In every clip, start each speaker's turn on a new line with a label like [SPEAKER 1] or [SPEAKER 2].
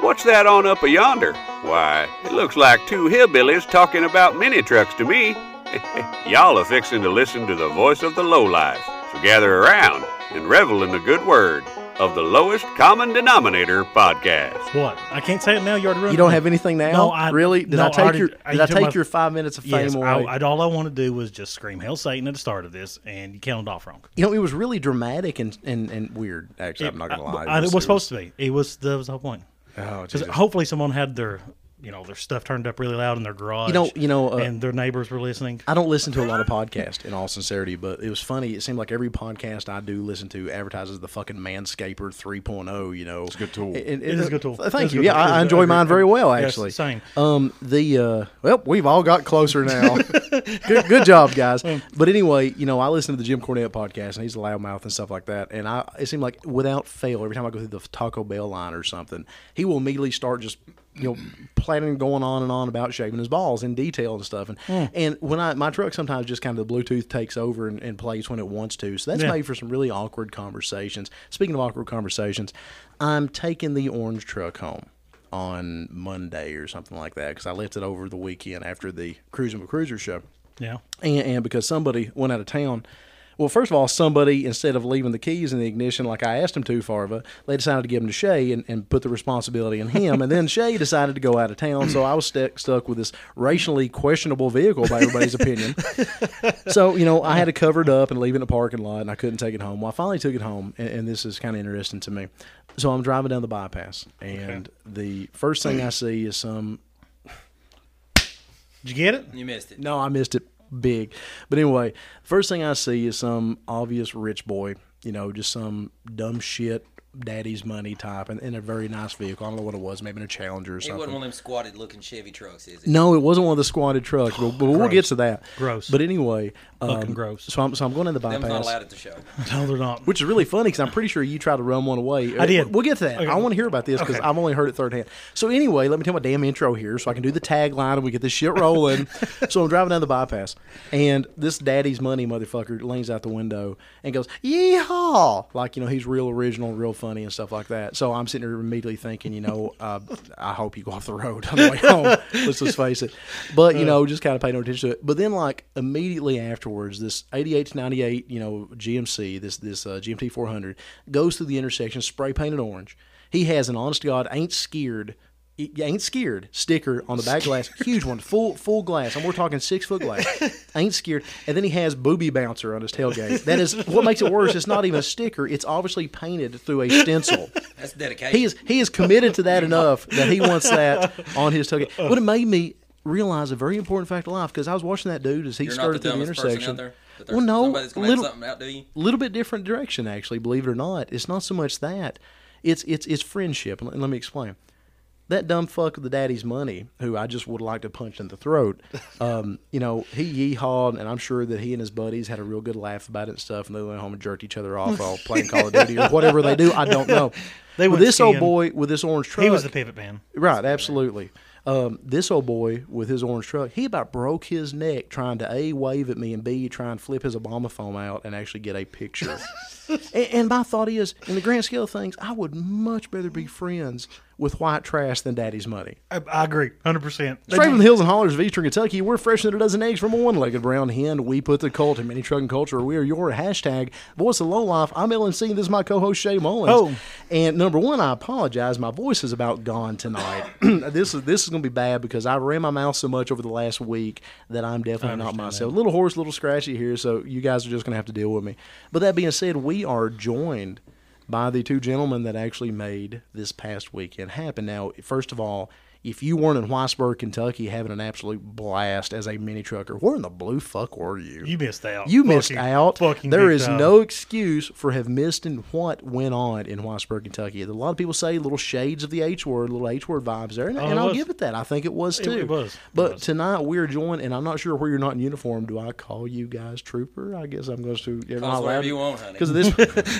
[SPEAKER 1] What's that on up a yonder? Why, it looks like two hillbillies talking about mini trucks to me. Y'all are fixing to listen to the voice of the lowlife, so gather around and revel in the good word of the Lowest Common Denominator podcast.
[SPEAKER 2] What? I can't say it now. You already ruined
[SPEAKER 3] You don't
[SPEAKER 2] it.
[SPEAKER 3] have anything now?
[SPEAKER 2] No, I-
[SPEAKER 3] really. Did
[SPEAKER 2] no,
[SPEAKER 3] I
[SPEAKER 2] I
[SPEAKER 3] take
[SPEAKER 2] already-
[SPEAKER 3] your
[SPEAKER 2] I-
[SPEAKER 3] Did
[SPEAKER 2] you
[SPEAKER 3] I
[SPEAKER 2] took
[SPEAKER 3] take
[SPEAKER 2] my-
[SPEAKER 3] your five minutes of fame
[SPEAKER 2] Yes, I,
[SPEAKER 3] away?
[SPEAKER 2] I- all I want to do was just scream "Hell Satan" at the start of this, and you counted off wrong.
[SPEAKER 3] you know, it was really dramatic and and, and weird. Actually, I'm not gonna lie.
[SPEAKER 2] I- I- it was supposed to be. It was that was the whole point.
[SPEAKER 3] Oh,
[SPEAKER 2] Because
[SPEAKER 3] Jesus.
[SPEAKER 2] hopefully someone had their, you know, their stuff turned up really loud in their garage.
[SPEAKER 3] You know- you know, uh,
[SPEAKER 2] and their neighbors were listening.
[SPEAKER 3] I don't listen to a lot of podcasts, in all sincerity, but it was funny. It seemed like every podcast I do listen to advertises the fucking Manscaper 3.0. oh, You know, it's a
[SPEAKER 4] good tool.
[SPEAKER 2] It is a good tool. It
[SPEAKER 3] Thank
[SPEAKER 2] is a
[SPEAKER 3] you.
[SPEAKER 2] good
[SPEAKER 3] Yeah,
[SPEAKER 2] tool. It
[SPEAKER 3] I, I
[SPEAKER 2] is a-
[SPEAKER 3] enjoy mine very well,
[SPEAKER 2] Yes,
[SPEAKER 3] actually.
[SPEAKER 2] same.
[SPEAKER 3] Um, the uh, well, we've all got closer now. good, good job, guys. But anyway, you know, I listen to the Jim Cornette podcast, and he's a loudmouth and stuff like that. And I, it seemed like without fail, every time I go through the Taco Bell line or something, he will immediately start just you know planning going on and on about shaving his balls in detail and stuff. And and when I my truck sometimes just kind of the Bluetooth takes over and, and plays when it wants to. So that's
[SPEAKER 2] Yeah.
[SPEAKER 3] made for some really awkward conversations. Speaking of awkward conversations, I'm taking the orange truck home on Monday or something like that because I left it over the weekend after the Cruising with Cruiser show.
[SPEAKER 2] Yeah.
[SPEAKER 3] And, and because somebody went out of town. Well, first of all, somebody, instead of leaving the keys in the ignition like I asked him to, Farva, they decided to give them to Shay and, and put the responsibility in him. and then Shay decided to go out of town. So I was stuck stuck with this racially questionable vehicle by everybody's opinion. So, you know, I had to cover it up and leave it in the parking lot and I couldn't take it home. Well, I finally took it home. And, and this is kind of interesting to me. So I'm driving down the bypass. And the first thing I see is some
[SPEAKER 2] Did you get it?
[SPEAKER 5] You missed it.
[SPEAKER 3] No, I missed it big. But anyway, first thing I see is some obvious rich boy, you know, just some dumb shit, daddy's money type, and in a very nice vehicle. I don't know what it was, maybe in a Challenger or
[SPEAKER 5] It
[SPEAKER 3] something.
[SPEAKER 5] wasn't one of them squatted looking Chevy trucks, is it?
[SPEAKER 3] No, it wasn't one of the squatted trucks, but, but we'll get to that.
[SPEAKER 2] Gross.
[SPEAKER 3] But anyway,
[SPEAKER 2] Fucking
[SPEAKER 3] um,
[SPEAKER 2] gross.
[SPEAKER 3] So I'm so I'm going to the
[SPEAKER 5] Them's not allowed
[SPEAKER 3] bypass,
[SPEAKER 5] at the show.
[SPEAKER 2] No, they're not.
[SPEAKER 3] which is really funny because I'm pretty sure you tried to run one away.
[SPEAKER 2] I did.
[SPEAKER 3] We'll get to that.
[SPEAKER 2] Okay.
[SPEAKER 3] I want to hear about this because
[SPEAKER 2] Okay.
[SPEAKER 3] I've only heard it third hand. So anyway, let me tell my damn intro here so I can do the tagline and we get this shit rolling. so I'm driving down the bypass, and this daddy's money motherfucker leans out the window and goes, "Yeehaw!" Like you know, he's real original, real funny, and stuff like that. So I'm sitting there immediately thinking, you know, uh, I hope you go off the road on the way home. Let's just face it. But
[SPEAKER 2] Uh.
[SPEAKER 3] you know, just kind of pay no attention to it. But then, like immediately afterwards, this 88 to 98, you know, GMC, this this uh, GMT 400 goes through the intersection, spray painted orange. He has an honest to God ain't scared. y- Ain't scared sticker on the back glass, huge one, full full glass, and we're talking six foot glass. Ain't scared, and then he has booby bouncer on his tailgate. That is what makes it worse. It's not even a sticker; it's obviously painted through a stencil.
[SPEAKER 5] That's dedication.
[SPEAKER 3] He is he is committed to that enough that he wants that on his tailgate. But it made me realize a very important fact of life because I was watching that dude as he
[SPEAKER 5] You're not the
[SPEAKER 3] started through the
[SPEAKER 5] dumbest person
[SPEAKER 3] intersection.
[SPEAKER 5] out there. but there's
[SPEAKER 3] well, no,
[SPEAKER 5] somebody that's gonna have
[SPEAKER 3] little
[SPEAKER 5] something out, do you?
[SPEAKER 3] little bit different direction actually. Believe it or not, it's not so much that. It's it's it's friendship. And let- let me explain. That dumb fuck with the daddy's money, who I just would like to punch in the throat. Um, you know, he yeehawed, and I'm sure that he and his buddies had a real good laugh about it and stuff. And they went home and jerked each other off while playing Call of Duty or whatever they do. I don't know.
[SPEAKER 2] They
[SPEAKER 3] But
[SPEAKER 2] went
[SPEAKER 3] this old
[SPEAKER 2] skiing.
[SPEAKER 3] boy with this orange truck.
[SPEAKER 2] He was the pivot man.
[SPEAKER 3] Right, absolutely. Um, this old boy with his orange truck, he about broke his neck trying to A, wave at me, and B, try and flip his Obama phone out and actually get a picture. and, and my thought is, in the grand scale of things, I would much better be friends with white trash than daddy's money.
[SPEAKER 2] I, I agree, hundred percent.
[SPEAKER 3] Straight from the hills and hollers of Eastern Kentucky, we're fresher than a dozen eggs from a one-legged brown hen. We put the cult in mini trucking culture. We are your hashtag voice of low life. I'm LNC. This is my co-host Shay Mullins.
[SPEAKER 2] Oh.
[SPEAKER 3] and number one, I apologize. My voice is about gone tonight. this is this is going to be bad because I ran my mouth so much over the last week that I'm definitely not myself. A little hoarse, little scratchy here. So you guys are just going to have to deal with me. But that being said, we are joined. By the two gentlemen that actually made this past weekend happen. Now, first of all, if you weren't in Whitesburg, Kentucky, having an absolute blast as a mini trucker, where in the blue fuck were you?
[SPEAKER 2] You missed out.
[SPEAKER 3] You missed
[SPEAKER 2] Fucking-
[SPEAKER 3] out.
[SPEAKER 2] Fucking
[SPEAKER 3] there
[SPEAKER 2] big
[SPEAKER 3] is
[SPEAKER 2] time.
[SPEAKER 3] no excuse for have missed and what went on in Whitesburg, Kentucky. A lot of people say little shades of the H word, little H word vibes there, and,
[SPEAKER 2] Oh,
[SPEAKER 3] and
[SPEAKER 2] it
[SPEAKER 3] I'll
[SPEAKER 2] was.
[SPEAKER 3] give it that. I think it was
[SPEAKER 2] It-
[SPEAKER 3] too.
[SPEAKER 2] it was. It
[SPEAKER 3] But
[SPEAKER 2] was.
[SPEAKER 3] tonight we're joined, and I'm not sure where you're not in uniform. Do I call you guys trooper? I guess I'm going to. You're
[SPEAKER 5] Call us whatever you want, honey.
[SPEAKER 3] Because this.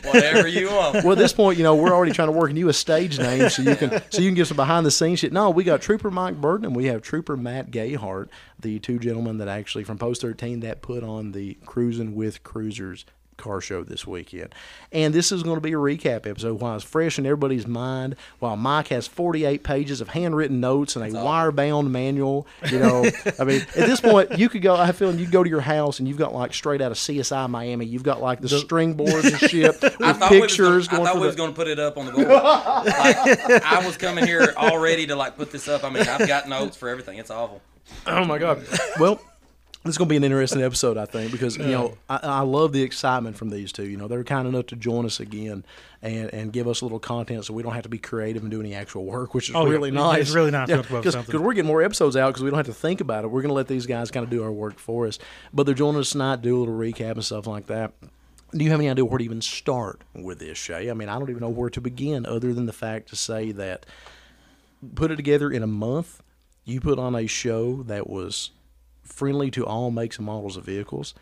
[SPEAKER 5] Whatever you want.
[SPEAKER 3] Well, at this point, you know we're already trying to work you a stage name so you can so you can give some behind the scenes shit. No, we got Trooper Mike Burton and we have Trooper Matt Gayhart, the two gentlemen that actually from Post Thirteen that put on the Cruising with Cruisers car show this weekend. And this is going to be a recap episode while it's fresh in everybody's mind, while Mike has 48 pages of handwritten notes and a wire bound manual. You know, I mean, at this point, you could go, I have a feeling you go to your house and you've got like straight out of CSI Miami, you've got like the, string boards and shit with
[SPEAKER 5] I thought we was
[SPEAKER 3] pictures
[SPEAKER 5] gonna, I
[SPEAKER 3] going
[SPEAKER 5] thought
[SPEAKER 3] for
[SPEAKER 5] we was
[SPEAKER 3] the-
[SPEAKER 5] gonna put it up on the board. Like, I was coming here all ready to like put this up. I mean, I've got notes for everything. It's awful.
[SPEAKER 3] Oh my god. well, it's going to be an interesting episode, I think, because you know I, I love the excitement from these two. You know, they were kind enough to join us again and and give us a little content, so we don't have to be creative and do any actual work, which is
[SPEAKER 2] Oh, yeah.
[SPEAKER 3] really
[SPEAKER 2] It's
[SPEAKER 3] nice.
[SPEAKER 2] really nice to come up with
[SPEAKER 3] because
[SPEAKER 2] something.
[SPEAKER 3] we're getting more episodes out because we don't have to think about it. We're going to let these guys kind of do our work for us. But they're joining us tonight, do a little recap and stuff like that. Do you have any idea where to even start with this, Shay? I mean, I don't even know where to begin, other than the fact to say that put it together in a month. You put on a show that was friendly to all makes and models of vehicles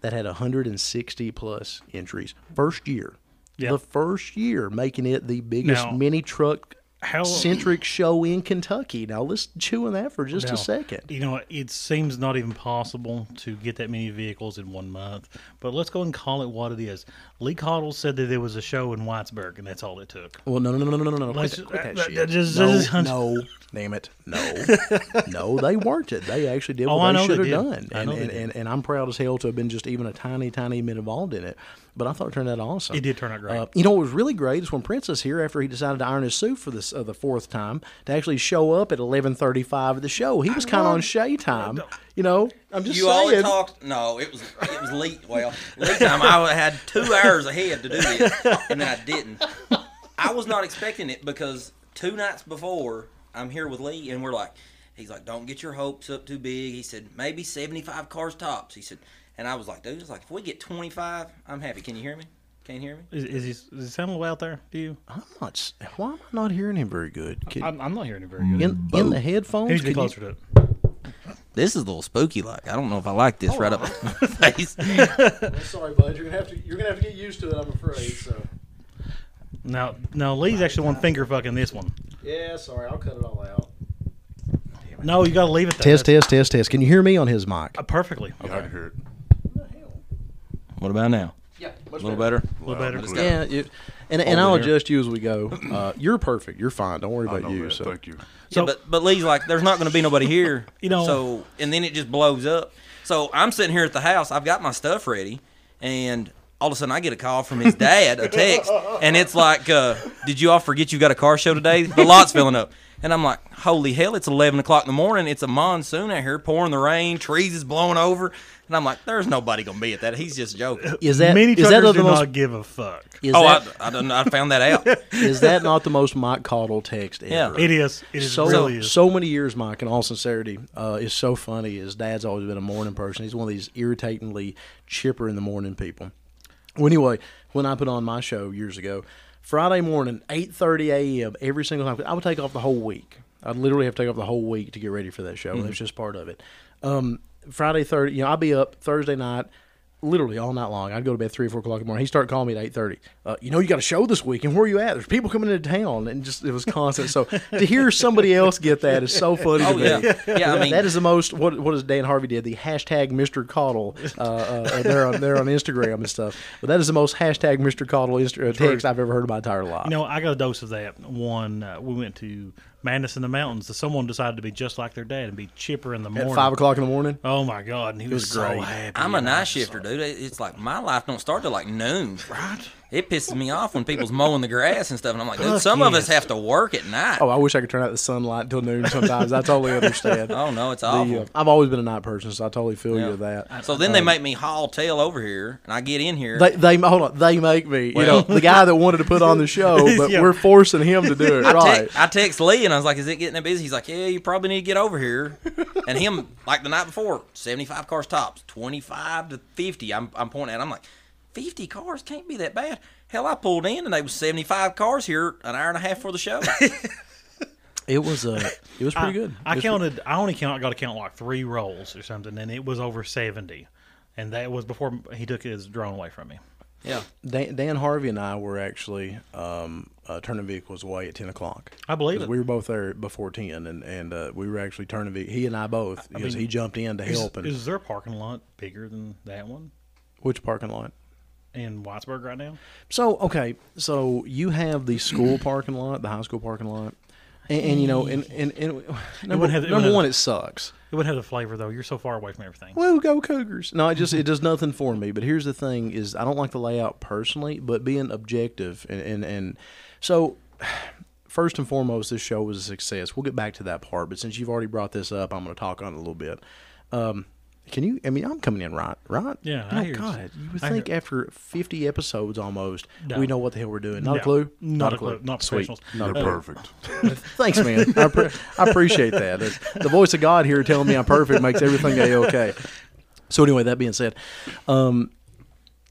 [SPEAKER 3] that had 160 plus entries first year.
[SPEAKER 2] Yeah.
[SPEAKER 3] The first year making it the biggest
[SPEAKER 2] Now-
[SPEAKER 3] mini truck
[SPEAKER 2] How-
[SPEAKER 3] centric show in Kentucky. Now let's chew on that for just a
[SPEAKER 2] Now,
[SPEAKER 3] second.
[SPEAKER 2] You know, it seems not even possible to get that many vehicles in one month, but let's go and call it what it is. Lee Cottle said that there was a show in Whitesburg, and that's all it took.
[SPEAKER 3] Well, no, no, no, no, no, no, no. Quit
[SPEAKER 2] Let's-
[SPEAKER 3] that, quit that
[SPEAKER 2] uh,
[SPEAKER 3] shit.
[SPEAKER 2] that just-
[SPEAKER 3] no,
[SPEAKER 2] just-
[SPEAKER 3] no, damn it. No, no, they weren't it. They actually did
[SPEAKER 2] Oh,
[SPEAKER 3] what
[SPEAKER 2] I
[SPEAKER 3] they
[SPEAKER 2] know
[SPEAKER 3] should
[SPEAKER 2] they
[SPEAKER 3] have done.
[SPEAKER 2] did. I
[SPEAKER 3] And,
[SPEAKER 2] know they
[SPEAKER 3] and,
[SPEAKER 2] did.
[SPEAKER 3] and, and I'm proud as hell to have been just even a tiny, tiny bit involved in it. But I thought it turned out awesome.
[SPEAKER 2] It did turn out great.
[SPEAKER 3] Uh, you know what was really great is when Prince was here after he decided to iron his suit for this uh, the fourth time to actually show up at 11:35 at the show. He was kind of on Shay time. You know, I'm just
[SPEAKER 5] you
[SPEAKER 3] saying.
[SPEAKER 5] all talked. No, it was it was late. Well, late time. I had two hours ahead to do it, and then I didn't. I was not expecting it because two nights before, I'm here with Lee, and we're like, he's like, "Don't get your hopes up too big." He said, "Maybe 75 cars tops." He said, and I was like, "Dude, it's like if we get 25, I'm happy." Can you hear me? Can't hear me.
[SPEAKER 2] Is, is, he, is it sounding loud there to you?
[SPEAKER 3] I'm not. s- Why am I not hearing him very good? Can-
[SPEAKER 2] I'm, I'm not hearing it very good.
[SPEAKER 3] in, in the headphones.
[SPEAKER 2] He needs to be
[SPEAKER 3] can you-
[SPEAKER 2] closer to it.
[SPEAKER 5] This is a little spooky. Like I don't know if Oh, I like this right up my face.
[SPEAKER 3] Sorry, bud. You're gonna have to. You're gonna have to get used to it. I'm afraid. So
[SPEAKER 2] Now, now Lee's actually one finger fucking this one.
[SPEAKER 3] yeah, sorry. I'll cut it all out.
[SPEAKER 2] No, you got to leave it there.
[SPEAKER 3] Test,
[SPEAKER 2] That's-
[SPEAKER 3] test, test, test. Can you hear me on his mic?
[SPEAKER 2] uh, Perfectly.
[SPEAKER 1] Yeah, I can hear it.
[SPEAKER 5] What about now?
[SPEAKER 3] Yeah,
[SPEAKER 5] A little better.
[SPEAKER 2] A little better.
[SPEAKER 5] Let's go.
[SPEAKER 3] Yeah, you- and, and I'll
[SPEAKER 5] Over here.
[SPEAKER 3] adjust you as we go. Uh, you're perfect. You're fine. Don't worry
[SPEAKER 1] I
[SPEAKER 3] about
[SPEAKER 1] know
[SPEAKER 3] you.
[SPEAKER 1] that.
[SPEAKER 3] So.
[SPEAKER 1] Thank you.
[SPEAKER 5] Yeah,
[SPEAKER 2] So-
[SPEAKER 5] but but Lee's like, there's not going to be nobody here,
[SPEAKER 2] You know-
[SPEAKER 5] So and then it just blows up. So I'm sitting here at the house. I've got my stuff ready, and all of a sudden I get a call from his dad, a text, and it's like, uh, "Did you all forget you got a car show today? The lot's filling up." And I'm like, "Holy hell! It's 11 o'clock in the morning. It's a monsoon out here, pouring the rain, trees is blowing over." And I'm like, "There's nobody going to be at that. He's just joking."
[SPEAKER 3] Is that
[SPEAKER 2] Many
[SPEAKER 3] is
[SPEAKER 2] truckers
[SPEAKER 3] that
[SPEAKER 2] do
[SPEAKER 3] the most?
[SPEAKER 2] not give a fuck.
[SPEAKER 3] Is,
[SPEAKER 5] oh,
[SPEAKER 3] that,
[SPEAKER 5] I, I, done- I found that out.
[SPEAKER 3] is that not the most Mike Caudle text ever?
[SPEAKER 5] Yeah.
[SPEAKER 2] It is. It is
[SPEAKER 3] so
[SPEAKER 2] really is.
[SPEAKER 3] so many years, Mike. In all sincerity, uh, is so funny. His dad's always been a morning person. He's one of these irritatingly chipper in the morning people. Well, anyway, when I put on my show years ago, Friday morning, eight thirty a.m. every single time, I would take off the whole week. I'd literally have to take off the whole week to get ready for that show.
[SPEAKER 2] Mm-hmm.
[SPEAKER 3] It was just part of it. Um, Friday thirty, you know, I'd be up Thursday night. Literally all night long. I'd go to bed three or four o'clock in the morning. He started calling me at eight thirty. Uh, you know, you got a show this weekend. Where are you at? There's people coming into town, and just it was constant. So to hear somebody else get that is so funny
[SPEAKER 5] Oh,
[SPEAKER 3] to me.
[SPEAKER 5] yeah. Yeah, I
[SPEAKER 3] That-
[SPEAKER 5] mean-
[SPEAKER 3] that is the most. What what is Dan Harvey did? The hashtag Mr. Caudle. Uh, uh, uh, they're on they're on Instagram and stuff. But that is the most hashtag Mr. Caudle Insta- uh, text I've ever heard in my entire life.
[SPEAKER 2] You know, I got a dose of that. One, uh, we went to Madness in the Mountains. Someone decided to be just like their dad and be chipper in the morning.
[SPEAKER 3] at five o'clock in the morning.
[SPEAKER 2] Oh my God! And he was,
[SPEAKER 3] was
[SPEAKER 2] so
[SPEAKER 3] great.
[SPEAKER 2] happy.
[SPEAKER 5] I'm a
[SPEAKER 2] and I
[SPEAKER 5] night
[SPEAKER 2] was
[SPEAKER 5] shifter, dude. It- It's like my life don't start till like noon. Right. It pisses me off when people's mowing the grass and stuff, and I'm like, dude,
[SPEAKER 2] Fuck
[SPEAKER 5] some of us
[SPEAKER 2] yes.
[SPEAKER 5] have to work at night.
[SPEAKER 3] Oh,
[SPEAKER 5] Oh,
[SPEAKER 3] I wish I could turn out the sunlight till noon sometimes. I totally understand.
[SPEAKER 5] no, Oh, it's
[SPEAKER 3] The,
[SPEAKER 5] awful.
[SPEAKER 3] uh, I've always been a night person, so I totally feel you with that. Um,
[SPEAKER 5] so then they make me haul tail over here, and I get in here.
[SPEAKER 3] They, they hold on. They make me. you know,
[SPEAKER 5] Well-
[SPEAKER 3] the guy that wanted to put on the show, but
[SPEAKER 2] Yeah.
[SPEAKER 3] we're forcing him to do it.
[SPEAKER 5] I, te-
[SPEAKER 3] Right?
[SPEAKER 5] I text Lee and I was like, "Is it getting that busy?" He's like, "Yeah, you probably need to get over here." And him, like the night before, seventy-five cars tops, twenty-five to fifty. I'm, I'm pointing at. I'm like, fifty cars can't be that bad. Hell, I pulled in and they was seventy-five cars here an hour and a half for the show.
[SPEAKER 3] It was uh, it was pretty good.
[SPEAKER 2] I
[SPEAKER 3] It was
[SPEAKER 2] counted. I only count. Got to count like three rolls or something, and it was over seventy. And that was before he took his drone away from me.
[SPEAKER 5] yeah.
[SPEAKER 3] Dan, Dan Harvey and I were actually um, uh, turning vehicles away at ten o'clock.
[SPEAKER 2] I believe
[SPEAKER 3] 'Cause
[SPEAKER 2] it.
[SPEAKER 3] We were both there before ten, and and uh, we were actually turning. Ve- he and I both because he jumped in to
[SPEAKER 2] Is,
[SPEAKER 3] help. And
[SPEAKER 2] is their parking lot bigger than that one?
[SPEAKER 3] which parking lot?
[SPEAKER 2] in Whitesburg right now?
[SPEAKER 3] So okay, so you have the school parking lot, the high school parking lot, and, and you know, and and, and number,
[SPEAKER 2] have- it
[SPEAKER 3] number
[SPEAKER 2] would-
[SPEAKER 3] one, it sucks.
[SPEAKER 2] It would have the flavor though. You're so far away from everything.
[SPEAKER 3] Woo, go Cougars! No, it just it does nothing for me. But here's the thing: is I don't like the layout personally, but being objective and and, and so. First and foremost, this show was a success. We'll get back to that part, but since you've already brought this up, I'm going to talk on it a little bit. Um, can you? I mean, I'm coming in right, right?
[SPEAKER 2] Yeah,
[SPEAKER 3] Oh
[SPEAKER 2] I hear you.
[SPEAKER 3] God, you would
[SPEAKER 2] I
[SPEAKER 3] think after 50 episodes almost,
[SPEAKER 2] No.
[SPEAKER 3] we know what the hell we're doing. Not a
[SPEAKER 2] No,
[SPEAKER 3] clue.
[SPEAKER 2] Not, a clue. Not
[SPEAKER 3] Sweet.
[SPEAKER 2] professionals. Uh,
[SPEAKER 3] Not a
[SPEAKER 6] They're
[SPEAKER 3] clue.
[SPEAKER 6] perfect.
[SPEAKER 3] Thanks, man. I, appre- I appreciate that. It's- the voice of God here telling me I'm perfect makes everything a okay. So anyway, that being said, um,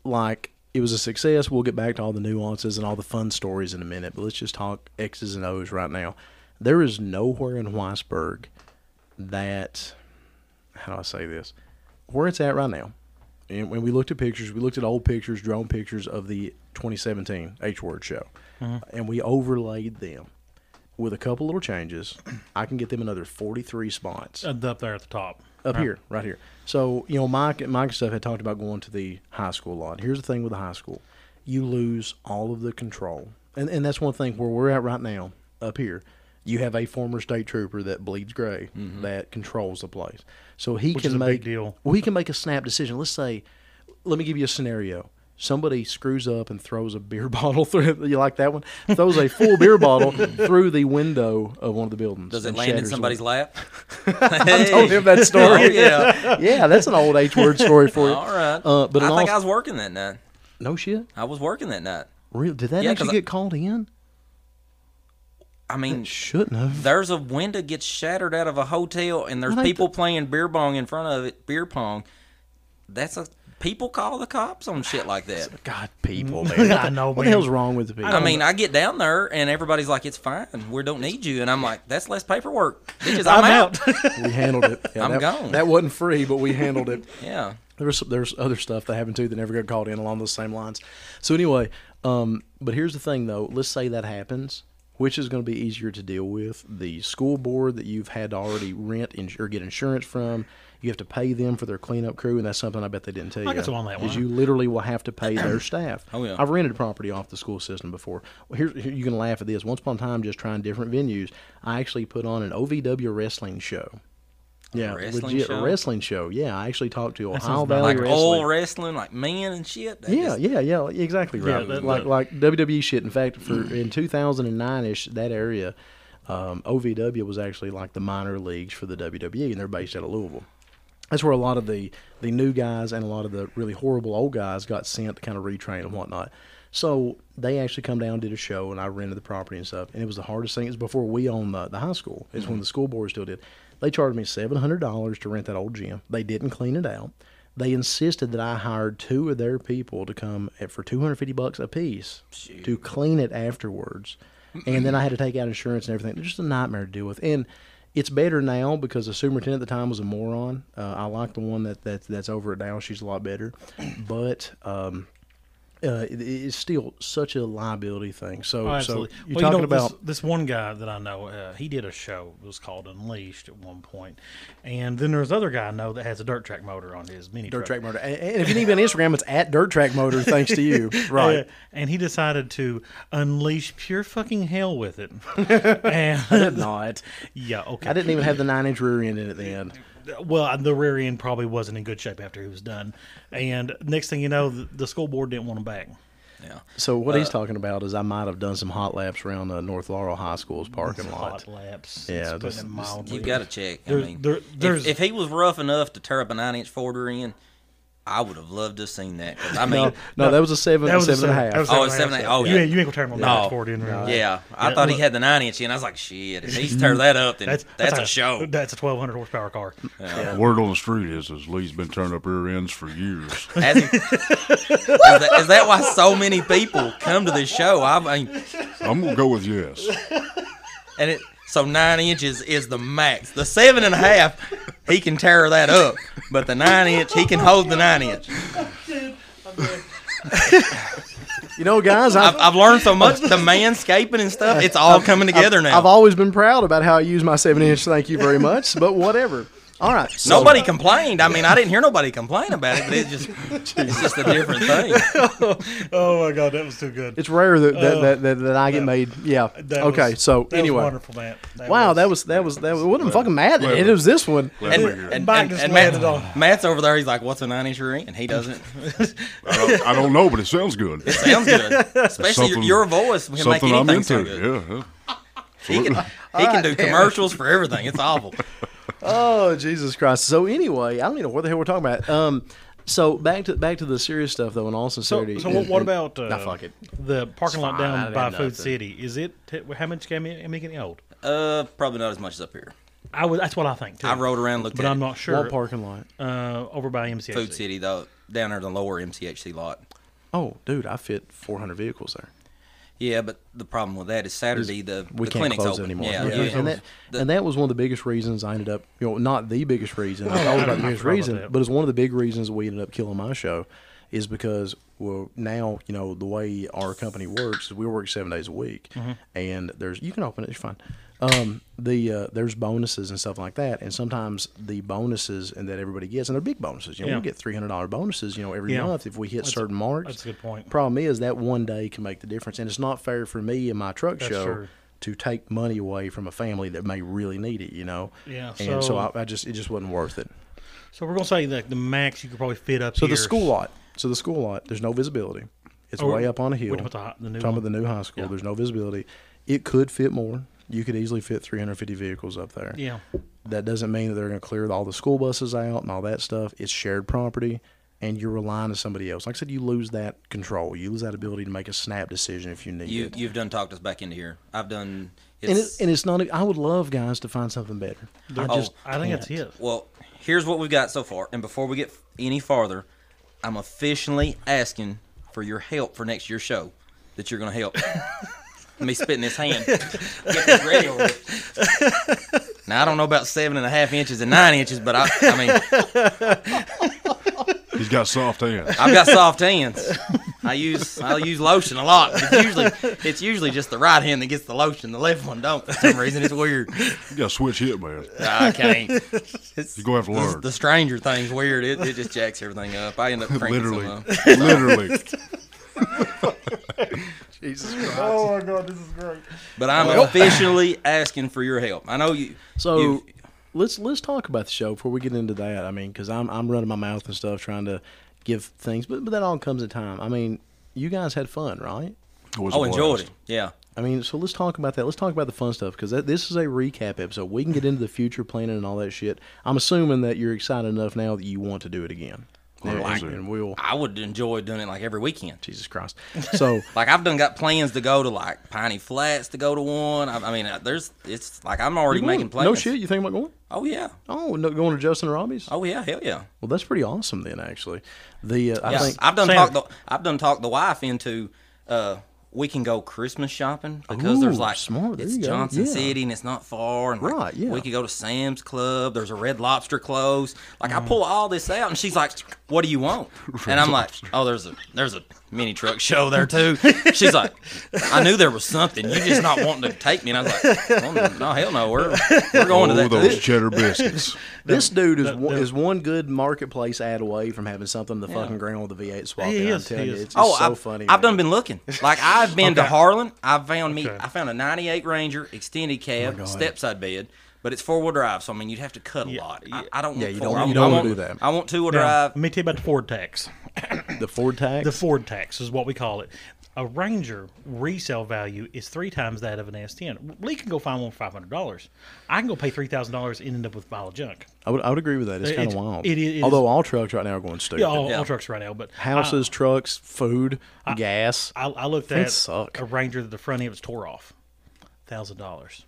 [SPEAKER 3] like it was a success. We'll get back to all the nuances and all the fun stories in a minute, but let's just talk X's and O's right now. There is nowhere in Weisberg that how do I say this? Where it's at right now. And when we looked at pictures, we looked at old pictures, drone pictures of the 2017 H Word show, and we overlaid them with a couple little changes. I can get them another 43 spots
[SPEAKER 2] Uh, up there at the top.
[SPEAKER 3] up
[SPEAKER 2] Right.
[SPEAKER 3] here, right here. So you know, Mike, Mike and stuff had talked about going to the high school lot. Here's the thing with the high school: you lose all of the control, and and that's one thing where we're at right now up here. You have a former state trooper that bleeds gray that controls the place, so he
[SPEAKER 2] Mm-hmm. Which
[SPEAKER 3] can
[SPEAKER 2] is a
[SPEAKER 3] make
[SPEAKER 2] big deal.
[SPEAKER 3] Well, he can make a snap decision. Let's say, let me give you a scenario. Somebody screws up and throws a beer bottle through. You like that one? Throws a full beer bottle through the window of one of the buildings.
[SPEAKER 5] Does it
[SPEAKER 3] and
[SPEAKER 5] land in
[SPEAKER 3] shatters the
[SPEAKER 5] somebody's
[SPEAKER 3] window.
[SPEAKER 5] lap?
[SPEAKER 3] I told him that story
[SPEAKER 5] Oh, yeah.
[SPEAKER 3] yeah, that's an old H word story for you.
[SPEAKER 5] All right.
[SPEAKER 3] Uh, but
[SPEAKER 5] I
[SPEAKER 3] in
[SPEAKER 5] think
[SPEAKER 3] all-
[SPEAKER 5] I was working that night.
[SPEAKER 3] no shit.
[SPEAKER 5] I was working that night.
[SPEAKER 3] Real? Did that
[SPEAKER 5] Yeah, 'cause
[SPEAKER 3] actually
[SPEAKER 5] I-
[SPEAKER 3] get called in?
[SPEAKER 5] I mean,
[SPEAKER 3] Shouldn't have.
[SPEAKER 5] there's a window gets shattered out of a hotel, and there's
[SPEAKER 3] Well, they-
[SPEAKER 5] people playing beer pong in front of it. Beer pong. That's a people call the cops on shit like that.
[SPEAKER 3] God, people, man.
[SPEAKER 2] I know,
[SPEAKER 3] What the
[SPEAKER 2] man.
[SPEAKER 3] hell's wrong with the people?
[SPEAKER 5] I mean, I get down there and everybody's like, "It's fine. We don't need you." And I'm like, "That's less paperwork." Bitches, I'm, out.
[SPEAKER 3] we handled it. Yeah,
[SPEAKER 5] I'm
[SPEAKER 3] that,
[SPEAKER 5] gone.
[SPEAKER 3] That wasn't free, but we handled it.
[SPEAKER 5] yeah.
[SPEAKER 3] There was there's other stuff that happened too that never got called in along those same lines. So anyway, um, but here's the thing though. Let's say that happens, which is going to be easier to deal with. The school board that you've had to already rent ins- or get insurance from, you have to pay them for their cleanup crew, and that's something I bet they didn't tell you.
[SPEAKER 2] I guess I'm on that
[SPEAKER 3] is
[SPEAKER 2] one.
[SPEAKER 3] you literally will have to pay their staff.
[SPEAKER 5] Oh, yeah.
[SPEAKER 3] I've rented property off the school system before. Well, here's here, you can laugh at this. Once upon a time, just trying different venues, I actually put on an OVW wrestling show. Yeah,
[SPEAKER 5] wrestling
[SPEAKER 3] legit
[SPEAKER 5] show?
[SPEAKER 3] wrestling show. Yeah, I actually talked to
[SPEAKER 2] sounds
[SPEAKER 3] Ohio
[SPEAKER 2] about
[SPEAKER 3] Valley
[SPEAKER 5] Like
[SPEAKER 3] Wrestling.
[SPEAKER 5] old wrestling, like men and shit. That
[SPEAKER 3] Yeah,
[SPEAKER 5] just-
[SPEAKER 3] yeah, yeah, exactly
[SPEAKER 2] Yeah,
[SPEAKER 3] right.
[SPEAKER 2] that-
[SPEAKER 3] like
[SPEAKER 2] that-
[SPEAKER 3] like WWE shit. In fact, for in 2009 ish, that area, um, OVW was actually like the minor leagues for the WWE, and they're based out of Louisville. That's where a lot of the the new guys and a lot of the really horrible old guys got sent to kind of retrain and whatnot. So they actually come down, did a show, and I rented the property and stuff. And it was the hardest thing. It was before we owned the, the high school. It's when the school board still did. They charged me seven hundred dollars to rent that old gym. They didn't clean it out they insisted that I hired two of their people to come at, for 250 bucks a piece to clean it afterwards. And then I had to take out insurance and everything. It's just a nightmare to deal with. And it's better now because the superintendent at the time was a moron. Uh, I like the one that, that that's over it now. She's a lot better. But um, uh, it, it's still such a liability thing. So,
[SPEAKER 2] Oh,
[SPEAKER 3] so
[SPEAKER 2] absolutely.
[SPEAKER 3] you're
[SPEAKER 2] well,
[SPEAKER 3] talking
[SPEAKER 2] you know,
[SPEAKER 3] about
[SPEAKER 2] this, this one guy that I know. Uh, he did a show. It was called Unleashed at one point, and then there's other guy I know that has a dirt track motor on his mini
[SPEAKER 3] dirt
[SPEAKER 2] truck.
[SPEAKER 3] track motor. And, and if you need me on Instagram, it's at dirt track motor. Thanks to you, right?
[SPEAKER 2] Uh, and he decided to unleash pure fucking hell with it. and
[SPEAKER 3] Not.
[SPEAKER 2] yeah, okay.
[SPEAKER 3] I didn't even have the nine inch rear end in at the end.
[SPEAKER 2] well, the rear end probably wasn't in good shape after he was done. And next thing you know, the, the school board didn't want him back.
[SPEAKER 5] yeah.
[SPEAKER 3] So what
[SPEAKER 2] Uh,
[SPEAKER 3] he's talking about is I might have done some hot laps around uh, North Laurel High School's parking lot.
[SPEAKER 2] Hot laps.
[SPEAKER 3] Yeah,
[SPEAKER 2] It's putting
[SPEAKER 3] that's-
[SPEAKER 2] it
[SPEAKER 3] that's-
[SPEAKER 2] mildly.
[SPEAKER 5] You got to check.
[SPEAKER 2] There-
[SPEAKER 5] I mean,
[SPEAKER 2] there-
[SPEAKER 5] if-
[SPEAKER 2] there's-
[SPEAKER 5] if, he was rough enough to tear up a nine-inch forwarder in, I would have loved to have seen that. 'cause, I mean,
[SPEAKER 3] No, no, that was a seven,
[SPEAKER 2] That was
[SPEAKER 3] seven and a half.
[SPEAKER 2] That was
[SPEAKER 5] Oh,
[SPEAKER 2] seven and a
[SPEAKER 5] seven-
[SPEAKER 2] half.
[SPEAKER 5] oh,
[SPEAKER 2] You
[SPEAKER 5] yeah.
[SPEAKER 2] ain't, you ain't gonna turn him
[SPEAKER 5] No.
[SPEAKER 2] on forward in
[SPEAKER 5] yeah,
[SPEAKER 2] right?
[SPEAKER 5] I
[SPEAKER 2] Yeah,
[SPEAKER 5] thought he
[SPEAKER 2] look.
[SPEAKER 5] had the nine-inch in. I was like, shit, if he's tear that up, then that's, a, show.
[SPEAKER 2] That's a 1200 horsepower car.
[SPEAKER 6] Word on the street is, is Lee's been turning up rear ends for years.
[SPEAKER 5] Has he- is, that, is that why so many people come to this show? I mean,
[SPEAKER 6] I'm gonna go with yes.
[SPEAKER 5] and it so nine inches is the max. The seven and a half, he can tear that up, but the nine inch, he can hold the nine inch.
[SPEAKER 3] You know, guys, I've,
[SPEAKER 5] I've, I've learned so much. The manscaping and stuff, it's all coming together now.
[SPEAKER 3] I've always been proud about how I use my seven inch. Thank you very much. But whatever. All right. So,
[SPEAKER 5] Nobody complained. I mean, I didn't hear nobody complain about it, but it just it's just a different thing.
[SPEAKER 2] Oh my god, that was too good.
[SPEAKER 3] It's rare that that, that, that, that I get made. Yeah.
[SPEAKER 2] That
[SPEAKER 3] okay.
[SPEAKER 2] was-
[SPEAKER 3] so
[SPEAKER 2] that was
[SPEAKER 3] anyway.
[SPEAKER 2] wonderful, man.
[SPEAKER 3] Wow, that was that was that was, wasn't fucking mad. at It,
[SPEAKER 6] Well-
[SPEAKER 3] it was this one.
[SPEAKER 5] And,
[SPEAKER 6] Well,
[SPEAKER 5] and, and,
[SPEAKER 2] Mike
[SPEAKER 5] and,
[SPEAKER 2] just
[SPEAKER 5] Matt-
[SPEAKER 2] landed on it.
[SPEAKER 5] Matt's over there. He's like, "What's a nine-inch ring?" And he doesn't.
[SPEAKER 6] I don't, I don't know, but it sounds good.
[SPEAKER 5] Sounds good. Especially your,
[SPEAKER 6] Something-
[SPEAKER 5] your voice can make
[SPEAKER 6] Something I'm
[SPEAKER 5] anything
[SPEAKER 6] into.
[SPEAKER 5] sound good.
[SPEAKER 6] Yeah, yeah.
[SPEAKER 5] He can, he can do commercials for everything. It's awful.
[SPEAKER 3] Oh Jesus Christ! So anyway, I don't even know what the hell we're talking about. Um, so back to back to the serious stuff though. In all sincerity,
[SPEAKER 2] So, so what,
[SPEAKER 3] and-
[SPEAKER 2] what
[SPEAKER 3] and-
[SPEAKER 2] about uh,
[SPEAKER 3] Nah, fuck it.
[SPEAKER 2] the parking lot
[SPEAKER 7] fine, I
[SPEAKER 2] down
[SPEAKER 7] didn't
[SPEAKER 2] by
[SPEAKER 7] have
[SPEAKER 2] Food
[SPEAKER 7] nothing.
[SPEAKER 2] City? Is it t- how much can it make any old?
[SPEAKER 5] Uh, probably not as much as up here.
[SPEAKER 2] I was, that's what I think too.
[SPEAKER 5] I rode around, looked
[SPEAKER 2] but
[SPEAKER 5] at
[SPEAKER 2] I'm
[SPEAKER 5] it.
[SPEAKER 2] not sure.
[SPEAKER 3] what parking lot?
[SPEAKER 2] Uh, over by MCHC.
[SPEAKER 5] Food City though, down there in the lower MCHC lot.
[SPEAKER 3] Oh, dude, I fit 400 vehicles there.
[SPEAKER 5] Yeah, but the problem with that is Saturday the,
[SPEAKER 3] We
[SPEAKER 5] the
[SPEAKER 3] can't
[SPEAKER 5] clinic's
[SPEAKER 3] close
[SPEAKER 5] open.
[SPEAKER 3] anymore.
[SPEAKER 5] Yeah,
[SPEAKER 3] Yeah.
[SPEAKER 5] yeah.
[SPEAKER 3] And, that, and that was one of the biggest reasons I ended up, you know, not the biggest reason. I thought about the
[SPEAKER 2] forgot
[SPEAKER 3] biggest
[SPEAKER 2] about
[SPEAKER 3] reason,
[SPEAKER 2] that.
[SPEAKER 3] but it's one of the big reasons we ended up killing my show is because, well, now, you know, the way our company works is we work seven days a week.
[SPEAKER 2] Mm-hmm.
[SPEAKER 3] And there's, you can open it, it's fine. Um, the uh, there's bonuses and stuff like that, and sometimes the bonuses and that everybody gets, and they're big bonuses. You know,
[SPEAKER 2] Yeah.
[SPEAKER 3] we get three hundred dollar bonuses. You know, every
[SPEAKER 2] Yeah.
[SPEAKER 3] month if we hit certain marks.
[SPEAKER 2] that's a good point.
[SPEAKER 3] Problem is that one day can make the difference, and it's not fair for me and my truck show
[SPEAKER 2] true.
[SPEAKER 3] to take money away from a family that may really need it, you know.
[SPEAKER 2] Yeah,
[SPEAKER 3] and
[SPEAKER 2] so-
[SPEAKER 3] so I, I just it just wasn't worth it.
[SPEAKER 2] So we're gonna say that the max you could probably fit up.
[SPEAKER 3] So the school lot. So the school lot. There's no visibility. It's
[SPEAKER 2] Oh,
[SPEAKER 3] way up on a hill.
[SPEAKER 2] we're talking about the hi- the new
[SPEAKER 3] talking about
[SPEAKER 2] one.
[SPEAKER 3] the new high school. There's no visibility. It could fit more. You could easily fit 350 vehicles up there.
[SPEAKER 2] Yeah.
[SPEAKER 3] That doesn't mean that they're going to clear all the school buses out and all that stuff. It's shared property, and you're relying on somebody else. Like I said, you lose that control. You lose that ability to make a snap decision if you need
[SPEAKER 5] You
[SPEAKER 3] it.
[SPEAKER 5] you've done talked us back into here. I've done.
[SPEAKER 3] and, it,
[SPEAKER 5] it's-
[SPEAKER 3] and it's not. I would love guys to find something better. I
[SPEAKER 5] Oh,
[SPEAKER 3] just.
[SPEAKER 2] I think that's it.
[SPEAKER 5] Well, here's what we've got so far. And before we get any farther, I'm officially asking for your help for next year's show that you're going to help. Me spitting his hand. Get this ready over here. Now, I don't know about seven and a half inches and nine inches, but I, I mean,
[SPEAKER 6] He's got soft hands.
[SPEAKER 5] I've got soft hands. I use I use lotion a lot. It's usually it's usually just the right hand that gets the lotion. The left one don't for some reason. It's weird.
[SPEAKER 6] You got to switch hit, man.
[SPEAKER 5] I can't.
[SPEAKER 6] You're going to
[SPEAKER 5] This-
[SPEAKER 6] have to
[SPEAKER 5] The stranger thing's weird. It, it just jacks everything up. I end up
[SPEAKER 6] learn.
[SPEAKER 5] cranking
[SPEAKER 6] Literally.
[SPEAKER 5] some up.
[SPEAKER 6] Literally.
[SPEAKER 2] Oh my god, this is great.
[SPEAKER 5] But I'm officially asking for your help. I know you.
[SPEAKER 3] So
[SPEAKER 5] you-
[SPEAKER 3] let's let's talk about the show before we get into that. I mean, because I'm I'm running my mouth and stuff, trying to give things, but but that all comes in time. I mean, you guys had fun, right?
[SPEAKER 6] Was
[SPEAKER 5] oh,
[SPEAKER 6] a
[SPEAKER 5] enjoyed
[SPEAKER 6] blast.
[SPEAKER 5] it. Yeah.
[SPEAKER 3] I mean, so let's talk about that. Let's talk about the fun stuff because this is a recap episode. We can get into the future planning and all that shit. I'm assuming that you're excited enough now that you want to do it again. and,
[SPEAKER 6] like it.
[SPEAKER 3] and we'll
[SPEAKER 5] I would enjoy doing it like every weekend.
[SPEAKER 3] Jesus Christ. So
[SPEAKER 5] Like I've done got plans to go to like Piney Flats to go to one. I, I mean, uh, there's it's like I'm already making plans.
[SPEAKER 3] no shit. You think about going?
[SPEAKER 5] Oh yeah.
[SPEAKER 3] Oh, no, going to Justin and Robbie's?
[SPEAKER 5] Oh yeah. Hell yeah.
[SPEAKER 3] Well, that's pretty awesome then. Actually, the uh, I
[SPEAKER 5] Yes,
[SPEAKER 3] think
[SPEAKER 5] I've done
[SPEAKER 2] Sam-
[SPEAKER 5] talked. The, I've done talked the wife into. Uh, we can go Christmas shopping because there's
[SPEAKER 3] Ooh,
[SPEAKER 5] like
[SPEAKER 3] smart, there
[SPEAKER 5] it's
[SPEAKER 3] you go,
[SPEAKER 5] Johnson
[SPEAKER 3] yeah.
[SPEAKER 5] City and it's not far and like,
[SPEAKER 3] Right, yeah.
[SPEAKER 5] we could go to Sam's Club. There's a Red Lobster close. Like
[SPEAKER 3] Mm.
[SPEAKER 5] I pull all this out and she's like, "What do you want?" And I'm like, "Oh, there's a there's a mini truck show there too." She's like, "I knew there was something. You just not wanting to take me." And I was like, "Oh, "No, hell no, we're we're going to
[SPEAKER 6] Oh,
[SPEAKER 5] that."
[SPEAKER 6] those cheddar biscuits.
[SPEAKER 3] This dude is
[SPEAKER 2] the-
[SPEAKER 3] one,
[SPEAKER 2] the-
[SPEAKER 3] is one good marketplace ad away from having something the fucking ground with the V8 swap.
[SPEAKER 2] He
[SPEAKER 3] in, I'm
[SPEAKER 2] is,
[SPEAKER 3] telling
[SPEAKER 2] he
[SPEAKER 3] you,
[SPEAKER 2] is.
[SPEAKER 3] it's, it's
[SPEAKER 5] Oh,
[SPEAKER 3] so
[SPEAKER 5] I've,
[SPEAKER 3] funny.
[SPEAKER 5] I've
[SPEAKER 3] man.
[SPEAKER 5] done been looking. Like I've been to
[SPEAKER 2] Okay.
[SPEAKER 5] Harlan. I found me.
[SPEAKER 2] Okay.
[SPEAKER 5] I found a '98 Ranger
[SPEAKER 3] Oh
[SPEAKER 5] extended cab, stepside bed, but it's four wheel drive. So I mean, you'd have to cut a lot. I, I don't. Yeah,
[SPEAKER 3] you
[SPEAKER 5] want four.
[SPEAKER 3] don't-
[SPEAKER 5] I
[SPEAKER 3] you
[SPEAKER 5] want-
[SPEAKER 3] don't
[SPEAKER 5] I
[SPEAKER 3] wanna
[SPEAKER 5] want-
[SPEAKER 3] do that.
[SPEAKER 5] I want two wheel
[SPEAKER 2] Now,
[SPEAKER 5] drive.
[SPEAKER 2] let me tell you about the Ford tax.
[SPEAKER 3] the Ford tax.
[SPEAKER 2] The Ford tax is what we call it. A Ranger resale value is three times that of an S10. Lee can go find one for five hundred dollars. I can go pay three thousand dollars and end up with a pile of junk.
[SPEAKER 3] I would I would agree with that. It's
[SPEAKER 2] It-
[SPEAKER 3] kind of
[SPEAKER 2] it's-
[SPEAKER 3] wild.
[SPEAKER 2] it is-
[SPEAKER 3] Although all trucks right now are going stupid.
[SPEAKER 2] Yeah, all,
[SPEAKER 5] Yeah.
[SPEAKER 2] all trucks right now, but I-
[SPEAKER 3] Houses, trucks, food, gas.
[SPEAKER 2] I, I looked
[SPEAKER 3] Things
[SPEAKER 2] at
[SPEAKER 3] suck.
[SPEAKER 2] a Ranger that the front end was tore off, thousand dollars.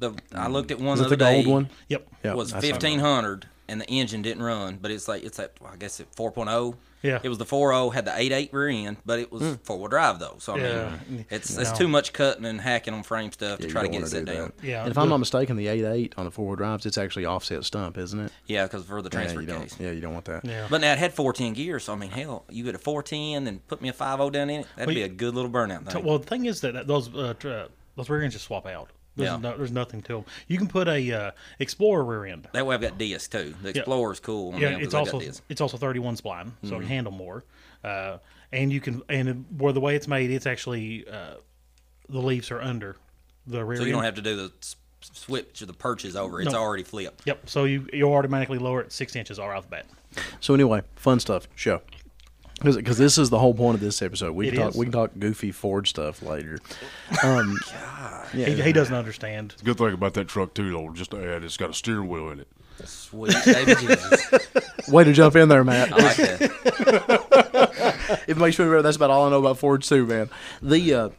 [SPEAKER 5] The, I looked at one
[SPEAKER 3] Mm-hmm. is
[SPEAKER 5] the
[SPEAKER 3] that
[SPEAKER 5] other
[SPEAKER 3] the gold
[SPEAKER 5] day.
[SPEAKER 3] one?
[SPEAKER 2] Yep.
[SPEAKER 3] Yeah,
[SPEAKER 5] was
[SPEAKER 3] that's not bad.
[SPEAKER 5] fifteen hundred, and the engine didn't run. But it's like it's at well, I guess at four oh.
[SPEAKER 2] Yeah.
[SPEAKER 5] It was the four zero had the eight eight rear end, but it was
[SPEAKER 3] Hmm.
[SPEAKER 5] four wheel drive though. So I
[SPEAKER 2] Yeah.
[SPEAKER 5] mean, it's it's
[SPEAKER 2] No.
[SPEAKER 5] too much cutting and hacking on frame stuff to
[SPEAKER 3] You
[SPEAKER 5] try to
[SPEAKER 3] don't
[SPEAKER 5] get it
[SPEAKER 3] wanna
[SPEAKER 5] set
[SPEAKER 3] do
[SPEAKER 5] down.
[SPEAKER 3] that.
[SPEAKER 2] Yeah,
[SPEAKER 3] And if I'm
[SPEAKER 2] the-
[SPEAKER 3] not mistaken, the 8.8 on the four wheel drives, it's actually offset stump, isn't it?
[SPEAKER 5] Yeah, because for the transfer
[SPEAKER 3] yeah, you
[SPEAKER 5] case.
[SPEAKER 3] Don't, yeah, you don't want that.
[SPEAKER 2] Yeah.
[SPEAKER 5] But now it had 410 gears, so I mean, hell, you get a 410, then put me a 50 down in it. That'd
[SPEAKER 2] Well,
[SPEAKER 5] be
[SPEAKER 2] you-
[SPEAKER 5] a good little burnout
[SPEAKER 2] So-
[SPEAKER 5] thing.
[SPEAKER 2] well, the thing is that, that those uh, tr- uh, those rear ends just swap out. There's,
[SPEAKER 5] Yeah.
[SPEAKER 2] no, there's nothing to them. You can put a uh, Explorer rear end.
[SPEAKER 5] That way I've got disc too. The Explorer's cool. on
[SPEAKER 2] Yeah,
[SPEAKER 5] them 'cause
[SPEAKER 2] it's
[SPEAKER 5] I
[SPEAKER 2] also
[SPEAKER 5] got Mm-hmm. disc.
[SPEAKER 2] it's also 31 spline, so it can handle more. Uh, and you can and it- well, the way it's made, it's actually uh, the leaves are under the rear.
[SPEAKER 5] So you
[SPEAKER 2] end.
[SPEAKER 5] don't have to do the s- switch or the purchase over. It's
[SPEAKER 2] No.
[SPEAKER 5] already flipped.
[SPEAKER 2] Yep. So you you automatically lower it six inches all right off the bat.
[SPEAKER 3] So anyway, fun stuff. Show. Because this is the whole point of this episode. We can
[SPEAKER 2] It
[SPEAKER 3] talk.
[SPEAKER 2] is.
[SPEAKER 3] We can talk goofy Ford stuff later.
[SPEAKER 2] He, he doesn't understand.
[SPEAKER 6] Good thing about that truck too, though, just to add, it's got a steering wheel in it.
[SPEAKER 5] Sweet baby Jesus.
[SPEAKER 3] Way to jump in there, Matt.
[SPEAKER 5] I like that.
[SPEAKER 3] it makes me remember that's about all I know about Fords too, man. The uh,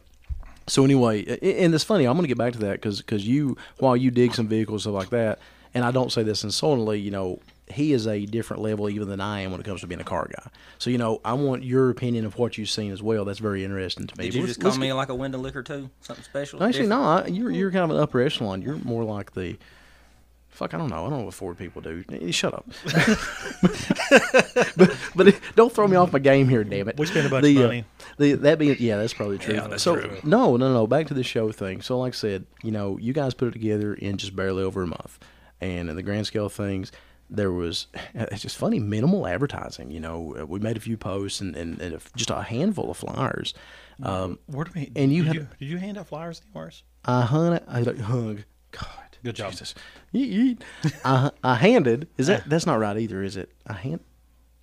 [SPEAKER 3] so anyway, a- and it's funny. I'm going to get back to that because you while you dig some vehicles stuff like that, and I don't say this insultingly, you know, he is a different level even than I am when it comes to being a car guy. So you know, I want your opinion of what you've seen as well. That's very interesting to me.
[SPEAKER 5] Did you
[SPEAKER 3] Let's-
[SPEAKER 5] just call
[SPEAKER 3] let's-
[SPEAKER 5] me like a window licker too? Something special?
[SPEAKER 3] Actually,
[SPEAKER 5] Different?
[SPEAKER 3] no. I, you're you're kind of an upper echelon. You're more like the. Fuck, I don't know. I don't know what Ford people do. Eh, Shut up. but but it- don't throw me off my game here, damn it.
[SPEAKER 2] We spent a bunch
[SPEAKER 3] the,
[SPEAKER 2] of
[SPEAKER 3] uh,
[SPEAKER 2] money.
[SPEAKER 3] the, that being yeah, that's probably true.
[SPEAKER 5] Yeah, that's
[SPEAKER 3] so
[SPEAKER 5] true.
[SPEAKER 3] no, no, no. Back to the show thing. So like I said, you know, you guys put it together in just barely over a month, and in the grand scale of things, there was it's just funny minimal advertising. You know, Uh, we made a few posts and and, and a f just a handful of flyers.
[SPEAKER 2] Mm-hmm.
[SPEAKER 3] Um,
[SPEAKER 2] Where do we?
[SPEAKER 3] And you
[SPEAKER 2] did
[SPEAKER 3] had-
[SPEAKER 2] you, did you hand out flyers anywhere? else?
[SPEAKER 3] I hung. I like, hung. God.
[SPEAKER 2] Good job.
[SPEAKER 3] Jesus. Yeet, yeet. I, I handed. Is that? That's not right either, is it? I hand.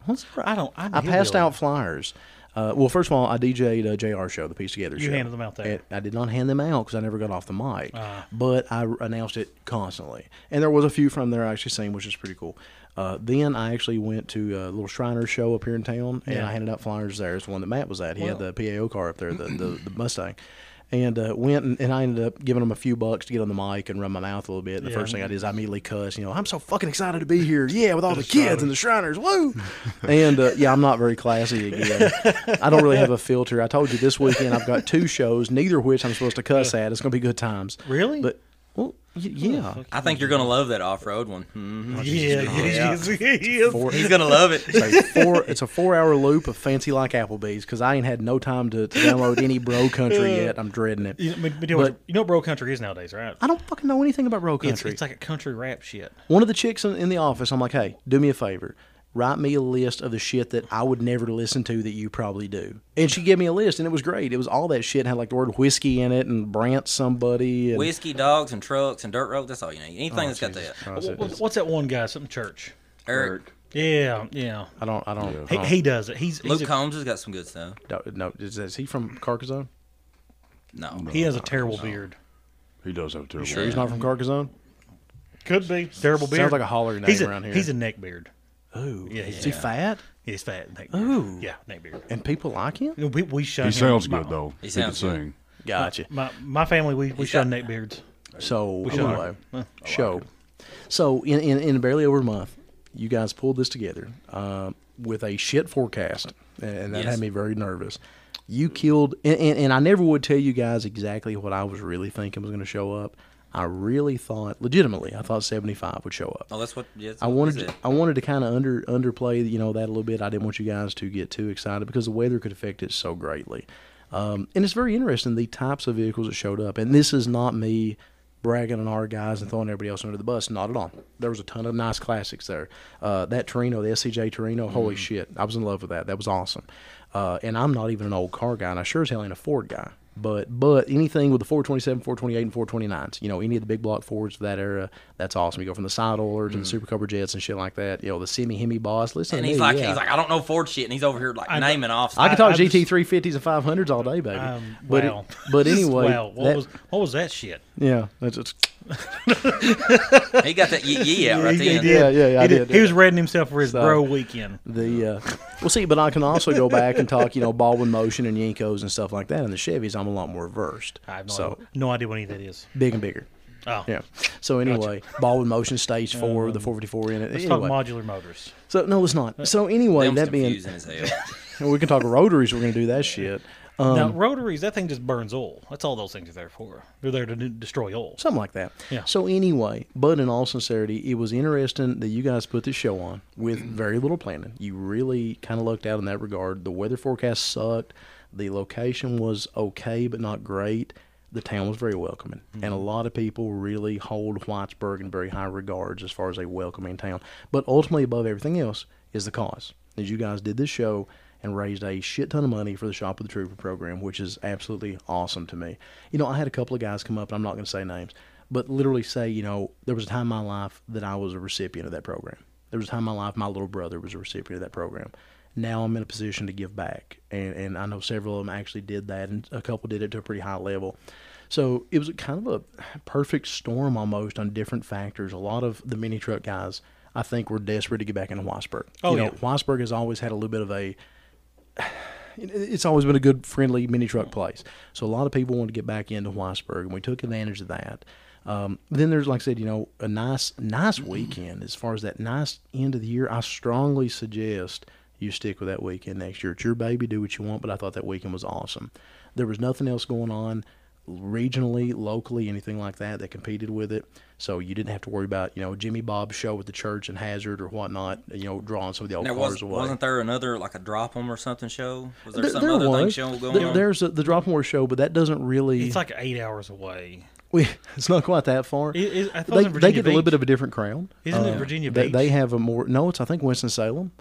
[SPEAKER 3] What's that right?
[SPEAKER 2] I don't- I'm
[SPEAKER 3] I passed
[SPEAKER 2] hillbilly.
[SPEAKER 3] out flyers. Uh, well, first of all, I DJ'd a JR show, the piece together
[SPEAKER 2] You
[SPEAKER 3] show.
[SPEAKER 2] handed them out there. Uh.
[SPEAKER 3] And I did not hand them out because I never got off the mic, but I r- announced it constantly. And there was a few from there I actually seen, which is pretty cool. Uh, then I actually went to a little Shriner show up here in town, and
[SPEAKER 2] Yeah.
[SPEAKER 3] I handed out flyers there. It's the one that Matt was at. He had the PAO car up there, the, the, the Mustang. And uh, went and, and I ended up giving him a few bucks to get on the mic and run my mouth a little bit. The
[SPEAKER 2] Yeah.
[SPEAKER 3] first thing I did is I immediately cussed, you know, I'm so fucking excited to be here. Yeah, with all the, kids
[SPEAKER 2] Shriners.
[SPEAKER 3] and the Shriners. Woo! and uh, yeah, I'm not very classy again. I don't really have a filter. I told you this weekend I've got two shows, neither of which I'm supposed to cuss at. It's going to be good times.
[SPEAKER 2] Really? Oh,
[SPEAKER 3] But, well, y- yeah.
[SPEAKER 5] I think you're gonna love that off-road one. Mhm.
[SPEAKER 2] yeah, yeah, yeah.
[SPEAKER 3] Four-
[SPEAKER 5] He's gonna love it.
[SPEAKER 3] a four, it's a four-hour loop of fancy like Applebee's because I ain't had no time to, to download any bro country yet. I'm dreading it.
[SPEAKER 2] Uh, You know, but, but you know,
[SPEAKER 3] But-
[SPEAKER 2] you know what bro country is nowadays, right?
[SPEAKER 3] I don't fucking know anything about bro
[SPEAKER 2] It's,
[SPEAKER 3] country.
[SPEAKER 2] it's like a country rap shit.
[SPEAKER 3] One of the chicks in, in the office, I'm like, hey, do me a favor. Write me a list of the shit that I would never listen to that you probably do. And she gave me a list, and it was great. It was all that shit. had like the word whiskey in it and Brant somebody. And
[SPEAKER 5] Whiskey, dogs, and trucks, and dirt road. That's all you need. Anything
[SPEAKER 2] Oh,
[SPEAKER 5] that's got that.
[SPEAKER 2] What- What's, what's that one guy? Something church.
[SPEAKER 5] Eric,
[SPEAKER 2] Yeah, yeah.
[SPEAKER 3] I don't, I don't.
[SPEAKER 2] He, he does it. He's, he's
[SPEAKER 5] Uh-huh. Luke
[SPEAKER 2] a-
[SPEAKER 5] Combs has got some good stuff.
[SPEAKER 3] don't- no, is, is he from Carcassonne?
[SPEAKER 5] No,
[SPEAKER 2] he has a terrible beard.
[SPEAKER 6] He does have a terrible.
[SPEAKER 3] Sure, he's not from Carcassonne.
[SPEAKER 2] Could be terrible beard.
[SPEAKER 3] like a holler name
[SPEAKER 2] he's a,
[SPEAKER 3] around here.
[SPEAKER 2] He's a neck beard.
[SPEAKER 3] Ooh,
[SPEAKER 2] Yeah,
[SPEAKER 3] is
[SPEAKER 2] he's
[SPEAKER 3] he
[SPEAKER 2] fat.
[SPEAKER 3] fat?
[SPEAKER 2] He's fat. Neck beard.
[SPEAKER 3] Ooh.
[SPEAKER 2] yeah, neck beard.
[SPEAKER 3] And people like him.
[SPEAKER 2] We, we shun
[SPEAKER 6] He
[SPEAKER 2] him.
[SPEAKER 6] sounds
[SPEAKER 2] My-
[SPEAKER 6] good though.
[SPEAKER 5] He
[SPEAKER 6] He, can
[SPEAKER 5] sounds good.
[SPEAKER 6] sing.
[SPEAKER 3] Gotcha.
[SPEAKER 2] My my family we, we
[SPEAKER 5] He's got-
[SPEAKER 2] shun neck beards.
[SPEAKER 3] So
[SPEAKER 2] should
[SPEAKER 3] anyway,
[SPEAKER 2] argue. Huh.
[SPEAKER 3] show. So in, in in barely over a month, you guys pulled this together uh, with a shit forecast, and that
[SPEAKER 5] Yes.
[SPEAKER 3] had me very nervous. You killed, and, and, and I never would tell you guys exactly what I was really thinking was going to show up. I really thought, legitimately, I thought seventy five would show up.
[SPEAKER 5] Oh, that's what. Yeah, that's
[SPEAKER 3] I
[SPEAKER 5] what
[SPEAKER 3] wanted
[SPEAKER 5] he
[SPEAKER 3] to,
[SPEAKER 5] said.
[SPEAKER 3] I wanted to kind of under underplay you know that a little bit. I didn't want you guys to get too excited because the weather could affect it so greatly. Um, and it's very interesting the types of vehicles that showed up. And this is not me bragging on our guys and throwing everybody else under the bus. Not at all. There was a ton of nice classics there. Uh, that Torino, the SCJ Torino, holy shit! I was in love with that. That was awesome. Uh, and I'm not even an old car guy, and I sure as hell ain't a Ford guy. But but anything with the 427, 428, and 429s, you know, any of the big block Fords of that era, that's awesome. You go from the side oiler
[SPEAKER 2] Mm.
[SPEAKER 3] to the Super Cobra Jets and shit like that. You know, the Semi Hemi Boss. Listen,
[SPEAKER 5] And
[SPEAKER 3] to
[SPEAKER 5] he's
[SPEAKER 3] me,
[SPEAKER 5] like,
[SPEAKER 3] yeah.
[SPEAKER 5] he's like, I don't know Ford shit, and he's over here like naming off.
[SPEAKER 3] I
[SPEAKER 5] stuff.
[SPEAKER 3] could talk
[SPEAKER 2] I just-
[SPEAKER 3] GT 350s and 500s all day, baby.
[SPEAKER 2] Um,
[SPEAKER 3] but it-
[SPEAKER 2] wow.
[SPEAKER 3] but
[SPEAKER 2] Just
[SPEAKER 3] anyway,
[SPEAKER 2] wow. What
[SPEAKER 3] that-
[SPEAKER 2] was what was that shit?
[SPEAKER 3] yeah, that's it's
[SPEAKER 5] he got that yeah, yeah out right
[SPEAKER 2] He- he
[SPEAKER 5] there.
[SPEAKER 2] did.
[SPEAKER 3] Yeah, yeah, yeah,
[SPEAKER 2] He,
[SPEAKER 3] I did.
[SPEAKER 2] he was reading himself for his
[SPEAKER 3] So-
[SPEAKER 2] bro weekend.
[SPEAKER 3] The uh, well, see, but I can also go back and talk, you know, Baldwin Motion and Yankos and stuff like that. And the Chevys, I'm a lot more versed.
[SPEAKER 2] I have no,
[SPEAKER 3] so
[SPEAKER 2] idea, no idea what any of that is.
[SPEAKER 3] big and bigger.
[SPEAKER 2] Oh,
[SPEAKER 3] Yeah. So anyway, Baldwin Motion Stage Four, the 454 in it.
[SPEAKER 2] Um, Let's
[SPEAKER 3] anyway,
[SPEAKER 2] talk modular motors.
[SPEAKER 3] so no, it's not. So anyway,
[SPEAKER 5] Them's
[SPEAKER 3] that being,
[SPEAKER 5] confusing as hell.
[SPEAKER 3] we can talk rotaries. We're gonna do that shit. Um,
[SPEAKER 2] now rotaries, that thing just burns oil. That's all those things are there for. They're there to de- destroy oil.
[SPEAKER 3] something like that.
[SPEAKER 2] Yeah.
[SPEAKER 3] So anyway, but in all sincerity, it was interesting that you guys put this show on with very little planning. You really kind of lucked out in that regard. The weather forecast sucked. The location was okay, but not great. the town was very welcoming, and a lot of people really hold Whitesburg in very high regards as far as a welcoming town. But ultimately, above everything else, is the cause. As you guys did this show and raised a shit ton of money for the Shop of the Trooper program, which is absolutely awesome to me. You know, I had a couple of guys come up, and I'm not going to say names, but literally say, you know, there was a time in my life that I was a recipient of that program. There was a time in my life my little brother was a recipient of that program now I'm in a position to give back. And, and I know several of them actually did that, and a couple did it to a pretty high level. So it was kind of a perfect storm almost on different factors. A lot of the mini truck guys, I think, were desperate to get back into Weisberg.
[SPEAKER 2] Oh,
[SPEAKER 3] you know,
[SPEAKER 2] yeah.
[SPEAKER 3] Weisberg has always had a little bit of a it- it's always been a good friendly mini truck place. So a lot of people want to get back into Weisberg, and we took advantage of that. Um, then there's, like I said, you know, a nice, nice weekend as far as that nice end of the year. I strongly suggest you stick with that weekend next year. It's your baby, do what you want. But I thought that weekend was awesome. There was nothing else going on regionally, locally, anything like that that competed with it. So you didn't have to worry about, you know, Jimmy Bob's show with the church and Hazard or whatnot, you know, drawing some of the old
[SPEAKER 5] There
[SPEAKER 3] cars
[SPEAKER 5] was,
[SPEAKER 3] away.
[SPEAKER 5] wasn't there another like a drop 'em or something show? Was there,
[SPEAKER 3] There-
[SPEAKER 5] some
[SPEAKER 3] there
[SPEAKER 5] other thing
[SPEAKER 3] was.
[SPEAKER 5] show going
[SPEAKER 3] There-
[SPEAKER 5] on?
[SPEAKER 3] There's a, the Dropmore show, but that doesn't really.
[SPEAKER 2] It's like eight hours away.
[SPEAKER 3] we, it's not quite that far.
[SPEAKER 2] It- it- I thought it
[SPEAKER 3] they,
[SPEAKER 2] was in Virginia
[SPEAKER 3] they get a little
[SPEAKER 2] Beach.
[SPEAKER 3] bit of a different crowd. Uh,
[SPEAKER 2] Isn't it Virginia
[SPEAKER 3] they,
[SPEAKER 2] Beach? Oh.
[SPEAKER 3] They have a more no. It's I think Winston Salem,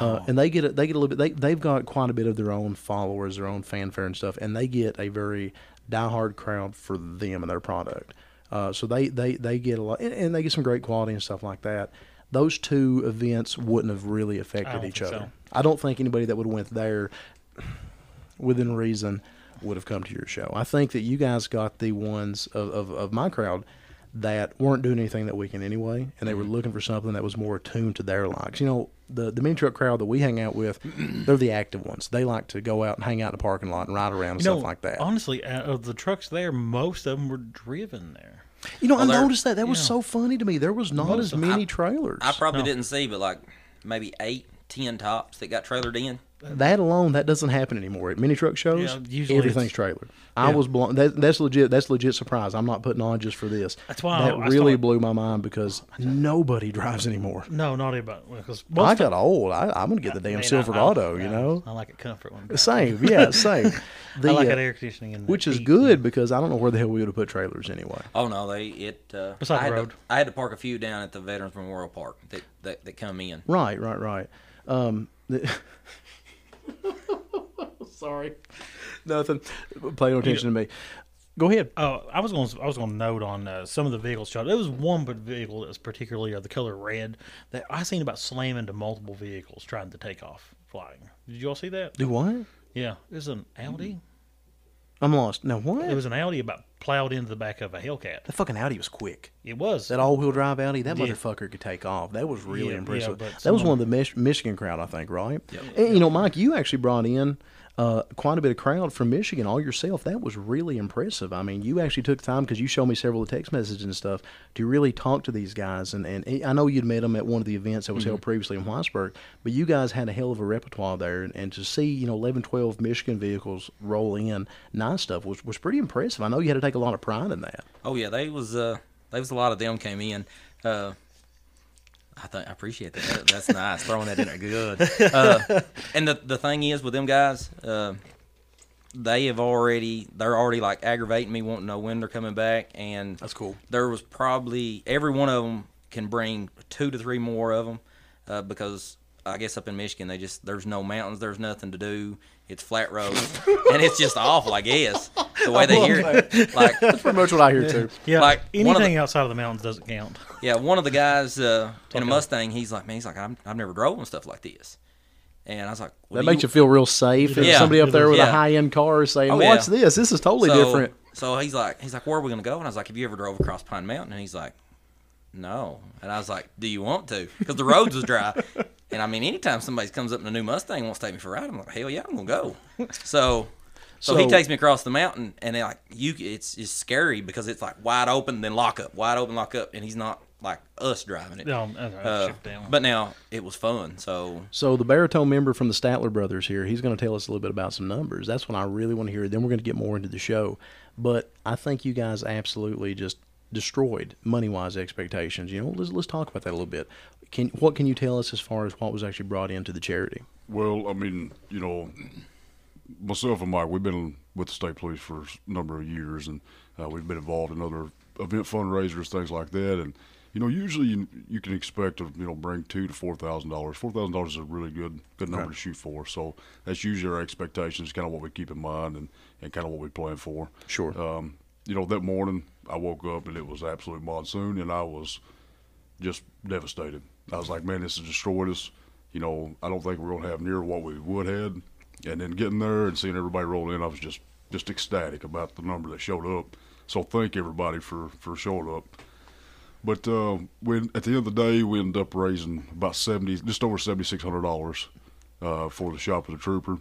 [SPEAKER 3] uh, and they get a, they get a little bit. They they've got quite a bit of their own followers, their own fanfare and stuff, and they get a very diehard crowd for them and their product. Uh, so they, they they get a lot, and, and they get some great quality and stuff like that. Those two events wouldn't have really affected
[SPEAKER 2] don't
[SPEAKER 3] each
[SPEAKER 2] think so.
[SPEAKER 3] other. I don't think anybody that would have went there within reason would have come to your show. I think that you guys got the ones of, of, of my crowd that weren't doing anything that weekend anyway, and they were looking for something that was more attuned to their likes. You know, the the mini truck crowd that we hang out with, they're the active ones. They like to go out and hang out in the parking lot and ride around and
[SPEAKER 2] You know,
[SPEAKER 3] stuff like that.
[SPEAKER 2] Honestly, out of the trucks there, most of them were driven there.
[SPEAKER 3] you know,
[SPEAKER 5] Well,
[SPEAKER 3] I
[SPEAKER 5] they're-
[SPEAKER 3] noticed that. That was so funny to me. There was not as many trailers.
[SPEAKER 5] I probably didn't see, but like maybe eight, ten tops that got trailered in.
[SPEAKER 3] that alone, that doesn't happen anymore. At mini truck shows,
[SPEAKER 2] Yeah, usually
[SPEAKER 3] everything's
[SPEAKER 2] it's-
[SPEAKER 3] trailer. I was blown. That, that's legit. That's legit surprise. I'm not putting on just for this.
[SPEAKER 2] That's why I-
[SPEAKER 3] that
[SPEAKER 2] I
[SPEAKER 3] really
[SPEAKER 2] started-
[SPEAKER 3] blew my mind because nobody drives anymore.
[SPEAKER 2] No, not about because
[SPEAKER 3] I got old. I, I'm gonna get the damn Silverado. you know,
[SPEAKER 2] I like it comfort when
[SPEAKER 3] same. Yeah, same. The,
[SPEAKER 2] Oh, I like
[SPEAKER 3] uh,
[SPEAKER 2] it air conditioning and
[SPEAKER 3] which is
[SPEAKER 2] heat.
[SPEAKER 3] good because I don't know where the hell we would have put trailers anyway.
[SPEAKER 5] Oh no, they it. Uh,
[SPEAKER 2] Beside
[SPEAKER 5] I had
[SPEAKER 2] the
[SPEAKER 5] to-
[SPEAKER 2] road.
[SPEAKER 5] I had to park a few down at the Veterans Memorial Park that that, that come in.
[SPEAKER 3] Right, right, right. Um, the- Sorry, nothing. Pay no attention to me. Go ahead.
[SPEAKER 2] Oh, I was going. to I was going to note on uh, some of the vehicles shot. There was one but vehicle that was particularly of the color red that I seen about slamming into multiple vehicles trying to take off flying. Did you all see that?
[SPEAKER 3] Do what?
[SPEAKER 2] Yeah, it was an
[SPEAKER 3] Mm-hmm.
[SPEAKER 2] Audi.
[SPEAKER 3] I'm lost. Now what?
[SPEAKER 2] It was an Audi about plowed into the back of a Hellcat.
[SPEAKER 3] The fucking Audi was quick.
[SPEAKER 2] It was.
[SPEAKER 3] That all-wheel drive Audi, that motherfucker could take off. That was really
[SPEAKER 2] Yeah, yeah,
[SPEAKER 3] impressive.
[SPEAKER 2] but
[SPEAKER 3] that was
[SPEAKER 2] someone-
[SPEAKER 3] one of the Mich- Michigan crowd, I think, right? And, you know, Mike, you actually brought in uh, quite a bit of crowd from Michigan all yourself. That was really impressive. I mean, you actually took time because you showed me several text messages and stuff to really talk to these guys. And, and I know you'd met them at one of the events that was
[SPEAKER 2] Mm-hmm.
[SPEAKER 3] held previously in Whitesburg, but you guys had a hell of a repertoire there. And, and to see, you know, 11, 12 Michigan vehicles roll in, nice stuff, was, was pretty impressive. I know you had to take a lot of pride in that.
[SPEAKER 5] Oh yeah, they was uh, they was a lot of them came in. Uh, I think I appreciate that. That- That's nice throwing that in there. Good. Uh, and the the thing is with them guys, uh, they have already they're already like aggravating me, wanting to know when they're coming back. And
[SPEAKER 3] That's cool.
[SPEAKER 5] There was probably every one of them can bring two to three more of them uh, because. I guess up in Michigan, they just there's no mountains, there's nothing to do. It's flat roads, and it's just awful. I guess the way they hear it, like
[SPEAKER 3] Pretty much what I hear, too.
[SPEAKER 2] yeah,
[SPEAKER 5] like, one of the-
[SPEAKER 2] anything outside of the mountains doesn't count.
[SPEAKER 5] yeah, one of the guys uh, in a Mustang, he's like, man, he's like, I'm, I've never drove on stuff like this. And I was like, well,
[SPEAKER 3] That makes you feel real safe. And
[SPEAKER 5] Yeah.
[SPEAKER 3] somebody up there with
[SPEAKER 5] Yeah.
[SPEAKER 3] a high end car is saying,
[SPEAKER 5] Oh, yeah.
[SPEAKER 3] "Watch this. This is totally different."
[SPEAKER 5] So he's like, he's like, where are we gonna go? And I was like, have you ever drove across Pine Mountain? And he's like, no. And I was like, do you want to? Because the roads was dry. And I mean, anytime somebody comes up in a new Mustang and wants to take me for a ride, I'm like, hell yeah, I'm gonna go. So. So, he
[SPEAKER 3] So-
[SPEAKER 5] takes me across the mountain, and they like you, it's it's scary because it's like wide open, then lock up, wide open, lock up, and he's not like us driving it.
[SPEAKER 2] No, okay,
[SPEAKER 5] Uh,
[SPEAKER 2] shift down.
[SPEAKER 5] But now it was fun. So
[SPEAKER 3] So the baritone member from the Statler Brothers here, he's going to tell us a little bit about some numbers. That's what I really want to hear. Then we're going to get more into the show. But I think you guys absolutely just destroyed money wise expectations. You know, let's let's talk about that a little bit. Can what can you tell us as far as what was actually brought into the charity?
[SPEAKER 6] Well, I mean, you know, myself and Mike, we've been with the state police for a number of years, and uh, we've been involved in other event fundraisers, things like that. And you know, usually you, you can expect to you know bring two to four thousand dollars. Four thousand dollars is a really good good number to shoot for. So that's usually our expectations, kind of what we keep in mind, and, and kind of what we plan for.
[SPEAKER 8] Sure.
[SPEAKER 6] Um, you know, that morning I woke up and it was absolute monsoon, and I was just devastated. I was like, man, this has destroyed us. You know, I don't think we're gonna have near what we would had. And then getting there and seeing everybody roll in, I was just just ecstatic about the number that showed up. So thank everybody for for showing up. But uh, when at the end of the day, we ended up raising about seventy, just over seventy six hundred dollars uh, for the shop of the trooper.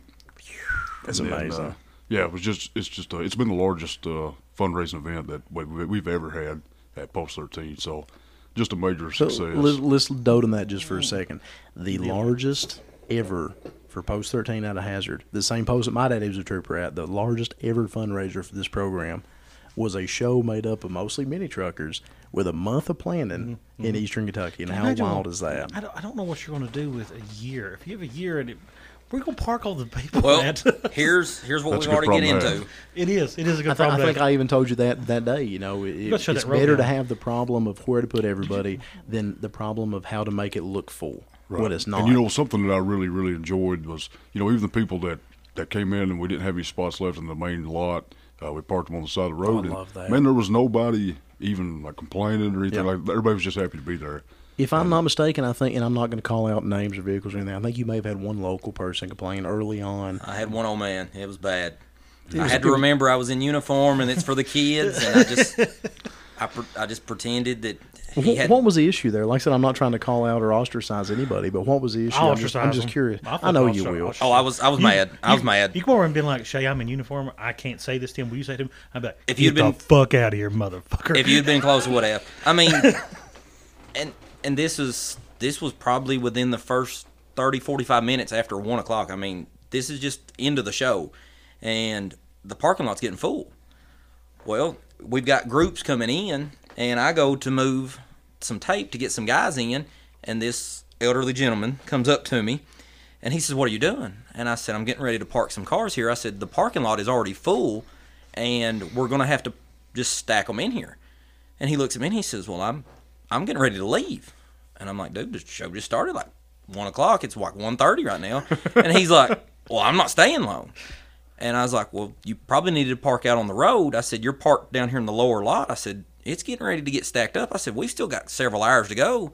[SPEAKER 3] That's
[SPEAKER 6] And then,
[SPEAKER 3] amazing.
[SPEAKER 6] uh, yeah, it was just it's just uh, it's been the largest uh, fundraising event that we- we- we've ever had at Post Thirteen. So just a major
[SPEAKER 3] So
[SPEAKER 6] success.
[SPEAKER 3] let's, let's dote on that just for a second. The largest ever for Post 13 out of Hazard, the same post that my daddy was a trooper at, the largest ever fundraiser for this program was a show made up of mostly mini truckers with a month of planning in eastern Kentucky. And how
[SPEAKER 2] Imagine
[SPEAKER 3] wild
[SPEAKER 2] what-
[SPEAKER 3] is that?
[SPEAKER 2] I don't, I don't know what you're going to do with a year. If you have a year and it, we're going to park all the people.
[SPEAKER 5] Well,
[SPEAKER 2] Matt.
[SPEAKER 5] here's here's what
[SPEAKER 6] That's
[SPEAKER 5] we've
[SPEAKER 6] a good
[SPEAKER 5] already get
[SPEAKER 6] problem to
[SPEAKER 5] into.
[SPEAKER 6] have.
[SPEAKER 2] it is. It is a good
[SPEAKER 3] I, thi- I
[SPEAKER 2] problem. to
[SPEAKER 3] think
[SPEAKER 2] have.
[SPEAKER 3] I even told you that that day. You know, it-
[SPEAKER 2] gotta shut
[SPEAKER 3] it's
[SPEAKER 2] that road
[SPEAKER 3] better to
[SPEAKER 2] down.
[SPEAKER 3] have the problem of where to put everybody than the problem of how to make it look full when it's not.
[SPEAKER 6] And you know something that I really really enjoyed was you know even the people that that came in and we didn't have any spots left in the main lot. Uh, we parked them on the side of the road. and,
[SPEAKER 3] love that.
[SPEAKER 6] Man, there was nobody even like complaining or anything like that. Everybody was just happy to be there.
[SPEAKER 3] If I'm not mistaken, I think, and I'm not going to call out names or vehicles or anything. I think you may have had one local person complain early on.
[SPEAKER 5] I had one old man. It was bad. I had to remember I was in uniform and it's for the kids, and I just I, pre- I just pretended that he
[SPEAKER 3] Wh-
[SPEAKER 5] had.
[SPEAKER 3] what was the issue there? Like I said, I'm not trying to call out or ostracize anybody, but what was the issue?
[SPEAKER 2] I'll
[SPEAKER 3] I'm just, I'm
[SPEAKER 2] ostracize
[SPEAKER 3] just
[SPEAKER 2] them.
[SPEAKER 3] curious.
[SPEAKER 2] I
[SPEAKER 3] I,
[SPEAKER 2] think
[SPEAKER 3] know
[SPEAKER 2] I'll
[SPEAKER 3] you
[SPEAKER 2] stra-
[SPEAKER 3] will.
[SPEAKER 2] I'll
[SPEAKER 5] Oh, I was I was mad. I was
[SPEAKER 2] you,
[SPEAKER 5] mad.
[SPEAKER 2] You come over and being like, Shay, I'm in uniform. I can't say this to him. Will you say to him? I'm like,
[SPEAKER 5] If
[SPEAKER 2] if
[SPEAKER 5] you'd
[SPEAKER 2] you'd the
[SPEAKER 5] been-
[SPEAKER 2] fuck out of here, motherfucker.
[SPEAKER 5] if you'd been close, would have. I mean, and and this is this was probably within the first 30, 45 minutes after one o'clock. I mean, this is just end of the show, and the parking lot's getting full. Well, we've got groups coming in, and I go to move some tape to get some guys in, and this elderly gentleman comes up to me. And he says, What are you doing? And I said, I'm getting ready to park some cars here. I said, The parking lot is already full, and we're going to have to just stack them in here. And he looks at me and he says, Well, I'm I'm getting ready to leave. And I'm like, Dude, the show just started like one o'clock. It's like 1.30 right now. and he's like, Well, I'm not staying long. And I was like, Well, you probably needed to park out on the road. I said, You're parked down here in the lower lot. I said, It's getting ready to get stacked up. I said, We've still got several hours to go.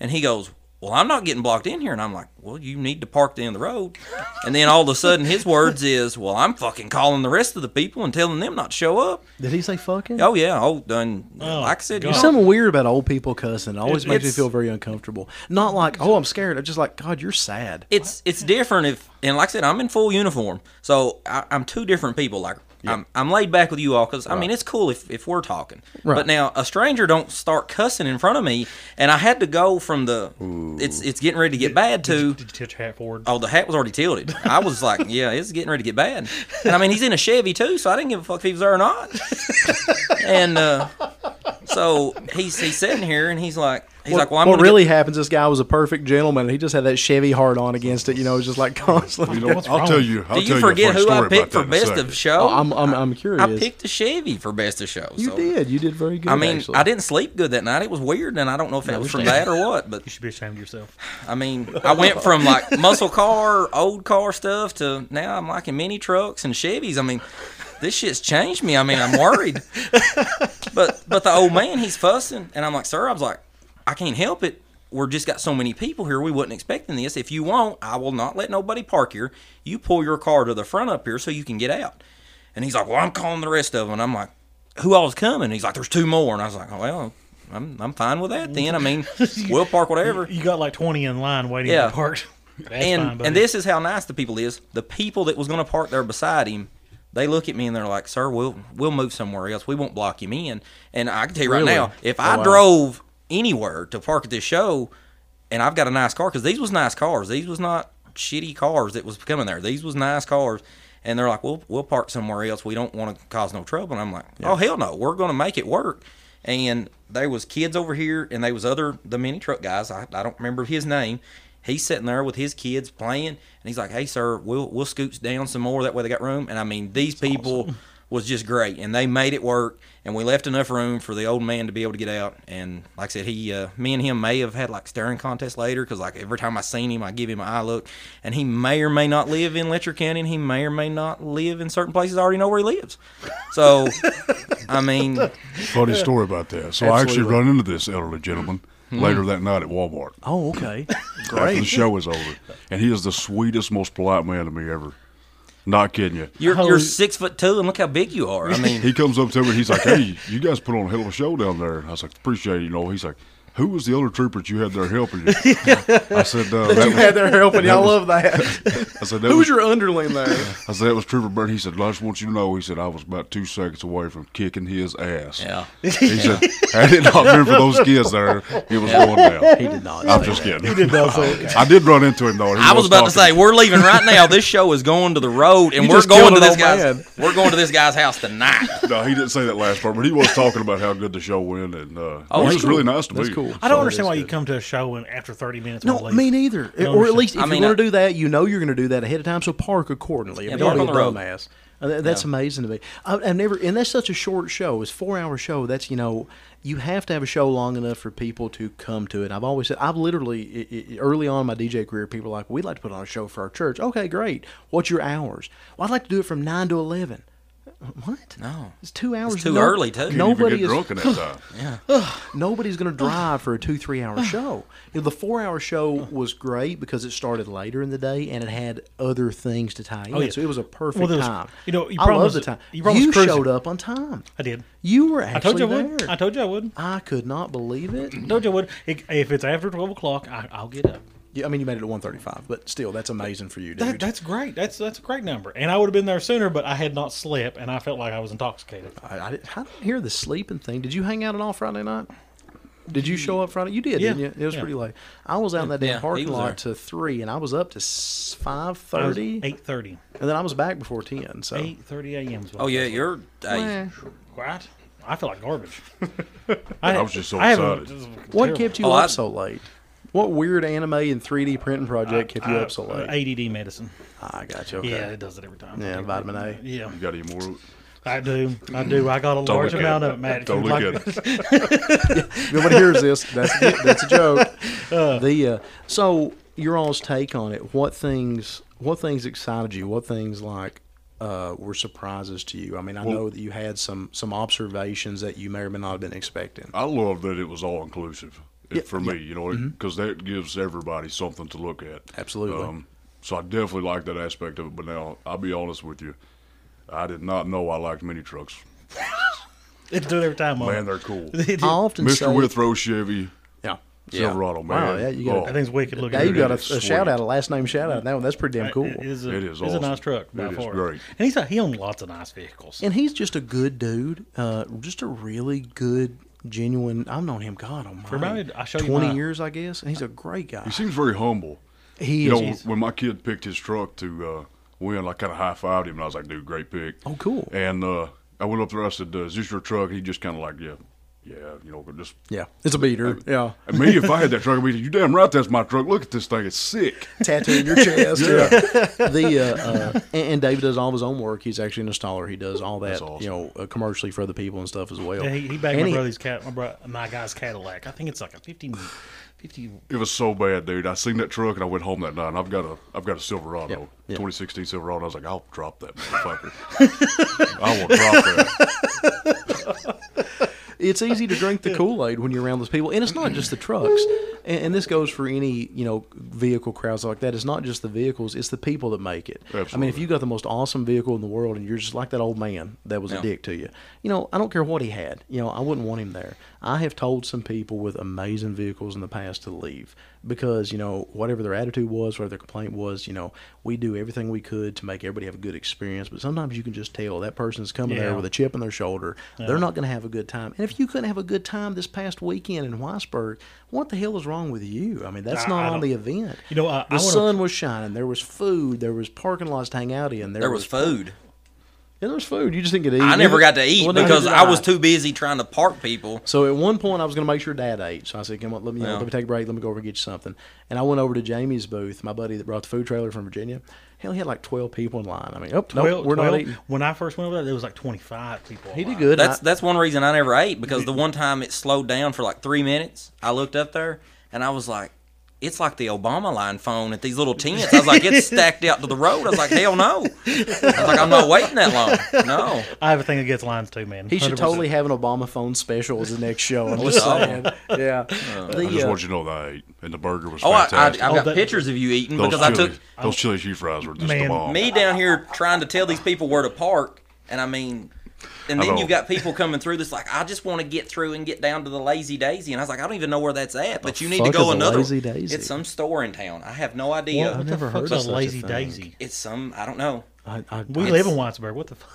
[SPEAKER 5] And he goes, Well, I'm not getting blocked in here. And I'm like, Well, you need to park down the road. And then all of a sudden, his words is, Well, I'm fucking calling the rest of the people and telling them not to show up.
[SPEAKER 3] Did he say fucking?
[SPEAKER 5] Oh, yeah. Oh, done.
[SPEAKER 2] Oh,
[SPEAKER 5] like I said, you
[SPEAKER 2] God.
[SPEAKER 5] know,
[SPEAKER 3] There's something weird about old people cussing. It always
[SPEAKER 2] It-
[SPEAKER 3] makes me
[SPEAKER 5] it's-
[SPEAKER 3] feel very uncomfortable. Not like, oh, I'm scared. I'm just like, God, you're sad.
[SPEAKER 5] it's it's different if and like I said, I'm in full uniform, so I, I'm two different people. Like I'm I'm laid back with you all because I mean it's cool if, if we're talking, but now a stranger don't start cussing in front of me, and I had to go from the it's it's getting ready to get bad to
[SPEAKER 2] did you tilt your hat forward?
[SPEAKER 5] oh the hat was already tilted. I was like, yeah, it's getting ready to get bad, and I mean he's in a Chevy too, so I didn't give a fuck if he was there or not, and uh, so he's he's sitting here and he's like he's like, well I'm
[SPEAKER 3] what
[SPEAKER 5] gonna get-
[SPEAKER 3] really happens? This guy was a perfect gentleman. and He just had that Chevy hard on against it. You know, it's just like constantly.
[SPEAKER 6] You know,
[SPEAKER 2] What's
[SPEAKER 6] I'll
[SPEAKER 2] wrong?
[SPEAKER 6] tell you. I'll
[SPEAKER 5] do
[SPEAKER 6] tell
[SPEAKER 5] you forget
[SPEAKER 6] a funny
[SPEAKER 5] who I
[SPEAKER 6] story
[SPEAKER 5] picked for
[SPEAKER 6] about that in a
[SPEAKER 5] best of
[SPEAKER 6] second.
[SPEAKER 5] show?
[SPEAKER 3] Oh, I'm, I'm, I'm curious.
[SPEAKER 5] I picked a Chevy for best of show.
[SPEAKER 3] You
[SPEAKER 5] so-
[SPEAKER 3] did. You did very good.
[SPEAKER 5] I mean,
[SPEAKER 3] actually.
[SPEAKER 5] I didn't sleep good that night. It was weird, and I don't know if it was from that or what. But
[SPEAKER 2] You should be ashamed of yourself.
[SPEAKER 5] I mean, I went from like muscle car, old car stuff to now I'm liking mini trucks and Chevys. I mean, this shit's changed me. I mean, I'm worried. but but the old man, he's fussing, and I'm like, sir, I was like, I can't help it. We're just got so many people here. We wasn't expecting this. If you won't, I will not let nobody park here. You pull your car to the front up here so you can get out. And he's like, well, I'm calling the rest of them. And I'm like, who all's coming? And he's like, there's two more. And I was like, well. I'm, I'm fine with that then. I mean, we'll park whatever
[SPEAKER 2] You got like 20 in line waiting
[SPEAKER 5] Yeah.
[SPEAKER 2] to park. That's
[SPEAKER 5] and
[SPEAKER 2] fine, buddy.
[SPEAKER 5] and this is how nice the people is. The people that was going to park there beside him, they look at me and they're like, "Sir, we'll we'll move somewhere else. We won't block him in." And I can tell you right
[SPEAKER 3] Really?
[SPEAKER 5] now, if
[SPEAKER 3] Oh,
[SPEAKER 5] I
[SPEAKER 3] wow.
[SPEAKER 5] drove anywhere to park at this show, and I've got a nice car because these was nice cars. These was not shitty cars that was coming there. These was nice cars. And they're like, "We'll we'll park somewhere else. We don't want to cause no trouble." And I'm like, "Oh hell no, we're going to make it work." And there was kids over here, and there was other the mini truck guys. I, I don't remember his name. He's sitting there with his kids playing, and he's like, "Hey, sir, we'll we'll scooch down some more. That way they got room." And I mean, these people was just great, and they made it work. And we left enough room for the old man to be able to get out. And like I said, he, uh, me and him may have had like staring contests later because like every time I seen him, I give him an eye look. And he may or may not live in Letcher County, and he may or may not live in certain places. I already know where he lives. So, I mean,
[SPEAKER 6] Funny story about that. So I actually run into this elderly gentleman later that night at Walmart
[SPEAKER 3] Oh, okay.
[SPEAKER 6] after the
[SPEAKER 3] Great.
[SPEAKER 6] show is over, and he is the sweetest, most polite man to me ever. Not kidding you.
[SPEAKER 5] you're
[SPEAKER 2] Holy-
[SPEAKER 5] you're six foot two, and look how big you are. I mean,
[SPEAKER 6] He comes up to me and he's like, "Hey, you guys put on a hell of a show down there." And I was like, "Appreciate it." You know, he's like, "Who was the other trooper that you had there helping you?" I said, uh, "That
[SPEAKER 8] You had
[SPEAKER 6] was,
[SPEAKER 8] their help, and
[SPEAKER 6] that
[SPEAKER 8] y'all love
[SPEAKER 6] was-
[SPEAKER 8] that.
[SPEAKER 6] I said, that
[SPEAKER 8] Who was
[SPEAKER 6] was,
[SPEAKER 8] your underling there?
[SPEAKER 6] I said, that was Trooper Burton." He said, "I just want you to know," he said, "I was about two seconds away from kicking his ass."
[SPEAKER 5] yeah.
[SPEAKER 6] He said, "Had it not been for those kids there, it was going down."
[SPEAKER 3] He did not.
[SPEAKER 6] I'm
[SPEAKER 3] say
[SPEAKER 6] just
[SPEAKER 3] that.
[SPEAKER 6] kidding. I did run into him though. and he
[SPEAKER 5] I was about to say
[SPEAKER 6] talking.
[SPEAKER 5] we're leaving right now. This show is going to the road, and
[SPEAKER 3] You
[SPEAKER 5] we're
[SPEAKER 3] just
[SPEAKER 5] going
[SPEAKER 3] killed an
[SPEAKER 5] to this
[SPEAKER 3] old
[SPEAKER 5] guy's.
[SPEAKER 3] man.
[SPEAKER 5] We're going to this guy's house tonight.
[SPEAKER 6] No, he didn't say that last part, but he was talking about how good the show went, and uh,
[SPEAKER 5] Oh,
[SPEAKER 6] he
[SPEAKER 5] that's
[SPEAKER 6] was really nice to
[SPEAKER 3] That's
[SPEAKER 6] me.
[SPEAKER 3] cool.
[SPEAKER 2] I don't understand why you come to a show and after 30 minutes.
[SPEAKER 3] No,
[SPEAKER 2] wanna leave.
[SPEAKER 3] me neither.
[SPEAKER 2] Don't
[SPEAKER 3] or at
[SPEAKER 2] understand.
[SPEAKER 3] least if
[SPEAKER 5] I mean,
[SPEAKER 3] you're
[SPEAKER 5] I-
[SPEAKER 3] going to do that, you know you're going to do that ahead of time, so park accordingly.
[SPEAKER 5] Yeah,
[SPEAKER 3] don't
[SPEAKER 5] park
[SPEAKER 3] be
[SPEAKER 5] on
[SPEAKER 3] a
[SPEAKER 5] the road.
[SPEAKER 3] dumbass. Uh, that- That's amazing to me. I, I've never, and that's such a short show. It's four hour show. That's you know, you have to have a show long enough for people to come to it. I've always said, I've literally i- i- early on in my DJ career, people were like, we'd like to put on a show for our church. Okay, great. What's your hours? Well, I'd like to do it from nine to eleven. What?
[SPEAKER 5] No.
[SPEAKER 3] it's two hours.
[SPEAKER 5] too early, too. Can't even
[SPEAKER 6] Didn't even
[SPEAKER 3] Nobody
[SPEAKER 6] get
[SPEAKER 3] is
[SPEAKER 6] drunk in that time.
[SPEAKER 3] nobody's going to drive for a two three hour show you know, the four hour show was great because it started later in the day and it had other things to tie in
[SPEAKER 2] Oh, yeah.
[SPEAKER 3] so it was a perfect
[SPEAKER 2] Well, there was-
[SPEAKER 3] time
[SPEAKER 2] you know, you
[SPEAKER 3] i love
[SPEAKER 2] promised-
[SPEAKER 3] the time
[SPEAKER 2] you promised
[SPEAKER 3] you
[SPEAKER 2] cruising.
[SPEAKER 3] showed up on time
[SPEAKER 2] I did.
[SPEAKER 3] you were
[SPEAKER 2] I told
[SPEAKER 3] actually
[SPEAKER 2] you I would.
[SPEAKER 3] there
[SPEAKER 2] I told you I would.
[SPEAKER 3] I could not believe it
[SPEAKER 2] I told you I would. It, if it's after 12 o'clock, I, I'll get up.
[SPEAKER 3] Yeah, i mean you made it at 135 but still that's amazing for you dude
[SPEAKER 2] That, that's great. That's that's a great number. And I would have been there sooner, but I had not slept, and I felt like I was intoxicated.
[SPEAKER 3] I, I, didn't, I didn't hear the sleeping thing did you hang out at all friday night did you show up Friday? You did,
[SPEAKER 2] Yeah,
[SPEAKER 3] didn't you? It was
[SPEAKER 2] yeah.
[SPEAKER 3] pretty late. I was out in that damn
[SPEAKER 5] Yeah, he
[SPEAKER 3] parking
[SPEAKER 5] was
[SPEAKER 3] lot to three, and I was up to five
[SPEAKER 2] I was
[SPEAKER 3] thirty.
[SPEAKER 2] 8.30.
[SPEAKER 3] And then I was back before 10.
[SPEAKER 6] Oh.
[SPEAKER 3] So
[SPEAKER 2] 8.30 a.m. is what
[SPEAKER 5] Oh
[SPEAKER 2] I
[SPEAKER 5] yeah,
[SPEAKER 2] was
[SPEAKER 5] you're. Hey,
[SPEAKER 2] Right? I feel like garbage. I,
[SPEAKER 6] was just so
[SPEAKER 2] haven't-
[SPEAKER 6] excited.
[SPEAKER 2] this is fucking
[SPEAKER 3] what
[SPEAKER 2] terrible.
[SPEAKER 3] kept you
[SPEAKER 5] Oh,
[SPEAKER 3] up
[SPEAKER 5] I-
[SPEAKER 3] so late? What weird anime and 3D printing project kept you
[SPEAKER 2] I-
[SPEAKER 3] up so late?
[SPEAKER 2] uh, ADD medicine.
[SPEAKER 3] Ah, I got you. Okay.
[SPEAKER 2] Yeah,
[SPEAKER 3] Yeah,
[SPEAKER 2] it does it every time.
[SPEAKER 3] vitamin A.
[SPEAKER 2] Yeah,
[SPEAKER 6] You got any more?
[SPEAKER 2] I do. I do. I got a
[SPEAKER 6] Don't
[SPEAKER 2] large
[SPEAKER 6] look
[SPEAKER 2] amount
[SPEAKER 6] at
[SPEAKER 2] of it,
[SPEAKER 6] it.
[SPEAKER 2] Matt. If
[SPEAKER 6] Don't
[SPEAKER 2] you'd
[SPEAKER 6] look
[SPEAKER 2] like-
[SPEAKER 6] at it.
[SPEAKER 3] If Nobody hears this. That's a, that's a joke. the uh, so your all's take on it. What things? What things excited you? What things like uh, were surprises to you? I mean, I know that you had some some observations that you may or may not have been expecting.
[SPEAKER 6] I love that it was all inclusive
[SPEAKER 3] Yeah, Mm-hmm.
[SPEAKER 6] for me, you know, because that gives everybody something to look at. Um,
[SPEAKER 3] Absolutely.
[SPEAKER 2] Um,
[SPEAKER 6] so I definitely like that aspect of it. But now, I'll be honest with you, I did not know I liked mini trucks.
[SPEAKER 2] It's do it every time.
[SPEAKER 6] Man,
[SPEAKER 2] Man,
[SPEAKER 6] they're cool.
[SPEAKER 3] I often say,
[SPEAKER 6] Mr. Withrow Chevy
[SPEAKER 3] yeah,
[SPEAKER 6] Silverado, man.
[SPEAKER 3] Wow, yeah, you got
[SPEAKER 6] Oh.
[SPEAKER 2] that thing's wicked looking.
[SPEAKER 3] Now you got a,
[SPEAKER 6] is
[SPEAKER 3] a
[SPEAKER 6] sweet.
[SPEAKER 3] shout out, a last name shout out. That one, that's pretty damn cool.
[SPEAKER 2] It is a,
[SPEAKER 6] It is
[SPEAKER 2] it's a
[SPEAKER 6] awesome.
[SPEAKER 2] nice truck by
[SPEAKER 6] It is
[SPEAKER 2] far.
[SPEAKER 6] great.
[SPEAKER 2] And he's like, he owned lots of nice vehicles.
[SPEAKER 3] and he's just a good dude. Uh, just a really good, genuine. I've known him, God Almighty,
[SPEAKER 2] Reminded- I showed you
[SPEAKER 3] twenty
[SPEAKER 2] my-
[SPEAKER 3] years, I guess. And he's a great guy.
[SPEAKER 6] He seems very humble.
[SPEAKER 3] He
[SPEAKER 6] you
[SPEAKER 3] is.
[SPEAKER 6] know,
[SPEAKER 3] He's-
[SPEAKER 6] when my kid picked his truck to uh, win, I kind of high fived him, and I was like, "Dude, great pick."
[SPEAKER 3] Oh, cool.
[SPEAKER 6] And uh, I went up there. I said, uh, "Is this your truck?" He just kind of like, "Yeah, yeah." You know, just
[SPEAKER 3] Yeah, it's a
[SPEAKER 2] Uh,
[SPEAKER 3] beater. Yeah,
[SPEAKER 6] And me. If I had that truck, I'd be, "You damn right, that's my truck. Look at this thing. It's sick."
[SPEAKER 3] tattoo in your chest. yeah. The uh, uh, and, and David does all of his own work. He's actually an installer. He does all that,
[SPEAKER 6] awesome.
[SPEAKER 3] you know, uh, commercially for other people and stuff as well.
[SPEAKER 2] Yeah, he, he bagged
[SPEAKER 3] And
[SPEAKER 2] my brother's cat, my, bro, my guy's Cadillac. I think it's like a 50, 50
[SPEAKER 6] It was so bad, dude. I seen that truck, and I went home that night. And I've got a, I've got a Silverado,
[SPEAKER 3] Yep, yep.
[SPEAKER 6] 2016 Silverado. I was like, "I'll drop that motherfucker. I will drop that."
[SPEAKER 3] it's easy to drink the Kool Aid when you're around those people, and it's not just the trucks. And, and this goes for any you know vehicle crowds like that. It's not just the vehicles; it's the people that make it. I mean, if
[SPEAKER 6] Absolutely.
[SPEAKER 3] you got the most awesome vehicle in the world, and you're just like that old man that was a
[SPEAKER 5] Yeah.
[SPEAKER 3] dick to you, you know, I don't care what he had. You know, I wouldn't want him there. I have told some people with amazing vehicles in the past to leave because you know whatever their attitude was, whatever their complaint was, you know, we do everything we could to make everybody have a good experience. But sometimes you can just tell that person's coming
[SPEAKER 2] Yeah.
[SPEAKER 3] there with a chip on their shoulder. They're not going to have a good time. And if you couldn't have a good time this past weekend in Weisberg, what the hell is wrong with you? I mean, that's
[SPEAKER 2] I-
[SPEAKER 3] not
[SPEAKER 2] I
[SPEAKER 3] on
[SPEAKER 2] don't-
[SPEAKER 3] the event.
[SPEAKER 2] You know, I- I
[SPEAKER 3] the
[SPEAKER 2] wanna-
[SPEAKER 3] sun was shining. There was food. There was parking lots to hang out in. There,
[SPEAKER 5] there was food.
[SPEAKER 3] Yeah, there's food. You just didn't get to eat.
[SPEAKER 5] I never got to eat
[SPEAKER 3] Well, neither
[SPEAKER 5] because
[SPEAKER 3] did
[SPEAKER 5] I was too busy trying to park people.
[SPEAKER 3] So at one point, I was going to make sure Dad ate. So I said, "Come on, let me you know,
[SPEAKER 5] Yeah.
[SPEAKER 3] let me take a break. Let me go over and get you something." And I went over to Jamie's booth, my buddy that brought the food trailer from Virginia. Hell, he had like twelve people in line. I mean, oh, nope,
[SPEAKER 2] Well,
[SPEAKER 3] we're
[SPEAKER 2] well,
[SPEAKER 3] not eating.
[SPEAKER 2] When I first went over there, there was like 25 people.
[SPEAKER 3] He did
[SPEAKER 2] online.
[SPEAKER 3] good.
[SPEAKER 5] That's
[SPEAKER 3] That's
[SPEAKER 5] that's one reason I never ate because the one time it slowed down for like three minutes, I looked up there and I was like, "It's like the Obama line phone at these little tents." I was like, "It's stacked out to the road." I was like, "Hell no!" I was like, "I'm not waiting that long." No,
[SPEAKER 2] I have a thing against lines too, man.
[SPEAKER 3] he should
[SPEAKER 2] 100%.
[SPEAKER 3] totally have an Obama phone special as the next show. I'm just
[SPEAKER 5] Oh.
[SPEAKER 3] saying. Yeah. The,
[SPEAKER 6] I just
[SPEAKER 3] uh,
[SPEAKER 6] want you to know that I ate, and the burger was
[SPEAKER 5] oh, I, I, I've
[SPEAKER 6] fantastic.
[SPEAKER 5] got
[SPEAKER 2] that-
[SPEAKER 5] pictures of you eating
[SPEAKER 6] those
[SPEAKER 5] because I
[SPEAKER 6] chili,
[SPEAKER 5] took
[SPEAKER 6] those chili cheese fries were just
[SPEAKER 2] Man,
[SPEAKER 6] the bomb.
[SPEAKER 5] me down here trying to tell these people where to park, and I mean, and
[SPEAKER 6] I
[SPEAKER 5] then
[SPEAKER 6] know.
[SPEAKER 5] you've got people coming through that's like, I just want to get through and get down to the Lazy Daisy, and I was like, I don't even know where that's at, but you need to
[SPEAKER 3] fuck
[SPEAKER 5] go
[SPEAKER 3] is a
[SPEAKER 5] another.
[SPEAKER 3] Lazy Daisy?
[SPEAKER 5] It's some store in town. I have no
[SPEAKER 2] Well,
[SPEAKER 5] idea.
[SPEAKER 2] I've never heard
[SPEAKER 3] fuck's
[SPEAKER 2] of
[SPEAKER 3] such a
[SPEAKER 2] Lazy
[SPEAKER 3] thing?
[SPEAKER 2] Daisy.
[SPEAKER 5] It's some I don't know.
[SPEAKER 3] I, I,
[SPEAKER 2] We
[SPEAKER 3] I-
[SPEAKER 2] live in Whitesburg. What the fuck?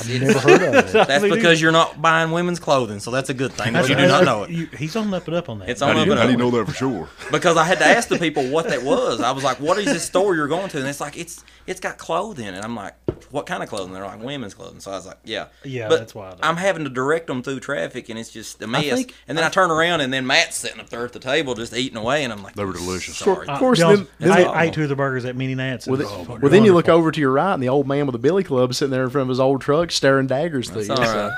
[SPEAKER 3] I've
[SPEAKER 5] it's-
[SPEAKER 3] never heard of it.
[SPEAKER 5] that's because you're not buying women's clothing, so that's a good thing. But Oh, you do not know it
[SPEAKER 2] You- he's on up and up on that.
[SPEAKER 5] It's
[SPEAKER 6] I
[SPEAKER 5] on-
[SPEAKER 6] didn't, I
[SPEAKER 5] Open
[SPEAKER 6] didn't
[SPEAKER 5] up.
[SPEAKER 6] know that for sure.
[SPEAKER 5] because I had to ask the people what that was. I was like, "What is this store you're going to?" And it's like, "It's it's got clothing," and I'm like, "What kind of clothing?" they're like, "Women's clothing." So I was like, "Yeah,
[SPEAKER 2] Yeah, that's wild.
[SPEAKER 5] I'm having to direct them through traffic, and it's just a mess.
[SPEAKER 3] think-
[SPEAKER 5] and then I, turn around, and then Matt's sitting up there at the table just eating away, and I'm like,
[SPEAKER 6] They were delicious.
[SPEAKER 5] Sorry.
[SPEAKER 3] Of course,
[SPEAKER 2] to be honest,
[SPEAKER 3] them- them-
[SPEAKER 2] I,
[SPEAKER 5] Oh.
[SPEAKER 2] I ate two of the burgers at Mini Nats.
[SPEAKER 3] Well,
[SPEAKER 2] and-
[SPEAKER 3] then-
[SPEAKER 2] oh,
[SPEAKER 3] well, then you look
[SPEAKER 2] wonderful.
[SPEAKER 3] over to your right, and the old man with the billy club sitting there in front of his old truck, staring daggers through
[SPEAKER 5] It's
[SPEAKER 3] you.
[SPEAKER 5] all right.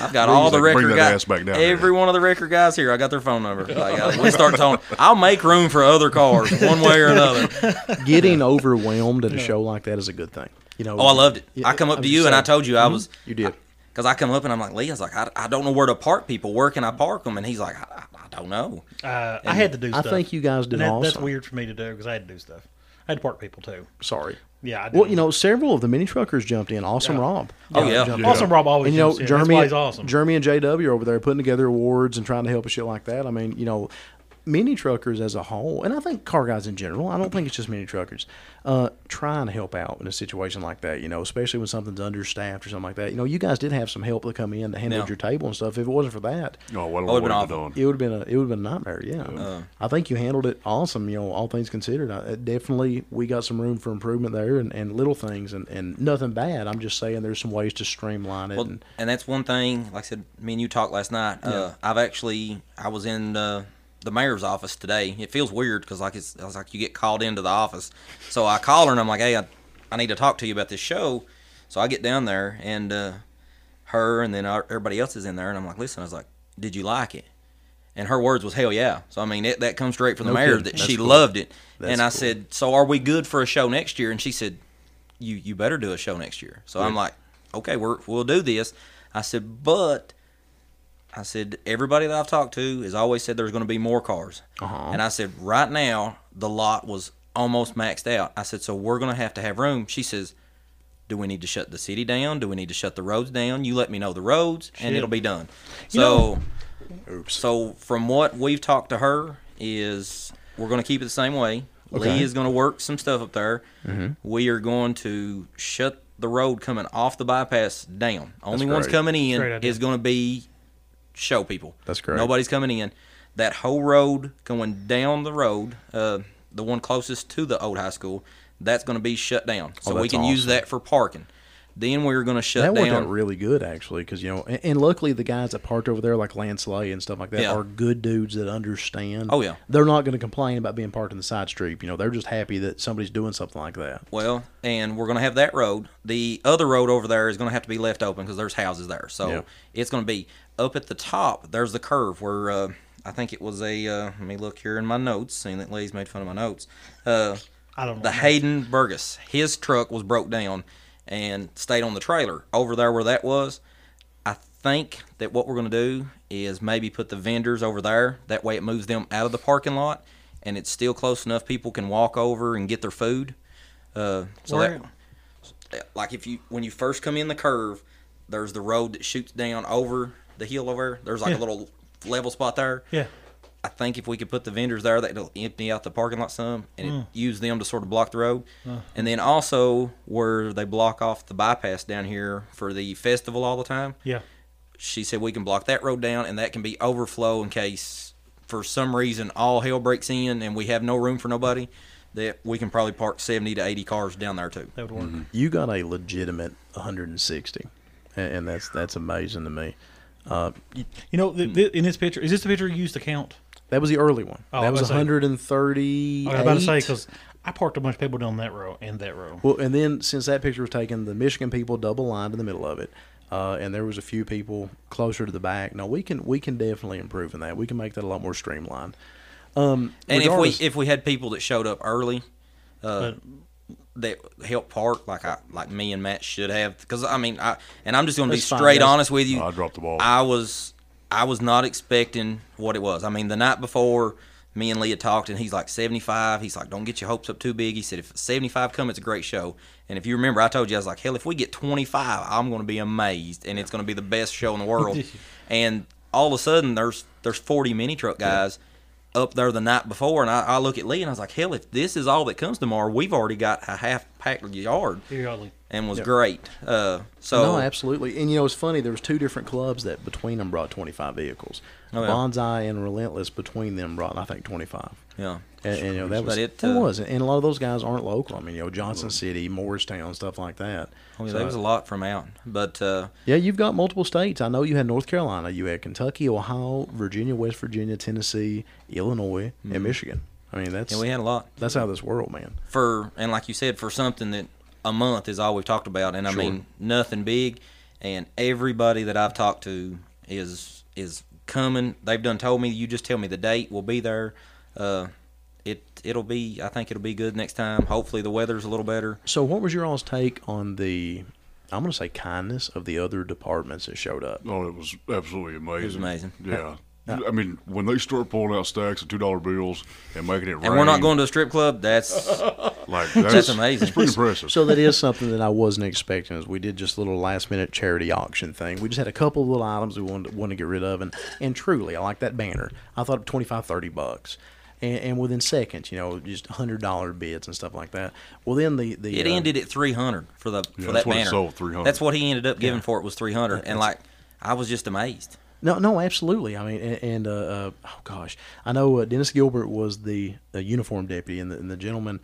[SPEAKER 5] I've got all the
[SPEAKER 6] Bring
[SPEAKER 5] record
[SPEAKER 6] that
[SPEAKER 5] guys.
[SPEAKER 6] ass back down
[SPEAKER 5] Every one of the record guys here, I got their phone number. Like, I- we start talking. I'll make room for other cars, one way or another.
[SPEAKER 3] Getting overwhelmed at a show like that is a good thing. You know.
[SPEAKER 5] Oh, I loved it.
[SPEAKER 3] Yeah,
[SPEAKER 5] I come up
[SPEAKER 3] I'm
[SPEAKER 5] to
[SPEAKER 3] just
[SPEAKER 5] you and I
[SPEAKER 3] saying.
[SPEAKER 5] told you I was.
[SPEAKER 3] You did.
[SPEAKER 5] Because I come up and I'm like, Lee, I was like, I, I don't know where to park people. Where can I park them? And he's like, I, I- I don't know.
[SPEAKER 2] Uh, I had to do
[SPEAKER 3] I
[SPEAKER 2] stuff.
[SPEAKER 3] think you guys
[SPEAKER 2] And
[SPEAKER 3] did
[SPEAKER 2] that- That's
[SPEAKER 3] awesome.
[SPEAKER 2] weird for me to do because I had to do stuff. I had to park people too.
[SPEAKER 3] Sorry.
[SPEAKER 2] Yeah, I did.
[SPEAKER 3] Well, you know, several of the mini truckers jumped in. Awesome,
[SPEAKER 2] Yeah.
[SPEAKER 3] Rob.
[SPEAKER 5] Oh, yeah.
[SPEAKER 3] jumped in.
[SPEAKER 2] Awesome Rob always
[SPEAKER 3] And you know,
[SPEAKER 2] jumps in. That's why
[SPEAKER 3] Jeremy,
[SPEAKER 2] he's awesome.
[SPEAKER 3] Jeremy and JW are over there putting together awards and trying to help and shit like that. I mean, you know, mini truckers as a whole, and I think car guys in general. I don't think it's just mini truckers. Uh, trying to help out in a situation like that, you know, especially when something's understaffed or something like that. You know, you guys did have some help that come in to handle
[SPEAKER 5] Yeah.
[SPEAKER 3] your table and stuff. If it wasn't for that,
[SPEAKER 6] No, what
[SPEAKER 5] Oh, it'd
[SPEAKER 6] would
[SPEAKER 5] been
[SPEAKER 6] have
[SPEAKER 5] awful.
[SPEAKER 6] done?
[SPEAKER 3] it would have been a it would have been a nightmare. Yeah, I think you handled it awesome. You know, all things considered, I, it definitely we got some room for improvement there, and, and little things, and, and nothing bad. I'm just saying there's some ways to streamline it.
[SPEAKER 5] Well,
[SPEAKER 3] and
[SPEAKER 5] and that's one thing. Like I said, me and you talked last night. Uh, I've actually, I was in uh, the mayor's office today. It feels weird because like it's, I was like, you get called into the office. So I call her and I'm like, hey, I, I need to talk to you about this show. So I get down there and uh, her and then our, everybody else is in there and I'm like, listen, I was like, did you like it? And her words was hell yeah. So I mean that, that comes straight from the
[SPEAKER 3] No
[SPEAKER 5] mayor
[SPEAKER 3] kidding.
[SPEAKER 5] that
[SPEAKER 3] That's
[SPEAKER 5] she
[SPEAKER 3] cool.
[SPEAKER 5] loved it.
[SPEAKER 3] That's
[SPEAKER 5] and I
[SPEAKER 3] cool.
[SPEAKER 5] said, so are we good for a show next year? And she said, you you better do a show next year. So I'm like, okay, we're, we'll do this. I said, but I said everybody that I've talked to has always said there's going to be more cars.
[SPEAKER 3] Uh-huh.
[SPEAKER 5] And I said right now the lot was almost maxed out. I said so we're going to have to have room. She says, do we need to shut the city down? Do we need to shut the roads down? You let me know the roads and
[SPEAKER 2] Shit.
[SPEAKER 5] it'll be done.
[SPEAKER 2] You
[SPEAKER 5] So
[SPEAKER 2] know-
[SPEAKER 5] so from what we've talked to her is we're going to keep it the same way. Lee is going to work some stuff up there.
[SPEAKER 3] Mm-hmm.
[SPEAKER 5] We are going to shut the road coming off the bypass down. Only ones
[SPEAKER 3] great.
[SPEAKER 5] coming in
[SPEAKER 2] Great idea.
[SPEAKER 5] is going to be show people.
[SPEAKER 3] That's correct.
[SPEAKER 5] Nobody's coming in. That whole road going down the road, uh, the one closest to the old high school, that's going to be shut down. So we
[SPEAKER 3] Oh, that's
[SPEAKER 5] can use
[SPEAKER 3] awesome.
[SPEAKER 5] that for parking. Then we're going to shut
[SPEAKER 3] that worked
[SPEAKER 5] down.
[SPEAKER 3] out really good actually, because you know, and, and luckily the guys that parked over there, like Lance Lay and stuff like that,
[SPEAKER 5] Yeah.
[SPEAKER 3] are good dudes that understand.
[SPEAKER 5] Oh, yeah.
[SPEAKER 3] they're not going to complain about being parked in the side street. You know, they're just happy that somebody's doing something like that.
[SPEAKER 5] Well, and we're going to have that road. The other road over there is going to have to be left open because there's houses there. So
[SPEAKER 3] Yeah.
[SPEAKER 5] it's going to be up at the top. There's the curve where uh, I think it was a. Uh, let me look here in my notes, seeing that Lee's made fun of my notes. Uh,
[SPEAKER 2] I don't know.
[SPEAKER 5] the Hayden Burgess, his truck was broke down and stayed on the trailer over there where that was. I think that what we're going to do is maybe put the vendors over there. That way it moves them out of the parking lot and it's still close enough people can walk over and get their food. Uh, so
[SPEAKER 2] Where-
[SPEAKER 5] that, like if you when you first come in the curve, there's the road that shoots down over the hill over. there. There's like
[SPEAKER 2] Yeah.
[SPEAKER 5] a little level spot there.
[SPEAKER 2] yeah.
[SPEAKER 5] I think if we could put the vendors there, that'll empty out the parking lot some and
[SPEAKER 2] Mm.
[SPEAKER 5] it use them to sort of block the road.
[SPEAKER 2] Uh.
[SPEAKER 5] And then also where they block off the bypass down here for the festival all the time.
[SPEAKER 2] Yeah.
[SPEAKER 5] She said we can block that road down and that can be overflow in case for some reason all hell breaks in and we have no room for nobody. that we can probably park 70 to 80 cars down there too.
[SPEAKER 2] That would work.
[SPEAKER 3] You got a legitimate 160, and, and that's that's amazing to me.
[SPEAKER 2] You know,
[SPEAKER 3] Hmm.
[SPEAKER 2] th- th- in this picture, is this the picture you used to count?
[SPEAKER 3] That was the early one.
[SPEAKER 2] Oh, I
[SPEAKER 3] that
[SPEAKER 2] was
[SPEAKER 3] was
[SPEAKER 2] about to say-
[SPEAKER 3] 130.
[SPEAKER 2] I was about to say because I parked a bunch of people down that row and that row.
[SPEAKER 3] Well, and then since that picture was taken, the Michigan people double lined in the middle of it, uh, and there was a few people closer to the back. Now we can we can definitely improve in that. We can make that a lot more streamlined. Um,
[SPEAKER 5] And if we
[SPEAKER 3] regardless-
[SPEAKER 5] if we had people that showed up early, uh, that helped park like I like me and Matt should have because I mean I and I'm just going to be
[SPEAKER 3] That's fine,
[SPEAKER 5] straight
[SPEAKER 3] that's-
[SPEAKER 5] honest with you.
[SPEAKER 6] I dropped the ball.
[SPEAKER 5] I was I was not expecting what it was. I mean the night before. Me and Leah talked, and he's like 75. He's like, "Don't get your hopes up too big." He said, "If 75 come, it's a great show." And if you remember, I told you I was like, "Hell, if we get 25, I'm going to be amazed, and it's going to be the best show in the world." and all of a sudden, there's there's 40 mini truck guys up there the night before, and I, I look at Lee and I was like, "Hell, if this is all that comes tomorrow, we've already got a half packed yard,"
[SPEAKER 2] Periodically.
[SPEAKER 5] and was great. Uh, so
[SPEAKER 3] no, absolutely. And you know, it's funny. There was two different clubs that between them brought 25 vehicles.
[SPEAKER 5] Oh, yeah.
[SPEAKER 3] Bonsai and Relentless between them brought, I think, 25.
[SPEAKER 5] yeah,
[SPEAKER 3] And, and, you know that
[SPEAKER 5] But
[SPEAKER 3] was
[SPEAKER 5] it,
[SPEAKER 3] it,
[SPEAKER 5] uh, Mm-hmm.
[SPEAKER 3] was, and a lot of those guys aren't local. I mean, you know, Johnson City, Morristown, stuff like that.
[SPEAKER 5] I mean,
[SPEAKER 3] So-
[SPEAKER 5] there Oh, was a lot from out, but uh,
[SPEAKER 3] Yeah, you've got multiple states. I know you had North Carolina, you had Kentucky, Ohio, Virginia, West Virginia, Tennessee, Illinois, and Michigan. I mean, that's
[SPEAKER 5] yeah, Mm-hmm. we had a lot
[SPEAKER 3] that's how this world, man.
[SPEAKER 5] for, and like you said, for something that a month is all we've talked about, and I mean nothing big, and everybody that I've talked to is is coming. They've done told me you just tell me the date, we'll be there. Uh, it it'll be, I think it'll be good next time. Hopefully the weather's a little better.
[SPEAKER 3] So, what was your all's take on the? I'm going to say kindness of the other departments that showed up.
[SPEAKER 6] Oh, it was absolutely amazing. It
[SPEAKER 5] was amazing.
[SPEAKER 6] Yeah. I mean, when they start pulling out stacks of two dollar bills and making it rain,
[SPEAKER 5] and we're not going to a strip club. That's
[SPEAKER 6] like that's,
[SPEAKER 5] amazing.
[SPEAKER 6] It's pretty impressive.
[SPEAKER 3] So that is something that I wasn't expecting. Is we did just a little last minute charity auction thing. We just had a couple of little items we wanted, wanted to get rid of, and and truly, I like that banner. I thought of 25, 30 bucks, and, and within seconds, you know, just hundred dollar bids and stuff like that. Well, then the the
[SPEAKER 5] it
[SPEAKER 3] uh,
[SPEAKER 5] ended at three hundred for the for that
[SPEAKER 6] that's what it
[SPEAKER 5] banner.
[SPEAKER 6] sold, 300.
[SPEAKER 5] That's what he ended up giving for it was three hundred, and like I was just amazed.
[SPEAKER 3] No, no, absolutely. I mean, and, and uh, uh, oh gosh, I know uh, Dennis Gilbert was the uh, uniform deputy, and the, and the gentleman.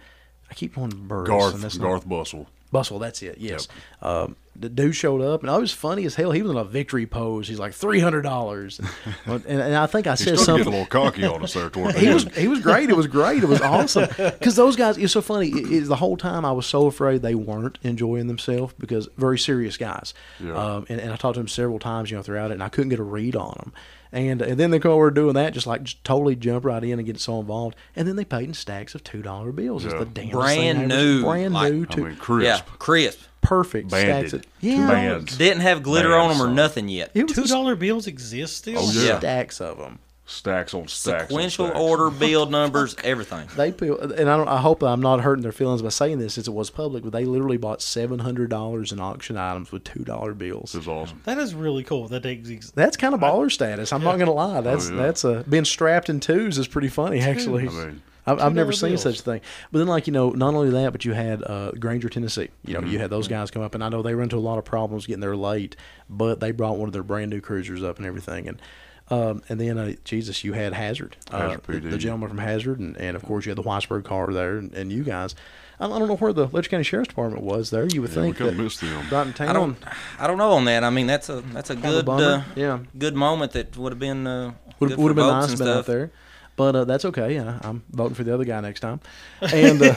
[SPEAKER 3] I keep on Burris. and that's
[SPEAKER 6] Garth
[SPEAKER 3] not-
[SPEAKER 6] Garth Bustle.
[SPEAKER 3] Bustle, that's it. Yes. Um, the dude showed up, and I was funny as hell. He was in a victory pose. He's like three hundred dollars, and, and I think I
[SPEAKER 6] He
[SPEAKER 3] said
[SPEAKER 6] started
[SPEAKER 3] something.
[SPEAKER 6] getting a little cocky on us there toward the
[SPEAKER 3] He was
[SPEAKER 6] end.
[SPEAKER 3] he was great. It was great. It was awesome. Because those guys, it's so funny. It, it- the whole time I was so afraid they weren't enjoying themselves because very serious guys.
[SPEAKER 6] Yeah.
[SPEAKER 3] Um, and, and I talked to them several times, you know, throughout it, and I couldn't get a read on them. And, and then they go over doing that, just like just totally jump right in and get so involved. And then they paid in stacks of two dollar bills. It's
[SPEAKER 6] Yeah.
[SPEAKER 3] the damn
[SPEAKER 5] Brand new,
[SPEAKER 3] brand
[SPEAKER 5] like-
[SPEAKER 3] new,
[SPEAKER 6] I
[SPEAKER 3] to,
[SPEAKER 6] mean, crisp.
[SPEAKER 5] Yeah, crisp.
[SPEAKER 3] perfect
[SPEAKER 6] Banded.
[SPEAKER 3] stacks. Of,
[SPEAKER 6] Two
[SPEAKER 3] yeah,
[SPEAKER 6] bands.
[SPEAKER 5] Didn't have glitter
[SPEAKER 6] Man,
[SPEAKER 5] on them or
[SPEAKER 6] son.
[SPEAKER 5] nothing yet.
[SPEAKER 3] It was
[SPEAKER 2] Two
[SPEAKER 3] just
[SPEAKER 2] dollar bills exist still.
[SPEAKER 6] Oh, yeah.
[SPEAKER 3] stacks of them.
[SPEAKER 6] Stacks on stacks. on
[SPEAKER 5] Sequential
[SPEAKER 6] stacks.
[SPEAKER 5] order, build numbers, everything.
[SPEAKER 3] They feel, and I don't. I hope I'm not hurting their feelings by saying this, since it was public. But they literally bought seven hundred dollars in auction items with two dollar bills.
[SPEAKER 6] This is awesome.
[SPEAKER 2] That is really cool. That they exist.
[SPEAKER 3] That's kind of baller status. I'm not gonna lie. That's
[SPEAKER 6] Oh, yeah.
[SPEAKER 3] that's a being strapped in twos is pretty funny actually. I
[SPEAKER 6] mean-
[SPEAKER 3] have I've never
[SPEAKER 2] $2
[SPEAKER 3] seen
[SPEAKER 2] bills.
[SPEAKER 3] such a thing. But then, like you know, not only that, but you had uh, Granger, Tennessee. You
[SPEAKER 6] Mm-hmm.
[SPEAKER 3] know, you had those guys come up, and I know they run into a lot of problems getting there late. But they brought one of their brand new cruisers up and everything, and. Um, and then uh, Jesus, you had Hazard, uh,
[SPEAKER 6] Hazard
[SPEAKER 3] the-
[SPEAKER 6] PD.
[SPEAKER 3] the gentleman from Hazard, and, and of course you had the Weisberg car there, and, and you guys. I I don't know where the Letcher County Sheriff's Department was there. You would
[SPEAKER 6] we
[SPEAKER 3] think
[SPEAKER 6] kinda
[SPEAKER 3] that
[SPEAKER 6] missed them.
[SPEAKER 3] right in town.
[SPEAKER 5] I don't, I don't know on that. I mean, that's a that's a
[SPEAKER 3] of a
[SPEAKER 5] good,
[SPEAKER 3] bummer.
[SPEAKER 5] uh,
[SPEAKER 3] Yeah.
[SPEAKER 5] good moment that would have been, uh,
[SPEAKER 3] Would have
[SPEAKER 5] good for
[SPEAKER 3] been
[SPEAKER 5] votes
[SPEAKER 3] nice
[SPEAKER 5] and
[SPEAKER 3] been out
[SPEAKER 5] stuff.
[SPEAKER 3] there, but uh, that's okay. Yeah, I'm voting for the other guy next time. And uh,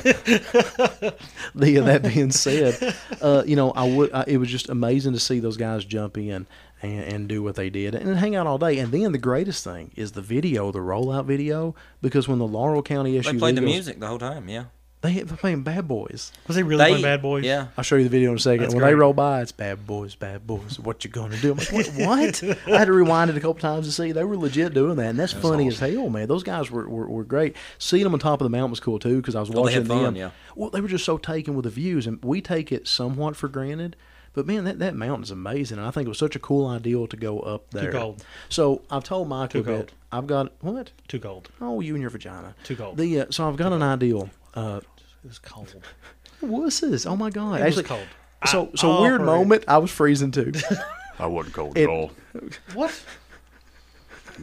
[SPEAKER 3] the uh, that being said, uh, you know, I would. I, it was just amazing to see those guys jump in and, and do what they did and hang out all day. And then the greatest thing is the video, the rollout video, because when the Laurel County
[SPEAKER 5] They
[SPEAKER 3] issue
[SPEAKER 5] played the music the whole time. Yeah,
[SPEAKER 3] they they're playing Bad Boys.
[SPEAKER 2] Was they really
[SPEAKER 5] they
[SPEAKER 2] playing Bad Boys?
[SPEAKER 5] Yeah,
[SPEAKER 3] I'll show you the video in a second.
[SPEAKER 2] That's
[SPEAKER 3] when they
[SPEAKER 2] great.
[SPEAKER 3] roll by, it's bad boys, bad boys. What you gonna do? I'm like, "Wait, what? I had to rewind it a couple times to see they were legit doing that, and that's, funny as hell, man. Those guys were, were, were great. Seeing them on top of the mountain was cool too because I was
[SPEAKER 2] Oh,
[SPEAKER 5] they
[SPEAKER 3] watching
[SPEAKER 5] had fun,
[SPEAKER 3] them.
[SPEAKER 5] yeah.
[SPEAKER 3] Well, they were just so taken with the views, and we take it somewhat for granted. But man, that, that mountain's amazing, and I think it was such a cool ideal to go up there.
[SPEAKER 2] cold.
[SPEAKER 3] So I've told Michael
[SPEAKER 2] Too cold.
[SPEAKER 3] that I've got what?
[SPEAKER 2] Too cold.
[SPEAKER 3] Oh, you and your vagina.
[SPEAKER 2] Too cold.
[SPEAKER 3] The uh, so I've got an ideal. Uh,
[SPEAKER 2] It was cold.
[SPEAKER 3] wusses. Oh my god.
[SPEAKER 2] It was cold.
[SPEAKER 3] So
[SPEAKER 2] I
[SPEAKER 3] so weird
[SPEAKER 2] offered it.
[SPEAKER 3] moment. I was freezing too.
[SPEAKER 6] I wasn't cold
[SPEAKER 3] It-
[SPEAKER 6] at all.
[SPEAKER 2] What?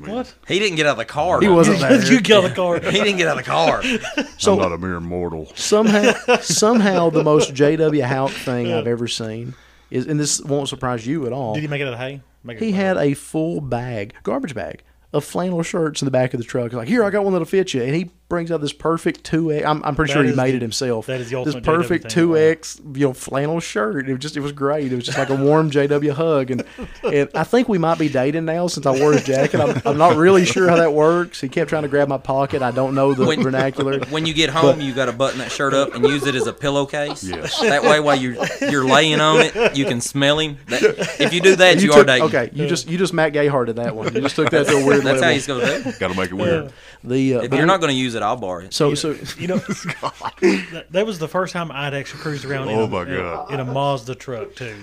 [SPEAKER 2] What?
[SPEAKER 5] He didn't get out of the car.
[SPEAKER 3] He
[SPEAKER 5] though.
[SPEAKER 3] wasn't there.
[SPEAKER 2] you got the car.
[SPEAKER 5] He didn't get out of the car.
[SPEAKER 3] So-
[SPEAKER 6] I'm not a mere mortal.
[SPEAKER 3] somehow somehow the most JW Houck thing I've ever seen is, and this won't surprise you at all.
[SPEAKER 2] Did he make it out of hay? Make it
[SPEAKER 3] He
[SPEAKER 2] clear.
[SPEAKER 3] had a full bag, garbage bag, of flannel shirts in the back of the truck. Like, here, I got one that'll fit you. And he brings out this perfect two X. I'm, I'm pretty
[SPEAKER 2] That
[SPEAKER 3] sure he
[SPEAKER 2] is
[SPEAKER 3] made
[SPEAKER 2] the-
[SPEAKER 3] it himself.
[SPEAKER 2] that is the
[SPEAKER 3] this
[SPEAKER 2] ultimate JW
[SPEAKER 3] perfect
[SPEAKER 2] thing,
[SPEAKER 3] two
[SPEAKER 2] wow.
[SPEAKER 3] X, you know, flannel shirt. It was just, it was great. It was just like a warm JW hug. And and I think we might be dating now since I wore his jacket. I'm, I'm not really sure how that works. He kept trying to grab my pocket. I don't know the
[SPEAKER 5] When-
[SPEAKER 3] vernacular.
[SPEAKER 5] When you get home, you got to button that shirt up and use it as a pillowcase.
[SPEAKER 6] Yes.
[SPEAKER 5] That way, while you you're laying on it, you can smell him. That- if you do that, you, are
[SPEAKER 3] took-
[SPEAKER 5] dating.
[SPEAKER 3] Okay, you just you just Matt Gayharded that one. You just took that to a weird
[SPEAKER 5] That's
[SPEAKER 3] level.
[SPEAKER 5] how he's gonna do. it.
[SPEAKER 6] Got to make it weird.
[SPEAKER 3] the uh,
[SPEAKER 5] If
[SPEAKER 3] but-
[SPEAKER 5] you're not gonna use it, I'll borrow it.
[SPEAKER 3] so so
[SPEAKER 2] You know, that, that was the first time I'd actually cruised around. in
[SPEAKER 6] Oh
[SPEAKER 2] a,
[SPEAKER 6] my
[SPEAKER 2] in a-
[SPEAKER 6] God.
[SPEAKER 2] In a Mazda truck too,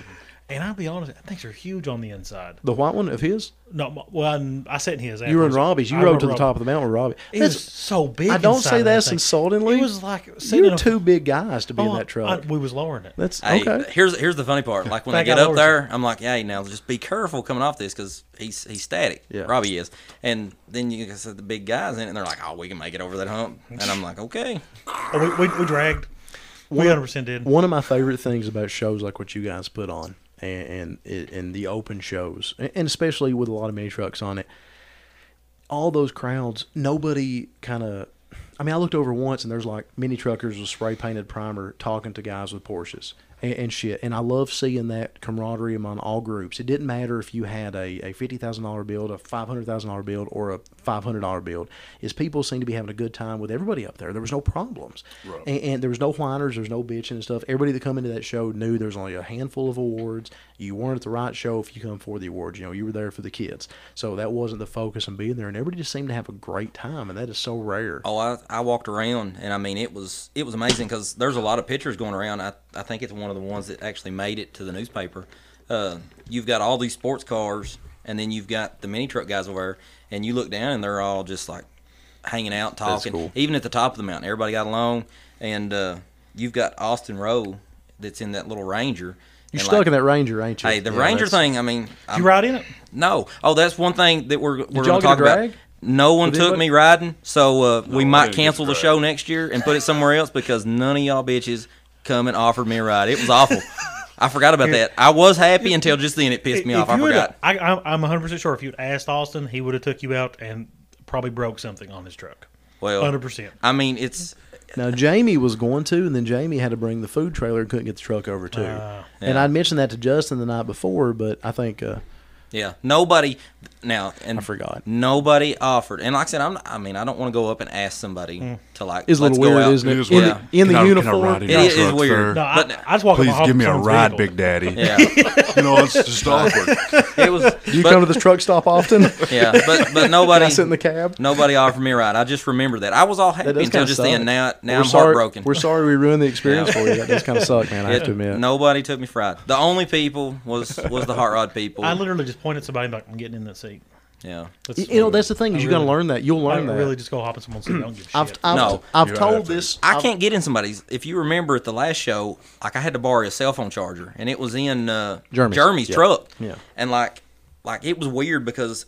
[SPEAKER 2] and I'll be honest, things are huge on the inside.
[SPEAKER 3] the white one of his.
[SPEAKER 2] No, well, I'm- I sat in his.
[SPEAKER 3] You were in
[SPEAKER 2] afterwards.
[SPEAKER 3] Robbie's. You
[SPEAKER 2] I
[SPEAKER 3] rode
[SPEAKER 2] rode
[SPEAKER 3] to the
[SPEAKER 2] Robbie.
[SPEAKER 3] top of the mountain with Robbie.
[SPEAKER 2] It
[SPEAKER 3] That's-
[SPEAKER 2] was so big.
[SPEAKER 3] I don't
[SPEAKER 2] inside
[SPEAKER 3] say
[SPEAKER 2] of that
[SPEAKER 3] that's
[SPEAKER 2] thing.
[SPEAKER 3] insultingly.
[SPEAKER 2] It was like sitting in
[SPEAKER 3] You're
[SPEAKER 2] a-
[SPEAKER 3] two big guys to be in
[SPEAKER 2] Oh,
[SPEAKER 3] that
[SPEAKER 2] I-
[SPEAKER 3] truck.
[SPEAKER 2] we was lowering it.
[SPEAKER 3] That's
[SPEAKER 5] Hey,
[SPEAKER 3] okay.
[SPEAKER 5] here's here's the funny part. Like when I
[SPEAKER 2] Thank
[SPEAKER 5] get
[SPEAKER 2] God
[SPEAKER 5] up
[SPEAKER 2] Lord's
[SPEAKER 5] there, I'm like, hey, now just be careful coming off this because he's he's static.
[SPEAKER 3] Yeah.
[SPEAKER 5] Robbie is, and then you can the big guys in it, and they're like, oh, we can make it over that hump, and I'm like, okay.
[SPEAKER 2] Oh, we, we, we dragged. We 100 percent did.
[SPEAKER 9] One of my favorite things about shows like what you guys put on and and, and the open shows, and and especially with a lot of mini trucks on it,
[SPEAKER 3] all those crowds, nobody kind of. I mean, I looked over once and there's like mini truckers with spray painted primer talking to guys with Porsches and, and shit. And I love seeing that camaraderie among all groups. It didn't matter if you had a, a $50,000 build, a $500,000 build, or a $500 build, is people seem to be having a good time with everybody up there. There was no problems.
[SPEAKER 6] Right.
[SPEAKER 3] And, and there was no whiners, there was no bitching and stuff. Everybody that come into that show knew there was only a handful of awards. You weren't at the right show if you come for the awards. You know, you were there for the kids. So that wasn't the focus on being there. And everybody just seemed to have a great time. And that is so rare.
[SPEAKER 5] Oh, I, I walked around, and I mean, it was it was amazing because there's a lot of pictures going around. I, I think it's one of the ones that actually made it to the newspaper. Uh, you've got all these sports cars, and then you've got the mini truck guys over there, and you look down, and they're all just like hanging out, talking.
[SPEAKER 9] cool.
[SPEAKER 5] Even at the top of the mountain, everybody got along, and uh, you've got Austin Rowe that's in that little Ranger.
[SPEAKER 3] You're stuck in that Ranger, ain't you?
[SPEAKER 5] Hey, the
[SPEAKER 3] Yeah,
[SPEAKER 5] Ranger
[SPEAKER 3] that's-
[SPEAKER 5] thing. I mean, I'm-
[SPEAKER 2] You ride in it?
[SPEAKER 5] no. Oh, that's one thing that we're we're
[SPEAKER 3] y'all get a
[SPEAKER 5] going to talk about.
[SPEAKER 3] drag?
[SPEAKER 5] No one
[SPEAKER 3] Did
[SPEAKER 5] took
[SPEAKER 3] anybody-
[SPEAKER 5] me riding, so uh, we
[SPEAKER 6] I
[SPEAKER 5] might
[SPEAKER 6] didn't get
[SPEAKER 5] cancel the
[SPEAKER 6] dragged.
[SPEAKER 5] show next year and put it somewhere else because none of y'all bitches come and offered me a ride. It was awful. I forgot about that. I was happy until just then it pissed me off. I
[SPEAKER 2] you would've-
[SPEAKER 5] forgot.
[SPEAKER 2] I, I'm- I'm 100 percent sure if you'd asked Austin, he would have took you out and probably broke something on his truck.
[SPEAKER 5] Well,
[SPEAKER 2] 100. percent
[SPEAKER 5] I mean, it's
[SPEAKER 3] Now Jamie was going to, and then Jamie had to bring the food trailer and couldn't get the truck over too. And
[SPEAKER 5] Yeah.
[SPEAKER 3] I'd mentioned that to Justin the night before, but I think uh,
[SPEAKER 5] Yeah, nobody now, and
[SPEAKER 3] I forgot.
[SPEAKER 5] Nobody offered, and like I said, I'm. I mean, I don't want to go up and ask somebody to like.
[SPEAKER 3] Mm. it's a
[SPEAKER 5] let's
[SPEAKER 3] little
[SPEAKER 5] go
[SPEAKER 3] weird,
[SPEAKER 5] out.
[SPEAKER 3] isn't it?
[SPEAKER 6] It is
[SPEAKER 3] in
[SPEAKER 5] weird.
[SPEAKER 3] the, in the
[SPEAKER 6] Can I- can I
[SPEAKER 3] uniform,
[SPEAKER 6] ride in
[SPEAKER 5] It
[SPEAKER 6] your
[SPEAKER 5] is
[SPEAKER 6] truck,
[SPEAKER 5] weird.
[SPEAKER 2] No,
[SPEAKER 6] sir?
[SPEAKER 2] I,
[SPEAKER 5] But-
[SPEAKER 2] I just walk.
[SPEAKER 6] Please give me a ride, Big Daddy.
[SPEAKER 5] Yeah,
[SPEAKER 6] You know, it's just awkward.
[SPEAKER 5] it was.
[SPEAKER 3] Do you
[SPEAKER 5] but-
[SPEAKER 3] come to this truck stop often?
[SPEAKER 5] Yeah, but but nobody.
[SPEAKER 3] I sit in the cab.
[SPEAKER 5] Nobody offered me a ride. I just remember that. I was all happy
[SPEAKER 3] That does
[SPEAKER 5] until
[SPEAKER 3] kinda
[SPEAKER 5] just
[SPEAKER 3] suck.
[SPEAKER 5] then. Now, now
[SPEAKER 3] we're
[SPEAKER 5] I'm
[SPEAKER 3] sorry,
[SPEAKER 5] heartbroken.
[SPEAKER 3] We're sorry we ruined the experience
[SPEAKER 5] Yeah.
[SPEAKER 3] for you. That does kind of suck, man. I have to admit.
[SPEAKER 5] Nobody took me for a ride. The only people was was the hot rod people.
[SPEAKER 2] I literally just pointed at somebody and like I'm getting in that seat.
[SPEAKER 5] yeah.
[SPEAKER 2] That's
[SPEAKER 3] You know, that's the thing is
[SPEAKER 2] I
[SPEAKER 3] you're gonna
[SPEAKER 2] really-
[SPEAKER 3] learn that. You'll
[SPEAKER 2] I
[SPEAKER 3] learn that.
[SPEAKER 2] really just go hop in someone's seat. I don't give a shit.
[SPEAKER 3] I've, I've,
[SPEAKER 5] No.
[SPEAKER 3] I've
[SPEAKER 6] You
[SPEAKER 3] told
[SPEAKER 6] have to.
[SPEAKER 3] this.
[SPEAKER 5] I can't get in somebody's. If you remember at the last show, like I had to borrow a cell phone charger, and it was in uh,
[SPEAKER 3] Jeremy's.
[SPEAKER 5] Jeremy's
[SPEAKER 3] Yeah.
[SPEAKER 5] truck.
[SPEAKER 3] Yeah.
[SPEAKER 5] and like, like it was weird because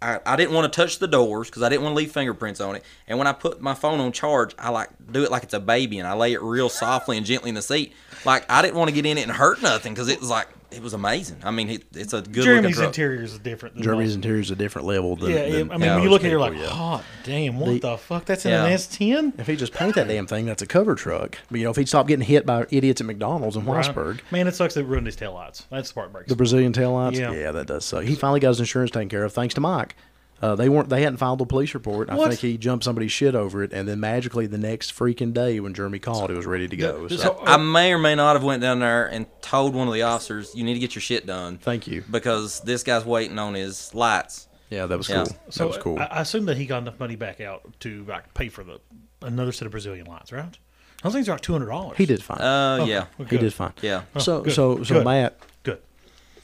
[SPEAKER 5] I, I didn't want to touch the doors because I didn't want to leave fingerprints on it. And when I put my phone on charge, I like do it like it's a baby, and I lay it real softly and gently in the seat. Like I didn't want to get in it and hurt nothing because it was like it was amazing. I mean, it, it's a good looking
[SPEAKER 2] Jeremy's
[SPEAKER 5] truck.
[SPEAKER 2] interior is different. Than
[SPEAKER 9] Jeremy's
[SPEAKER 2] most.
[SPEAKER 9] interior is a different level than.
[SPEAKER 2] Yeah,
[SPEAKER 9] than
[SPEAKER 2] yeah, I mean, when
[SPEAKER 5] most
[SPEAKER 2] you look at it, you're like,
[SPEAKER 9] people, yeah.
[SPEAKER 2] hot damn, what the fuck? That's in an
[SPEAKER 5] Yeah.
[SPEAKER 2] S10?
[SPEAKER 9] If he just paint that damn thing, that's a cover truck.
[SPEAKER 3] But you know, if he'd stop getting hit by idiots at McDonald's in
[SPEAKER 2] Right.
[SPEAKER 3] Whitesburg,
[SPEAKER 2] Man, it sucks that it ruined his taillights. That's the part that breaks.
[SPEAKER 3] the Brazilian taillights,
[SPEAKER 2] Yeah.
[SPEAKER 3] that does suck. He finally got his insurance taken care of thanks to Mike. Uh, they weren't. They hadn't filed a police report. I
[SPEAKER 2] What?
[SPEAKER 3] think he jumped somebody's shit over it, and then magically the next freaking day, when Jeremy called, it was ready to go. So,
[SPEAKER 5] I may or may not have went down there and told one of the officers, "You need to get your shit done."
[SPEAKER 3] Thank you.
[SPEAKER 5] Because this guy's waiting on his lights.
[SPEAKER 3] yeah, that was
[SPEAKER 5] Yeah.
[SPEAKER 3] cool.
[SPEAKER 2] so
[SPEAKER 3] that was cool.
[SPEAKER 2] I,
[SPEAKER 6] uh,
[SPEAKER 2] I assume that he got enough money back out to like pay for the another set of Brazilian lights, right? Those things are like two hundred dollars.
[SPEAKER 3] he did fine.
[SPEAKER 5] Uh, yeah,
[SPEAKER 3] he did fine.
[SPEAKER 5] yeah.
[SPEAKER 3] So
[SPEAKER 2] good,
[SPEAKER 3] so so
[SPEAKER 2] good.
[SPEAKER 3] Matt,
[SPEAKER 2] Good.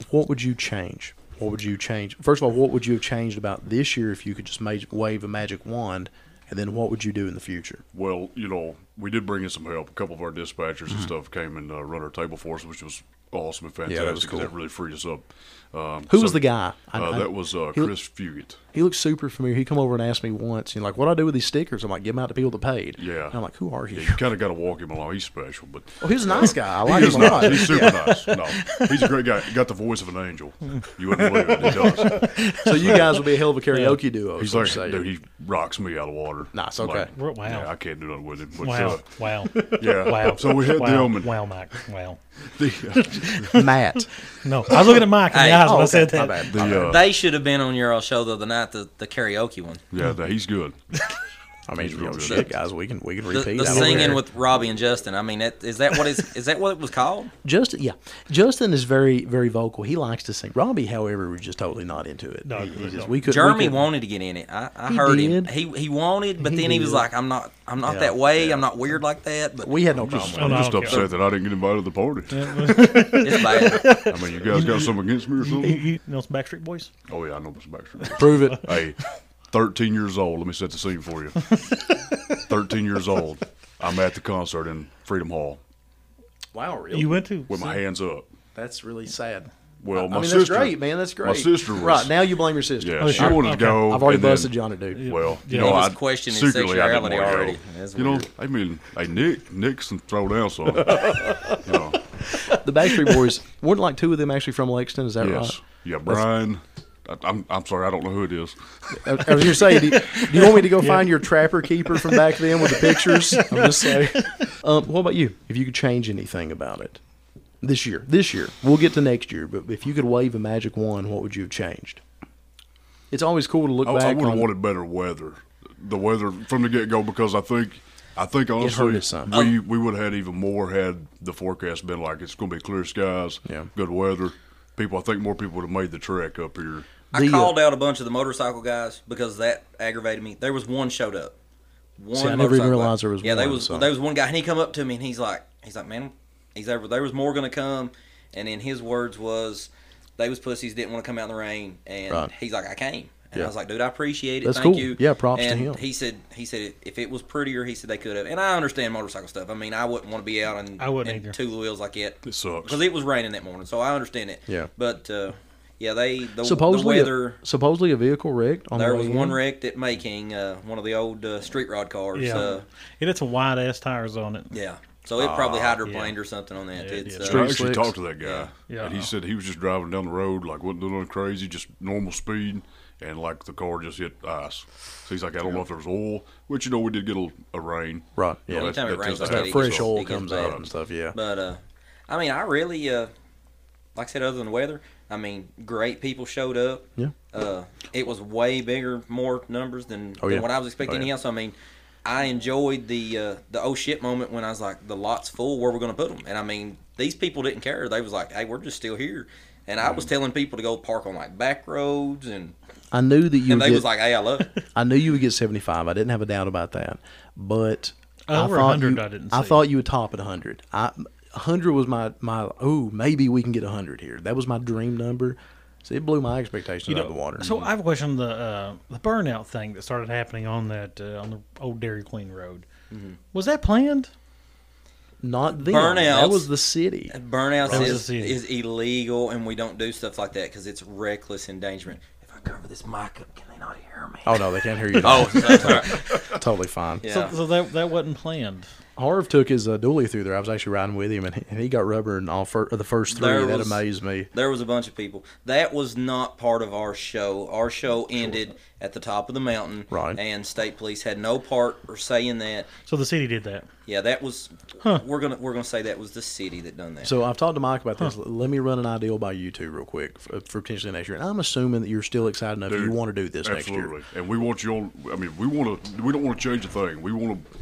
[SPEAKER 3] what would you change? What would you change? First of all, what would you have changed about this year if you could just ma- wave a magic wand? And then what would you do in the future?
[SPEAKER 8] Mm-hmm.
[SPEAKER 6] Well, you know, we did bring in some help. A couple of our dispatchers and stuff came and uh, run our table for us, which was awesome and fantastic.
[SPEAKER 3] that was
[SPEAKER 6] 'cause
[SPEAKER 3] cool.
[SPEAKER 6] really freed us up. Um,
[SPEAKER 8] Who
[SPEAKER 6] so-
[SPEAKER 8] was the guy? I-
[SPEAKER 6] uh,
[SPEAKER 8] I-
[SPEAKER 6] that was uh,
[SPEAKER 8] he-
[SPEAKER 6] Chris Fugit.
[SPEAKER 8] He looked super familiar. He come over and asked me once, and like, what do I do with these stickers? I'm like, give them out to people that paid.
[SPEAKER 6] Yeah.
[SPEAKER 8] And I'm like, who are you?
[SPEAKER 6] Yeah, you kind of got to walk him along. He's special, but
[SPEAKER 8] Oh, he was a nice guy. I like
[SPEAKER 6] he's
[SPEAKER 8] him a lot.
[SPEAKER 6] nice. He's super nice. No, he's a great guy. He got the voice of an angel. You wouldn't believe it. He does.
[SPEAKER 8] So you guys will be a hell of a karaoke duo.
[SPEAKER 6] He's
[SPEAKER 8] He's
[SPEAKER 6] like,
[SPEAKER 8] saying.
[SPEAKER 6] dude, he rocks me out of water.
[SPEAKER 8] Nice, okay.
[SPEAKER 6] Like,
[SPEAKER 2] Wow.
[SPEAKER 6] yeah, I can't do nothing with him. But,
[SPEAKER 2] Wow.
[SPEAKER 6] uh,
[SPEAKER 2] Wow.
[SPEAKER 6] yeah.
[SPEAKER 2] Wow.
[SPEAKER 6] So we had
[SPEAKER 2] wow.
[SPEAKER 6] them and
[SPEAKER 2] Wow, Mike. Wow.
[SPEAKER 6] the, uh,
[SPEAKER 8] Matt.
[SPEAKER 2] No, I was looking at Mike in
[SPEAKER 5] Hey,
[SPEAKER 2] the eyes
[SPEAKER 5] oh,
[SPEAKER 2] when I
[SPEAKER 8] okay,
[SPEAKER 2] said
[SPEAKER 8] my
[SPEAKER 2] that.
[SPEAKER 8] bad.
[SPEAKER 6] the uh,
[SPEAKER 5] They should have been on your show the other night, the, the karaoke one.
[SPEAKER 6] yeah, the, he's good.
[SPEAKER 3] I mean,
[SPEAKER 6] He's
[SPEAKER 3] you
[SPEAKER 6] real
[SPEAKER 3] know,
[SPEAKER 6] good.
[SPEAKER 3] shit, guys, we can we can
[SPEAKER 5] The,
[SPEAKER 3] repeat.
[SPEAKER 5] the
[SPEAKER 3] I don't
[SPEAKER 5] singing
[SPEAKER 3] care.
[SPEAKER 5] with Robbie and Justin. I mean, that, is that what is is that what it was called?
[SPEAKER 8] Justin, yeah. Justin is very, very vocal. He likes to sing.
[SPEAKER 3] Robbie, however, was just totally not into it.
[SPEAKER 2] No,
[SPEAKER 3] He- he
[SPEAKER 2] no.
[SPEAKER 3] just- we could. we
[SPEAKER 5] Jeremy
[SPEAKER 3] could,
[SPEAKER 5] wanted to get in it. I, I
[SPEAKER 8] He
[SPEAKER 5] heard him.
[SPEAKER 8] did.
[SPEAKER 5] He he wanted, but
[SPEAKER 8] He
[SPEAKER 5] then he was
[SPEAKER 8] did.
[SPEAKER 5] like, "I'm not. I'm not
[SPEAKER 3] Yeah,
[SPEAKER 5] that way.
[SPEAKER 3] yeah.
[SPEAKER 5] I'm not weird like that." But
[SPEAKER 8] We had no problem with
[SPEAKER 2] Oh,
[SPEAKER 6] I'm
[SPEAKER 2] no, I
[SPEAKER 6] just
[SPEAKER 2] don't care.
[SPEAKER 6] upset that I didn't get invited to the party.
[SPEAKER 5] it's bad.
[SPEAKER 6] I mean, you guys got something against me or
[SPEAKER 2] You,
[SPEAKER 6] something?
[SPEAKER 2] you know, it's Backstreet Boys.
[SPEAKER 6] Oh yeah, I know Mr. Baxter.
[SPEAKER 8] it. Prove it.
[SPEAKER 6] Hey, 13 years old. Let me set the scene for you. 13 years old. I'm at the concert in Freedom Hall
[SPEAKER 3] Wow, really?
[SPEAKER 2] You went to.
[SPEAKER 6] with my hands up.
[SPEAKER 3] That's really sad.
[SPEAKER 6] Well,
[SPEAKER 3] I
[SPEAKER 6] my
[SPEAKER 3] mean, that's
[SPEAKER 6] sister.
[SPEAKER 3] great, man. That's great.
[SPEAKER 6] My sister was.
[SPEAKER 8] Right. Now you blame your sister.
[SPEAKER 6] Yeah,
[SPEAKER 2] Oh,
[SPEAKER 6] she
[SPEAKER 2] sure.
[SPEAKER 6] wanted
[SPEAKER 2] Okay.
[SPEAKER 6] to go.
[SPEAKER 8] I've already
[SPEAKER 6] and then-
[SPEAKER 8] busted Johnny, dude.
[SPEAKER 6] Well, you
[SPEAKER 2] Yeah.
[SPEAKER 6] know,
[SPEAKER 2] He
[SPEAKER 5] was
[SPEAKER 6] I
[SPEAKER 5] questioning
[SPEAKER 6] secretly I didn't
[SPEAKER 5] sexuality
[SPEAKER 6] wanna go.
[SPEAKER 5] already. That's
[SPEAKER 6] You know,
[SPEAKER 5] weird.
[SPEAKER 6] I mean, hey Nick, Nixon throw down something. you know,
[SPEAKER 8] The Backstreet Boys, weren't like two of them actually from Lexington? Is that
[SPEAKER 6] yes, yeah, Brian. I, I'm I'm sorry, I don't know who it is.
[SPEAKER 8] right? I, I was going to say, do you, do you want me to go find your trapper keeper from back then with the pictures? I'm just saying. Um, what about you?
[SPEAKER 3] If you could change anything about it,
[SPEAKER 8] This year. This year. We'll get to next year, but if you could wave a magic wand, what would you have changed? It's always cool to look
[SPEAKER 6] I,
[SPEAKER 8] back
[SPEAKER 6] I would have
[SPEAKER 8] on-
[SPEAKER 6] wanted better weather, the weather from the get go, because I think I think honestly
[SPEAKER 3] us some.
[SPEAKER 6] we
[SPEAKER 2] Um,
[SPEAKER 6] we would have had even more had the forecast been like it's going to be clear skies,
[SPEAKER 3] Yeah.
[SPEAKER 6] good weather. People, I think more people would have made the trek up here.
[SPEAKER 5] I
[SPEAKER 8] The, uh,
[SPEAKER 5] called out a bunch of the motorcycle guys because that aggravated me. There was one showed up. One
[SPEAKER 8] I never even
[SPEAKER 5] motorcycle guy.
[SPEAKER 8] realized there was
[SPEAKER 5] yeah, there
[SPEAKER 8] one,
[SPEAKER 5] was
[SPEAKER 8] so-
[SPEAKER 5] there was one guy, and he come up to me, and he's like, he's like, man, he's over. There was more gonna come, and in his words was, they was pussies didn't want to come out in the rain, and
[SPEAKER 3] Right.
[SPEAKER 5] he's like, I came, and
[SPEAKER 3] Yeah.
[SPEAKER 5] I was like, dude, I appreciate it,
[SPEAKER 8] That's
[SPEAKER 5] thank
[SPEAKER 8] cool.
[SPEAKER 5] you,
[SPEAKER 8] Yeah, props to
[SPEAKER 5] and
[SPEAKER 8] him.
[SPEAKER 5] He said, he said if it was prettier, he said they could have, and I understand motorcycle stuff. I mean, I wouldn't want to be out on
[SPEAKER 2] I wouldn't
[SPEAKER 5] in
[SPEAKER 2] either.
[SPEAKER 5] two wheels like it
[SPEAKER 6] It sucks.
[SPEAKER 5] because it was raining that morning, so I understand it.
[SPEAKER 3] Yeah.
[SPEAKER 5] but uh, yeah, they the,
[SPEAKER 8] supposedly,
[SPEAKER 5] the weather.
[SPEAKER 8] a, supposedly a vehicle wrecked on
[SPEAKER 5] There
[SPEAKER 8] the
[SPEAKER 5] was
[SPEAKER 8] way
[SPEAKER 5] one
[SPEAKER 8] in.
[SPEAKER 5] wrecked at Making, uh, one of the old uh, street rod cars.
[SPEAKER 2] Yeah.
[SPEAKER 5] Yeah. Uh,
[SPEAKER 2] it had some wide ass tires on it.
[SPEAKER 5] yeah. So it probably hydroplaned
[SPEAKER 2] Ah, yeah.
[SPEAKER 5] or something on that.
[SPEAKER 2] Yeah, it
[SPEAKER 5] it's
[SPEAKER 2] did.
[SPEAKER 5] uh,
[SPEAKER 6] I
[SPEAKER 8] Street-
[SPEAKER 6] actually
[SPEAKER 8] slicks.
[SPEAKER 6] talked to that guy,
[SPEAKER 2] Yeah.
[SPEAKER 6] and he said he was just driving down the road, like wasn't doing nothing crazy, just normal speed, and like the car just hit ice. So he's like, I don't know if there was oil, which you know we did get a, a rain.
[SPEAKER 3] Right,
[SPEAKER 6] You know,
[SPEAKER 3] yeah.
[SPEAKER 6] that-
[SPEAKER 5] Anytime it
[SPEAKER 6] that
[SPEAKER 5] rains
[SPEAKER 8] Uh,
[SPEAKER 5] like
[SPEAKER 6] tends to
[SPEAKER 5] that,
[SPEAKER 3] that
[SPEAKER 5] it
[SPEAKER 6] happen.
[SPEAKER 3] fresh
[SPEAKER 5] gets-
[SPEAKER 3] oil
[SPEAKER 5] it gets
[SPEAKER 3] comes
[SPEAKER 5] bad.
[SPEAKER 3] out and stuff. Yeah,
[SPEAKER 5] but uh, I mean, I really, uh, like I said, other than the weather, I mean, great people showed up.
[SPEAKER 3] Yeah.
[SPEAKER 5] Uh, it was way bigger, more numbers than,
[SPEAKER 3] Oh,
[SPEAKER 5] than
[SPEAKER 3] yeah.
[SPEAKER 5] what I was expecting.
[SPEAKER 3] Oh, yeah.
[SPEAKER 5] Else, I mean, I enjoyed the uh, the oh shit moment when I was like, the lot's full. Where we're gonna put them? And I mean, these people didn't care. They was like, hey, we're just still here. And I was
[SPEAKER 3] Mm-hmm.
[SPEAKER 5] telling people to go park on like back roads and
[SPEAKER 3] I knew that you.
[SPEAKER 5] and
[SPEAKER 3] would
[SPEAKER 5] they
[SPEAKER 3] get-
[SPEAKER 5] was like, "Hey, I love it."
[SPEAKER 3] I knew you would get 75. I didn't have a doubt about that. But I
[SPEAKER 2] Over
[SPEAKER 3] thought
[SPEAKER 2] 100
[SPEAKER 3] you,
[SPEAKER 2] I didn't
[SPEAKER 3] I
[SPEAKER 2] see.
[SPEAKER 3] thought you would top at 100. I 100 was my my oh, maybe we can get 100 here. That was my dream number. So it blew my expectations out of the water. Mm-hmm.
[SPEAKER 2] So I have a question: on the uh, the burnout thing that started happening on that uh, on the old Dairy Queen Road
[SPEAKER 3] Mm-hmm.
[SPEAKER 2] was that planned?
[SPEAKER 3] not them. That
[SPEAKER 5] Burnouts.
[SPEAKER 3] was the city.
[SPEAKER 5] Burnouts
[SPEAKER 2] Right.
[SPEAKER 5] is,
[SPEAKER 2] Yeah.
[SPEAKER 5] is illegal, and we don't do stuff like that because it's reckless endangerment. If I cover this mic up, can they not hear me?
[SPEAKER 3] Oh no, they can't hear you.
[SPEAKER 5] Oh, that's all right.
[SPEAKER 3] totally fine.
[SPEAKER 5] yeah.
[SPEAKER 2] So, so that that wasn't planned.
[SPEAKER 3] Harv took his uh, dually through there. I was actually riding with him, and he, and he got rubber in all fir- the first three.
[SPEAKER 5] There
[SPEAKER 3] that
[SPEAKER 5] was-
[SPEAKER 3] amazed me.
[SPEAKER 5] There was a bunch of people. That was not part of our show. Our show ended at the top of the mountain,
[SPEAKER 3] Right.
[SPEAKER 5] And state police had no part or say in that.
[SPEAKER 2] So the city did that.
[SPEAKER 5] Yeah, that was. We're gonna we're gonna say that was the city that done that.
[SPEAKER 3] So I've talked to Mike about this. Let me run an ideal by you two real quick for, for potentially next year. And I'm assuming that you're still excited enough you
[SPEAKER 6] Dude,
[SPEAKER 3] want to do this next year.
[SPEAKER 6] Absolutely. And we want you on. I mean, we want to. We don't want to change a thing. We want to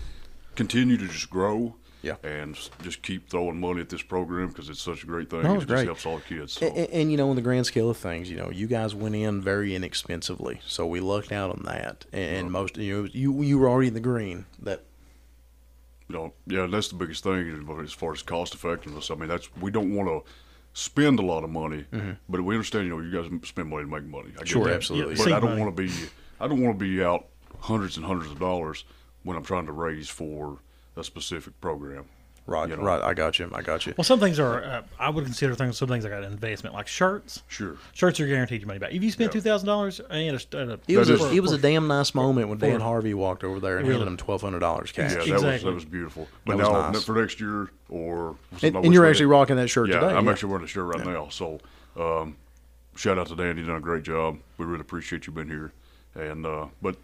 [SPEAKER 6] continue to just grow.
[SPEAKER 3] Yeah.
[SPEAKER 6] And s- just keep throwing money at this program because it's such a great thing.
[SPEAKER 3] No,
[SPEAKER 6] and
[SPEAKER 3] it's
[SPEAKER 6] it
[SPEAKER 3] great.
[SPEAKER 6] just helps all the kids. So.
[SPEAKER 3] And, and you know, in the grand scale of things, you know, you guys went in very inexpensively, so we lucked out on that. And most, you know, you you were already in the green. That
[SPEAKER 6] you know, um, yeah, that's the biggest thing as far as cost effectiveness. I mean, that's we don't want to spend a lot of money, but we understand. You know, you guys spend money to make money. I get
[SPEAKER 3] Mm-hmm. Sure,
[SPEAKER 6] that.
[SPEAKER 3] absolutely.
[SPEAKER 6] But
[SPEAKER 2] Save
[SPEAKER 6] I don't
[SPEAKER 2] money.
[SPEAKER 6] want to be. I don't want to be out hundreds and hundreds of dollars when I'm trying to raise for a specific program.
[SPEAKER 3] Right,
[SPEAKER 6] You know.
[SPEAKER 3] right. I got you. I got you.
[SPEAKER 2] Well, some things are. Uh, I would consider things. Some things like an investment, like shirts.
[SPEAKER 6] Sure.
[SPEAKER 2] Shirts are guaranteed your money back. If you spend two thousand dollars and a, and a
[SPEAKER 3] It was,
[SPEAKER 6] That
[SPEAKER 3] a,
[SPEAKER 6] is-
[SPEAKER 3] it was a damn nice moment when Dan
[SPEAKER 2] for-
[SPEAKER 3] Harvey walked over there and handed
[SPEAKER 2] Really?
[SPEAKER 3] him twelve hundred dollars
[SPEAKER 6] Yeah,
[SPEAKER 3] cash.
[SPEAKER 6] that was
[SPEAKER 2] Exactly.
[SPEAKER 6] that was beautiful.
[SPEAKER 3] That
[SPEAKER 6] But
[SPEAKER 3] was
[SPEAKER 6] now
[SPEAKER 3] nice.
[SPEAKER 6] for next year or
[SPEAKER 3] And, and you're actually
[SPEAKER 6] wrong.
[SPEAKER 3] rocking that shirt
[SPEAKER 6] yeah,
[SPEAKER 3] today.
[SPEAKER 6] I'm
[SPEAKER 3] yeah.
[SPEAKER 6] actually wearing the shirt right now. So, um, shout out to Dan. You done a great job. We really appreciate you being here. And uh, but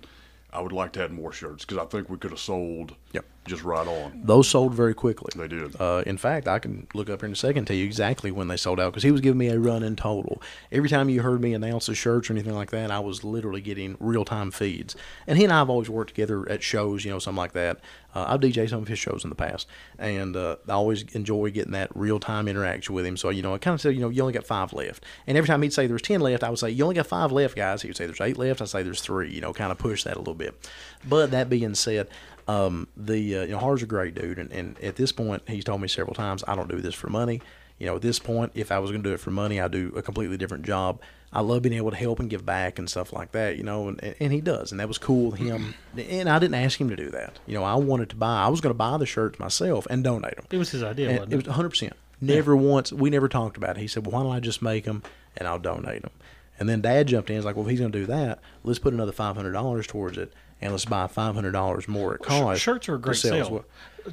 [SPEAKER 6] I would like to have more shirts because I think we could have sold
[SPEAKER 3] Yep.
[SPEAKER 6] just right on.
[SPEAKER 3] Those sold very quickly.
[SPEAKER 6] They did.
[SPEAKER 3] Uh, in fact, I can look up here in a second and tell you exactly when they sold out because he was giving me a run in total. Every time you heard me announce a shirt or anything like that, I was literally getting real time feeds. And he and I have always worked together at shows, you know, something like that. Uh, I've DJed some of his shows in the past, and uh, I always enjoy getting that real time interaction with him. So, you know, I kind of said, you know, you only got five left. And every time he'd say there's 10 left, I would say, you only got five left, guys. He would say there's eight left. I'd say there's three, you know, kind of push that a little bit. But that being said, um, the uh, you know Har's a great dude, and, and at this point, he's told me several times, I don't do this for money. You know, at this point, if I was going to do it for money, I do a completely different job. I love being able to help and give back and stuff like that. You know, and, and he does, and that was cool. of Him and I didn't ask him to do that. You know, I wanted to buy. I was going to buy the shirts myself and donate them.
[SPEAKER 2] It was his idea,
[SPEAKER 3] And
[SPEAKER 2] wasn't
[SPEAKER 3] it
[SPEAKER 2] it?
[SPEAKER 3] was 100. percent Never once. We never talked about it. He said, "Well, why don't I just make them and I'll donate them?" And then Dad jumped in. He's like, "Well, if he's going to do that, let's put another five hundred dollars towards it, and let's buy five hundred dollars more at
[SPEAKER 2] Sh-
[SPEAKER 3] cost."
[SPEAKER 2] shirts are a
[SPEAKER 3] to
[SPEAKER 2] great
[SPEAKER 3] sell as
[SPEAKER 2] sale.
[SPEAKER 3] well."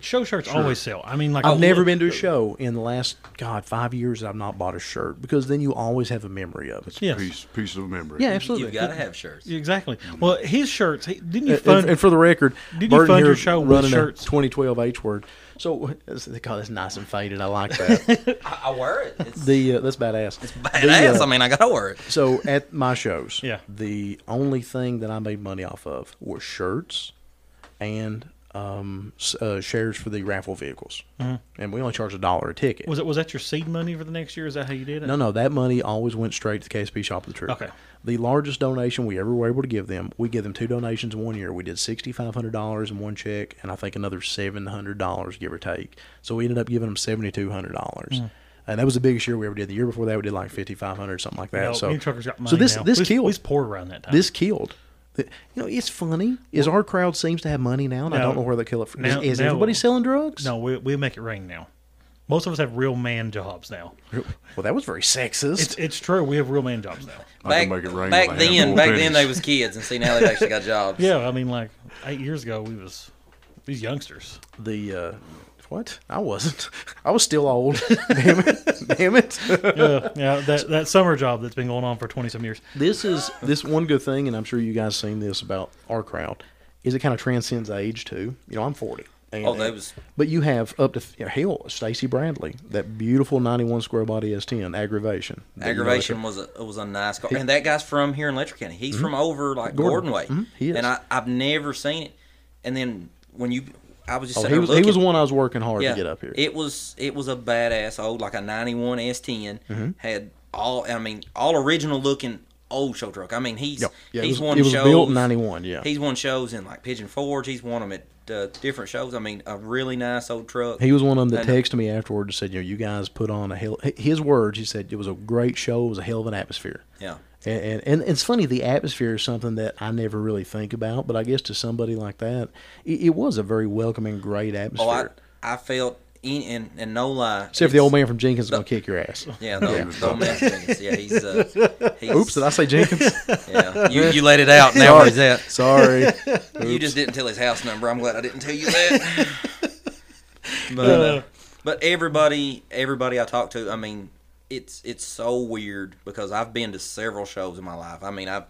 [SPEAKER 2] Show shirts always sell. I mean, like
[SPEAKER 3] I've
[SPEAKER 2] look-
[SPEAKER 3] never been to a show in the last God five years that I've not bought a shirt because then you always have a memory of it.
[SPEAKER 2] Yes,
[SPEAKER 6] piece piece of memory.
[SPEAKER 3] Yeah, absolutely.
[SPEAKER 5] You've got to have shirts.
[SPEAKER 2] exactly.
[SPEAKER 3] Mm-hmm.
[SPEAKER 2] Well, his shirts. He, didn't you
[SPEAKER 3] And-
[SPEAKER 2] fund?
[SPEAKER 3] and, for the record,
[SPEAKER 2] Did you
[SPEAKER 3] Burton
[SPEAKER 2] fund
[SPEAKER 3] here
[SPEAKER 2] your show with
[SPEAKER 3] running a
[SPEAKER 2] shirts?
[SPEAKER 3] 2012 H word. So God, that's nice and faded. I like that.
[SPEAKER 5] I, I wear it. It's
[SPEAKER 3] the uh, that's badass. It's
[SPEAKER 5] badass. I mean, I gotta wear it.
[SPEAKER 3] So at my shows,
[SPEAKER 2] Yeah.
[SPEAKER 3] the only thing that I made money off of were shirts and um, s- uh, shares for the raffle vehicles, and we only charged a dollar a ticket.
[SPEAKER 2] Mm-hmm. was it was that your seed money for the next year? Is that how you did it?
[SPEAKER 3] no, no, that money always went straight to the KSP Shop of the Truth.
[SPEAKER 2] Okay.
[SPEAKER 3] The largest donation we ever were able to give them, we gave them two donations in one year. We did sixty five hundred dollars in one check, and I think another seven hundred dollars, give or take. So we ended up giving them seventy two hundred dollars.
[SPEAKER 2] Mm.
[SPEAKER 3] And that was the biggest year we ever did. The year before that, we did like fifty five hundred, something like that.
[SPEAKER 2] No,
[SPEAKER 3] so,
[SPEAKER 2] new truckers got money
[SPEAKER 3] so this
[SPEAKER 2] now.
[SPEAKER 3] this
[SPEAKER 2] we,
[SPEAKER 3] killed.
[SPEAKER 2] We was poor around that time.
[SPEAKER 3] this killed. The- You know, it's funny. Is our crowd seems to have money now, and I
[SPEAKER 2] No.
[SPEAKER 3] don't know where they kill it from.
[SPEAKER 2] Now-
[SPEAKER 3] is is
[SPEAKER 2] now-
[SPEAKER 3] everybody selling drugs?
[SPEAKER 2] no, we we make it rain now. Most of us have real man jobs now.
[SPEAKER 3] Well, that was very sexist.
[SPEAKER 2] It's it's true. We have real man jobs now.
[SPEAKER 6] I can make it rain.
[SPEAKER 5] back
[SPEAKER 6] with a handful
[SPEAKER 5] then,
[SPEAKER 6] of
[SPEAKER 5] back then
[SPEAKER 6] pennies.
[SPEAKER 5] they was kids, and see now they've actually got jobs.
[SPEAKER 2] Yeah, I mean, like eight years ago, we was these youngsters.
[SPEAKER 3] the uh, what? I wasn't. I was still old. Damn it! Damn it!
[SPEAKER 2] Yeah, yeah. That that summer job that's been going on for twenty some years.
[SPEAKER 3] this is this one good thing, and I'm sure you guys seen this about our crowd, is it kind of transcends age too. You know, I'm 40. And,
[SPEAKER 5] Oh, they
[SPEAKER 3] and-
[SPEAKER 5] was-
[SPEAKER 3] But you have up to you know, hell, Stacy Bradley, that beautiful 91 square body S10 aggravation. that you
[SPEAKER 5] Aggravation
[SPEAKER 3] know, uh,
[SPEAKER 5] was a was a nice car, and that guy's from here in Letcher County. He's from over like
[SPEAKER 3] Mm-hmm. Gordon.
[SPEAKER 5] Gordon, Way,
[SPEAKER 3] Mhm, he is.
[SPEAKER 5] and I, I've never seen it. And then when you, I was just
[SPEAKER 3] Oh,
[SPEAKER 5] sitting
[SPEAKER 3] he
[SPEAKER 5] there
[SPEAKER 3] was he was
[SPEAKER 5] looking.
[SPEAKER 3] the one I was working hard to get up here.
[SPEAKER 5] It was it was a badass old like a '91 S10
[SPEAKER 3] Mm-hmm.
[SPEAKER 5] had all I mean all original looking old show truck. I mean he's
[SPEAKER 3] Yep. Yeah, it
[SPEAKER 5] he's
[SPEAKER 3] was-
[SPEAKER 5] won
[SPEAKER 3] it was
[SPEAKER 5] shows
[SPEAKER 3] built in 91, yeah.
[SPEAKER 5] he's won shows in like Pigeon Forge. He's won them at uh, different shows. I mean a really nice old truck.
[SPEAKER 3] He was one of them that
[SPEAKER 5] And-
[SPEAKER 3] texted me afterwards and said, "You know, you guys put on a hell." His words, he said, "It was a great show. It was a hell of an atmosphere."
[SPEAKER 5] Yeah.
[SPEAKER 3] And, and, and it's funny, the atmosphere is something that I never really think about, but I guess to somebody like that, it, it was a very welcoming, great atmosphere.
[SPEAKER 5] Oh, I I felt in and, and no lie.
[SPEAKER 3] Except for the
[SPEAKER 5] it's-
[SPEAKER 3] old man from Jenkins is going to kick your ass.
[SPEAKER 5] Yeah, the, the old man. Jenkins. Yeah, he's. Uh, he's
[SPEAKER 3] Oops, did I say Jenkins?
[SPEAKER 5] Yeah, you, you laid it out. Now where's that?
[SPEAKER 3] Sorry.
[SPEAKER 5] You just didn't tell his house number. I'm glad I didn't tell you that. but uh, but everybody everybody I talk to, I mean, it's it's so weird because I've been to several shows in my life. I mean, I've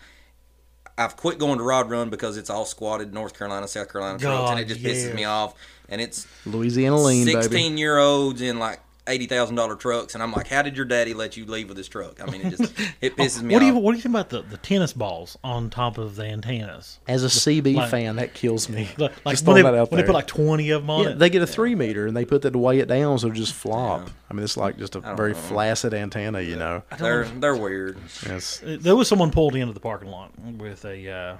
[SPEAKER 5] I've quit going to Rod Run because it's all squatted North Carolina, South Carolina trucks, and it
[SPEAKER 2] God,
[SPEAKER 5] just pisses me
[SPEAKER 2] yes.
[SPEAKER 5] off. And it's
[SPEAKER 3] Louisiana lean, baby.
[SPEAKER 5] sixteen year olds in like eighty thousand dollar trucks, and I'm like, how did your daddy let you leave with this truck? I mean, it just it pisses me
[SPEAKER 2] What do
[SPEAKER 5] off.
[SPEAKER 2] you what do you think about the, the tennis balls on top of the antennas?
[SPEAKER 3] As a CB
[SPEAKER 2] Like-
[SPEAKER 3] fan, that kills me.
[SPEAKER 2] Like
[SPEAKER 3] Just
[SPEAKER 2] when, they,
[SPEAKER 3] throwing that out
[SPEAKER 2] when they
[SPEAKER 3] there.
[SPEAKER 2] put like twenty of them on
[SPEAKER 3] Yeah,
[SPEAKER 2] it.
[SPEAKER 3] they get a three meter and they put that to weigh it down, so it just flop. I mean, it's like just a
[SPEAKER 5] don't
[SPEAKER 3] very
[SPEAKER 5] know.
[SPEAKER 3] flaccid antenna, you know.
[SPEAKER 5] They're they're weird.
[SPEAKER 3] Yes.
[SPEAKER 2] Uh, There was someone pulled into the parking lot with a uh,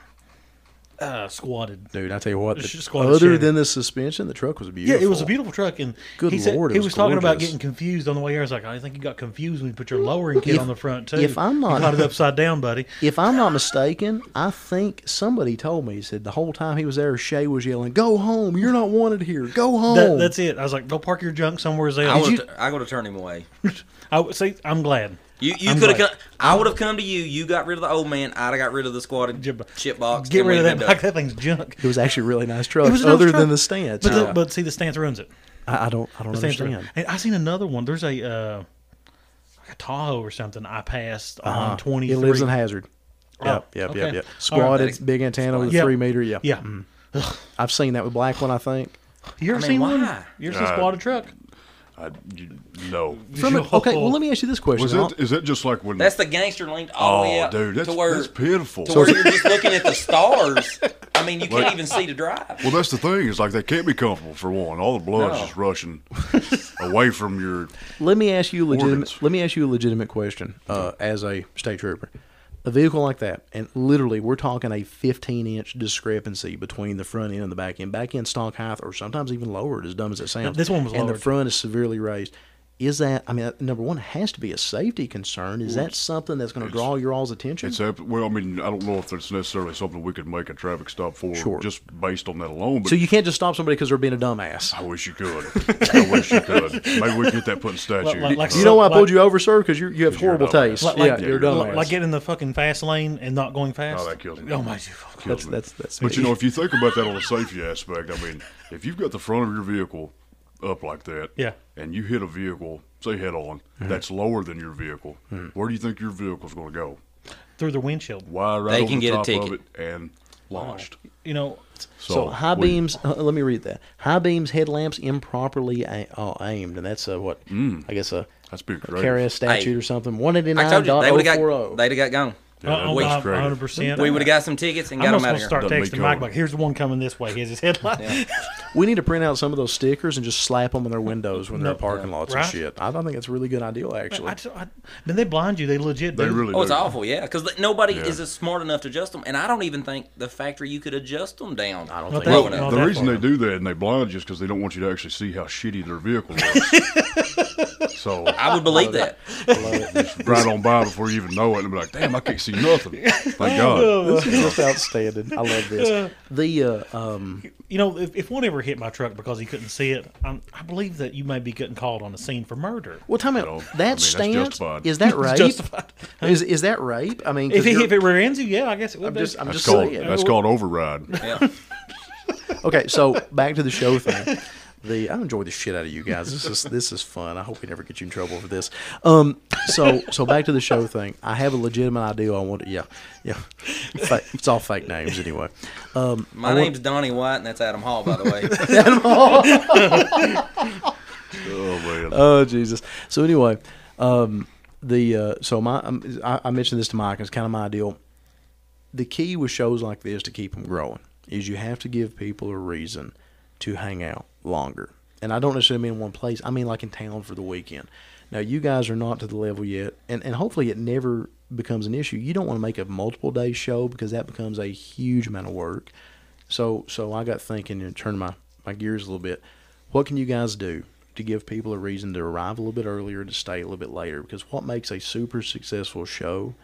[SPEAKER 2] uh, squatted.
[SPEAKER 3] Dude, I tell you what,
[SPEAKER 2] It's
[SPEAKER 3] the-
[SPEAKER 2] just quite a
[SPEAKER 3] other
[SPEAKER 2] shame.
[SPEAKER 3] than the suspension, the truck was
[SPEAKER 2] Yeah,
[SPEAKER 3] beautiful.
[SPEAKER 2] it was a beautiful truck, and
[SPEAKER 3] Good
[SPEAKER 2] he said
[SPEAKER 3] Lord, it
[SPEAKER 2] he was,
[SPEAKER 3] was
[SPEAKER 2] talking about
[SPEAKER 3] gorgeous.
[SPEAKER 2] getting confused on the way here. I was like, I think you got confused when you put your lowering kit
[SPEAKER 3] If-
[SPEAKER 2] on the front too.
[SPEAKER 3] if I'm not-
[SPEAKER 2] you got it upside down, buddy.
[SPEAKER 3] If I'm not mistaken, I think somebody told me, he said the whole time he was there, Shay was yelling, Go home. You're not wanted here. Go home.
[SPEAKER 2] That, that's it. I was like, go park your junk somewhere else.
[SPEAKER 5] I
[SPEAKER 2] I,
[SPEAKER 5] would
[SPEAKER 2] you,
[SPEAKER 5] have I would have turned him away.
[SPEAKER 2] I see. I'm glad.
[SPEAKER 5] You you
[SPEAKER 2] I'm
[SPEAKER 5] could have
[SPEAKER 2] glad.
[SPEAKER 5] come. I would have come to you. You got rid of the old man. I'd have got rid of the squatted
[SPEAKER 2] Jib-
[SPEAKER 5] chip box.
[SPEAKER 2] Get
[SPEAKER 5] and
[SPEAKER 2] rid of
[SPEAKER 5] we'd
[SPEAKER 2] that.
[SPEAKER 5] been
[SPEAKER 2] Like,
[SPEAKER 5] done.
[SPEAKER 2] that thing's junk.
[SPEAKER 3] it was actually a really nice truck,
[SPEAKER 2] It was a nice
[SPEAKER 3] other
[SPEAKER 2] truck.
[SPEAKER 3] than the stance.
[SPEAKER 2] But,
[SPEAKER 3] Uh,
[SPEAKER 2] the, but see, the stance ruins it.
[SPEAKER 3] I, I don't I don't
[SPEAKER 2] The stance ruins.
[SPEAKER 3] understand.
[SPEAKER 2] And I seen another one. There's a uh, like a Tahoe or something. I passed on twenty.
[SPEAKER 3] Uh-huh. It lives in Hazard.
[SPEAKER 2] Oh,
[SPEAKER 3] Yep, yep,
[SPEAKER 2] okay.
[SPEAKER 3] yep, yep.
[SPEAKER 2] All right.
[SPEAKER 3] Squatted,
[SPEAKER 5] That ex-
[SPEAKER 3] big antenna with a
[SPEAKER 2] Yep.
[SPEAKER 3] three meter. Yeah.
[SPEAKER 2] Yeah.
[SPEAKER 3] I've seen that with black one, I think.
[SPEAKER 2] You ever
[SPEAKER 5] I mean,
[SPEAKER 2] seen one?
[SPEAKER 5] why?
[SPEAKER 2] You ever seen
[SPEAKER 6] Uh,
[SPEAKER 2] squatted truck?
[SPEAKER 6] I, you, no.
[SPEAKER 3] From a, okay, well, let me ask you this question.
[SPEAKER 6] Was
[SPEAKER 3] I'll-
[SPEAKER 6] that, is that just like when?
[SPEAKER 5] That's the gangster linked all the way
[SPEAKER 6] oh,
[SPEAKER 5] up
[SPEAKER 6] dude, that's,
[SPEAKER 5] to where
[SPEAKER 6] that's pitiful.
[SPEAKER 5] to where you're just looking at the stars. I mean, you can't even see to drive.
[SPEAKER 6] Well, that's the thing. Is like they can't be comfortable for one. All the blood's
[SPEAKER 5] No.
[SPEAKER 6] just rushing away from your.
[SPEAKER 3] Let me ask you a legitimate.
[SPEAKER 6] Ordinance.
[SPEAKER 3] Let me ask you a legitimate question. Uh, as a state trooper, a vehicle like that, and literally, we're talking a 15-inch discrepancy between the front end and the back end. Back end stock height, or sometimes even lowered, as dumb as it sounds.
[SPEAKER 2] this one was
[SPEAKER 3] and the
[SPEAKER 2] lowered.
[SPEAKER 3] front is severely raised. Is that? I mean, that- number one it has to be a safety concern. Is that something that's going to draw your all's attention?
[SPEAKER 6] It's ep- well, I mean, I don't know if that's necessarily something we could make a traffic stop for,
[SPEAKER 3] Sure.
[SPEAKER 6] just based on that alone. But
[SPEAKER 3] so you can't just stop somebody because they're being a dumbass.
[SPEAKER 6] I wish you could. I wish you could. Maybe we could get that put in statute.
[SPEAKER 2] Like- like-
[SPEAKER 3] You know why I
[SPEAKER 2] Like-
[SPEAKER 3] pulled you over, sir? Because you you have
[SPEAKER 6] 'Cause you're a
[SPEAKER 3] horrible
[SPEAKER 6] dumbass.
[SPEAKER 3] taste.
[SPEAKER 2] Like,
[SPEAKER 3] yeah,
[SPEAKER 2] like,
[SPEAKER 3] you're a dumbass.
[SPEAKER 2] like, getting in the fucking fast lane and not going fast.
[SPEAKER 6] that kills me.
[SPEAKER 2] Oh my!
[SPEAKER 3] that's that's that's.
[SPEAKER 6] But you
[SPEAKER 3] me.
[SPEAKER 6] know, if you think about that on a safety aspect, I mean, if you've got the front of your vehicle up like that,
[SPEAKER 2] Yeah. Mm-hmm.
[SPEAKER 6] and you hit a vehicle, say head on, that's lower than your vehicle, where do you think your vehicle's going to go?
[SPEAKER 2] Through the windshield.
[SPEAKER 6] Why right
[SPEAKER 5] They
[SPEAKER 6] over
[SPEAKER 5] can
[SPEAKER 6] the
[SPEAKER 5] get a
[SPEAKER 6] top of
[SPEAKER 5] ticket.
[SPEAKER 6] it and launched.
[SPEAKER 2] You know,
[SPEAKER 6] So,
[SPEAKER 3] So, high
[SPEAKER 6] we-
[SPEAKER 3] beams. Uh, let me read that. High beams headlamps improperly a- uh, aimed, and that's uh, what I guess a
[SPEAKER 6] That's been
[SPEAKER 3] a KRS
[SPEAKER 6] creative.
[SPEAKER 3] statute
[SPEAKER 5] Hey,
[SPEAKER 3] or something. One eighty
[SPEAKER 5] I
[SPEAKER 3] nine oh
[SPEAKER 5] told you they would
[SPEAKER 2] oh
[SPEAKER 5] have got
[SPEAKER 3] They,
[SPEAKER 5] they'd have got gone.
[SPEAKER 6] Yeah,
[SPEAKER 2] we,
[SPEAKER 6] that's
[SPEAKER 2] uh,
[SPEAKER 6] creative.
[SPEAKER 2] 100%.
[SPEAKER 5] We would have got some tickets and
[SPEAKER 2] I'm
[SPEAKER 5] got
[SPEAKER 2] just
[SPEAKER 5] them out
[SPEAKER 2] gonna
[SPEAKER 5] of here.
[SPEAKER 2] start
[SPEAKER 6] Doesn't
[SPEAKER 2] texting
[SPEAKER 6] make
[SPEAKER 2] Mike
[SPEAKER 6] color.
[SPEAKER 2] like, "Here's the one coming this way." Here's his headlight.
[SPEAKER 3] we need to print out some of those stickers and just slap them on their windows when they're in parking lots
[SPEAKER 2] Right.
[SPEAKER 3] and shit. I don't think that's a really good idea, actually.
[SPEAKER 2] I, just, I, when they blind you, they legit.
[SPEAKER 6] They
[SPEAKER 2] do.
[SPEAKER 6] really
[SPEAKER 5] Oh, it's
[SPEAKER 6] do.
[SPEAKER 5] awful, yeah. Because nobody
[SPEAKER 6] Yeah.
[SPEAKER 5] is as smart enough to adjust them, and I don't even think the factory you could adjust them down. I
[SPEAKER 2] Not
[SPEAKER 3] don't think
[SPEAKER 2] that-
[SPEAKER 5] Blowing
[SPEAKER 2] not
[SPEAKER 5] up.
[SPEAKER 6] The
[SPEAKER 2] that
[SPEAKER 6] reason
[SPEAKER 2] far.
[SPEAKER 6] they do that and they blind you is because they don't want you to actually see how shitty their vehicle is. so
[SPEAKER 5] I would believe that.
[SPEAKER 6] right on by before you even know it and be like, damn, I can't see nothing. Thank God.
[SPEAKER 3] this is just outstanding. I love this. The uh, um,
[SPEAKER 2] you know, if, if one ever hit my truck because he couldn't see it, i I believe that you may be getting called on the scene for murder.
[SPEAKER 3] well, time out.
[SPEAKER 6] You know,
[SPEAKER 3] that
[SPEAKER 6] I mean, that's
[SPEAKER 3] stance
[SPEAKER 6] justified.
[SPEAKER 3] is that rape?
[SPEAKER 2] justified.
[SPEAKER 3] Is is that rape? I mean, 'cause
[SPEAKER 2] If he
[SPEAKER 3] you're-
[SPEAKER 2] if it rear ends you, yeah, I guess it would
[SPEAKER 3] I'm
[SPEAKER 2] be.
[SPEAKER 3] just I'm
[SPEAKER 6] That's
[SPEAKER 3] just
[SPEAKER 6] called,
[SPEAKER 3] saying.
[SPEAKER 6] that's called override.
[SPEAKER 5] Yeah.
[SPEAKER 3] Okay, so back to the show thing. The I enjoy the shit out of you guys. This is this is fun. I hope we never get you in trouble for this. Um, so so back to the show thing. I have a legitimate idea. I want to yeah yeah. Fa- It's all fake names anyway. Um,
[SPEAKER 5] My name's Donnie White, and that's Adam Hall, by the way.
[SPEAKER 6] Oh, man.
[SPEAKER 3] oh Jesus. So anyway, um, the uh, so my um, I, I mentioned this to Mike. It's kind of my deal. The key with shows like this to keep them growing is you have to give people a reason to hang out longer. And I don't necessarily mean in one place. I mean like in town for the weekend. Now you guys are not to the level yet, and and hopefully it never becomes an issue. You don't want to make a multiple day show because that becomes a huge amount of work. So so I got thinking and turned my my gears a little bit. What can you guys do to give people a reason to arrive a little bit earlier to stay a little bit later? Because what makes a super successful show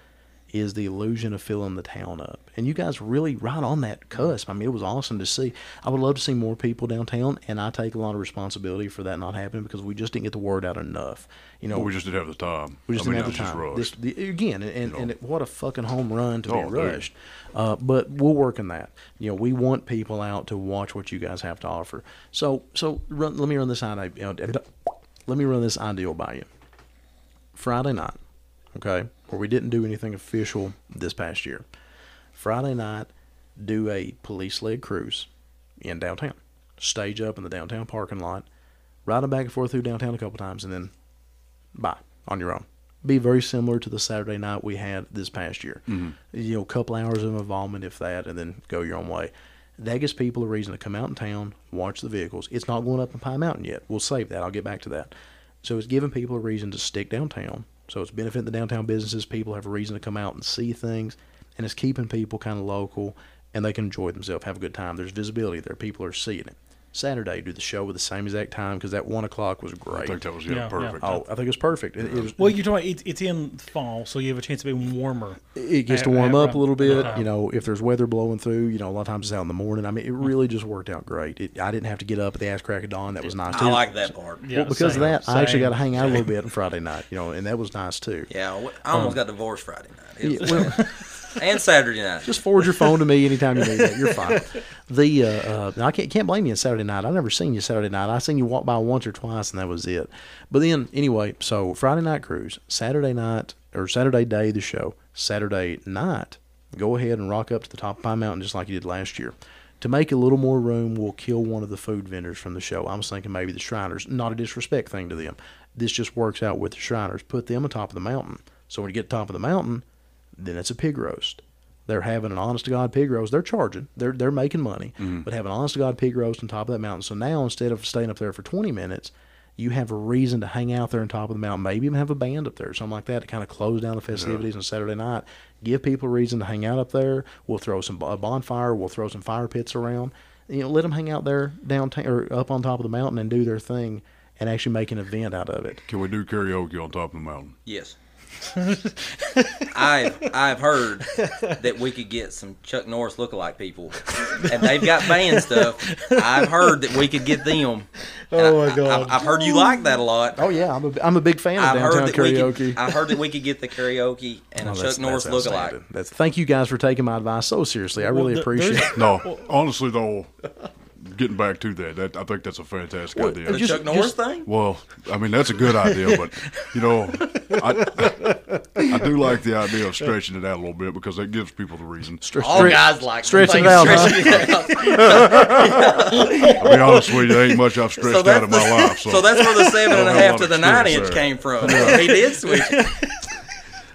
[SPEAKER 3] is the illusion of filling the town up. And you guys really right on that cusp. I mean, it was awesome to see. I would love to see more people downtown, and I take a lot of responsibility for that not happening because we just didn't get the word out enough. You know,
[SPEAKER 6] But we just didn't have the time.
[SPEAKER 3] we just
[SPEAKER 6] I mean,
[SPEAKER 3] didn't
[SPEAKER 6] it
[SPEAKER 3] have the time.
[SPEAKER 6] was
[SPEAKER 3] This,
[SPEAKER 6] Just rushed.
[SPEAKER 3] the, again, and, and, and it, what a fucking home run to
[SPEAKER 6] Oh,
[SPEAKER 3] be
[SPEAKER 6] dude.
[SPEAKER 3] rushed. Uh, but we'll work on that. You know, we want people out to watch what you guys have to offer. So, so run, let me run this idea. Let me run this ideal by you. Friday night, okay, where we didn't do anything official this past year. Friday night, do a police led cruise in downtown. Stage up in the downtown parking lot, riding back and forth through downtown a couple times, and then bye on your own. Be very similar to the Saturday night we had this past year. You know, a couple hours of involvement, if that, and then go your own way. That gives people a reason to come out in town, watch the vehicles. It's not going up in Pine Mountain yet. We'll save that. I'll get back to that. So it's giving people a reason to stick downtown. So it's benefiting the downtown businesses. People have a reason to come out and see things, and it's keeping people kind of local and they can enjoy themselves, have a good time. There's visibility there. People are seeing it. Saturday, do the show with the same exact time because that one o'clock was
[SPEAKER 6] I
[SPEAKER 3] great.
[SPEAKER 6] think that was yeah,
[SPEAKER 2] Yeah, yeah.
[SPEAKER 6] perfect.
[SPEAKER 3] oh, I think it was perfect. It, it was,
[SPEAKER 2] Well, you're talking. It's, it's in fall, so you have a chance of being warmer.
[SPEAKER 3] it gets to
[SPEAKER 2] at-
[SPEAKER 3] warm
[SPEAKER 2] at
[SPEAKER 3] up a
[SPEAKER 2] around-
[SPEAKER 3] little bit.
[SPEAKER 2] uh,
[SPEAKER 3] You know, if there's weather blowing through, you know, a lot of times it's out in the morning. I mean, it really just worked out great. It, I didn't have to get up at the ass crack of dawn. That was nice.
[SPEAKER 5] I
[SPEAKER 3] too.
[SPEAKER 5] like that part.
[SPEAKER 2] Yeah,
[SPEAKER 3] well, because
[SPEAKER 2] same,
[SPEAKER 3] of that, I actually
[SPEAKER 2] same.
[SPEAKER 3] got to hang out a little bit on Friday night, you know, and that was nice too.
[SPEAKER 5] Yeah, wh- I
[SPEAKER 2] Um,
[SPEAKER 5] almost got divorced Friday night. It was-
[SPEAKER 3] well,
[SPEAKER 5] and Saturday night.
[SPEAKER 3] just forward your phone to me anytime you need that. You're fine. The uh, uh, now I can't can't blame you on Saturday night. I never seen you Saturday night. I seen you walk by once or twice, and that was it. But then anyway, so Friday night cruise, Saturday night or Saturday day the show, Saturday night. Go ahead and rock up to the top of Pine Mountain just like you did last year. To make a little more room, we'll kill one of the food vendors from the show. I was thinking maybe the Shriners. Not a disrespect thing to them. This just works out with the Shriners. Put them on top of the mountain. So when you get to top of the mountain, then it's a pig roast. They're having an honest to God pig roast. They're charging. They're they're making money, but have an honest to God pig roast on top of that mountain. So now instead of staying up there for twenty minutes, you have a reason to hang out there on top of the mountain. Maybe even have a band up there, or something like that, to kind of close down the festivities on Saturday night. Give people a reason to hang out up there. We'll throw some a bonfire. We'll throw some fire pits around. You know, let them hang out there downtown or up on top of the mountain and do their thing, and actually make an event out of it.
[SPEAKER 6] Can we do karaoke on top of the mountain?
[SPEAKER 5] Yes. I've I've heard that we could get some Chuck Norris lookalike people, and they've got band stuff. I've heard that we could get them.
[SPEAKER 2] Oh, my
[SPEAKER 5] I- I-
[SPEAKER 2] God.
[SPEAKER 5] I've, I've heard you like that a lot.
[SPEAKER 3] Oh yeah, I'm a I'm a big fan of
[SPEAKER 5] I've heard
[SPEAKER 3] downtown
[SPEAKER 5] that
[SPEAKER 3] karaoke.
[SPEAKER 5] we could. I heard that we could get the karaoke and a
[SPEAKER 3] Oh,
[SPEAKER 5] Chuck Norris lookalike.
[SPEAKER 3] outstanding. That's thank you guys for taking my advice so seriously. I really
[SPEAKER 2] there-
[SPEAKER 3] appreciate it.
[SPEAKER 2] there's-
[SPEAKER 6] No, honestly though, getting back to that, that I think that's a fantastic idea.
[SPEAKER 5] The
[SPEAKER 3] Just-
[SPEAKER 5] Chuck Norris
[SPEAKER 3] just-
[SPEAKER 5] thing.
[SPEAKER 6] Well, I mean that's a good idea, but you know, I, I do like the idea of stretching it out a little bit because that gives people the reason.
[SPEAKER 5] All guys like
[SPEAKER 3] stretch
[SPEAKER 5] things
[SPEAKER 3] it out, huh?
[SPEAKER 5] stretched out.
[SPEAKER 6] I'll be honest with you, there ain't much I've stretched
[SPEAKER 5] So
[SPEAKER 6] out
[SPEAKER 5] that's,
[SPEAKER 6] in my
[SPEAKER 5] the,
[SPEAKER 6] life.
[SPEAKER 5] so.
[SPEAKER 6] So,
[SPEAKER 5] that's where the seven and a
[SPEAKER 6] don't have a
[SPEAKER 5] half
[SPEAKER 6] lot
[SPEAKER 5] to
[SPEAKER 6] of
[SPEAKER 5] the nine inch
[SPEAKER 6] experience there.
[SPEAKER 5] came from. He did switch. it.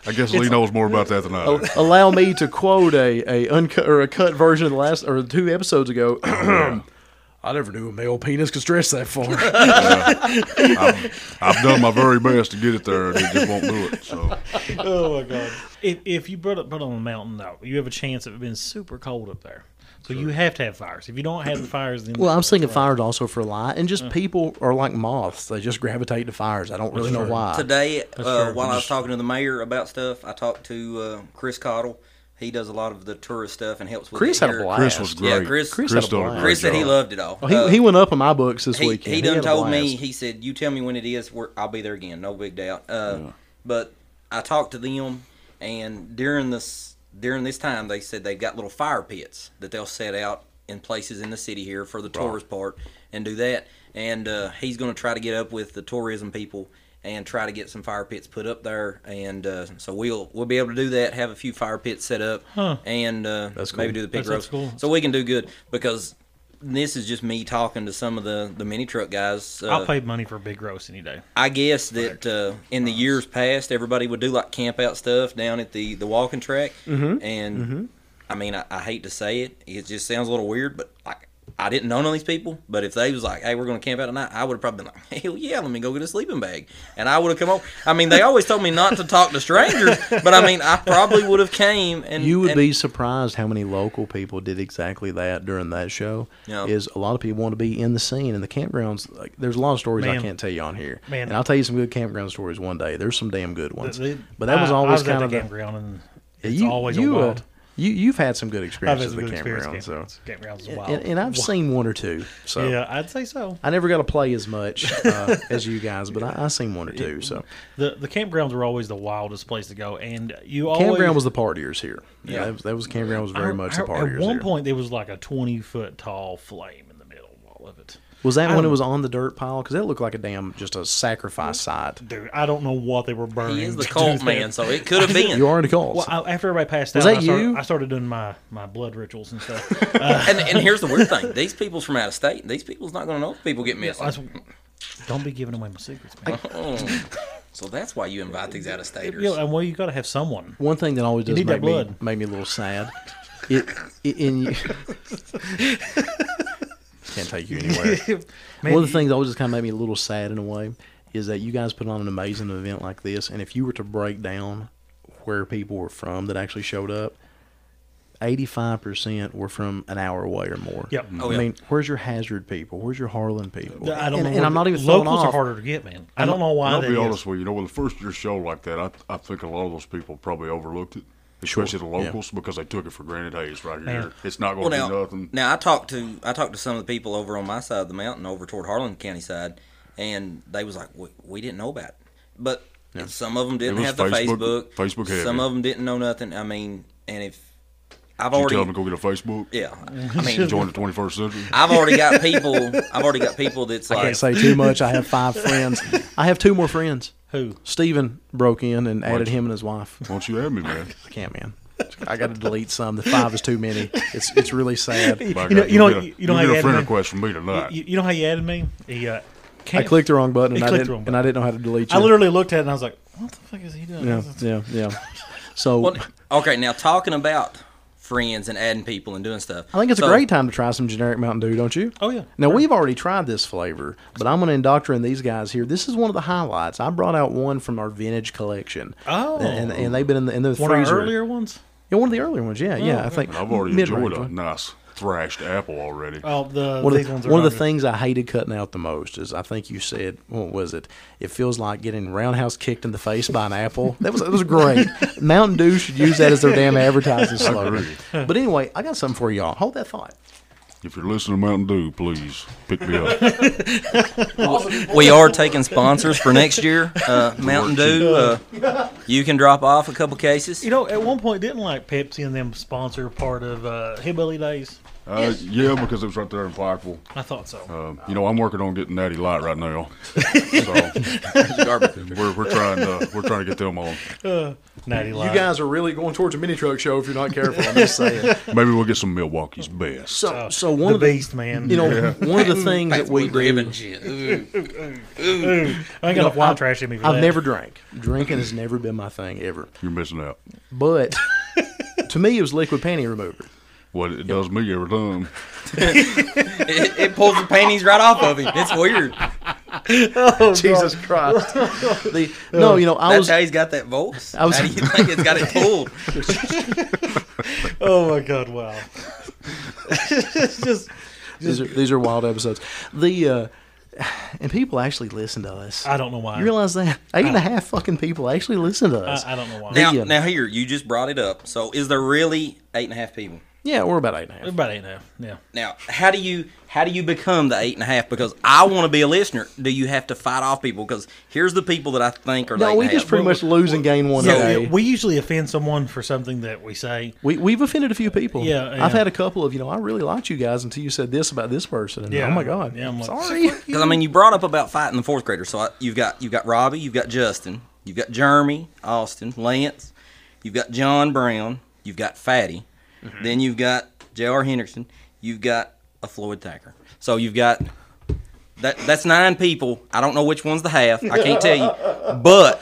[SPEAKER 6] I guess Lee knows more about that than I
[SPEAKER 5] Oh.
[SPEAKER 6] do.
[SPEAKER 3] Allow me to quote a, a uncut or a cut version of the last or two episodes ago. I never knew a male penis could stretch that far.
[SPEAKER 6] I've, I've done my very best to get it there, and it just won't do it. So
[SPEAKER 2] oh my god! If if you put up put on a mountain though, you have a chance of it being super cold up there. So you have to have fires. If you don't have the fires, then
[SPEAKER 3] well, I'm thinking fires also for light, and just people are like moths; they just gravitate to fires. I don't really know why.
[SPEAKER 5] Today, uh,
[SPEAKER 2] true.
[SPEAKER 5] while I was talking to the mayor about stuff, I talked to uh, Chris Cottle. He does a lot of the tourist stuff and helps with
[SPEAKER 3] Chris
[SPEAKER 5] it
[SPEAKER 3] had a
[SPEAKER 5] here.
[SPEAKER 3] blast.
[SPEAKER 6] Chris was great.
[SPEAKER 5] Yeah, Chris- Chris
[SPEAKER 3] had a
[SPEAKER 6] done a
[SPEAKER 3] blast.
[SPEAKER 6] great
[SPEAKER 5] Chris said he
[SPEAKER 6] job.
[SPEAKER 5] loved it all.
[SPEAKER 3] he,
[SPEAKER 5] Uh,
[SPEAKER 3] he went up in my books this
[SPEAKER 5] he,
[SPEAKER 3] weekend.
[SPEAKER 5] he done
[SPEAKER 3] had a
[SPEAKER 5] told me.
[SPEAKER 3] blast.
[SPEAKER 5] He said, "You tell me when it is. We're, I'll be there again. No big doubt." Uh, But I talked to them, and during this during this time, they said they've got little fire pits that they'll set out in places in the city here for the tourist part and do that. And uh, he's going to try to get up with the tourism people and try to get some fire pits put up there. And uh, so we'll we'll be able to do that. Have a few fire pits set up, and uh,
[SPEAKER 3] That's
[SPEAKER 5] maybe
[SPEAKER 3] cool.
[SPEAKER 5] do the pig
[SPEAKER 2] That's-
[SPEAKER 5] roast.
[SPEAKER 2] that's cool.
[SPEAKER 5] So we can do good because this is just me talking to some of the the mini truck guys. Uh,
[SPEAKER 2] I'll pay money for a big roast any day.
[SPEAKER 5] I guess that uh, in the years past, everybody would do like camp out stuff down at the the walking track,
[SPEAKER 3] Mm-hmm.
[SPEAKER 5] and I mean, I, I hate to say it, it just sounds a little weird, but like. I didn't know none of these people, but if they was like, "Hey, we're going to camp out tonight," I would have probably been like, "Hell yeah, let me go get a sleeping bag," and I would have come over. I mean, they always told me not to talk to strangers, but I mean, I probably would have came and
[SPEAKER 3] You would
[SPEAKER 5] and-
[SPEAKER 3] be surprised how many local people did exactly that during that show.
[SPEAKER 5] Yeah.
[SPEAKER 3] Is a lot of people want to be in the scene and the campgrounds. Like, there's a lot of stories I
[SPEAKER 2] Man.
[SPEAKER 3] can't tell you on here,
[SPEAKER 2] Man.
[SPEAKER 3] and I'll tell you some good campground stories one day. There's some damn good ones,
[SPEAKER 2] They-
[SPEAKER 3] but that was
[SPEAKER 2] I- I
[SPEAKER 3] always
[SPEAKER 2] at
[SPEAKER 3] kind of
[SPEAKER 2] the
[SPEAKER 3] the-
[SPEAKER 2] campground, and
[SPEAKER 3] Yeah,
[SPEAKER 2] it's always a
[SPEAKER 3] you, uh,
[SPEAKER 2] wild.
[SPEAKER 3] you you've had some good
[SPEAKER 2] I've
[SPEAKER 3] experiences
[SPEAKER 2] had some
[SPEAKER 3] at the
[SPEAKER 2] good experience.
[SPEAKER 3] campground, so
[SPEAKER 2] Campgrounds, campgrounds is wild.
[SPEAKER 3] and, and I've seen one or two. So
[SPEAKER 2] yeah, I'd say so.
[SPEAKER 3] I never got to play as much uh, as you guys, but I, I seen one or two. So
[SPEAKER 2] The the campgrounds were always the wildest place to go, and you always
[SPEAKER 3] campground was the partiers here. Yeah,
[SPEAKER 5] Yeah.
[SPEAKER 3] that, was- that was campground was very
[SPEAKER 2] I-
[SPEAKER 3] much
[SPEAKER 2] I-
[SPEAKER 3] the partiers.
[SPEAKER 2] At one
[SPEAKER 3] here.
[SPEAKER 2] point, there was like a twenty foot tall flame in the middle of all of it.
[SPEAKER 3] Was that when it
[SPEAKER 2] don't-
[SPEAKER 3] was on the dirt pile? Because that looked like a damn just a sacrifice site.
[SPEAKER 2] Dude, I don't know what they were burning.
[SPEAKER 5] He is the
[SPEAKER 2] to do
[SPEAKER 5] cult
[SPEAKER 2] that.
[SPEAKER 5] man, so it could have been.
[SPEAKER 3] You are in a cult.
[SPEAKER 2] Well, I, after everybody passed
[SPEAKER 3] Was
[SPEAKER 2] out,
[SPEAKER 3] that
[SPEAKER 2] I, started,
[SPEAKER 3] you?
[SPEAKER 2] I started doing my, my blood rituals and stuff.
[SPEAKER 5] and, and here's the weird thing: these people's from out of state. These people's not going to know if people get missing.
[SPEAKER 2] That's- don't be giving away my secrets, man.
[SPEAKER 5] so that's why you invite these out of staters.
[SPEAKER 2] Yeah, and well, you got to have someone.
[SPEAKER 3] One thing that always does
[SPEAKER 2] need
[SPEAKER 3] make
[SPEAKER 2] that
[SPEAKER 3] me,
[SPEAKER 2] blood.
[SPEAKER 3] make me a little sad. It, it in you. Can't take you anywhere.
[SPEAKER 2] Man,
[SPEAKER 3] One of
[SPEAKER 2] you-
[SPEAKER 3] the things that always just kind of made me a little sad in a way is that you guys put on an amazing event like this, and if you were to break down where people were from that actually showed up, 85 percent were from an hour away or more.
[SPEAKER 2] Yep.
[SPEAKER 5] Oh,
[SPEAKER 3] I
[SPEAKER 5] yeah.
[SPEAKER 3] mean, where's your Hazard people? Where's your Harlan people?
[SPEAKER 2] I don't
[SPEAKER 8] and-
[SPEAKER 2] know.
[SPEAKER 8] and
[SPEAKER 2] where
[SPEAKER 8] I'm not
[SPEAKER 2] the-
[SPEAKER 8] even throwing
[SPEAKER 2] locals are
[SPEAKER 8] off.
[SPEAKER 2] harder to get, man. I don't know why.
[SPEAKER 6] I'll
[SPEAKER 2] that
[SPEAKER 6] be
[SPEAKER 2] is.
[SPEAKER 6] honest with you. You know, with the first year show like that, I, I think a lot of those people probably overlooked it, especially the
[SPEAKER 3] Yeah.
[SPEAKER 6] locals, because they took it for granted. Hey, it's right
[SPEAKER 2] Man.
[SPEAKER 6] here. It's not
[SPEAKER 5] Well,
[SPEAKER 6] going to
[SPEAKER 5] now,
[SPEAKER 6] be nothing.
[SPEAKER 5] now I talked to I talked to some of the people over on my side of the mountain, over toward Harlan County side, and they was like, "We, we didn't know about it," but some of them didn't
[SPEAKER 6] was
[SPEAKER 5] have the
[SPEAKER 6] Facebook-
[SPEAKER 5] Facebook.
[SPEAKER 6] Facebook heavy.
[SPEAKER 5] Some of them didn't know nothing. I mean, and if I've
[SPEAKER 6] Did you
[SPEAKER 5] already,
[SPEAKER 6] tell them to go get a Facebook?
[SPEAKER 5] yeah, I mean,
[SPEAKER 6] Join the 21st century.
[SPEAKER 5] I've already got people. I've already got people that's
[SPEAKER 3] I
[SPEAKER 5] like,
[SPEAKER 3] can't say too much. I have five friends. I have two more friends.
[SPEAKER 2] Who?
[SPEAKER 3] Stephen broke in and added him and his wife.
[SPEAKER 6] Why don't you add me, man?
[SPEAKER 3] I can't, man. I got to delete some. The five is too many. It's it's really sad.
[SPEAKER 6] By
[SPEAKER 2] You know-
[SPEAKER 6] God,
[SPEAKER 2] you know-
[SPEAKER 6] you'll get a,
[SPEAKER 2] you know how
[SPEAKER 6] you'll
[SPEAKER 2] you
[SPEAKER 6] get a
[SPEAKER 2] add
[SPEAKER 6] friend
[SPEAKER 2] me?
[SPEAKER 6] request from me tonight.
[SPEAKER 2] You, you know how you added me? He, uh,
[SPEAKER 3] I
[SPEAKER 2] can't-
[SPEAKER 3] clicked the wrong button
[SPEAKER 2] He
[SPEAKER 3] and I
[SPEAKER 2] clicked the
[SPEAKER 3] didn't
[SPEAKER 2] wrong
[SPEAKER 3] and I didn't know how to delete you.
[SPEAKER 2] I literally looked at it and I was like, "What the fuck is he doing?"
[SPEAKER 3] yeah yeah yeah. So
[SPEAKER 5] Well, okay, now talking about friends and adding people and doing stuff.
[SPEAKER 3] I think it's
[SPEAKER 5] So,
[SPEAKER 3] a great time to try some generic Mountain Dew, don't you?
[SPEAKER 2] Oh, yeah.
[SPEAKER 3] Now we've already tried this flavor, but I'm going to indoctrinate these guys here. This is one of the highlights. I brought out one from our vintage collection.
[SPEAKER 2] Oh.
[SPEAKER 3] and, and they've been in the in the
[SPEAKER 2] One of
[SPEAKER 3] freezer.
[SPEAKER 2] our earlier Oh. ones.
[SPEAKER 3] yeah, one of the earlier ones. Yeah, yeah. I think
[SPEAKER 6] I've already
[SPEAKER 3] mid-range
[SPEAKER 6] enjoyed a
[SPEAKER 3] one.
[SPEAKER 6] nice thrashed apple already.
[SPEAKER 2] Oh, the
[SPEAKER 3] One of,
[SPEAKER 2] these
[SPEAKER 3] the,
[SPEAKER 2] ones are
[SPEAKER 3] one of the
[SPEAKER 2] harder.
[SPEAKER 3] things I hated cutting out the most is I think you said what was it? It feels like getting roundhouse kicked in the face by an apple. That was that was great. Mountain Dew should use that as their damn advertising slogan. But anyway, I got something for y'all. Hold that thought.
[SPEAKER 6] If you're listening to Mountain Dew, please pick me up. Uh,
[SPEAKER 5] We are taking sponsors for next year. Uh, Mountain Dew. Uh, you can drop off a couple cases.
[SPEAKER 2] You know, at one point, didn't like Pepsi and them sponsor part of uh, Hillbilly Days.
[SPEAKER 6] uh, yeah, because it was right there in Pikeville.
[SPEAKER 2] I thought so.
[SPEAKER 3] Uh,
[SPEAKER 6] Um, you know, I'm working on getting Natty Light right now, so we're, we're trying to we're trying to get them on.
[SPEAKER 2] Natty Light.
[SPEAKER 3] You guys are really going towards a mini truck show if you're not careful. I'm just saying.
[SPEAKER 6] Maybe we'll get some Milwaukee's best.
[SPEAKER 3] So, so one
[SPEAKER 2] Oh. the
[SPEAKER 3] of the
[SPEAKER 2] beast, man.
[SPEAKER 3] you know one of the things that we do.
[SPEAKER 2] I ain't got enough wine
[SPEAKER 3] I've-
[SPEAKER 2] trash in me for
[SPEAKER 3] I've
[SPEAKER 2] that.
[SPEAKER 3] never drank. Drinking has never been my thing ever.
[SPEAKER 6] You're missing out.
[SPEAKER 3] But to me, it was liquid panty remover.
[SPEAKER 6] What it does me every time.
[SPEAKER 5] It, it pulls the panties right off of him. It's weird.
[SPEAKER 3] Jesus Christ! The, no, you know I
[SPEAKER 5] That's
[SPEAKER 3] was.
[SPEAKER 5] how he's got that voice.
[SPEAKER 3] I was-
[SPEAKER 5] how do you think it's got it pulled?
[SPEAKER 2] Oh my god! Wow. it's just,
[SPEAKER 3] These are, these are wild episodes. The uh, and people actually listen to us.
[SPEAKER 2] I don't know why.
[SPEAKER 3] You realize that eight and a half fucking people actually listen to us.
[SPEAKER 2] I, I don't know why.
[SPEAKER 5] Now,
[SPEAKER 3] Yeah.
[SPEAKER 5] now here, you just brought it up. So, is there really eight and a half people?
[SPEAKER 3] yeah, we're about eight and a half.
[SPEAKER 2] Everybody ain't know. Yeah.
[SPEAKER 5] Now, how do you how do you become the eight and a half? Because I want to be a listener. Do you have to fight off people? Because here's the people that I think are. the eight
[SPEAKER 3] No,
[SPEAKER 5] and
[SPEAKER 3] we
[SPEAKER 5] a half.
[SPEAKER 3] just pretty much lose and gain one
[SPEAKER 2] So
[SPEAKER 3] a day.
[SPEAKER 2] we usually offend someone for something that we say.
[SPEAKER 3] We, we've offended a few people.
[SPEAKER 2] Yeah, yeah.
[SPEAKER 3] I've had a couple of, you know, I really liked you guys until you said this about this person. And,
[SPEAKER 2] Yeah.
[SPEAKER 3] Oh, my God.
[SPEAKER 2] Yeah, I'm like,
[SPEAKER 3] sorry.
[SPEAKER 5] Because I mean, you brought up about fighting the fourth graders. So I, you've got you've got Robbie, you've got Justin, you've got Jeremy, Austin, Lance, you've got John Brown, you've got Fatty, then you've got J.R. Hendrickson, you've got a Floyd Thacker. So you've got that that's nine people. I don't know which one's the half. I can't tell you. But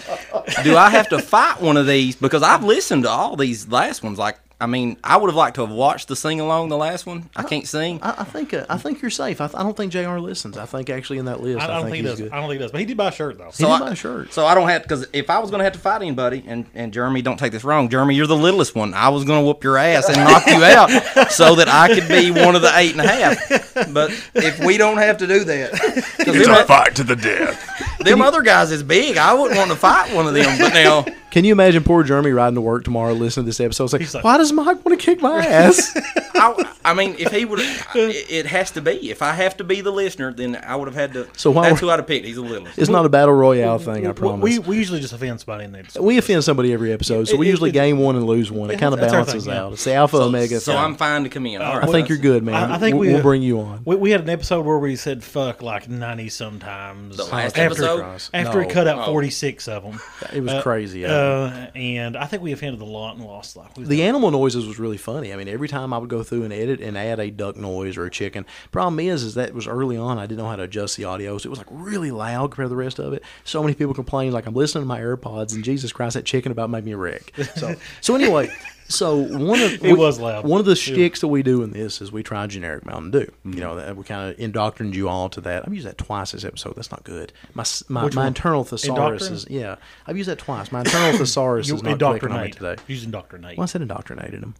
[SPEAKER 5] do I have to fight one of these? Because I've listened to all these last ones. Like I mean, I would have liked to have watched the sing along the last one. I can't sing.
[SPEAKER 3] I, I think uh, I think you're safe. I, th- I don't think JR listens. I think actually in that list,
[SPEAKER 2] I,
[SPEAKER 3] I,
[SPEAKER 2] I don't
[SPEAKER 3] think,
[SPEAKER 2] think he
[SPEAKER 3] he's
[SPEAKER 2] does.
[SPEAKER 3] good.
[SPEAKER 2] I don't think he does. But he did buy a shirt though.
[SPEAKER 3] He
[SPEAKER 5] So
[SPEAKER 3] did
[SPEAKER 5] I,
[SPEAKER 3] buy a shirt.
[SPEAKER 5] So I don't have because if I was gonna have to fight anybody, and and Jeremy, don't take this wrong, Jeremy, you're the littlest one. I was gonna whoop your ass and knock you out so that I could be one of the eight and a half. But if we don't have to do that, 'cause
[SPEAKER 6] It's
[SPEAKER 5] them,
[SPEAKER 6] a fight to the death.
[SPEAKER 5] them other guys is big. I wouldn't want to fight one of them. But now,
[SPEAKER 3] Can you imagine poor Jeremy riding to work tomorrow listening to this episode? It's like,
[SPEAKER 2] He's like-
[SPEAKER 3] why does Mike want to kick my ass?
[SPEAKER 5] I, I mean, if he would, it it has to be. If I have to be the listener, then I would have had to.
[SPEAKER 3] So why
[SPEAKER 5] that's
[SPEAKER 3] were-
[SPEAKER 5] who I'd have picked. He's the littlest.
[SPEAKER 3] it's not a battle royale thing, I
[SPEAKER 2] We-
[SPEAKER 3] promise.
[SPEAKER 2] We,
[SPEAKER 3] We,
[SPEAKER 2] we usually just offend somebody in the
[SPEAKER 3] offend somebody every episode, so we
[SPEAKER 2] It- it-
[SPEAKER 3] usually
[SPEAKER 2] it-
[SPEAKER 3] gain one and lose one. It kind of
[SPEAKER 2] that's our thing,
[SPEAKER 3] balances
[SPEAKER 2] yeah.
[SPEAKER 3] out. It's the alpha omega
[SPEAKER 5] So
[SPEAKER 3] thing.
[SPEAKER 5] I'm fine to come in. All right,
[SPEAKER 3] I think you're good, man.
[SPEAKER 2] I, I think
[SPEAKER 3] we'll,
[SPEAKER 2] we,
[SPEAKER 3] will bring you on.
[SPEAKER 2] We, we had an episode where we said fuck like ninety sometimes. The
[SPEAKER 5] last
[SPEAKER 2] after,
[SPEAKER 5] episode?
[SPEAKER 2] After
[SPEAKER 3] No.
[SPEAKER 2] we cut out
[SPEAKER 6] Oh.
[SPEAKER 2] forty six of them,
[SPEAKER 3] It was crazy. I
[SPEAKER 2] uh, and I think we offended a lot and lost like we-
[SPEAKER 3] The animal noises was really funny. I mean, every time I would go through and edit and add a duck noise or a chicken. Problem is, is that was early on. I didn't know how to adjust the audio, so it was like really loud compared to the rest of it. So many people complained, like I'm listening to my AirPods, and Jesus Christ, that chicken about made me wreck. So, so anyway, so one of it
[SPEAKER 2] was loud.
[SPEAKER 3] One of the shticks that we do in this is we try generic Mountain Dew.
[SPEAKER 2] Mm-hmm.
[SPEAKER 3] You know, that we kind of indoctrinate you all to that. I've used that twice this episode. That's not good. My s- my,
[SPEAKER 2] Which
[SPEAKER 3] my
[SPEAKER 2] one?
[SPEAKER 3] internal thesaurus
[SPEAKER 2] Indoctrin?
[SPEAKER 3] is yeah. I've used that twice. My internal thesaurus
[SPEAKER 2] you
[SPEAKER 3] is not clicking on me
[SPEAKER 2] indoctrinate
[SPEAKER 3] today.
[SPEAKER 2] You just indoctrinate.
[SPEAKER 3] Well, I said indoctrinated him.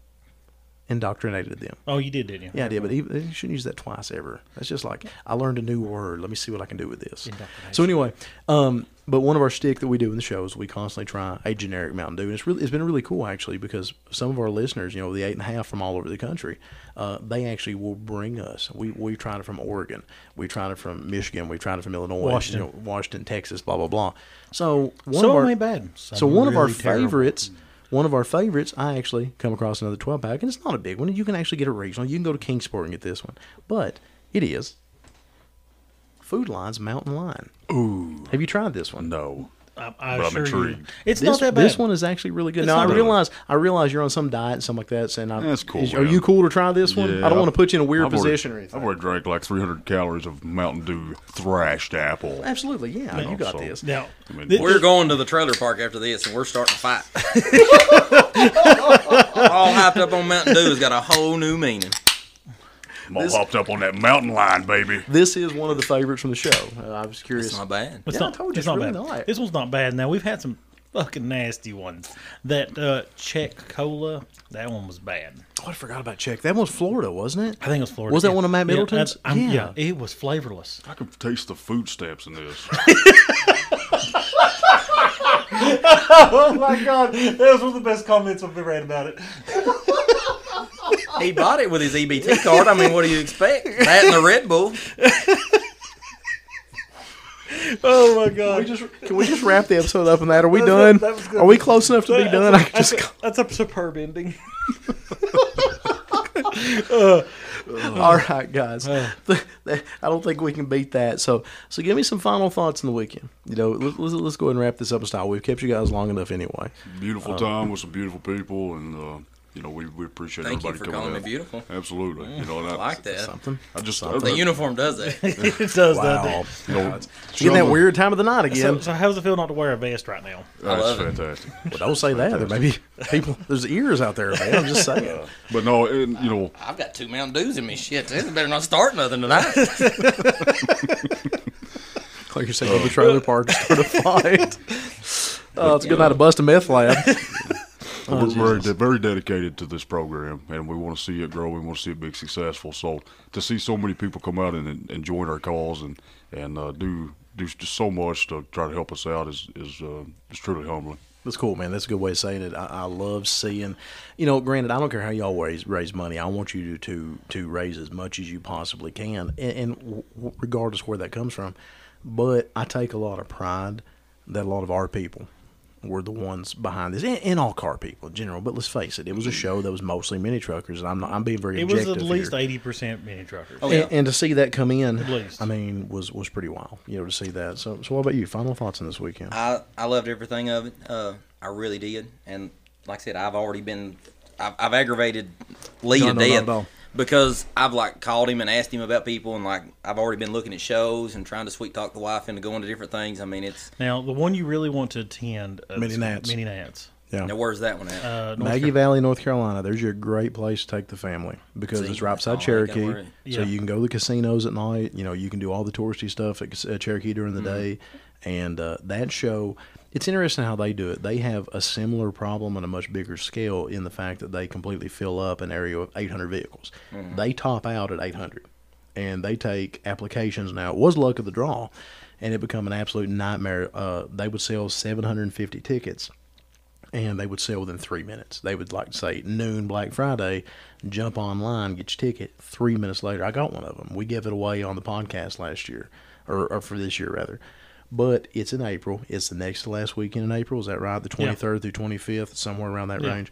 [SPEAKER 3] indoctrinated them.
[SPEAKER 2] Oh, you did, didn't you?
[SPEAKER 3] Yeah, I did, but even, you shouldn't use that twice ever. That's just like I learned a new word. Let me see what I can do with this. So anyway, um, but one of our stick that we do in the show is we constantly try a generic Mountain Dew, and it's really it's been really cool actually because some of our listeners, you know, the eight and a half from all over the country, uh, they actually will bring us. We we tried it from Oregon, we tried it from Michigan, we tried it from Illinois,
[SPEAKER 2] Washington.
[SPEAKER 3] you know, Washington, Texas, blah blah blah. So one
[SPEAKER 2] Some
[SPEAKER 3] of
[SPEAKER 2] of
[SPEAKER 3] our
[SPEAKER 2] them ain't bad.
[SPEAKER 3] so
[SPEAKER 2] Some
[SPEAKER 3] one of our
[SPEAKER 2] really terrible.
[SPEAKER 3] favorites, one of our favorites, I actually come across another twelve pack, and it's not a big one. You can actually get a regional. You can go to Kingsport and get this one, but it is Food Line's Mountain Lion. Ooh, have you tried this one?
[SPEAKER 6] No.
[SPEAKER 2] I, I
[SPEAKER 6] But I'm
[SPEAKER 2] assure you,
[SPEAKER 6] intrigued.
[SPEAKER 2] it's
[SPEAKER 3] this,
[SPEAKER 2] not that bad.
[SPEAKER 3] This one is actually really good.
[SPEAKER 2] It's
[SPEAKER 3] now I
[SPEAKER 2] not bad.
[SPEAKER 3] realize, I realize you're on some diet and something like that. Saying, I'm,
[SPEAKER 6] That's cool,
[SPEAKER 3] is- are
[SPEAKER 6] man.
[SPEAKER 3] you cool to try this one? I don't want to put you in a weird
[SPEAKER 6] I've already-
[SPEAKER 3] position or anything.
[SPEAKER 6] I've already drank like 300 calories of Mountain Dew thrashed apple.
[SPEAKER 3] Absolutely, yeah, you got
[SPEAKER 6] so-
[SPEAKER 3] this.
[SPEAKER 2] now.
[SPEAKER 6] I mean,
[SPEAKER 2] thi-
[SPEAKER 5] We're going to the trailer park after this, and we're starting to fight. All hyped up on Mountain Dew has got a whole new meaning.
[SPEAKER 6] I'm all hopped up on that mountain line, baby.
[SPEAKER 3] This is one of the favorites from the show. Uh, I was curious.
[SPEAKER 5] It's not bad.
[SPEAKER 2] It's
[SPEAKER 3] Yeah, I
[SPEAKER 2] not,
[SPEAKER 3] told
[SPEAKER 2] it's
[SPEAKER 3] you, it's
[SPEAKER 2] not
[SPEAKER 3] really
[SPEAKER 2] bad.
[SPEAKER 3] not.
[SPEAKER 2] This one's not bad. Now we've had some fucking nasty ones. That uh, Czech cola, that one was bad.
[SPEAKER 3] Oh, I forgot about check. That was Florida, wasn't it?
[SPEAKER 2] I think it was Florida.
[SPEAKER 3] Was that
[SPEAKER 2] Yeah.
[SPEAKER 3] one of Matt
[SPEAKER 2] Yeah,
[SPEAKER 3] Middleton's?
[SPEAKER 2] that's- I'm- yeah. it was flavorless.
[SPEAKER 6] I can taste the food steps in this.
[SPEAKER 2] Oh my god, that was one of the best comments I've ever read about it.
[SPEAKER 5] He bought it with his EBT card. I mean, what do you expect? That and the Red Bull.
[SPEAKER 2] Oh my
[SPEAKER 3] Can
[SPEAKER 2] god,
[SPEAKER 3] we just can we just wrap the episode up on that? Are we
[SPEAKER 2] That was-
[SPEAKER 3] done?
[SPEAKER 2] that was good.
[SPEAKER 3] Are we close enough to be
[SPEAKER 2] That-
[SPEAKER 3] done? I can
[SPEAKER 2] that's,
[SPEAKER 3] just
[SPEAKER 2] that's a superb ending.
[SPEAKER 3] all right, guys. I don't think we can beat that. So so give me some final thoughts on the weekend. You know, let's, let's, let's go ahead and wrap this up in style. We've kept you guys long enough anyway.
[SPEAKER 6] Beautiful
[SPEAKER 5] Uh,
[SPEAKER 6] time with some beautiful people, and uh, you know we, we appreciate
[SPEAKER 5] Thank you for
[SPEAKER 6] everybody coming
[SPEAKER 5] calling me
[SPEAKER 6] out.
[SPEAKER 5] beautiful.
[SPEAKER 6] Absolutely, you know and
[SPEAKER 5] I like that.
[SPEAKER 3] Something.
[SPEAKER 6] I just
[SPEAKER 5] The uniform does that.
[SPEAKER 2] it does
[SPEAKER 3] Wow.
[SPEAKER 2] that.
[SPEAKER 6] you know,
[SPEAKER 3] Getting that weird time of the night
[SPEAKER 2] So,
[SPEAKER 3] again.
[SPEAKER 2] so how's it feel not to wear a vest right now?
[SPEAKER 6] That's
[SPEAKER 5] love it.
[SPEAKER 6] fantastic.
[SPEAKER 3] well, don't say that. There may be people. There's ears out there, man. I'm just saying.
[SPEAKER 6] But no, and you know,
[SPEAKER 5] I've got two Mountain Dews in me. Shit, this better not start nothing tonight.
[SPEAKER 3] Like you're saying, go to the trailer park, start a fight. Oh, it's a good night of busting meth lab.
[SPEAKER 6] we're very, de- very dedicated to this program, and we want to see it grow. We want to see it be successful. So to see so many people come out and, and join our cause and and uh, do do just so much to try to help us out is is, uh, is truly humbling.
[SPEAKER 3] That's cool, man. That's a good way of saying it. I, I love seeing, you know. Granted, I don't care how y'all raise raise money. I want you to to, to raise as much as you possibly can, and, and w- w- regardless where that comes from. But I take a lot of pride that a lot of our people were the ones behind this, and, and all car people in general. But let's face it, it was a show that was mostly mini truckers, and I'm not, I'm being very
[SPEAKER 2] It was
[SPEAKER 3] objective
[SPEAKER 2] at least
[SPEAKER 3] here.
[SPEAKER 2] eighty percent mini truckers.
[SPEAKER 5] Oh, yeah.
[SPEAKER 3] and, and to see that come in,
[SPEAKER 2] At least.
[SPEAKER 3] I mean, was was pretty wild. You know, to see that. So, so what about you? Final thoughts on this weekend?
[SPEAKER 5] I, I loved everything of it. Uh, I really did. And like I said, I've already been, I've, I've aggravated Lee
[SPEAKER 3] No,
[SPEAKER 5] to
[SPEAKER 3] no, not
[SPEAKER 5] death
[SPEAKER 3] at all.
[SPEAKER 5] because I've like called him and asked him about people, and like I've already been looking at shows and trying to sweet talk the wife into going to different things. I mean, it's
[SPEAKER 2] Now the one you really want to attend, uh,
[SPEAKER 3] Mini Nats.
[SPEAKER 2] Mini Nats.
[SPEAKER 3] Yeah.
[SPEAKER 5] now where's that one at?
[SPEAKER 2] Uh, North
[SPEAKER 3] Maggie Valley, North Carolina. There's your great place to take the family because
[SPEAKER 5] See,
[SPEAKER 3] it's right
[SPEAKER 5] that's all I
[SPEAKER 3] beside
[SPEAKER 5] gotta
[SPEAKER 3] Cherokee.
[SPEAKER 5] worry.
[SPEAKER 2] Yeah.
[SPEAKER 3] So you can go to the casinos at night. You know, you can do all the touristy stuff at uh, Cherokee during the
[SPEAKER 5] Mm-hmm.
[SPEAKER 3] day. And uh, that show, it's interesting how they do it. They have a similar problem on a much bigger scale in the fact that they completely fill up an area of 800 vehicles.
[SPEAKER 5] Mm-hmm.
[SPEAKER 3] They top out at 800 and they take applications now. It was luck of the draw and it become an absolute nightmare. Uh, they would sell 750 tickets and they would sell within three minutes. They would like say noon Black Friday, jump online, get your ticket. Three minutes later, I got one of them. We gave it away on the podcast last year, or, or for this year rather. But it's in April. It's the next to last weekend in April. Is that right? The
[SPEAKER 2] Yeah.
[SPEAKER 3] twenty third through twenty fifth, somewhere around that
[SPEAKER 2] Yeah.
[SPEAKER 3] range.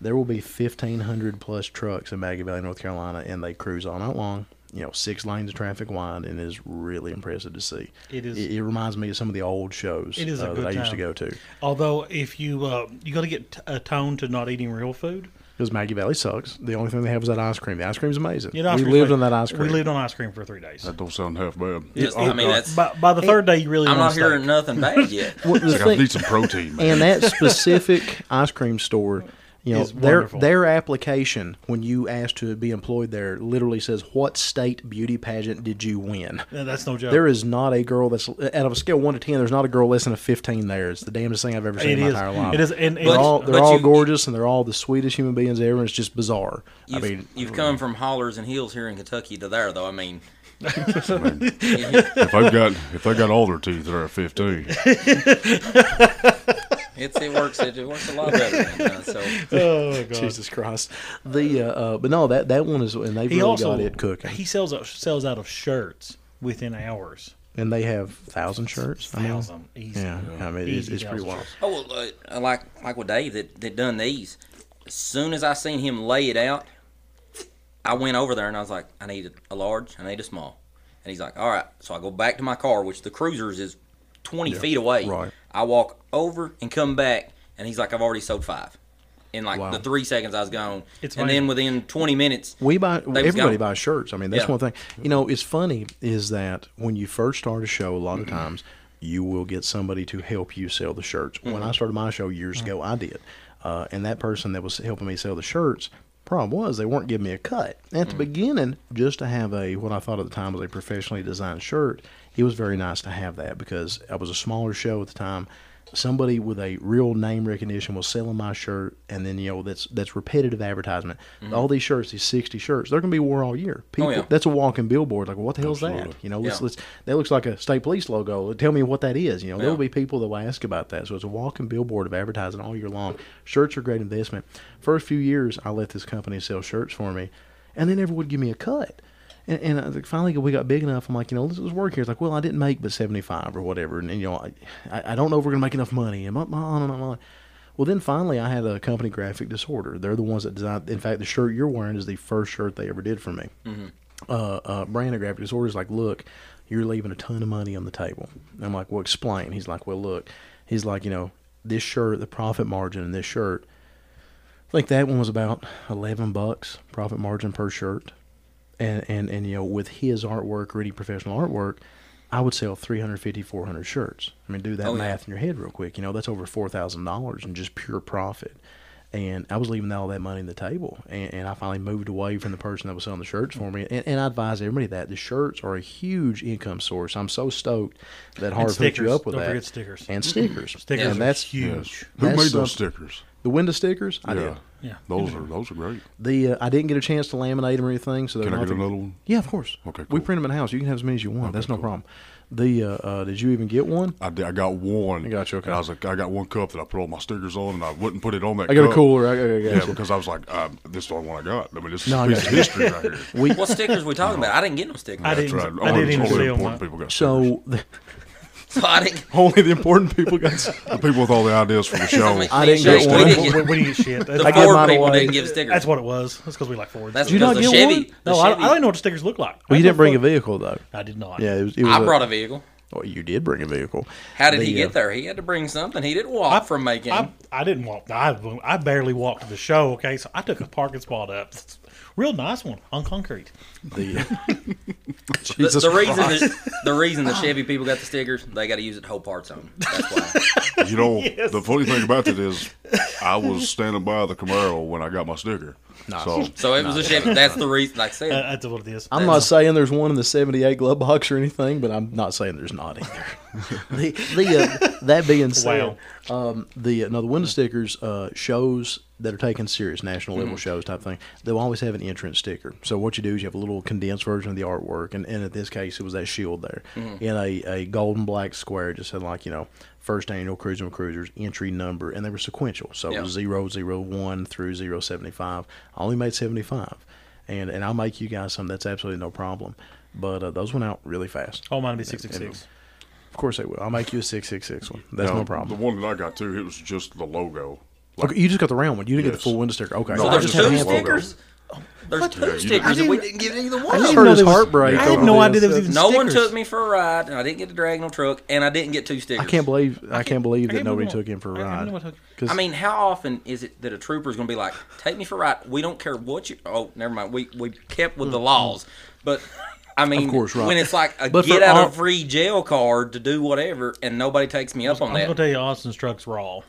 [SPEAKER 3] There will be fifteen hundred plus trucks in Maggie Valley, North Carolina, and they cruise all night long. You know, six lanes of traffic wide, and it is really impressive to see.
[SPEAKER 2] It is-
[SPEAKER 3] It, it reminds me of some of the old shows
[SPEAKER 2] It is a
[SPEAKER 3] uh,
[SPEAKER 2] good
[SPEAKER 3] that I used to
[SPEAKER 2] time.
[SPEAKER 3] go to.
[SPEAKER 2] Although, if you uh, you got to get t- attuned to not eating real food.
[SPEAKER 3] Because Maggie Valley sucks. The only thing they have is that ice cream. The ice cream's amazing.
[SPEAKER 2] You know, ice
[SPEAKER 3] we
[SPEAKER 2] cream's
[SPEAKER 3] lived
[SPEAKER 2] like-
[SPEAKER 3] on that ice cream.
[SPEAKER 2] We lived on ice cream for three days.
[SPEAKER 6] That don't sound half bad.
[SPEAKER 5] Just- I mean, that's
[SPEAKER 2] By, by the third day, you really
[SPEAKER 5] I'm
[SPEAKER 2] want
[SPEAKER 5] not
[SPEAKER 2] to
[SPEAKER 5] hearing nothing bad yet.
[SPEAKER 3] Well, the
[SPEAKER 6] It's like, I
[SPEAKER 3] thing-
[SPEAKER 6] need some protein, man.
[SPEAKER 3] and that specific ice cream store You know,
[SPEAKER 2] It's
[SPEAKER 3] their
[SPEAKER 2] wonderful.
[SPEAKER 3] their application when you ask to be employed there literally says, "What state beauty pageant did you win?"
[SPEAKER 2] Yeah, that's no joke.
[SPEAKER 3] There is not a girl that's out of a scale one to ten. There's not a girl less than a fifteen. There, it's the damnedest thing I've ever seen
[SPEAKER 2] it
[SPEAKER 3] in my
[SPEAKER 2] is.
[SPEAKER 3] entire life.
[SPEAKER 2] It is. And, and
[SPEAKER 3] They're all
[SPEAKER 5] but
[SPEAKER 3] they're all
[SPEAKER 5] you-
[SPEAKER 3] gorgeous and they're all the sweetest human beings ever. And it's just bizarre. I
[SPEAKER 5] You've,
[SPEAKER 3] mean,
[SPEAKER 5] you've come from hollers and hills here in Kentucky to there, though. I mean,
[SPEAKER 6] If they got if they got all their teeth, they're at fifteen.
[SPEAKER 5] it's it works. It, it works a lot better. Than, uh, so
[SPEAKER 2] oh my god.
[SPEAKER 3] Jesus Christ, the uh, uh, but no, that that one is and they've
[SPEAKER 2] He
[SPEAKER 3] really
[SPEAKER 2] also
[SPEAKER 3] got it cooking.
[SPEAKER 2] He sells out, sells out of shirts within hours.
[SPEAKER 3] and they have thousand shirts. I mean,
[SPEAKER 2] Thousand easy.
[SPEAKER 3] yeah, I mean it's,
[SPEAKER 2] Easy
[SPEAKER 3] it's pretty
[SPEAKER 2] thousand
[SPEAKER 3] wild.
[SPEAKER 2] shirts.
[SPEAKER 5] oh well, uh, like like with Dave that, that done these. As soon as I seen him lay it out, I went over there and I was like, I need a large, I need a small, and he's like, all right. So I go back to my car, which the cruisers is twenty feet away.
[SPEAKER 3] right.
[SPEAKER 5] I walk over and come back, and he's like, I've already sold five. In like
[SPEAKER 3] Wow.
[SPEAKER 5] the three seconds I was gone,
[SPEAKER 2] It's
[SPEAKER 5] and
[SPEAKER 2] amazing.
[SPEAKER 5] then within twenty minutes,
[SPEAKER 3] We buy
[SPEAKER 5] was
[SPEAKER 3] everybody
[SPEAKER 5] gone.
[SPEAKER 3] buys shirts. I mean, that's
[SPEAKER 5] Yeah.
[SPEAKER 3] one thing. You know, it's funny is that when you first start a show, a lot of times you will get somebody to help you sell the shirts. When I started my show years ago, I did, uh, and that person that was helping me sell the shirts. Problem was they weren't giving me a cut at the beginning. Just to have a what I thought at the time was a professionally designed shirt, it was very nice to have that because I was a smaller show at the time. Somebody with a real name recognition was selling my shirt, and then you know that's that's repetitive advertisement. All these shirts, these sixty shirts, they're gonna be wore all year. People,
[SPEAKER 5] yeah.
[SPEAKER 3] that's a walking billboard. Like, what the hell's that?
[SPEAKER 6] Absolutely.
[SPEAKER 3] You know, let's,
[SPEAKER 5] Yeah.
[SPEAKER 3] let's that looks like a state police logo. Tell me what that is. You know, there
[SPEAKER 5] Yeah.
[SPEAKER 3] will be people that will ask about that. So it's a walking billboard of advertising all year long. Shirts are a great investment. First few years, I let this company sell shirts for me, and they never would give me a cut. And, and I, think finally, we got big enough. I'm like, you know, let's, let's work here. It's like, well, I didn't make but 75 or whatever, and, and, you know, I, I I don't know if we're gonna make enough money. And my, my, on and on and on. Well, then finally, I had a company graphic disorder. They're the ones that designed. In fact, the shirt you're wearing is the first shirt they ever did for me
[SPEAKER 5] Hmm.
[SPEAKER 3] uh, uh, brand of graphic disorder is like, look, you're leaving a ton of money on the table. And I'm like, well, explain. He's like, well, look, he's like, you know, this shirt, the profit margin in this shirt, I think that one was about eleven bucks profit margin per shirt, and and and you know, with his artwork, really professional artwork. I would sell 350, 400 shirts. I mean, do that
[SPEAKER 5] Oh, yeah.
[SPEAKER 3] math in your head real quick. You know, that's over $4,000 in just pure profit. And I was leaving all that money on the table. And, and I finally moved away from the person that was selling the shirts for me. And, and I advise everybody that the shirts are a huge incame source. I'm so stoked that Harv hooked you
[SPEAKER 2] stickers.
[SPEAKER 3] up with
[SPEAKER 2] Don't
[SPEAKER 3] that.
[SPEAKER 2] forget stickers.
[SPEAKER 3] And stickers.
[SPEAKER 2] Stickers
[SPEAKER 3] And
[SPEAKER 2] are
[SPEAKER 3] that's
[SPEAKER 2] huge.
[SPEAKER 6] Who
[SPEAKER 3] That's
[SPEAKER 6] made those
[SPEAKER 3] something-
[SPEAKER 6] stickers?
[SPEAKER 3] The window stickers? I did.
[SPEAKER 2] Yeah.
[SPEAKER 6] Those are those are great.
[SPEAKER 3] The uh, I didn't get a chance to laminate them or anything, so they're
[SPEAKER 6] Can I
[SPEAKER 3] not
[SPEAKER 6] get
[SPEAKER 3] the-
[SPEAKER 6] another one?
[SPEAKER 3] Yeah, of course.
[SPEAKER 6] Okay,
[SPEAKER 3] we
[SPEAKER 6] cool.
[SPEAKER 3] print them in house. You can have as many as you want. That's no
[SPEAKER 6] cool.
[SPEAKER 3] problem. The uh, uh, did you even get one?
[SPEAKER 6] I, did, I got one.
[SPEAKER 3] I got you, okay.
[SPEAKER 6] And I was like, I got one cup that I put all my stickers on, and I wouldn't put it on that.
[SPEAKER 3] I got
[SPEAKER 6] cup.
[SPEAKER 3] a cooler. I got, I
[SPEAKER 6] Uh, Yeah,
[SPEAKER 3] got you.
[SPEAKER 6] because I was like, um, this is the only one I got. I mean, this is
[SPEAKER 3] No, I
[SPEAKER 6] a piece
[SPEAKER 3] got
[SPEAKER 6] of history right here.
[SPEAKER 3] We
[SPEAKER 5] what stickers we talking about? I didn't get no stickers.
[SPEAKER 2] I
[SPEAKER 6] That's
[SPEAKER 2] didn't.
[SPEAKER 6] right.
[SPEAKER 2] I
[SPEAKER 6] Only-
[SPEAKER 2] didn't even
[SPEAKER 6] only
[SPEAKER 2] see them.
[SPEAKER 6] important
[SPEAKER 2] uh,
[SPEAKER 6] people got stickers.
[SPEAKER 3] so the,
[SPEAKER 5] So I didn't.
[SPEAKER 3] only the important people got.
[SPEAKER 6] the people with all the ideas for the show.
[SPEAKER 5] mean,
[SPEAKER 3] I didn't
[SPEAKER 5] Shay,
[SPEAKER 3] get
[SPEAKER 5] we
[SPEAKER 3] one.
[SPEAKER 5] didn't
[SPEAKER 2] We,
[SPEAKER 5] get-
[SPEAKER 2] we didn't get shit.
[SPEAKER 5] the
[SPEAKER 2] I
[SPEAKER 3] get
[SPEAKER 5] Ford
[SPEAKER 3] mine
[SPEAKER 5] people
[SPEAKER 3] away.
[SPEAKER 5] didn't give stickers.
[SPEAKER 2] That's what it was. That's because we like Fords.
[SPEAKER 5] That's
[SPEAKER 3] you
[SPEAKER 5] because
[SPEAKER 3] not
[SPEAKER 5] the
[SPEAKER 3] get
[SPEAKER 5] Chevy.
[SPEAKER 3] one?
[SPEAKER 5] the
[SPEAKER 2] no, I, I
[SPEAKER 5] Chevy-
[SPEAKER 2] don't know what the stickers look like.
[SPEAKER 3] Well, you
[SPEAKER 2] I
[SPEAKER 3] didn't bring a
[SPEAKER 2] fuck-
[SPEAKER 3] vehicle though.
[SPEAKER 2] I did not.
[SPEAKER 3] Yeah, it was. It was
[SPEAKER 5] I
[SPEAKER 3] a-
[SPEAKER 5] brought a vehicle.
[SPEAKER 3] Oh, you did bring a vehicle.
[SPEAKER 5] How did he
[SPEAKER 3] The, uh,
[SPEAKER 5] get there? He had to bring something. He didn't walk from Macon.
[SPEAKER 2] I, I didn't walk. I, I barely walked to the show. Okay, so I took a parking spot up. Real nice one on concrete.
[SPEAKER 3] The, uh,
[SPEAKER 5] the,
[SPEAKER 3] Jesus
[SPEAKER 5] the reason
[SPEAKER 3] Christ.
[SPEAKER 5] that, the reason the Chevy people got the stickers, they got to use it to hold parts on. That's why.
[SPEAKER 6] You know, the funny thing about it is, I was standing by the Camaro when I got my sticker. So
[SPEAKER 5] So it was a Chevy. That's the reason. Like I said,
[SPEAKER 2] Uh, that's what it is.
[SPEAKER 3] I'm not saying there's one in the 78 glove box or anything, but I'm not saying there's not either. the, the, uh, that being said, um, the, uh, no, the window stickers uh, shows that are taken serious, national level shows type thing, they'll always have an entrance sticker. So what you do is you have a little condensed version of the artwork, and, and in this case, it was that shield there in a, a golden black square. It just said, like, you know, first annual Cruising with Cruisers, entry number, and they were sequential. So it
[SPEAKER 5] Yeah.
[SPEAKER 3] was zero zero one through zero seventy five. I only made seventy five, and and I'll make you guys some. That's absolutely no problem. But uh, those went out really fast.
[SPEAKER 2] Oh, mine would be six six six.
[SPEAKER 3] Of course they will. I'll make you a six six six one. That's
[SPEAKER 6] now,
[SPEAKER 3] no problem.
[SPEAKER 6] The one that I got too, it was just the logo.
[SPEAKER 3] Okay, you just got the round one. You didn't get
[SPEAKER 6] Yes.
[SPEAKER 3] the full window sticker. Okay,
[SPEAKER 5] so
[SPEAKER 6] I
[SPEAKER 5] there's
[SPEAKER 6] just
[SPEAKER 3] a
[SPEAKER 5] two
[SPEAKER 6] handful.
[SPEAKER 3] handful.
[SPEAKER 5] stickers. There's two
[SPEAKER 6] you-
[SPEAKER 5] stickers, and we
[SPEAKER 2] I
[SPEAKER 5] didn't get either
[SPEAKER 3] I
[SPEAKER 5] one.
[SPEAKER 3] just
[SPEAKER 5] of
[SPEAKER 3] heard
[SPEAKER 5] them.
[SPEAKER 3] his
[SPEAKER 2] there was-
[SPEAKER 3] heartbreak.
[SPEAKER 2] I had
[SPEAKER 3] over
[SPEAKER 2] no
[SPEAKER 3] this.
[SPEAKER 2] idea there was even
[SPEAKER 5] No one
[SPEAKER 2] stickers.
[SPEAKER 5] took me for a ride, and I didn't get to drag no truck, and I didn't get two stickers.
[SPEAKER 3] I can't believe I can't believe
[SPEAKER 2] I
[SPEAKER 3] that
[SPEAKER 2] can't
[SPEAKER 3] nobody
[SPEAKER 2] believe
[SPEAKER 3] took him for
[SPEAKER 2] I-
[SPEAKER 3] a
[SPEAKER 2] I
[SPEAKER 3] ride.
[SPEAKER 2] know what took-
[SPEAKER 3] 'Cause-
[SPEAKER 5] I mean, how often is it that a trooper's going to be like, "Take me for a ride"? We don't care what you. Oh, never mind. We we kept with the laws, but I mean,
[SPEAKER 3] course, right.
[SPEAKER 5] when it's like a
[SPEAKER 3] But for
[SPEAKER 5] get out
[SPEAKER 3] all-
[SPEAKER 5] of free jail card to do whatever, and nobody takes me up on
[SPEAKER 2] I'm gonna
[SPEAKER 5] that.
[SPEAKER 2] tell you, Austin's truck's raw.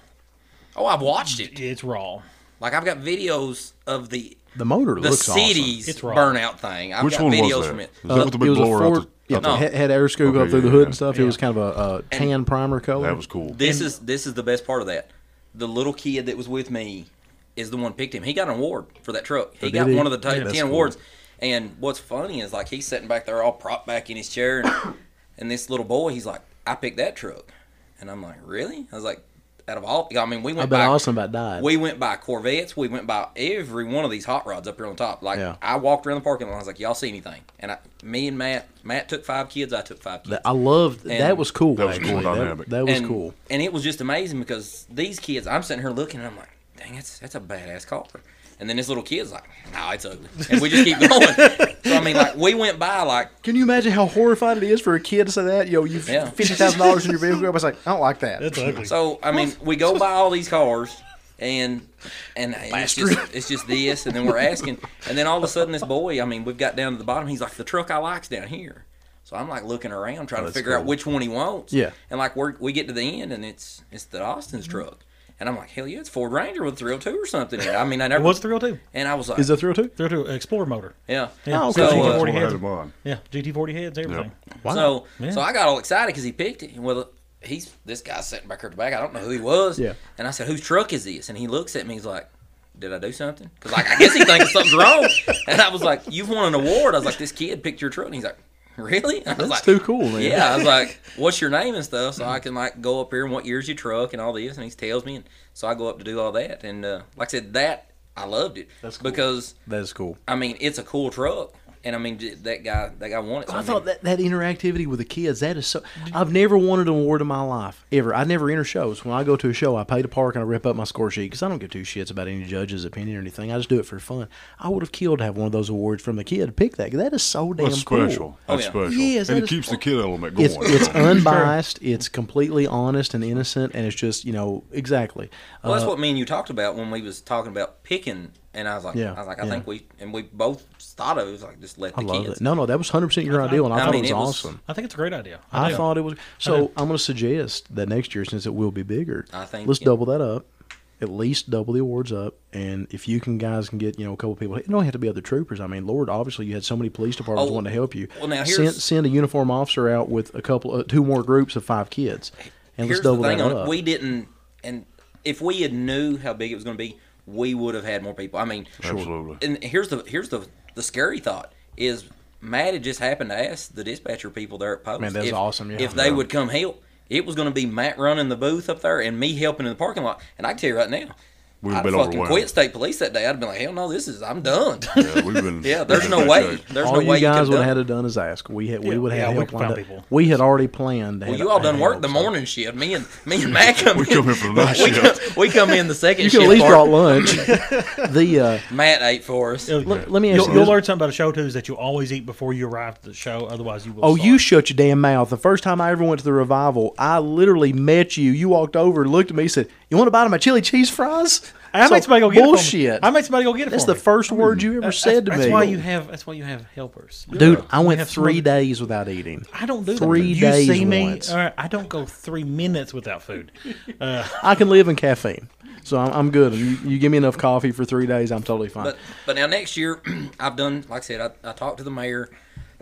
[SPEAKER 5] Oh, I've watched it.
[SPEAKER 2] It's raw.
[SPEAKER 5] Like I've got videos of the
[SPEAKER 3] The motor
[SPEAKER 5] the
[SPEAKER 3] looks
[SPEAKER 5] city's
[SPEAKER 2] It's raw.
[SPEAKER 5] burnout thing. I've
[SPEAKER 6] Which
[SPEAKER 5] got
[SPEAKER 6] one was
[SPEAKER 5] videos
[SPEAKER 6] that?
[SPEAKER 5] from it. Uh,
[SPEAKER 6] Was that with the big
[SPEAKER 3] it was a
[SPEAKER 6] blower out
[SPEAKER 3] Ford,
[SPEAKER 6] the-
[SPEAKER 3] yeah,
[SPEAKER 6] out
[SPEAKER 5] the-
[SPEAKER 3] had, had air screw go up
[SPEAKER 6] Okay,
[SPEAKER 3] through the
[SPEAKER 6] yeah,
[SPEAKER 3] hood
[SPEAKER 6] yeah.
[SPEAKER 3] and stuff. It was kind of a, a tan primer color.
[SPEAKER 6] That was cool.
[SPEAKER 5] This is this is the best part of that. The little kid that was with me is the one picked him. He got an award for that truck. He
[SPEAKER 3] Oh,
[SPEAKER 5] got
[SPEAKER 3] did he?
[SPEAKER 5] one of the t-
[SPEAKER 3] Yeah, that's
[SPEAKER 5] ten
[SPEAKER 3] cool.
[SPEAKER 5] awards. And what's funny is like he's sitting back there all propped back in his chair, and, and this little boy, he's like, "I picked that truck," and I'm like, "Really?" I was like, "Out of all, I mean, we
[SPEAKER 3] I
[SPEAKER 5] went
[SPEAKER 3] bet
[SPEAKER 5] by
[SPEAKER 3] Austin about died.
[SPEAKER 5] we went by Corvettes, we went by every one of these hot rods up here on top. Like
[SPEAKER 3] Yeah.
[SPEAKER 5] I walked around the parking lot, I was like, "Y'all see anything?" And I, me and Matt, Matt took five kids, I took five kids.
[SPEAKER 3] That- I loved that.
[SPEAKER 5] And-
[SPEAKER 3] Was cool.
[SPEAKER 6] That was a cool
[SPEAKER 3] actually. That-
[SPEAKER 6] dynamic.
[SPEAKER 3] That, was
[SPEAKER 5] and,
[SPEAKER 3] cool.
[SPEAKER 5] And it was just amazing because these kids, I'm sitting here looking and I'm like, dang, that's that's a badass car. And then this little kid's like, no, it's ugly. And we just keep going. so I mean, like we went by like,
[SPEAKER 3] Can you imagine how horrified it is for a kid to say that? Yo, you
[SPEAKER 5] Yeah.
[SPEAKER 3] fifty thousand dollars in your vehicle. I was like, I don't like that.
[SPEAKER 2] That's ugly.
[SPEAKER 5] so I mean, we go by all these cars. And and it's just, it's just this, and then we're asking, and then all of a sudden this boy, I mean, we've got down to the bottom. He's like, the truck I like's down here, so I'm like looking around
[SPEAKER 3] Oh,
[SPEAKER 5] trying to
[SPEAKER 3] that's
[SPEAKER 5] figure out
[SPEAKER 3] cool.
[SPEAKER 5] which one he wants.
[SPEAKER 3] Yeah. Mm-hmm.
[SPEAKER 5] and like we we get to the end, and it's it's the Austin's truck, and I'm like, hell yeah, it's Ford Ranger with 302 or something. in it. I mean, I never
[SPEAKER 2] What's the real two?
[SPEAKER 5] And I was like,
[SPEAKER 3] Is that thrill too?
[SPEAKER 2] They're to Explorer motor.
[SPEAKER 5] yeah.
[SPEAKER 2] Yeah.
[SPEAKER 3] Oh, okay.
[SPEAKER 5] So,
[SPEAKER 2] So,
[SPEAKER 5] uh,
[SPEAKER 6] That's
[SPEAKER 2] GT40
[SPEAKER 6] what I had
[SPEAKER 2] heads.
[SPEAKER 6] in mind.
[SPEAKER 2] Yeah, GT40 heads, everything.
[SPEAKER 5] So,
[SPEAKER 2] Yeah.
[SPEAKER 5] so I got all excited because he picked it. Well, he's this guy sitting back here at the back. I don't know who he was.
[SPEAKER 3] Yeah.
[SPEAKER 5] And I said, whose truck is this? And he looks at me. He's like, did I do something? Because like I guess he thinks something's wrong. And I was like, you've won an award. I was like, this kid picked your truck. And he's like, really? I was
[SPEAKER 3] That's
[SPEAKER 5] like,
[SPEAKER 3] too cool, man. Mm-hmm.
[SPEAKER 5] Yeah. I was like, what's your name and stuff, so I can like go up here and what year's your truck and all this. And he tells me, and so I go up to do all that. And uh, like I said, that I loved it
[SPEAKER 3] That's cool.
[SPEAKER 5] because
[SPEAKER 3] That is cool.
[SPEAKER 5] I mean, it's a cool truck, and I mean j- that guy, that guy won it. So,
[SPEAKER 3] I
[SPEAKER 5] mean,
[SPEAKER 3] thought that, that interactivity with the kids, that is so. I've never wanted an award in my life, ever. I never enter shows. When I go to a show, I pay to park and I rip up my score sheet because I don't give two shits about any judge's opinion or anything. I just do it for fun. I would have killed to have one of those awards from the kid. Pick that. That is so damn
[SPEAKER 6] That's special.
[SPEAKER 3] cool.
[SPEAKER 5] Oh,
[SPEAKER 6] That's
[SPEAKER 5] yeah.
[SPEAKER 6] special.
[SPEAKER 3] Yes,
[SPEAKER 6] and
[SPEAKER 3] that
[SPEAKER 6] it
[SPEAKER 3] is-
[SPEAKER 6] keeps the kid element going.
[SPEAKER 3] It's, it's unbiased. It's completely honest and innocent, and it's just you know exactly.
[SPEAKER 5] well,
[SPEAKER 3] Uh,
[SPEAKER 5] that's what me and you talked about when we was talking about picking, and I was like,
[SPEAKER 3] Yeah,
[SPEAKER 5] I was like, I
[SPEAKER 3] yeah.
[SPEAKER 5] think we and we both thought of it, it was like just let the
[SPEAKER 3] I love
[SPEAKER 5] kids.
[SPEAKER 3] it. No, no, that was hundred percent your idea, and I,
[SPEAKER 5] I
[SPEAKER 3] thought
[SPEAKER 5] mean,
[SPEAKER 3] it was
[SPEAKER 5] it was-
[SPEAKER 3] awesome.
[SPEAKER 2] I think it's a great idea.
[SPEAKER 3] I
[SPEAKER 2] do.
[SPEAKER 3] thought it was so. I'm going to suggest that next year, since it will be bigger,
[SPEAKER 5] I think,
[SPEAKER 3] let's
[SPEAKER 5] yeah.
[SPEAKER 3] double that up, at least double the awards up, and if you can, guys can get you know a couple people. It don't have to be other troopers. I mean, Lord, obviously you had so many police departments
[SPEAKER 5] Oh,
[SPEAKER 3] wanting to help you.
[SPEAKER 5] well, now
[SPEAKER 3] send,
[SPEAKER 5] here's-
[SPEAKER 3] send a uniform officer out with a couple, uh, two more groups of five kids, and
[SPEAKER 5] Here's
[SPEAKER 3] let's double
[SPEAKER 5] the thing
[SPEAKER 3] that
[SPEAKER 5] on it,
[SPEAKER 3] up.
[SPEAKER 5] we didn't, and if we had knew how big it was going to be, we would have had more people. I mean,
[SPEAKER 6] Absolutely.
[SPEAKER 5] And here's the here's the the scary thought is Matt had just happened to ask the dispatcher people there at post.
[SPEAKER 3] Man, that's
[SPEAKER 5] if,
[SPEAKER 3] awesome, yeah.
[SPEAKER 5] If they would come help, it was going to be Matt running the booth up there and me helping in the parking lot. And I can tell you right now.
[SPEAKER 6] We've
[SPEAKER 5] I'd
[SPEAKER 6] been
[SPEAKER 5] fucking
[SPEAKER 6] overwhelmed.
[SPEAKER 5] quit state police that day. I'd be like, hell no, this is I'm done.
[SPEAKER 6] Yeah, we've been,
[SPEAKER 5] yeah,
[SPEAKER 6] we've
[SPEAKER 5] there's
[SPEAKER 6] been
[SPEAKER 5] no
[SPEAKER 6] in
[SPEAKER 5] way.
[SPEAKER 6] shape.
[SPEAKER 5] There's
[SPEAKER 3] all
[SPEAKER 5] no
[SPEAKER 3] you
[SPEAKER 5] way
[SPEAKER 3] guys
[SPEAKER 5] you
[SPEAKER 3] would
[SPEAKER 5] could
[SPEAKER 3] have
[SPEAKER 5] have
[SPEAKER 3] had to done is ask. We had, we
[SPEAKER 2] Yeah,
[SPEAKER 3] would have
[SPEAKER 2] yeah,
[SPEAKER 3] had
[SPEAKER 2] we
[SPEAKER 3] help
[SPEAKER 2] could
[SPEAKER 3] lined
[SPEAKER 2] find
[SPEAKER 3] up.
[SPEAKER 2] people.
[SPEAKER 3] We had already planned. to
[SPEAKER 5] Well,
[SPEAKER 3] have-
[SPEAKER 5] you all done
[SPEAKER 3] have
[SPEAKER 5] work
[SPEAKER 3] help,
[SPEAKER 5] the
[SPEAKER 3] so.
[SPEAKER 5] morning shift. Me and me and Matt come.
[SPEAKER 6] We
[SPEAKER 5] in,
[SPEAKER 6] come in for the night
[SPEAKER 5] we, come,
[SPEAKER 6] shift.
[SPEAKER 5] we come in the second
[SPEAKER 3] You
[SPEAKER 5] shift.
[SPEAKER 3] can at least
[SPEAKER 5] part.
[SPEAKER 3] brought lunch. the uh,
[SPEAKER 5] Matt ate for us.
[SPEAKER 2] It was
[SPEAKER 3] let,
[SPEAKER 2] great.
[SPEAKER 3] let me ask
[SPEAKER 2] You'll,
[SPEAKER 3] you.
[SPEAKER 2] you'll
[SPEAKER 3] this.
[SPEAKER 2] learn something about a show too is that you always eat before you arrive at the show, otherwise you will.
[SPEAKER 3] Oh,
[SPEAKER 2] starve.
[SPEAKER 3] you shut your damn mouth. The first time I ever went to the revival, I literally met you. You walked over, looked at me, said, "You want a bite of my chili cheese fries?"
[SPEAKER 2] I made somebody go get
[SPEAKER 3] bullshit.
[SPEAKER 2] it. for me. I made somebody go get it.
[SPEAKER 3] That's
[SPEAKER 2] for
[SPEAKER 3] the
[SPEAKER 2] me. Hmm.
[SPEAKER 3] first word you ever said to
[SPEAKER 2] that's
[SPEAKER 3] me.
[SPEAKER 2] why you have. That's why you have helpers,
[SPEAKER 3] Dude, I
[SPEAKER 2] You
[SPEAKER 3] went
[SPEAKER 2] have
[SPEAKER 3] three
[SPEAKER 2] somebody-
[SPEAKER 3] days without eating.
[SPEAKER 2] I don't do
[SPEAKER 3] three
[SPEAKER 2] that.
[SPEAKER 3] days
[SPEAKER 2] You see me?
[SPEAKER 3] once.
[SPEAKER 2] all right, I don't go three minutes without food.
[SPEAKER 3] I can live in caffeine, so I'm, I'm good. You, you give me enough coffee for three days, I'm totally fine.
[SPEAKER 5] But but now next year, I've done like I said. I, I talked to the mayor.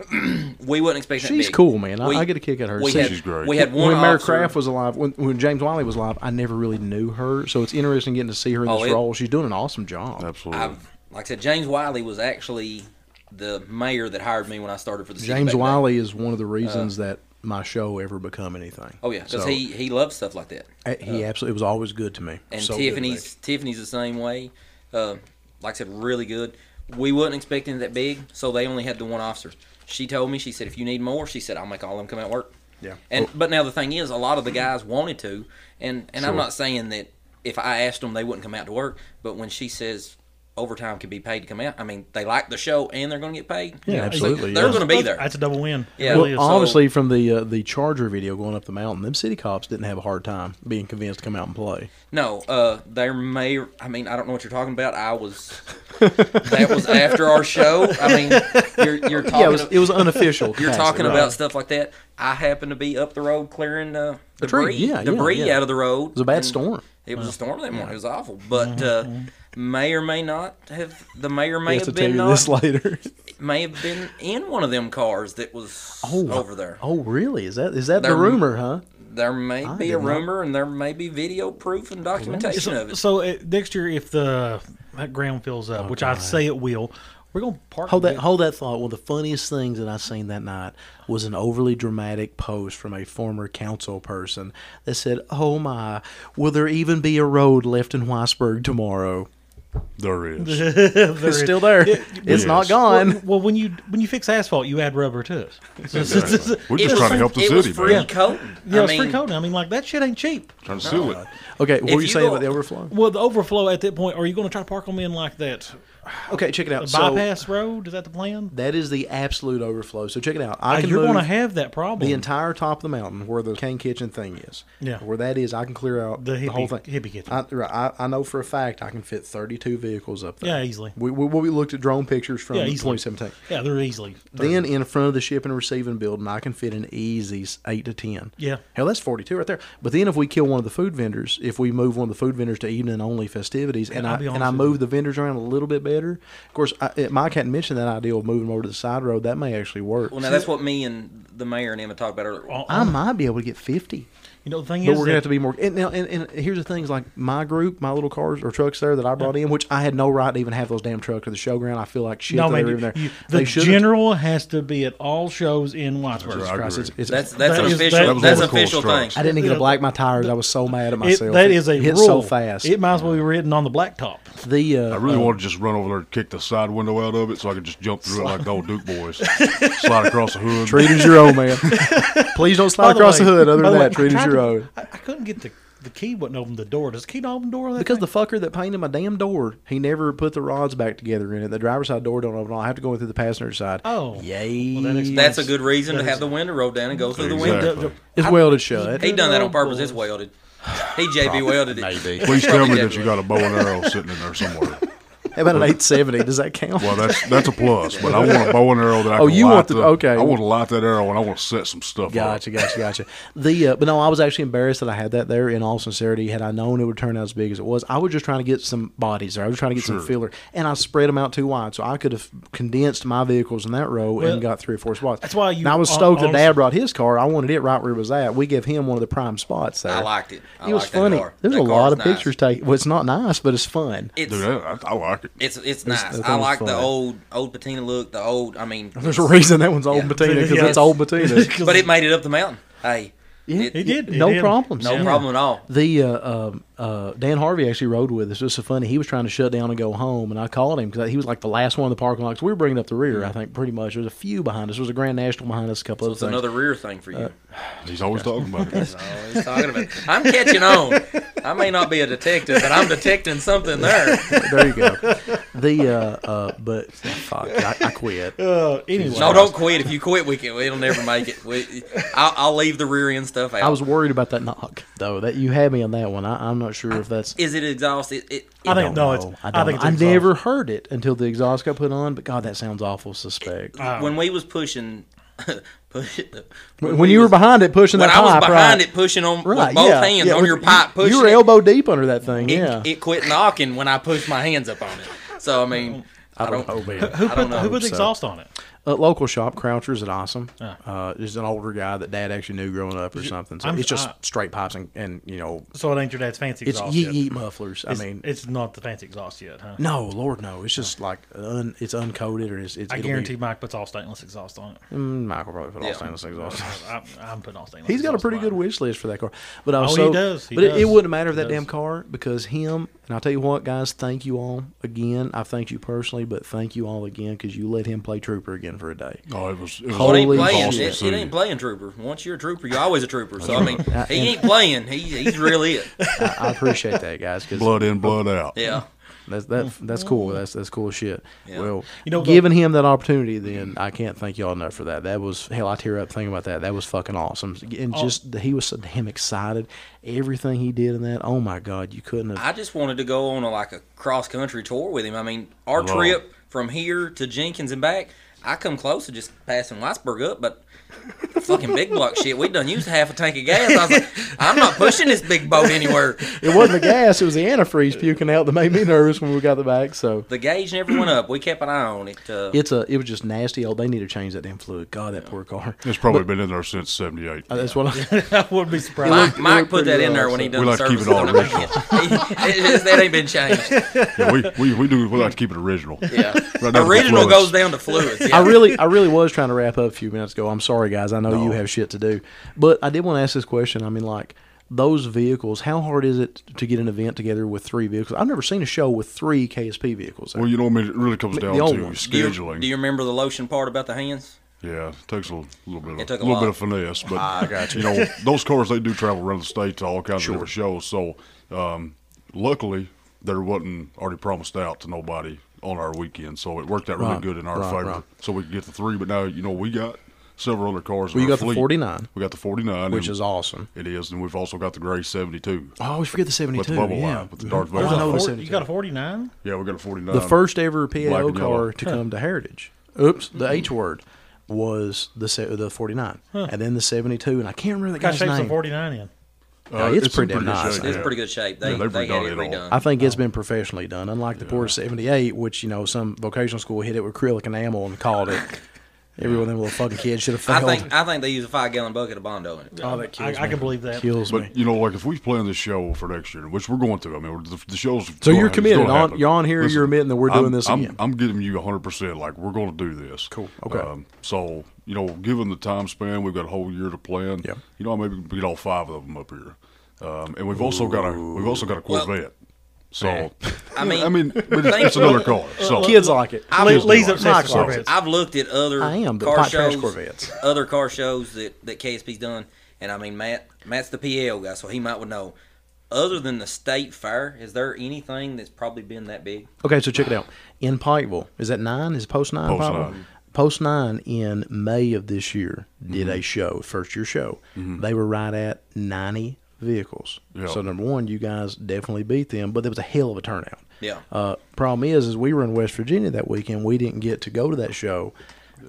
[SPEAKER 5] we wasn't expecting. that
[SPEAKER 3] She's
[SPEAKER 5] big.
[SPEAKER 3] cool, man. I- I get a kick out of her.
[SPEAKER 5] We
[SPEAKER 3] She's
[SPEAKER 5] had,
[SPEAKER 6] great.
[SPEAKER 5] We had one
[SPEAKER 3] when Mayor
[SPEAKER 5] officer-
[SPEAKER 3] Kraft was alive, when, when James Wiley was alive, I never really knew her, so it's interesting getting to see her in
[SPEAKER 5] Oh,
[SPEAKER 3] this
[SPEAKER 5] it-
[SPEAKER 3] role. She's doing an awesome job.
[SPEAKER 6] Absolutely.
[SPEAKER 5] I've, like I said, James Wiley was actually the mayor that hired me when I started for the city back
[SPEAKER 3] James
[SPEAKER 5] then.
[SPEAKER 3] Wiley is one of the reasons that my show ever become anything.
[SPEAKER 5] Uh, Oh yeah, because
[SPEAKER 3] So,
[SPEAKER 5] he he loves stuff like that.
[SPEAKER 3] I- he absolutely it was always good to me.
[SPEAKER 5] and
[SPEAKER 3] So good to me.
[SPEAKER 5] Tiffany's Tiffany's the same way. Uh, like I said, really good. We wasn't expecting it that big, so they only had the one officer. She told me, she said, if you need more, she said, I'll make all of them come out and work.
[SPEAKER 3] Yeah. Oh.
[SPEAKER 5] And but now the thing is, a lot of the guys wanted to, and and I'm
[SPEAKER 6] Sure.
[SPEAKER 5] not saying that if I asked them, they wouldn't come out to work. But when she says overtime can be paid to come out, I mean, they like the show and they're going to get paid.
[SPEAKER 3] Yeah,
[SPEAKER 5] so
[SPEAKER 3] absolutely,
[SPEAKER 5] they're
[SPEAKER 3] yeah.
[SPEAKER 5] going to be there.
[SPEAKER 2] That's a double win. It
[SPEAKER 5] Yeah.
[SPEAKER 2] really
[SPEAKER 3] Well,
[SPEAKER 2] is.
[SPEAKER 5] so-
[SPEAKER 3] honestly, from the uh, the Charger video going up the mountain, them city cops didn't have a hard time being convinced to come out and play.
[SPEAKER 5] No, uh, there may. I mean, I don't know what you're talking about. I was. that was after our show. I mean, you're, you're talking.
[SPEAKER 3] yeah, it was, it was unofficial.
[SPEAKER 5] Oh, you're
[SPEAKER 3] capacity,
[SPEAKER 5] talking
[SPEAKER 3] right.
[SPEAKER 5] about stuff like that. I happened to be up the road clearing uh,
[SPEAKER 3] tree,
[SPEAKER 5] debris,
[SPEAKER 3] yeah, yeah,
[SPEAKER 5] debris
[SPEAKER 3] yeah.
[SPEAKER 5] out of the road. It
[SPEAKER 3] was a bad storm.
[SPEAKER 5] It was a storm that morning. It was awful, but uh, may or may not have the mayor may
[SPEAKER 3] I have to
[SPEAKER 5] have
[SPEAKER 3] tell
[SPEAKER 5] been
[SPEAKER 3] you
[SPEAKER 5] not,
[SPEAKER 3] this later.
[SPEAKER 5] may have been in one of them cars that was over there.
[SPEAKER 3] Oh, really? Is that is that the
[SPEAKER 5] They're-
[SPEAKER 3] rumor? Huh?
[SPEAKER 5] There may be a
[SPEAKER 3] did not-
[SPEAKER 5] rumor, and there may be video proof and documentation of it.
[SPEAKER 2] So uh, next year, if the that ground fills up, which I say it will, we're gonna park.
[SPEAKER 3] Oh, Hold that
[SPEAKER 2] the-
[SPEAKER 3] hold that thought. One of the funniest things that I seen that night was an overly dramatic post from a former council person that said, "Oh my, will there even be a road left in Weisberg tomorrow?"
[SPEAKER 6] There is.
[SPEAKER 3] It's still there. it's not
[SPEAKER 6] Yes.
[SPEAKER 3] gone.
[SPEAKER 2] Well, when you when you fix asphalt, you add rubber to it.
[SPEAKER 6] We're
[SPEAKER 5] It
[SPEAKER 6] just
[SPEAKER 5] was-
[SPEAKER 6] trying to help the
[SPEAKER 5] it
[SPEAKER 6] city,
[SPEAKER 5] was free
[SPEAKER 6] man.
[SPEAKER 5] coating.
[SPEAKER 2] Yeah,
[SPEAKER 5] I
[SPEAKER 2] it's free
[SPEAKER 5] mean,
[SPEAKER 2] coating. I mean, like that shit ain't cheap.
[SPEAKER 6] Trying to seal
[SPEAKER 3] Oh,
[SPEAKER 6] it.
[SPEAKER 3] Okay, what
[SPEAKER 5] If
[SPEAKER 3] were you
[SPEAKER 5] you
[SPEAKER 3] saying
[SPEAKER 5] go-
[SPEAKER 3] about the overflow?
[SPEAKER 2] Well, the overflow at that point. Are you going to try to park them in like that
[SPEAKER 3] Okay, check it out. So
[SPEAKER 2] bypass road? Is that the plan?
[SPEAKER 3] that is the absolute overflow. So check it out.
[SPEAKER 2] Uh,
[SPEAKER 3] I can
[SPEAKER 2] you're going to
[SPEAKER 3] move
[SPEAKER 2] have that problem.
[SPEAKER 3] the entire top of the mountain where the cane kitchen thing is.
[SPEAKER 2] Yeah.
[SPEAKER 3] Where that is, I can clear out
[SPEAKER 2] The
[SPEAKER 3] the, whole thing.
[SPEAKER 2] hippie- hippie kitchen.
[SPEAKER 3] I, right, I, I know for a fact I can fit 32 vehicles up there.
[SPEAKER 2] Yeah, easily.
[SPEAKER 3] We, we, we looked at drone pictures from
[SPEAKER 2] Yeah, easily.
[SPEAKER 3] 2017.
[SPEAKER 2] yeah, they're easily.
[SPEAKER 3] Then in front of the shipping and receiving building, I can fit an easy s- 8 to 10.
[SPEAKER 2] Yeah.
[SPEAKER 3] Hell, that's 42 right there. But then if we kill one of the food vendors, if we move one of the food vendors to evening only festivities and,
[SPEAKER 2] I'll
[SPEAKER 3] I,
[SPEAKER 2] be
[SPEAKER 3] and
[SPEAKER 2] honest
[SPEAKER 3] I
[SPEAKER 2] with
[SPEAKER 3] move
[SPEAKER 2] you.
[SPEAKER 3] the vendors around a little bit better, of course, I, it- Mike hadn't mentioned that idea of moving them over to the side road. That may actually work.
[SPEAKER 5] Well, now that's what me and the mayor and Emma talked about earlier.
[SPEAKER 3] I might be able to get 50.
[SPEAKER 2] You know the thing
[SPEAKER 3] But
[SPEAKER 2] is,
[SPEAKER 3] we're gonna
[SPEAKER 2] that-
[SPEAKER 3] have to be more. And now, and, and here's the things like my group, my little cars or trucks there that I brought in, which I had no right to even have those damn trucks at the showground. I feel like shit.
[SPEAKER 2] no,
[SPEAKER 3] that they
[SPEAKER 2] man,
[SPEAKER 3] were even there.
[SPEAKER 2] you-
[SPEAKER 3] they
[SPEAKER 2] the
[SPEAKER 3] should've-
[SPEAKER 2] general has to be at all shows in Wattsburg.
[SPEAKER 6] That's right.
[SPEAKER 3] Christ, it's, it's,
[SPEAKER 5] That's that's
[SPEAKER 2] That
[SPEAKER 5] an
[SPEAKER 2] is-
[SPEAKER 5] official.
[SPEAKER 2] that was
[SPEAKER 5] that's an
[SPEAKER 6] one of the
[SPEAKER 5] official
[SPEAKER 6] coolest
[SPEAKER 5] thing.
[SPEAKER 6] trucks.
[SPEAKER 3] I didn't even get to black my tires. I was so mad at
[SPEAKER 2] It,
[SPEAKER 3] myself.
[SPEAKER 2] that is a
[SPEAKER 3] it hit
[SPEAKER 2] rule.
[SPEAKER 3] so fast.
[SPEAKER 2] It might as well be written on the blacktop.
[SPEAKER 3] the uh,
[SPEAKER 6] I really want to just run over there and kick the side window out of it so I could just jump through it like the old Duke boys. Slide across the hood.
[SPEAKER 3] treat is your own, man. Please don't slide
[SPEAKER 2] By the
[SPEAKER 3] across
[SPEAKER 2] way-
[SPEAKER 3] the hood. Other
[SPEAKER 2] by
[SPEAKER 3] than
[SPEAKER 2] the
[SPEAKER 3] that,
[SPEAKER 2] way,
[SPEAKER 3] treat
[SPEAKER 2] I
[SPEAKER 3] is
[SPEAKER 2] tried
[SPEAKER 3] your
[SPEAKER 2] to-
[SPEAKER 3] own.
[SPEAKER 2] I, I couldn't get the the key wouldn't open the door. Does the key not open the door? of That
[SPEAKER 3] Because
[SPEAKER 2] thing?
[SPEAKER 3] the fucker that painted my damn door, he never put the rods back together in it. The driver's side door don't open. I have to go in through the passenger side.
[SPEAKER 2] Oh.
[SPEAKER 3] yay!
[SPEAKER 2] Well, that explains-
[SPEAKER 5] That's a good reason to have the window rolled down and go through the window.
[SPEAKER 6] Exactly.
[SPEAKER 3] it's welded shut.
[SPEAKER 5] He done that on purpose. It's welded. He JB welded it.
[SPEAKER 6] Please tell me that you got a bow and arrow sitting in there somewhere.
[SPEAKER 3] How about an 870? Does that count?
[SPEAKER 6] Well, that's that's a plus, but I want a bow and arrow that I
[SPEAKER 3] Oh,
[SPEAKER 6] can
[SPEAKER 3] you
[SPEAKER 6] light
[SPEAKER 3] want the- okay.
[SPEAKER 6] I want to light that arrow and I want to set some stuff
[SPEAKER 3] Gotcha, gotcha, gotcha. The uh, but no, I was actually embarrassed that I had that there. In all sincerity, had I known it would turn out as big as it was, I was just trying to get some bodies there. I was trying to get some
[SPEAKER 6] Sure.
[SPEAKER 3] filler, and I spread them out too wide, so I could have condensed my vehicles in that row
[SPEAKER 2] Well,
[SPEAKER 3] and got three or four spots.
[SPEAKER 2] that's why you-
[SPEAKER 3] And I was
[SPEAKER 2] hon-
[SPEAKER 3] stoked that
[SPEAKER 2] honestly-
[SPEAKER 3] Dad brought his car. I wanted it right where it was at. We gave him one of the prime spots there.
[SPEAKER 5] I liked it. I
[SPEAKER 3] it was
[SPEAKER 5] liked that
[SPEAKER 3] funny.
[SPEAKER 5] car.
[SPEAKER 3] There's
[SPEAKER 5] That
[SPEAKER 3] a
[SPEAKER 5] car
[SPEAKER 3] lot
[SPEAKER 5] was
[SPEAKER 3] of
[SPEAKER 5] nice.
[SPEAKER 3] pictures taken. Well, it's not nice, but it's fun.
[SPEAKER 5] It's
[SPEAKER 6] Dude, I, I like it.
[SPEAKER 5] it's it's nice.
[SPEAKER 3] that
[SPEAKER 5] I
[SPEAKER 3] thing was
[SPEAKER 5] like the
[SPEAKER 3] fun.
[SPEAKER 5] old old patina look. The old. I mean,
[SPEAKER 3] There's a reason that one's old
[SPEAKER 5] Yeah.
[SPEAKER 3] patina because
[SPEAKER 2] Yeah.
[SPEAKER 3] it's old patina.
[SPEAKER 5] but it made it up the mountain. Hey, it-
[SPEAKER 2] He did. He
[SPEAKER 3] no
[SPEAKER 2] did.
[SPEAKER 3] problems.
[SPEAKER 5] No
[SPEAKER 3] Yeah.
[SPEAKER 5] problem at all.
[SPEAKER 3] The uh, um, uh, Dan Harvey actually rode with us. It was so funny. He was trying to shut down and go home, and I called him because he was like the last one in the parking lot. 'cause we were bringing up the rear, I think, pretty much. There was a few behind us. There was a Grand National behind us, a couple of
[SPEAKER 5] It's another rear thing for you.
[SPEAKER 3] Uh,
[SPEAKER 6] He's always talking about it.
[SPEAKER 5] Oh, he's talking about. I'm catching on. I may not be a detective, but I'm detecting something there.
[SPEAKER 3] there you go. The uh, uh, but fuck, I, I quit.
[SPEAKER 2] Uh, anyway,
[SPEAKER 5] No, don't quit. If you quit, we can. It'll never make it. We, I'll, I'll leave the rear end stuff out.
[SPEAKER 3] I was worried about that knock though. That you had me on that one. I, I'm not sure if that's.
[SPEAKER 5] Is it exhaust? It, it,
[SPEAKER 2] I
[SPEAKER 5] it-
[SPEAKER 2] think no. It's,
[SPEAKER 3] I, don't
[SPEAKER 2] think
[SPEAKER 3] know. I
[SPEAKER 2] it's
[SPEAKER 3] never heard it until the exhaust got put on. But God, that sounds awful. Suspect.
[SPEAKER 5] when we was pushing. push,
[SPEAKER 3] when, you were
[SPEAKER 5] was-
[SPEAKER 3] behind it pushing
[SPEAKER 5] when
[SPEAKER 3] that
[SPEAKER 5] I was
[SPEAKER 3] pipe,
[SPEAKER 5] behind
[SPEAKER 3] right.
[SPEAKER 5] it, pushing on with
[SPEAKER 3] Right,
[SPEAKER 5] both
[SPEAKER 3] yeah,
[SPEAKER 5] hands
[SPEAKER 3] yeah,
[SPEAKER 5] on
[SPEAKER 3] with-
[SPEAKER 5] your pipe, pushing
[SPEAKER 3] You were
[SPEAKER 5] it,
[SPEAKER 3] elbow deep under that thing,
[SPEAKER 5] it,
[SPEAKER 3] yeah.
[SPEAKER 5] it quit knocking when I pushed my hands up on it. So I mean, I don't,
[SPEAKER 3] oh man,
[SPEAKER 2] Who
[SPEAKER 5] I
[SPEAKER 2] put,
[SPEAKER 5] don't know.
[SPEAKER 2] who put the
[SPEAKER 3] so.
[SPEAKER 2] exhaust on it?
[SPEAKER 3] a local shop, Crouchers at Awesome. Uh, is an older guy that Dad actually knew growing up or something. So
[SPEAKER 2] Ah. I'm-
[SPEAKER 3] it's just
[SPEAKER 2] I-
[SPEAKER 3] straight pipes and, and you know,
[SPEAKER 2] So it ain't your dad's fancy
[SPEAKER 3] it's
[SPEAKER 2] exhaust
[SPEAKER 3] yeet
[SPEAKER 2] yet.
[SPEAKER 3] yeet mufflers. I
[SPEAKER 2] It's,
[SPEAKER 3] mean,
[SPEAKER 2] it's not the fancy exhaust yet, huh?
[SPEAKER 3] no, Lord, no. It's just like un, it's uncoated or it's. it's
[SPEAKER 2] I
[SPEAKER 3] it'll be-
[SPEAKER 2] guarantee Mike puts all stainless exhaust on it.
[SPEAKER 3] Mm, Michael probably put all
[SPEAKER 5] Yeah.
[SPEAKER 3] stainless exhaust.
[SPEAKER 2] I'm, I'm putting all stainless.
[SPEAKER 3] He's got a
[SPEAKER 2] exhaust
[SPEAKER 3] pretty
[SPEAKER 2] on
[SPEAKER 3] good
[SPEAKER 2] mine.
[SPEAKER 3] wish list for that car, but
[SPEAKER 2] Oh, he
[SPEAKER 3] also,
[SPEAKER 2] does, he
[SPEAKER 3] but It, it
[SPEAKER 2] does.
[SPEAKER 3] wouldn't matter if
[SPEAKER 2] He
[SPEAKER 3] that damn
[SPEAKER 2] does.
[SPEAKER 3] car because him and I'll tell you what, guys, thank you all again. I thank you personally, but thank you all again because you let him play trooper again for a day.
[SPEAKER 6] Oh, it was, it
[SPEAKER 5] It
[SPEAKER 6] was
[SPEAKER 3] Holy
[SPEAKER 5] ain't
[SPEAKER 6] awesome
[SPEAKER 5] playing.
[SPEAKER 6] to
[SPEAKER 5] It,
[SPEAKER 6] see.
[SPEAKER 5] it ain't playing trooper. Once you're a trooper, you're always a trooper. So I mean, he ain't playing. He, he's really it.
[SPEAKER 3] I, I appreciate that, guys, because
[SPEAKER 6] Blood in, blood out.
[SPEAKER 5] Yeah.
[SPEAKER 3] That's that, that's cool. That's that's cool as shit.
[SPEAKER 5] Yeah.
[SPEAKER 3] Well,
[SPEAKER 2] Mm. You know, the-
[SPEAKER 3] giving him that opportunity, then I can't thank y'all enough for that. That was hell. I tear up thinking about that. That was fucking awesome. And
[SPEAKER 2] Oh.
[SPEAKER 3] just he was so damn excited. Everything he did in that. Oh my god, you couldn't have.
[SPEAKER 5] I just wanted to go on a, like a cross country tour with him. I mean, our
[SPEAKER 6] Wow.
[SPEAKER 5] trip from here to Jenkins and back. I come close to just passing Weisberg up, but fucking big block shit. We done used half a tank of gas. I was like, I'm not pushing this big boat anywhere.
[SPEAKER 3] It wasn't the gas; it was the antifreeze puking out that made me nervous when we got the back. So
[SPEAKER 5] The gauge never went up. We kept an eye on it. Uh,
[SPEAKER 3] it's a it was just nasty. Oh, they need to change that damn fluid. God, that poor car.
[SPEAKER 6] It's probably been in there since '78.
[SPEAKER 3] Uh, That's what I,
[SPEAKER 2] I wouldn't be surprised.
[SPEAKER 5] Mike, Mike
[SPEAKER 3] looked
[SPEAKER 5] put that
[SPEAKER 3] pretty
[SPEAKER 5] in there
[SPEAKER 3] rough,
[SPEAKER 5] when he
[SPEAKER 3] so-
[SPEAKER 5] done
[SPEAKER 6] We like to keep
[SPEAKER 5] service
[SPEAKER 6] it all
[SPEAKER 5] on it. It just- that ain't been changed.
[SPEAKER 6] yeah, we, we, we do we like to keep it original.
[SPEAKER 5] Yeah.
[SPEAKER 6] Right down to the
[SPEAKER 5] Original
[SPEAKER 6] fluids.
[SPEAKER 5] goes down to fluids. Yeah.
[SPEAKER 3] I really I really was trying to wrap up a few minutes ago. I'm sorry, guys. I know you have shit to do, but I did want to ask this question. I mean, like those vehicles, how hard is it to get an event together with three vehicles? I've never seen a show with three KSP vehicles.
[SPEAKER 6] Well, you know, I mean, it really comes down to
[SPEAKER 3] old ones.
[SPEAKER 5] do, you,
[SPEAKER 6] scheduling.
[SPEAKER 5] do you remember the lotion part about the hands?
[SPEAKER 6] Yeah, it takes a little, little bit of
[SPEAKER 5] It took a
[SPEAKER 6] little
[SPEAKER 5] lot.
[SPEAKER 6] bit of finesse, but
[SPEAKER 3] Ah,
[SPEAKER 6] you. know those cars they do travel around the state to all kinds of different shows. So um, luckily there wasn't already promised out to nobody on our weekend, so it worked out really
[SPEAKER 3] Right,
[SPEAKER 6] good in our
[SPEAKER 3] right,
[SPEAKER 6] favor.
[SPEAKER 3] right.
[SPEAKER 6] So we could get the three, but now you know we got several other cars. in
[SPEAKER 3] Well, you
[SPEAKER 6] our
[SPEAKER 3] got the
[SPEAKER 6] fleet.
[SPEAKER 3] 49.
[SPEAKER 6] We got the forty nine,
[SPEAKER 3] which is awesome.
[SPEAKER 6] it is, and we've also got the gray seventy two.
[SPEAKER 3] Oh, I always forget the 72.
[SPEAKER 6] With the bubble
[SPEAKER 3] yeah.
[SPEAKER 6] line, with the Darth
[SPEAKER 3] Oh, I
[SPEAKER 6] Vader.
[SPEAKER 3] know the
[SPEAKER 2] Fort-
[SPEAKER 3] 72.
[SPEAKER 2] you got a 49?
[SPEAKER 6] Yeah, we got a forty nine.
[SPEAKER 3] the first ever
[SPEAKER 6] black
[SPEAKER 3] PAO
[SPEAKER 6] and yellow.
[SPEAKER 3] car to come to Heritage. Oops, the H word was the se- the 49, and then the 72, and I can't remember the
[SPEAKER 2] Got
[SPEAKER 3] guy's
[SPEAKER 2] shapes
[SPEAKER 3] name.
[SPEAKER 2] of 49 in.
[SPEAKER 3] No, it's pretty
[SPEAKER 6] in
[SPEAKER 3] damn
[SPEAKER 6] good
[SPEAKER 3] nice.
[SPEAKER 6] shape,
[SPEAKER 5] It's
[SPEAKER 6] yeah.
[SPEAKER 5] pretty good shape. They,
[SPEAKER 6] Yeah,
[SPEAKER 5] they,
[SPEAKER 6] they've
[SPEAKER 5] had it
[SPEAKER 6] redone it
[SPEAKER 5] redone.
[SPEAKER 6] all.
[SPEAKER 3] I think it's been professionally done, unlike the poor 78, which, you know, some vocational school hit it with acrylic enamel and called it. Every one of them little fucking kids should have
[SPEAKER 5] I
[SPEAKER 3] failed.
[SPEAKER 5] think I think they use a five gallon bucket of Bondo in it.
[SPEAKER 3] oh, that
[SPEAKER 2] I,
[SPEAKER 3] kills
[SPEAKER 2] I
[SPEAKER 3] me.
[SPEAKER 2] can believe that.
[SPEAKER 3] Kills me.
[SPEAKER 6] But you know, like if we plan this show for next year, which we're going to, I mean, we're- the, the show's.
[SPEAKER 3] So
[SPEAKER 6] gonna-
[SPEAKER 3] you're
[SPEAKER 6] it's
[SPEAKER 3] committed.
[SPEAKER 6] gonna
[SPEAKER 3] On-
[SPEAKER 6] happen.
[SPEAKER 3] you're on here, you're admitting that we're doing
[SPEAKER 6] I'm-
[SPEAKER 3] this
[SPEAKER 6] I'm,
[SPEAKER 3] again.
[SPEAKER 6] I'm giving you 100. percent Like we're going to do this. Um,
[SPEAKER 3] Cool. Okay.
[SPEAKER 6] so you know, given the time span, we've got a whole year to plan.
[SPEAKER 3] Yeah.
[SPEAKER 6] You know, maybe we can get all five of them up here, um, and we've also got a we've also got a
[SPEAKER 5] Well-
[SPEAKER 6] Corvette. so
[SPEAKER 5] I mean-
[SPEAKER 6] eh. I mean, Uh, but it's, it's another car. So
[SPEAKER 3] Kids like it.
[SPEAKER 2] Le-
[SPEAKER 6] Kills me
[SPEAKER 2] Lee's
[SPEAKER 6] like
[SPEAKER 2] obsessed
[SPEAKER 6] that.
[SPEAKER 2] with
[SPEAKER 6] So-
[SPEAKER 2] Corvettes.
[SPEAKER 5] I've looked at other
[SPEAKER 3] I am, but
[SPEAKER 5] car
[SPEAKER 3] not trash
[SPEAKER 5] shows,
[SPEAKER 3] Corvettes.
[SPEAKER 5] other car shows that that KSP's done, and I mean Matt Matt's the PL guy, so he might would know. Other than the state fair, is there anything that's probably been that big?
[SPEAKER 3] Okay, so check it out. In Pikeville, is that nine? Is it post nine?
[SPEAKER 6] Post
[SPEAKER 3] Pikeville?
[SPEAKER 6] nine.
[SPEAKER 3] Post nine in May of this year did
[SPEAKER 6] Mm-hmm.
[SPEAKER 3] a show, first year show. They were right at ninety vehicles.
[SPEAKER 6] Yeah.
[SPEAKER 3] So number one, you guys definitely beat them, but there was a hell of a turnout.
[SPEAKER 5] Yeah.
[SPEAKER 3] Uh, problem is, is we were in West Virginia that weekend. We didn't get to go to that show.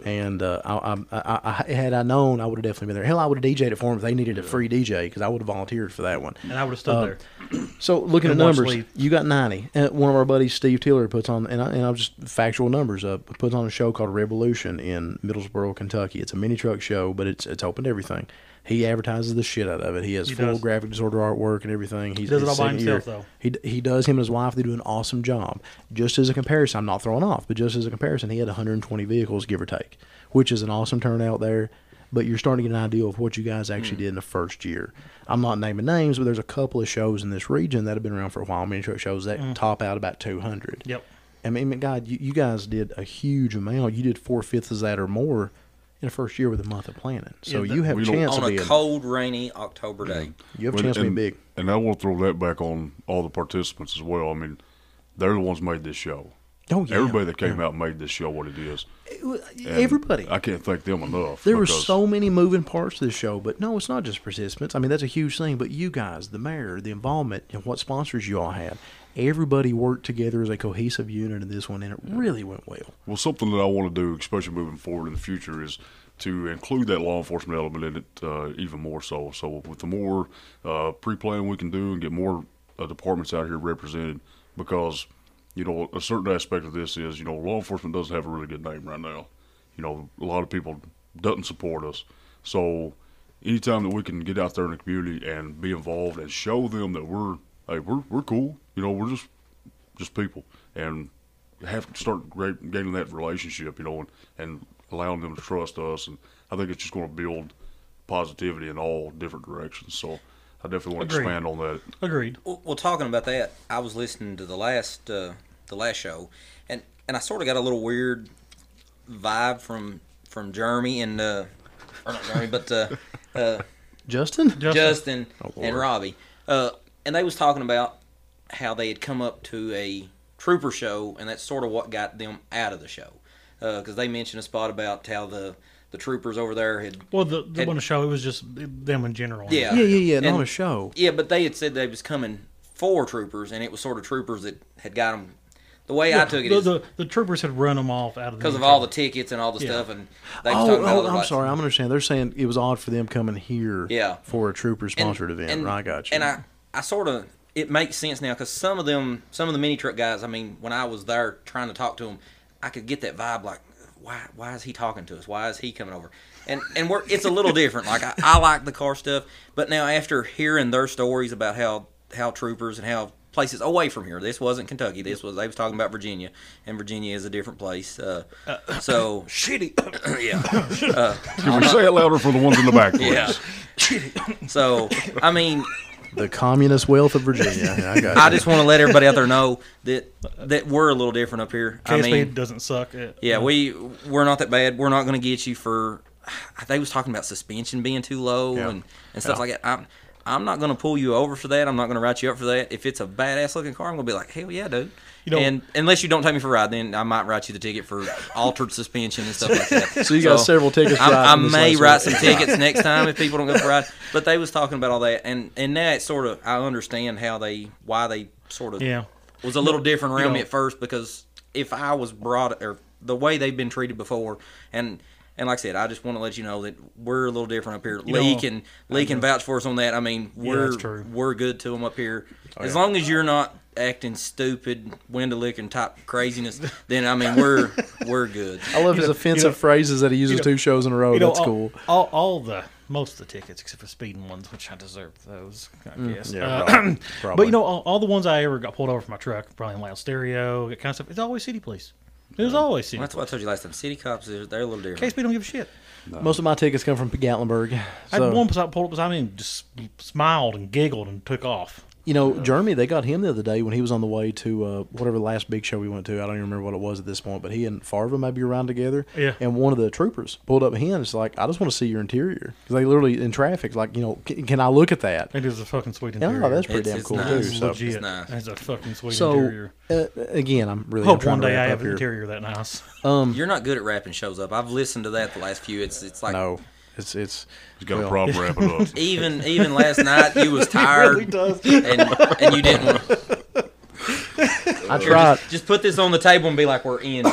[SPEAKER 3] And uh, I, I, I, I, had I known, I would have definitely been there. Hell, I would have DJ'd it for them if they needed a free DJ because I would have volunteered for that one.
[SPEAKER 2] And I would have stood
[SPEAKER 3] Uh,
[SPEAKER 2] there.
[SPEAKER 3] So looking at
[SPEAKER 2] And watch
[SPEAKER 3] numbers,
[SPEAKER 2] Lee.
[SPEAKER 3] you got ninety. Uh, one of our buddies, Steve Tiller, puts on, and, I, and I'm just factual numbers up. Puts on a show called Revolution in Middlesboro, Kentucky. It's a mini truck show, but it's it's open to everything. He advertises the shit out of it. He has full
[SPEAKER 2] does.
[SPEAKER 3] graphic disorder artwork and everything. He's,
[SPEAKER 2] does it
[SPEAKER 3] he's
[SPEAKER 2] all by
[SPEAKER 3] sitting here-
[SPEAKER 2] himself, though.
[SPEAKER 3] He d- he does. Him and his wife they do an awesome job. Just as a comparison, I'm not throwing off, but just as a comparison, he had 120 vehicles, give or take, which is an awesome turnout there. But you're starting to get an idea of what you guys
[SPEAKER 6] Hmm.
[SPEAKER 3] actually did in the first year. I'm not naming names, but there's a couple of shows in this region that have been around for a while. Mini truck shows
[SPEAKER 6] Hmm.
[SPEAKER 3] that top out about 200.
[SPEAKER 2] Yep.
[SPEAKER 3] I mean, God, you, you guys did a huge amount. You did four fifths of that or more in the first year with a month of planning. So
[SPEAKER 2] Yeah, the-
[SPEAKER 3] you have a Mm-hmm.
[SPEAKER 6] We don't-
[SPEAKER 3] chance
[SPEAKER 5] on
[SPEAKER 3] of
[SPEAKER 5] a
[SPEAKER 3] being
[SPEAKER 5] cold, rainy October day.
[SPEAKER 3] you have a
[SPEAKER 6] Well,
[SPEAKER 3] chance of being
[SPEAKER 6] and-
[SPEAKER 3] big.
[SPEAKER 6] And I want to throw that back on all the participants as well. I mean, they're the ones made this show.
[SPEAKER 3] Oh, yeah.
[SPEAKER 6] Everybody that came out made this show what it is. And
[SPEAKER 3] Everybody.
[SPEAKER 6] I can't thank them enough.
[SPEAKER 3] There were
[SPEAKER 6] because-
[SPEAKER 3] so many moving parts to this show, but no, it's not just participants. I mean, that's a huge thing. But you guys, the mayor, the involvement, and what sponsors you all had, everybody worked together as a cohesive unit in this one, and it really went well.
[SPEAKER 6] Well, something that I want to do, especially moving forward in the future, is to include that law enforcement element in it uh, even more so. So, with the more uh, pre planning we can do and get more uh, departments out here represented, because, you know, a certain aspect of this is, you know, law enforcement doesn't have a really good name right now. You know, a lot of people doesn't support us. So, anytime that we can get out there in the community and be involved and show them that we're, hey, we're, we're cool, you know, we're just just people and have to start gra- gaining that relationship, you know, and, and allowing them to trust us. And I think it's just going to build positivity in all different directions. So I definitely want to
[SPEAKER 2] Agreed.
[SPEAKER 6] expand on that.
[SPEAKER 2] Agreed.
[SPEAKER 5] Well, well, talking about that, I was listening to the last uh, the last show, and and I sort of got a little weird vibe from from Jeremy and uh, or not Jeremy, but uh, uh,
[SPEAKER 3] Justin?
[SPEAKER 5] Justin
[SPEAKER 3] Oh,
[SPEAKER 5] and Robbie, uh, and they was talking about how they had come up to a trooper show, and that's sort of what got them out of the show, because they mentioned a spot about how the the troopers over there had
[SPEAKER 2] Well, the, the
[SPEAKER 5] And-
[SPEAKER 2] one show, it was just them in general.
[SPEAKER 5] yeah
[SPEAKER 3] Yeah, yeah, yeah. Not
[SPEAKER 5] And-
[SPEAKER 3] a show.
[SPEAKER 5] yeah, but they had said they was coming for troopers, and it was sort of troopers that had got them. The way I took it
[SPEAKER 2] the,
[SPEAKER 5] is
[SPEAKER 2] the, the troopers had run them off out of
[SPEAKER 5] because of all the tickets and all the stuff, and they was talking
[SPEAKER 3] Oh,
[SPEAKER 5] about
[SPEAKER 3] oh,
[SPEAKER 5] other
[SPEAKER 3] I'm
[SPEAKER 5] rights.
[SPEAKER 3] sorry. I'm understanding. They're saying it was odd for them coming here
[SPEAKER 5] Yeah.
[SPEAKER 3] for a trooper sponsored event.
[SPEAKER 5] and-
[SPEAKER 3] right, I got you.
[SPEAKER 5] And I, I sort of, it makes sense now because some of them, some of the mini truck guys. I mean, when I was there trying to talk to them, I could get that vibe like, why, why is he talking to us? Why is he coming over? And and we're it's a little different. Like I, I like the car stuff, but now after hearing their stories about how how troopers and how places away from here, this wasn't Kentucky. This was they was talking about Virginia, and Virginia is a different place. Uh, so shitty. yeah.
[SPEAKER 6] Can we say it louder for the ones in the back, please?
[SPEAKER 5] Yeah. so I mean,
[SPEAKER 3] the communist wealth of Virginia. Yeah, I got
[SPEAKER 5] I
[SPEAKER 3] you.
[SPEAKER 5] just want to let everybody out there know that that we're a little different up here. I
[SPEAKER 2] KSB
[SPEAKER 5] mean,
[SPEAKER 2] doesn't suck. It,
[SPEAKER 5] yeah, we we're not that bad. We're not going to get you for. They was talking about suspension being too low
[SPEAKER 3] Yeah.
[SPEAKER 5] and, and stuff like that. I'm I'm not going to pull you over for that. I'm not going to write you up for that. If it's a badass looking car, I'm going to be like, hell yeah, dude.
[SPEAKER 2] You know-
[SPEAKER 5] and unless you don't take me for a ride, then I might write you the ticket for altered suspension and stuff like that.
[SPEAKER 3] So you got several tickets
[SPEAKER 5] I,
[SPEAKER 3] right
[SPEAKER 5] I
[SPEAKER 3] from this
[SPEAKER 5] may
[SPEAKER 3] last
[SPEAKER 5] write
[SPEAKER 3] week.
[SPEAKER 5] some tickets next time if people don't go for a ride. But they was talking about all that, and and now it's sort of I understand how they why they sort of
[SPEAKER 2] Yeah.
[SPEAKER 5] was a little different around me
[SPEAKER 2] know-
[SPEAKER 5] at first because if I was brought or the way they've been treated before and. And like I said, I just want to let you know that we're a little different up here.
[SPEAKER 2] know,
[SPEAKER 5] Lee can Lee can vouch for us on that. I mean, we're
[SPEAKER 2] that's true.
[SPEAKER 5] we're good to them up here. as long as you're not acting stupid, window licking type craziness, then I mean we're we're good.
[SPEAKER 3] I love his offensive phrases that he uses two shows in a row.
[SPEAKER 2] You know,
[SPEAKER 3] Oh,
[SPEAKER 5] uh,
[SPEAKER 3] That's
[SPEAKER 2] all,
[SPEAKER 3] cool.
[SPEAKER 2] All, all the most of the tickets except for speeding ones, which I deserve those, I guess.
[SPEAKER 3] Mm, Yeah,
[SPEAKER 2] Uh,
[SPEAKER 3] probably.
[SPEAKER 2] But you know, all, all the ones I ever got pulled over for my truck, probably in loud stereo, that kind of stuff. It's always city police. It was always city.
[SPEAKER 5] That's what I told you last time. City cops, they're, they're a little different.
[SPEAKER 2] KSB don't give a shit.
[SPEAKER 3] most of my tickets come from Gatlinburg.
[SPEAKER 2] I had
[SPEAKER 3] So,
[SPEAKER 2] one beside, pulled up beside me and just smiled and giggled and took off.
[SPEAKER 3] you know, Jeremy, they got him the other day when he was on the way to uh, whatever last big show we went to. I don't even remember what it was at this point, but he and Farva maybe were around together.
[SPEAKER 2] Yeah.
[SPEAKER 3] And one of the troopers pulled up to him and is like, I just want to see your interior. 'Cause they literally in traffic, like, you know, can, can I look at that?
[SPEAKER 2] It is a fucking sweet
[SPEAKER 3] Yeah,
[SPEAKER 2] interior.
[SPEAKER 3] oh, that's pretty
[SPEAKER 5] It's-
[SPEAKER 3] damn
[SPEAKER 5] it's
[SPEAKER 3] cool,
[SPEAKER 5] nice.
[SPEAKER 3] too.
[SPEAKER 2] It's
[SPEAKER 3] So,
[SPEAKER 2] legit.
[SPEAKER 5] nice.
[SPEAKER 2] That's a fucking sweet
[SPEAKER 3] so
[SPEAKER 2] interior.
[SPEAKER 3] uh, again, I'm really
[SPEAKER 2] Hope
[SPEAKER 3] am trying
[SPEAKER 2] one
[SPEAKER 3] to
[SPEAKER 2] day
[SPEAKER 3] wrap
[SPEAKER 2] I
[SPEAKER 3] up
[SPEAKER 2] have an
[SPEAKER 3] here.
[SPEAKER 2] interior that nice.
[SPEAKER 5] You're not good at wrapping shows up. I've listened to that the last few. It's it's like
[SPEAKER 3] No, it's, it's,
[SPEAKER 6] He's got
[SPEAKER 3] well,
[SPEAKER 6] a problem wrapping up.
[SPEAKER 5] even even last night you was tired and and you didn't want to
[SPEAKER 3] I tried.
[SPEAKER 5] just put this on the table and be like we're in.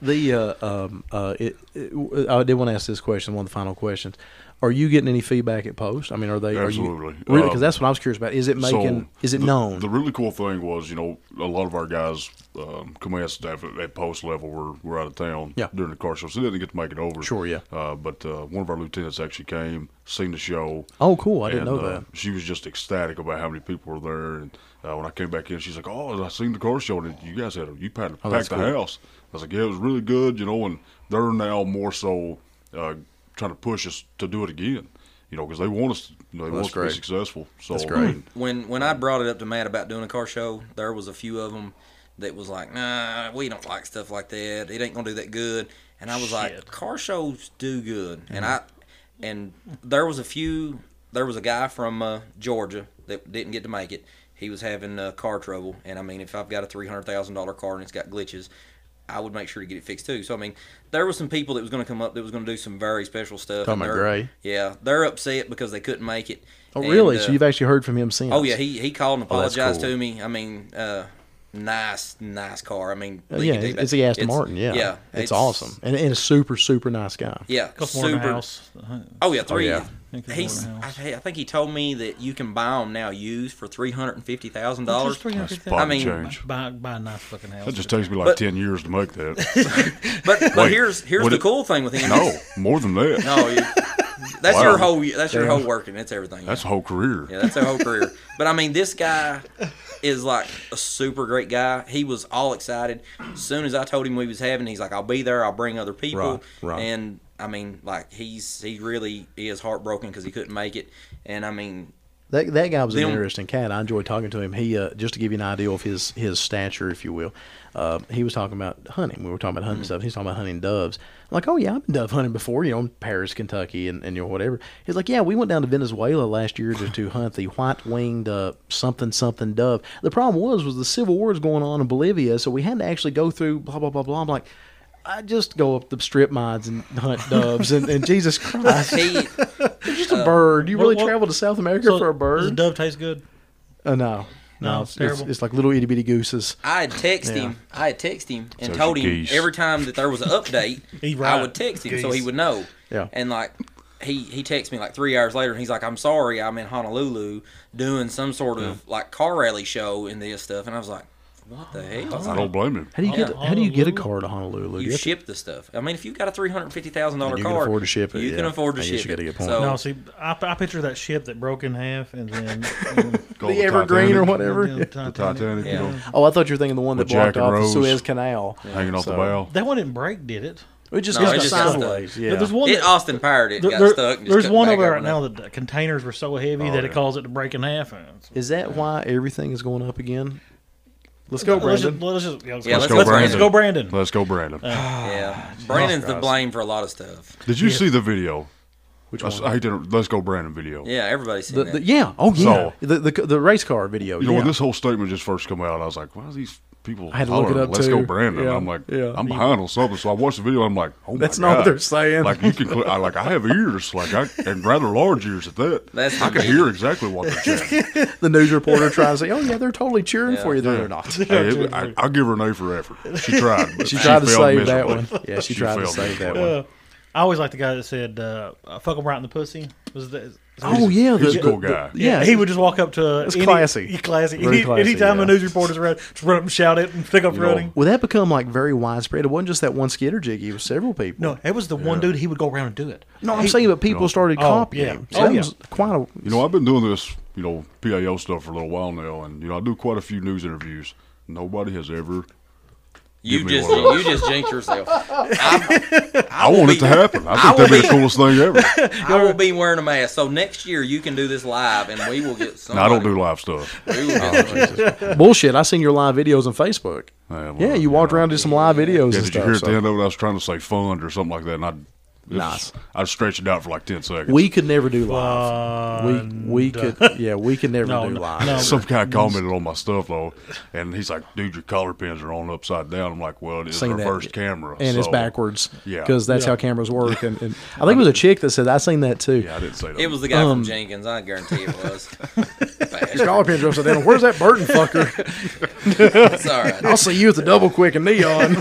[SPEAKER 3] The uh, um, uh, it, it, w- I did want to ask this question, one of the final questions. Are you getting any feedback at post? I mean, are they Are
[SPEAKER 6] Absolutely.
[SPEAKER 3] you, really? Because
[SPEAKER 6] Um,
[SPEAKER 3] that's what I was curious about. Is it making? is it
[SPEAKER 6] the,
[SPEAKER 3] known?
[SPEAKER 6] The really cool thing was, you know, a lot of our guys, um, command staff at, at post level were, were out of town
[SPEAKER 3] Yeah.
[SPEAKER 6] during the car show, so they didn't get to make it over.
[SPEAKER 3] Sure, yeah.
[SPEAKER 6] Uh, but uh, one of our lieutenants actually came, seen the show.
[SPEAKER 3] oh, cool! I didn't
[SPEAKER 6] and,
[SPEAKER 3] know
[SPEAKER 6] uh,
[SPEAKER 3] that.
[SPEAKER 6] She was just ecstatic about how many people were there. And uh, when I came back in, she's like, "Oh, I seen the car show, and you guys had a, you packed,
[SPEAKER 3] Oh, that's
[SPEAKER 6] packed the
[SPEAKER 3] cool.
[SPEAKER 6] house." I was like, "Yeah, it was really good, you know." And they're now more so uh, trying to push us to do it again, you know, because they want us, they want us to be
[SPEAKER 3] great.
[SPEAKER 6] successful. So
[SPEAKER 3] That's
[SPEAKER 6] I
[SPEAKER 3] great.
[SPEAKER 6] mean,
[SPEAKER 5] When when I brought it up to Matt about doing a car show, there was a few of them that was like, "Nah, we don't like stuff like that. It ain't gonna do that good." And I was like,
[SPEAKER 2] Shit.
[SPEAKER 5] "Car shows do good."
[SPEAKER 3] Mm-hmm.
[SPEAKER 5] And I and there was a few. There was a guy from uh, Georgia that didn't get to make it. He was having uh, car trouble, and I mean, if I've got a three hundred thousand dollar car and it's got glitches, I would make sure to get it fixed too. So I mean, there was some people that was going to come up that was going to do some very special stuff.
[SPEAKER 3] Talking
[SPEAKER 5] and
[SPEAKER 3] about
[SPEAKER 5] they're-
[SPEAKER 3] Gray?
[SPEAKER 5] Yeah, they're upset because they couldn't make it.
[SPEAKER 3] Oh,
[SPEAKER 5] And,
[SPEAKER 3] really? so
[SPEAKER 5] uh,
[SPEAKER 3] you've actually heard from him since?
[SPEAKER 5] Oh yeah, he he called and
[SPEAKER 3] Oh, that's
[SPEAKER 5] apologized
[SPEAKER 3] cool.
[SPEAKER 5] to me. I mean, uh, nice nice car. I mean,
[SPEAKER 3] Uh,
[SPEAKER 5] Lincoln
[SPEAKER 3] yeah,
[SPEAKER 5] Dayback.
[SPEAKER 3] it's the Aston Martin. Yeah,
[SPEAKER 5] yeah,
[SPEAKER 3] it's, awesome, and, and a super super nice guy.
[SPEAKER 5] Yeah,
[SPEAKER 2] Couple more in the
[SPEAKER 5] super.
[SPEAKER 2] house. Uh,
[SPEAKER 5] Oh yeah, three.
[SPEAKER 3] yeah.
[SPEAKER 2] think there's
[SPEAKER 5] He's,
[SPEAKER 2] more in the
[SPEAKER 5] I,
[SPEAKER 2] house.
[SPEAKER 5] I think he told me that you can buy them now used for three hundred and fifty thousand dollars.
[SPEAKER 6] pocket
[SPEAKER 5] I mean,
[SPEAKER 6] change.
[SPEAKER 2] Buy, buy a nice fucking house.
[SPEAKER 6] That just takes me like
[SPEAKER 5] But-
[SPEAKER 6] ten years to make that.
[SPEAKER 5] But but
[SPEAKER 6] Wait,
[SPEAKER 5] here's here's
[SPEAKER 6] would
[SPEAKER 5] the
[SPEAKER 6] it-
[SPEAKER 5] cool thing with him.
[SPEAKER 6] no, more than that.
[SPEAKER 5] no, you, that's
[SPEAKER 6] Wow.
[SPEAKER 5] your whole that's your whole working. That's everything.
[SPEAKER 6] That's
[SPEAKER 5] yeah.
[SPEAKER 6] a whole career.
[SPEAKER 5] Yeah, that's their whole career. But I mean, this guy is like a super great guy. He was all excited. As soon as I told him we was having, he's like, "I'll be there. I'll bring other people."
[SPEAKER 3] Right, right.
[SPEAKER 5] And I mean, like he's he really is heartbroken because he couldn't make it. And I mean,
[SPEAKER 3] That that guy was an
[SPEAKER 5] Them-
[SPEAKER 3] interesting cat. I enjoyed talking to him. He uh, just to give you an idea of his his stature, if you will. Uh, he was talking about hunting. We were talking about hunting stuff. He's talking about hunting doves. I'm like, oh yeah, I've been dove hunting before. You know, in Paris, Kentucky, and, and you know whatever. He's like, yeah, we went down to Venezuela last year to, to hunt the white winged uh, something something dove. The problem was was the civil war was going on in Bolivia, so we had to actually go through blah blah blah blah. I'm like. I just go up the strip mines and hunt doves, and, and Jesus Christ,
[SPEAKER 5] he
[SPEAKER 3] just a bird. You
[SPEAKER 2] what-
[SPEAKER 3] really
[SPEAKER 2] what-
[SPEAKER 3] travel to South America
[SPEAKER 2] So, Does
[SPEAKER 3] for a
[SPEAKER 2] a
[SPEAKER 3] bird?
[SPEAKER 2] dove taste good?
[SPEAKER 3] Uh, no,
[SPEAKER 2] No, it's
[SPEAKER 3] it's, it's,
[SPEAKER 2] terrible.
[SPEAKER 3] it's like little itty bitty gooses.
[SPEAKER 5] I had texted him. I had texted him and
[SPEAKER 6] Those
[SPEAKER 5] told
[SPEAKER 6] are
[SPEAKER 5] him
[SPEAKER 6] geese.
[SPEAKER 5] every time that there was an update,
[SPEAKER 2] He
[SPEAKER 5] I
[SPEAKER 2] right.
[SPEAKER 5] would text him so he
[SPEAKER 2] Geese.
[SPEAKER 5] would know.
[SPEAKER 3] Yeah.
[SPEAKER 5] And like he he texted me like three hours later and he's like, "I'm sorry, I'm in Honolulu doing some sort of like car rally show and this stuff." And I was like, "What the hell?" I was
[SPEAKER 6] I
[SPEAKER 5] like,
[SPEAKER 6] don't blame him.
[SPEAKER 3] How do you
[SPEAKER 2] Yeah.
[SPEAKER 3] get how do you get a
[SPEAKER 2] Honolulu.
[SPEAKER 3] car to Honolulu?
[SPEAKER 5] you
[SPEAKER 3] have to-
[SPEAKER 5] ship the stuff. I mean, if you got a three hundred fifty thousand dollar
[SPEAKER 3] And you
[SPEAKER 5] car,
[SPEAKER 3] can afford to ship it,
[SPEAKER 5] You can
[SPEAKER 3] yeah.
[SPEAKER 5] afford to
[SPEAKER 3] I guess
[SPEAKER 5] ship
[SPEAKER 3] you gotta
[SPEAKER 5] it.
[SPEAKER 3] get points.
[SPEAKER 5] So
[SPEAKER 2] No, see, I, I picture that ship that broke in half and then mm.
[SPEAKER 6] Call
[SPEAKER 3] the evergreen or
[SPEAKER 6] Titanic,
[SPEAKER 3] whatever.
[SPEAKER 2] you know,
[SPEAKER 3] Yeah.
[SPEAKER 6] The
[SPEAKER 2] Titanic.
[SPEAKER 6] Titanic, you know,
[SPEAKER 3] Oh, I thought you were thinking the one that
[SPEAKER 6] With
[SPEAKER 3] blocked
[SPEAKER 6] Jack and
[SPEAKER 3] off the
[SPEAKER 6] Rose.
[SPEAKER 3] Suez Canal.
[SPEAKER 6] hanging off
[SPEAKER 3] So-
[SPEAKER 6] the bow.
[SPEAKER 2] That one didn't break, did it?
[SPEAKER 3] It just
[SPEAKER 5] No,
[SPEAKER 3] got
[SPEAKER 5] it just got
[SPEAKER 3] sideways.
[SPEAKER 5] stuck.
[SPEAKER 3] Yeah.
[SPEAKER 2] There's one.
[SPEAKER 5] it
[SPEAKER 2] That,
[SPEAKER 5] Austin powered it.
[SPEAKER 2] there-
[SPEAKER 5] got
[SPEAKER 2] there-
[SPEAKER 5] stuck. and just
[SPEAKER 2] there's
[SPEAKER 5] cut
[SPEAKER 2] one
[SPEAKER 5] back
[SPEAKER 2] over
[SPEAKER 5] over
[SPEAKER 2] there right
[SPEAKER 5] now.
[SPEAKER 2] now that the containers were so heavy
[SPEAKER 6] Oh,
[SPEAKER 2] that it
[SPEAKER 6] yeah.
[SPEAKER 2] caused it to break in half. and-
[SPEAKER 3] Is that why everything is going up again? Let's go,
[SPEAKER 2] Let's
[SPEAKER 3] Brandon.
[SPEAKER 2] just, let's just- yeah, let's
[SPEAKER 5] Yeah,
[SPEAKER 2] go.
[SPEAKER 5] let's
[SPEAKER 6] go,
[SPEAKER 5] let's-
[SPEAKER 6] Brandon.
[SPEAKER 2] let's go, Brandon.
[SPEAKER 6] Let's go, Brandon.
[SPEAKER 5] Uh, Yeah, Brandon's to blame for a lot of stuff.
[SPEAKER 6] Did you see the video?
[SPEAKER 3] Which
[SPEAKER 6] I,
[SPEAKER 3] one?
[SPEAKER 6] s- I hate to, let's go, Brandon video.
[SPEAKER 5] Yeah, everybody's seen
[SPEAKER 3] The-
[SPEAKER 5] that.
[SPEAKER 3] the- yeah. Oh, yeah.
[SPEAKER 6] So-
[SPEAKER 3] the, the the race car video.
[SPEAKER 6] You know,
[SPEAKER 3] yeah.
[SPEAKER 6] when this whole statement just first come out, I was like, why are these people
[SPEAKER 3] I had to look it
[SPEAKER 6] hollering,
[SPEAKER 3] up,
[SPEAKER 6] Let's
[SPEAKER 3] too.
[SPEAKER 6] go, Brandon.
[SPEAKER 3] Yeah,
[SPEAKER 6] I'm like,
[SPEAKER 3] yeah.
[SPEAKER 6] I'm behind on something. So I watched the video. I'm like, oh my
[SPEAKER 3] That's
[SPEAKER 6] God.
[SPEAKER 3] not what they're saying.
[SPEAKER 6] Like, you can, cl- I, like, I have ears, like, I, and rather large ears at that.
[SPEAKER 5] That's
[SPEAKER 6] I can
[SPEAKER 5] amazing.
[SPEAKER 6] hear exactly what they're saying.
[SPEAKER 3] the news reporter tries to say, "Oh yeah, they're totally cheering
[SPEAKER 5] Yeah.
[SPEAKER 3] for you." No, they're not.
[SPEAKER 6] Hey, it- I, I'll give her an A for effort. She tried. but
[SPEAKER 3] She tried to
[SPEAKER 6] failed
[SPEAKER 3] save that
[SPEAKER 6] miserably.
[SPEAKER 3] one. Yeah, she tried to
[SPEAKER 6] failed
[SPEAKER 3] save that
[SPEAKER 6] miserably.
[SPEAKER 3] one.
[SPEAKER 2] Uh, I always like the guy that said, uh, "I "Fuck him right in the pussy." Was that? is that
[SPEAKER 3] Oh yeah,
[SPEAKER 6] He's
[SPEAKER 3] the-
[SPEAKER 6] a cool
[SPEAKER 3] the-
[SPEAKER 6] guy.
[SPEAKER 3] yeah,
[SPEAKER 2] he would just walk up to.
[SPEAKER 3] It's
[SPEAKER 2] any-
[SPEAKER 3] classy.
[SPEAKER 2] yeah, classy.
[SPEAKER 3] Very
[SPEAKER 2] Any,
[SPEAKER 3] classy,
[SPEAKER 2] anytime
[SPEAKER 3] yeah.
[SPEAKER 2] a news reporter's around, just run up and shout it and pick up
[SPEAKER 6] You know.
[SPEAKER 2] running.
[SPEAKER 3] Well, that become like very widespread. It wasn't just that one skitter jiggy. It was several people.
[SPEAKER 2] No, it was the one dude he would go around and do it.
[SPEAKER 3] no, I'm saying that people started
[SPEAKER 2] Oh,
[SPEAKER 3] copying.
[SPEAKER 2] yeah.
[SPEAKER 3] him.
[SPEAKER 2] Oh,
[SPEAKER 3] that
[SPEAKER 2] yeah.
[SPEAKER 3] was quite a.
[SPEAKER 6] You know, I've been doing this, you know, PIO stuff for a little while now, and you know, I do quite a few news interviews. Nobody has ever.
[SPEAKER 5] You
[SPEAKER 6] Give me
[SPEAKER 5] just
[SPEAKER 6] one of those.
[SPEAKER 5] you just jinxed yourself.
[SPEAKER 6] I, want it
[SPEAKER 5] be-
[SPEAKER 6] to happen. I
[SPEAKER 5] I
[SPEAKER 6] think that'd
[SPEAKER 5] will
[SPEAKER 6] be the
[SPEAKER 5] be-
[SPEAKER 6] coolest thing ever.
[SPEAKER 5] I will be wearing a mask. So next year you can do this live, and we will get.
[SPEAKER 6] No, I
[SPEAKER 5] Somebody,
[SPEAKER 6] don't do Oh, live stuff.
[SPEAKER 5] We will get somebody.
[SPEAKER 3] Bullshit. I seen your live videos on Facebook.
[SPEAKER 6] Yeah, Uh, well,
[SPEAKER 3] yeah, you walked around and did some live videos
[SPEAKER 6] Yeah,
[SPEAKER 3] and
[SPEAKER 6] did you
[SPEAKER 3] stuff.
[SPEAKER 6] hear at
[SPEAKER 3] so-
[SPEAKER 6] the end of it? I was trying to say fund or something like that, and I.
[SPEAKER 3] Nice.
[SPEAKER 6] I stretched it out for like ten seconds.
[SPEAKER 3] We could never do live.
[SPEAKER 2] Uh, Fun.
[SPEAKER 3] we we could yeah we could never
[SPEAKER 2] No,
[SPEAKER 3] do
[SPEAKER 2] no,
[SPEAKER 3] live.
[SPEAKER 2] no.
[SPEAKER 6] Some guy commented on my stuff though, and he's like, "Dude, your collar pins are on upside down." I'm like, "Well, it is
[SPEAKER 3] Seen that.
[SPEAKER 6] reversed camera,
[SPEAKER 3] and it's
[SPEAKER 6] so-
[SPEAKER 3] backwards.
[SPEAKER 6] Yeah.
[SPEAKER 3] because that's how cameras work. And, and I think it was a chick that said I seen that too.
[SPEAKER 6] Yeah, I didn't say that.
[SPEAKER 5] It was the guy from Jenkins. I guarantee it was.
[SPEAKER 3] His collar pins are upside down. Where's that Burton fucker?
[SPEAKER 5] It's all right.
[SPEAKER 3] I'll see you at the double quick and neon.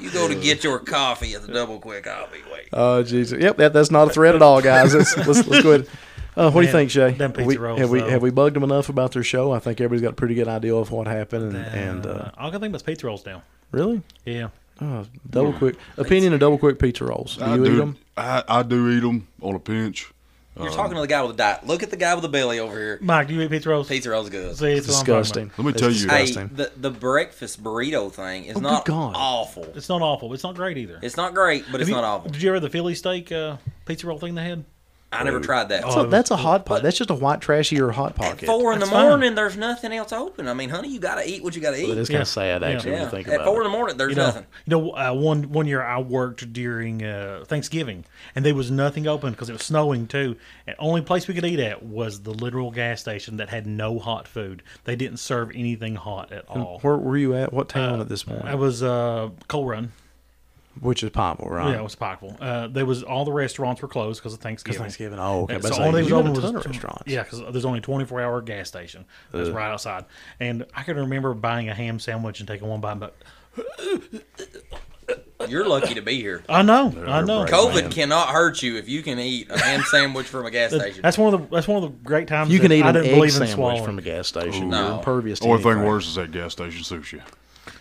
[SPEAKER 5] You go to get your coffee at the Double Quick. I'll be waiting.
[SPEAKER 3] Oh Jesus! Yep, that, that's not a threat at all, guys. Let's let's, let's go ahead. Uh, what do you
[SPEAKER 2] Man,
[SPEAKER 3] think, Shay?
[SPEAKER 2] them pizza
[SPEAKER 3] we,
[SPEAKER 2] rolls,
[SPEAKER 3] have we
[SPEAKER 2] though.
[SPEAKER 3] have we bugged them enough about their show? I think everybody's got a pretty good idea of what happened. And, and uh,
[SPEAKER 2] uh, all I can think about is pizza rolls now.
[SPEAKER 3] really,
[SPEAKER 2] Yeah.
[SPEAKER 3] oh, double quick opinion of double quick pizza rolls. Do
[SPEAKER 6] I
[SPEAKER 3] you
[SPEAKER 6] do,
[SPEAKER 3] eat them?
[SPEAKER 6] I, I do eat them on a pinch.
[SPEAKER 5] You're talking to the guy with the diet. Look at the guy with the belly over here.
[SPEAKER 2] Mike, do you eat pizza rolls?
[SPEAKER 5] Pizza rolls good.
[SPEAKER 2] See, it's
[SPEAKER 3] Disgusting.
[SPEAKER 6] Let me
[SPEAKER 3] It's
[SPEAKER 6] tell you.
[SPEAKER 5] Hey,
[SPEAKER 3] disgusting.
[SPEAKER 5] the, the breakfas't burrito thing is
[SPEAKER 3] Oh, good
[SPEAKER 5] not
[SPEAKER 3] God.
[SPEAKER 5] awful.
[SPEAKER 2] It's not awful. It's not great either.
[SPEAKER 5] It's not great, but it's
[SPEAKER 2] Have
[SPEAKER 5] not
[SPEAKER 2] you-
[SPEAKER 5] awful.
[SPEAKER 2] Did you ever the Philly steak uh, pizza roll thing they had?
[SPEAKER 5] I never tried that.
[SPEAKER 3] So that's a hot pot. That's just a white trashy or hot
[SPEAKER 5] At
[SPEAKER 3] pocket.
[SPEAKER 5] four in the
[SPEAKER 2] That's fine.
[SPEAKER 5] morning, there's nothing else open. I mean, honey, you gotta eat what you gotta
[SPEAKER 3] That
[SPEAKER 5] eat.
[SPEAKER 3] is kind
[SPEAKER 2] Yeah.
[SPEAKER 3] of sad,
[SPEAKER 2] Yeah.
[SPEAKER 3] actually, when
[SPEAKER 5] Yeah.
[SPEAKER 3] you think
[SPEAKER 5] At
[SPEAKER 3] about
[SPEAKER 5] four in
[SPEAKER 3] it.
[SPEAKER 5] the morning, there's
[SPEAKER 2] You know,
[SPEAKER 5] nothing.
[SPEAKER 2] you know, uh, one one year I worked during uh, Thanksgiving, and there was nothing open because it was snowing too. And only place we could eat at was the literal gas station that had no hot food. They didn't serve anything hot at all.
[SPEAKER 3] Where were you at? What town at this point?
[SPEAKER 2] I was uh, Coal Run.
[SPEAKER 3] Which is Pineville, right?
[SPEAKER 2] Oh, Yeah, it was Pikeville. Uh, there was all the restaurants were closed because of Thanksgiving.
[SPEAKER 3] Thanksgiving. Oh, okay.
[SPEAKER 2] Yeah,
[SPEAKER 3] But
[SPEAKER 2] so
[SPEAKER 3] so
[SPEAKER 2] all they
[SPEAKER 3] you
[SPEAKER 2] was
[SPEAKER 3] got a
[SPEAKER 2] open was
[SPEAKER 3] ton of
[SPEAKER 2] two-
[SPEAKER 3] restaurants.
[SPEAKER 2] Yeah, because there's only 24 hour gas station that's right outside, and I can remember buying a ham sandwich and taking one bite. But
[SPEAKER 5] You're lucky to be here.
[SPEAKER 2] I know, I know.
[SPEAKER 3] Right,
[SPEAKER 5] COVID
[SPEAKER 3] man.
[SPEAKER 5] cannot hurt you if you can eat a ham sandwich from a gas station.
[SPEAKER 2] That's one of the that's one of the great times
[SPEAKER 3] You
[SPEAKER 2] that
[SPEAKER 3] can eat
[SPEAKER 2] I
[SPEAKER 3] an
[SPEAKER 2] didn't
[SPEAKER 3] egg
[SPEAKER 2] believe in
[SPEAKER 3] sandwich
[SPEAKER 2] swallowing.
[SPEAKER 3] from a gas station.
[SPEAKER 5] No.
[SPEAKER 3] You're impervious to
[SPEAKER 6] Only thing
[SPEAKER 3] anything.
[SPEAKER 6] worse is that gas station sushi.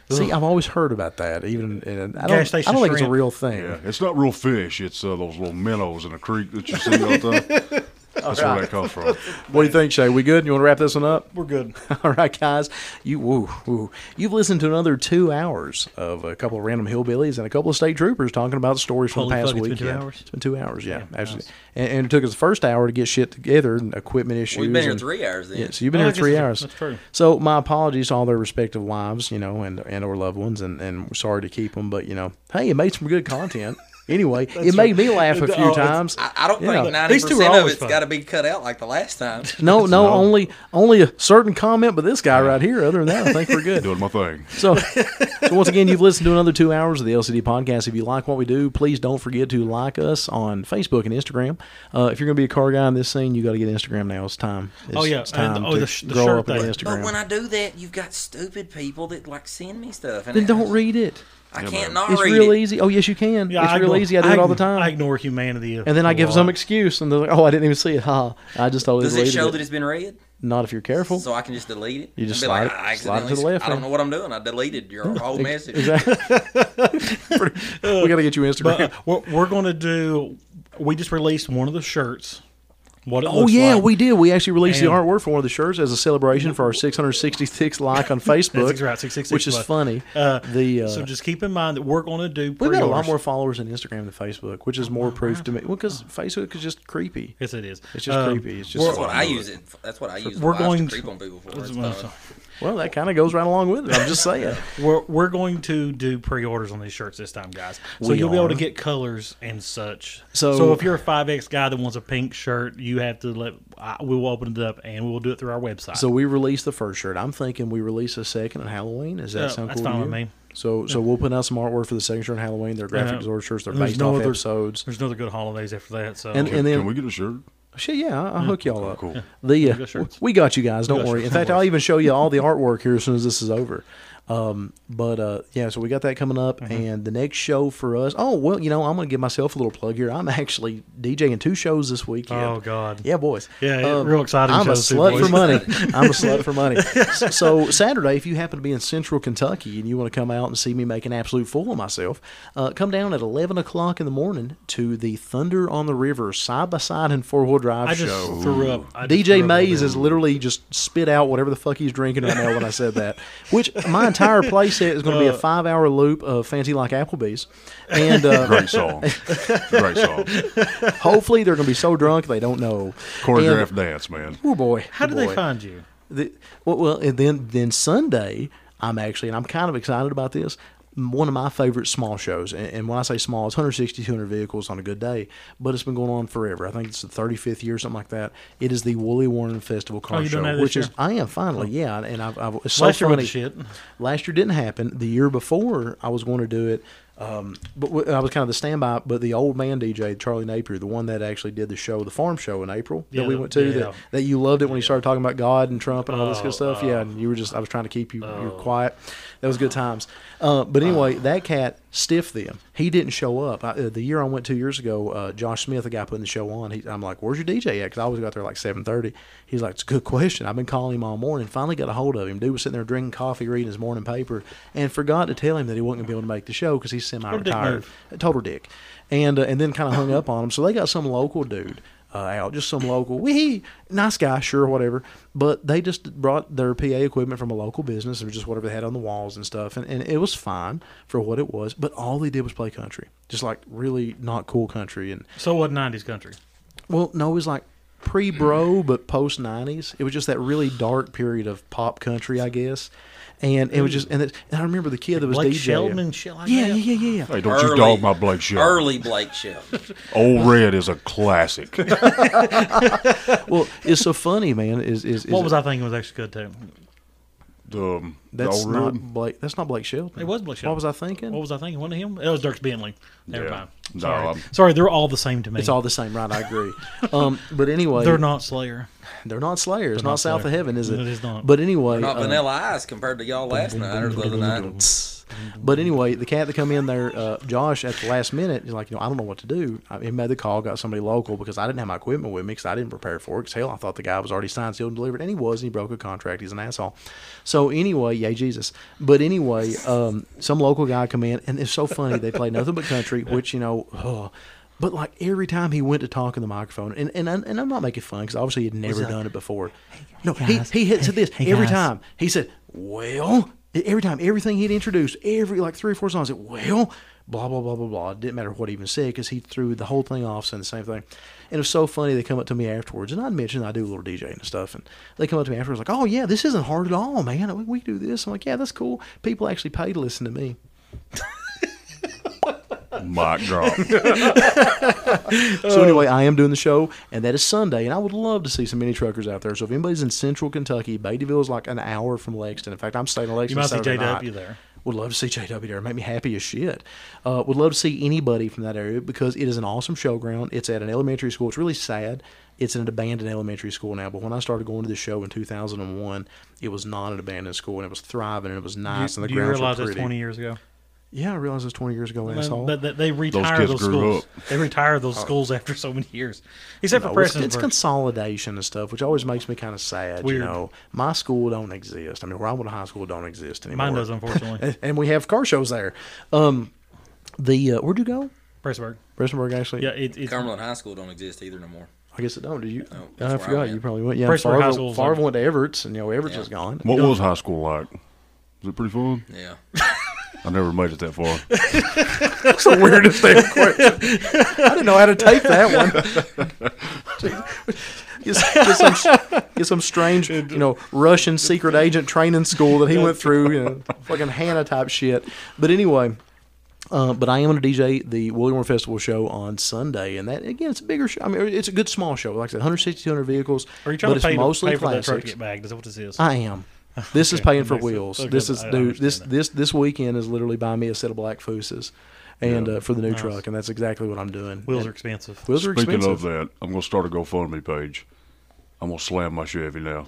[SPEAKER 3] See, I've always heard about that. Even and I don't,
[SPEAKER 2] Gas station
[SPEAKER 3] I don't think it's a
[SPEAKER 2] shrimp.
[SPEAKER 3] real thing.
[SPEAKER 6] Yeah, it's not real fish. It's uh, those little minnows in a creek that you see all the time. That's where that comes from.
[SPEAKER 3] What do you think, Shay? We good? You want to wrap this one up?
[SPEAKER 2] We're good.
[SPEAKER 3] All right, guys. You woo, woo. You've listened to another two hours of a couple of random hillbillies and a couple of state troopers talking about stories from
[SPEAKER 2] Holy
[SPEAKER 3] the past
[SPEAKER 2] fuck, it's been
[SPEAKER 3] weekend.
[SPEAKER 2] two hours?
[SPEAKER 3] It's been two hours, yeah. actually. and, and it took us the first hour to get shit together and equipment issues.
[SPEAKER 5] We've been here
[SPEAKER 3] and-
[SPEAKER 5] three hours then.
[SPEAKER 3] Yeah, so you've been
[SPEAKER 2] Oh,
[SPEAKER 3] here
[SPEAKER 2] I guess
[SPEAKER 3] three
[SPEAKER 2] that's-
[SPEAKER 3] hours.
[SPEAKER 2] that's true.
[SPEAKER 3] So my apologies to all their respective wives, you know, and and or loved ones, and and we're sorry to keep them, but you know, hey, it made some good content. Anyway, it made me laugh a few
[SPEAKER 2] Oh, it's-
[SPEAKER 3] times.
[SPEAKER 5] I, I don't
[SPEAKER 3] Yeah.
[SPEAKER 5] think ninety
[SPEAKER 2] These two are
[SPEAKER 5] percent of
[SPEAKER 2] always
[SPEAKER 5] it's
[SPEAKER 2] fun.
[SPEAKER 5] got to be cut out like the last time.
[SPEAKER 3] No, no, only only a certain comment, but this guy right here. Other than that, I think we're good.
[SPEAKER 6] Doing my thing.
[SPEAKER 3] So, so once again, you've listened to another two hours of the LCD podcast. If you like what we do, please don't forget to like us on Facebook and Instagram. Uh, if you're going to be a car guy in this scene, you got to get Instagram now. It's time. It's,
[SPEAKER 2] Oh, yeah,
[SPEAKER 3] it's
[SPEAKER 2] and-
[SPEAKER 3] time
[SPEAKER 2] oh,
[SPEAKER 3] to
[SPEAKER 2] the sh- the
[SPEAKER 3] grow
[SPEAKER 2] shirt
[SPEAKER 3] up and get
[SPEAKER 2] thing.
[SPEAKER 3] Instagram.
[SPEAKER 5] But when I do that, you've got stupid people that like send me stuff, and
[SPEAKER 3] then
[SPEAKER 5] I-
[SPEAKER 3] don't read it.
[SPEAKER 5] I
[SPEAKER 6] Yeah,
[SPEAKER 5] can't
[SPEAKER 6] man.
[SPEAKER 5] not
[SPEAKER 3] It's
[SPEAKER 5] read
[SPEAKER 3] real
[SPEAKER 5] it.
[SPEAKER 3] easy. Oh yes, you can. it's
[SPEAKER 2] I
[SPEAKER 3] real
[SPEAKER 2] ignore-
[SPEAKER 3] easy. I do it all the time.
[SPEAKER 2] I ignore humanity.
[SPEAKER 3] and then I give some excuse, and they're like, "Oh, I didn't even see it. Ha! I just totally
[SPEAKER 5] Does it
[SPEAKER 3] deleted
[SPEAKER 5] show that it's been read?
[SPEAKER 3] Not if you're careful.
[SPEAKER 5] So I can just delete it.
[SPEAKER 3] You just
[SPEAKER 5] and be like,
[SPEAKER 3] slide it- slide it
[SPEAKER 5] I
[SPEAKER 3] to the
[SPEAKER 5] accidentally-
[SPEAKER 3] left,
[SPEAKER 5] I don't
[SPEAKER 3] yeah.
[SPEAKER 5] know what I'm doing. I deleted your whole message.
[SPEAKER 3] Exactly. we got to get you Instagram.
[SPEAKER 2] But uh, we're, we're going to do. We just released one of the shirts. What it
[SPEAKER 3] Oh
[SPEAKER 2] looks
[SPEAKER 3] yeah,
[SPEAKER 2] like.
[SPEAKER 3] we did. We actually released the
[SPEAKER 2] And-
[SPEAKER 3] artwork for one of the shirts as a celebration for our 666 like on Facebook.
[SPEAKER 2] That's right, 666
[SPEAKER 3] which is
[SPEAKER 2] like.
[SPEAKER 3] funny.
[SPEAKER 2] Uh,
[SPEAKER 3] the uh,
[SPEAKER 2] so just keep in mind that we're going to do.
[SPEAKER 3] we've got a lot
[SPEAKER 2] pre-orders.
[SPEAKER 3] more followers on Instagram than Facebook, which
[SPEAKER 2] Oh,
[SPEAKER 3] is more proof to me. Well, because Facebook is just creepy.
[SPEAKER 2] Yes, it is.
[SPEAKER 3] It's just
[SPEAKER 2] Um,
[SPEAKER 3] creepy. It's just
[SPEAKER 5] That's what I use it. That's what I use.
[SPEAKER 2] We're
[SPEAKER 5] We're going
[SPEAKER 2] going
[SPEAKER 5] to
[SPEAKER 2] to-
[SPEAKER 5] creep on people for. It's
[SPEAKER 2] Well,
[SPEAKER 5] fun.
[SPEAKER 2] so-
[SPEAKER 3] well, that kind of goes right along with it. I'm just saying.
[SPEAKER 2] We're, we're going to do pre-orders on these shirts this time, guys. So
[SPEAKER 3] We
[SPEAKER 2] you'll be able to
[SPEAKER 3] are.
[SPEAKER 2] get colors and such.
[SPEAKER 3] So-
[SPEAKER 2] if you're a five X guy that wants a pink shirt, you have to let. I, we will open it up and we will do it through our website.
[SPEAKER 3] So we released the first shirt. I'm thinking we release a second on Halloween. Does that
[SPEAKER 2] Yeah,
[SPEAKER 3] sound
[SPEAKER 2] that's
[SPEAKER 3] cool?
[SPEAKER 2] fine
[SPEAKER 3] to
[SPEAKER 2] with
[SPEAKER 3] you?
[SPEAKER 2] me.
[SPEAKER 3] So, so we'll put out some artwork for the second shirt on Halloween. They're graphic
[SPEAKER 2] Uh,
[SPEAKER 3] design shirts. They're
[SPEAKER 2] there's
[SPEAKER 3] based
[SPEAKER 2] no
[SPEAKER 3] off
[SPEAKER 2] other-
[SPEAKER 3] episodes.
[SPEAKER 2] there's no other good holidays after that. So
[SPEAKER 3] And, and then
[SPEAKER 6] Can we get a shirt?
[SPEAKER 3] Shit, yeah, I'll hook y'all up.
[SPEAKER 6] cool.
[SPEAKER 3] The uh,
[SPEAKER 2] Mm. got shirts.
[SPEAKER 3] we got you guys. Don't
[SPEAKER 2] got
[SPEAKER 3] worry. In
[SPEAKER 2] shirts,
[SPEAKER 3] fact,
[SPEAKER 2] no
[SPEAKER 3] I'll even show you all the artwork here as soon as this is over. Um, but uh, yeah, so we got that coming up,
[SPEAKER 2] Mm-hmm.
[SPEAKER 3] and the next show for us. Oh well, you know, I'm gonna give myself a little plug here. I'm actually DJing two shows this weekend.
[SPEAKER 2] Oh, God.
[SPEAKER 3] yeah, boys. Um,
[SPEAKER 2] Yeah, real exciting
[SPEAKER 3] I'm a
[SPEAKER 2] shows too,
[SPEAKER 3] slut
[SPEAKER 2] boys.
[SPEAKER 3] for money. I'm a slut for money. S- So Saturday, if you happen to be in Central Kentucky and you want to come out and see me make an absolute fool of myself, uh, come down at 11 o'clock in the morning to the Thunder on the River side by side and four wheel drive
[SPEAKER 2] I
[SPEAKER 3] show.
[SPEAKER 2] just threw up. I just threw
[SPEAKER 3] DJ
[SPEAKER 2] up
[SPEAKER 3] Mays
[SPEAKER 2] over
[SPEAKER 3] is literally just spit out whatever the fuck he's drinking right now when I said that. Which my entire playset is going
[SPEAKER 2] Uh.
[SPEAKER 3] to be a five hour loop of Fancy Like Applebee's. And uh,
[SPEAKER 6] Great song. Great song.
[SPEAKER 3] hopefully they're going to be so drunk they don't know.
[SPEAKER 6] Choreographed
[SPEAKER 3] And-
[SPEAKER 6] dance, man.
[SPEAKER 3] Oh boy.
[SPEAKER 2] How
[SPEAKER 3] oh
[SPEAKER 2] did they
[SPEAKER 3] boy.
[SPEAKER 2] find you?
[SPEAKER 3] The, well, well, and then then Sunday, I'm actually, and I'm kind of excited about this. One of my favorite small shows, and, and when I say small, it's 160, 200 vehicles on a good day, but it's been going on forever. I think it's the 35th year, something like that. It is the Wooly Warren Festival Car
[SPEAKER 2] you
[SPEAKER 3] Show,
[SPEAKER 2] doing Oh, that this
[SPEAKER 3] which is
[SPEAKER 2] year? Oh.
[SPEAKER 3] I am finally, yeah, and I've, I've it's so
[SPEAKER 2] Last year
[SPEAKER 3] funny.
[SPEAKER 2] was shit.
[SPEAKER 3] Last year didn't happen. The year before, I was going to do it, um, but w- I was kind of the standby. But the old man DJ Charlie Napier, the one that actually did the show, the farm show in April that
[SPEAKER 2] Yeah,
[SPEAKER 3] we
[SPEAKER 2] the-
[SPEAKER 3] went to,
[SPEAKER 2] yeah.
[SPEAKER 3] that, that you loved it when you started talking about God and Trump and all this
[SPEAKER 2] Oh,
[SPEAKER 3] good stuff. yeah, and you were just I was trying to keep you you were quiet. That was good times. Uh, but
[SPEAKER 2] Oh.
[SPEAKER 3] anyway, that cat stiffed them. He didn't show up. I, uh, the year I went two years ago, uh, Josh Smith, the guy putting the show on, he, I'm like, "Where's your DJ at?" Because I always got there like 7:30. He's like, "It's a good question. I've been calling him all morning. Finally got a hold of him. Dude was sitting there drinking coffee, reading his morning paper, and forgot to tell him that he wasn't going to be able to make the show because he's semi-retired.
[SPEAKER 2] move.
[SPEAKER 3] A total dick, and uh, and then kind of hung up on him. So they got some local dude uh, out, just some local, wee nice guy, sure, whatever. But they just brought their PA equipment from a local business, or just whatever they had on the walls and stuff, and, and it was fine for what it was. But all they did was play country, just like really not cool country, and
[SPEAKER 2] So what? Nineties country.
[SPEAKER 3] well, no, it was like pre bro, but post nineties. It was just that really dark period of pop country, I guess. And it was just, and, it, and I remember the kid that was
[SPEAKER 2] Blake
[SPEAKER 3] DJing.
[SPEAKER 2] Sheldon and shit like
[SPEAKER 3] yeah,
[SPEAKER 2] that.
[SPEAKER 3] yeah, yeah, yeah, yeah.
[SPEAKER 6] Hey, don't you dog my Blake Shelton.
[SPEAKER 5] Early Blake Shelton.
[SPEAKER 6] Old Red is a classic.
[SPEAKER 3] Well, it's so funny, man. Is is, is
[SPEAKER 2] What was I thinking was actually good too?
[SPEAKER 6] um, the
[SPEAKER 3] That's
[SPEAKER 6] old
[SPEAKER 3] not
[SPEAKER 6] Red?
[SPEAKER 3] Blake. That's not Blake Shelton.
[SPEAKER 2] It was Blake
[SPEAKER 3] What
[SPEAKER 2] Shelton.
[SPEAKER 3] was I thinking?
[SPEAKER 2] What was I thinking? One of him? It was Dirks Bentley. Never
[SPEAKER 6] Yeah.
[SPEAKER 2] mind.
[SPEAKER 6] No,
[SPEAKER 2] Sorry.
[SPEAKER 6] I'm-
[SPEAKER 2] Sorry, they're all the same to me.
[SPEAKER 3] it's all the same, right? I agree. um, but anyway,
[SPEAKER 2] they're not Slayer.
[SPEAKER 3] They're not Slayer. It's not,
[SPEAKER 2] not
[SPEAKER 3] South
[SPEAKER 2] Slayer.
[SPEAKER 3] of Heaven, is it?
[SPEAKER 2] It is not.
[SPEAKER 3] But anyway,
[SPEAKER 5] Not
[SPEAKER 3] um,
[SPEAKER 5] Vanilla Ice compared to y'all last night or the other night.
[SPEAKER 3] But anyway, the cat that come in there, uh, Josh, at the last minute, he's like, you know, I don't know what to do. I, he made the call, got somebody local because I didn't have my equipment with me because I didn't prepare for it. Because hell, I thought the guy was already signed, sealed, and delivered, and he was, and he broke a contract. He's an asshole. So anyway, yay Jesus. But anyway, um, some local guy come in, and it's so funny. They play nothing but country, which you know. ugh. But like every time he went to talk in the microphone, and and, I'm- and I'm not making fun because obviously he'd never done it before. No, he, he hit to this every time. He said, "Well," e, every time, everything he'd introduced, every like three or four songs. Said, "Well," blah blah blah blah blah. It didn't matter what he even said because he threw the whole thing off saying the same thing. And it was so funny. They come up to me afterwards, and I'd mentioned I do a little DJing and stuff, and they come up to me afterwards like, "Oh yeah, this isn't hard at all, man. We, we do this." I'm like, "Yeah, that's cool. People actually pay to listen to me."
[SPEAKER 6] Mic drop.
[SPEAKER 2] Oh.
[SPEAKER 3] So anyway, I am doing the show, and that is Sunday, and I would love to see some mini truckers out there. So if anybody's in Central Kentucky, Batesville is like an hour from Lexington. In fact, I'm staying in
[SPEAKER 2] You
[SPEAKER 3] Lexington.
[SPEAKER 2] might see
[SPEAKER 3] Saturday
[SPEAKER 2] JW
[SPEAKER 3] night.
[SPEAKER 2] there.
[SPEAKER 3] Would love to see JW there. Make me happy as shit. Uh, would love to see anybody from that area because it is an awesome showground. It's at an elementary school. It's really sad. It's an abandoned elementary school now. But when I started going to the show in 2001, it was not an abandoned school, and it was thriving, and it was nice, and the
[SPEAKER 2] Do you
[SPEAKER 3] grounds
[SPEAKER 2] realize
[SPEAKER 3] were
[SPEAKER 2] that's
[SPEAKER 3] pretty.
[SPEAKER 2] 20 years ago?
[SPEAKER 3] Yeah, I realized it was 20 years ago, asshole.
[SPEAKER 2] That, that they retire
[SPEAKER 6] kids
[SPEAKER 2] those,
[SPEAKER 6] grew
[SPEAKER 2] schools.
[SPEAKER 6] up.
[SPEAKER 2] They retire those schools after so many years, except for
[SPEAKER 3] Oh. No, it's,
[SPEAKER 2] Preston.
[SPEAKER 3] it's consolidation and stuff, which always makes me kind of sad. You
[SPEAKER 2] weird.
[SPEAKER 3] know, my school don't exist. I mean, where I went to high school don't exist anymore.
[SPEAKER 2] Mine does, unfortunately.
[SPEAKER 3] And we have car shows there. Um, the uh, where'd you go?
[SPEAKER 2] Pressburg.
[SPEAKER 3] Prestonburg, actually.
[SPEAKER 2] Yeah, it, it's
[SPEAKER 5] Cumberland High School don't exist either no more.
[SPEAKER 3] I guess it don't. Did you?
[SPEAKER 5] No, that's
[SPEAKER 3] I
[SPEAKER 5] where I
[SPEAKER 3] forgot.
[SPEAKER 5] went.
[SPEAKER 3] you probably went. Yeah.
[SPEAKER 2] Prestonburg High
[SPEAKER 3] Farville,
[SPEAKER 2] School's
[SPEAKER 3] Farville
[SPEAKER 2] like-
[SPEAKER 3] went to Everett's, and you know Everett's is gone.
[SPEAKER 6] What was high school like? Was it pretty fun?
[SPEAKER 5] Yeah.
[SPEAKER 6] I never made it that far.
[SPEAKER 3] That's the weirdest damn question. I didn't know how to take that one. It's, it's, some, it's some strange, you know, Russian secret agent training school that he went through, you know, fucking Hannah type shit. But anyway, uh, but I am going to DJ the William Moore Festival show on Sunday, and that again, it's a bigger show. I mean, it's a good small show, like I said, 160, 200 vehicles.
[SPEAKER 2] Are you trying
[SPEAKER 3] but
[SPEAKER 2] to pay,
[SPEAKER 3] it's mostly
[SPEAKER 2] pay for that
[SPEAKER 3] classics.
[SPEAKER 2] truck to get bagged? Is that what this is?
[SPEAKER 3] I am. This is paying for
[SPEAKER 2] makes sense.
[SPEAKER 3] wheels.
[SPEAKER 2] Okay,
[SPEAKER 3] This is
[SPEAKER 2] I- I
[SPEAKER 3] dude. This
[SPEAKER 2] understand that.
[SPEAKER 3] this this weekend is literally buy me a set of black fooses, and uh, for the new truck, and that's exactly what I'm doing.
[SPEAKER 2] Wheels
[SPEAKER 3] And
[SPEAKER 2] are expensive.
[SPEAKER 3] wheels are
[SPEAKER 6] Speaking
[SPEAKER 3] expensive.
[SPEAKER 6] of that, I'm gonna start a GoFundMe page. I'm gonna slam my Chevy now.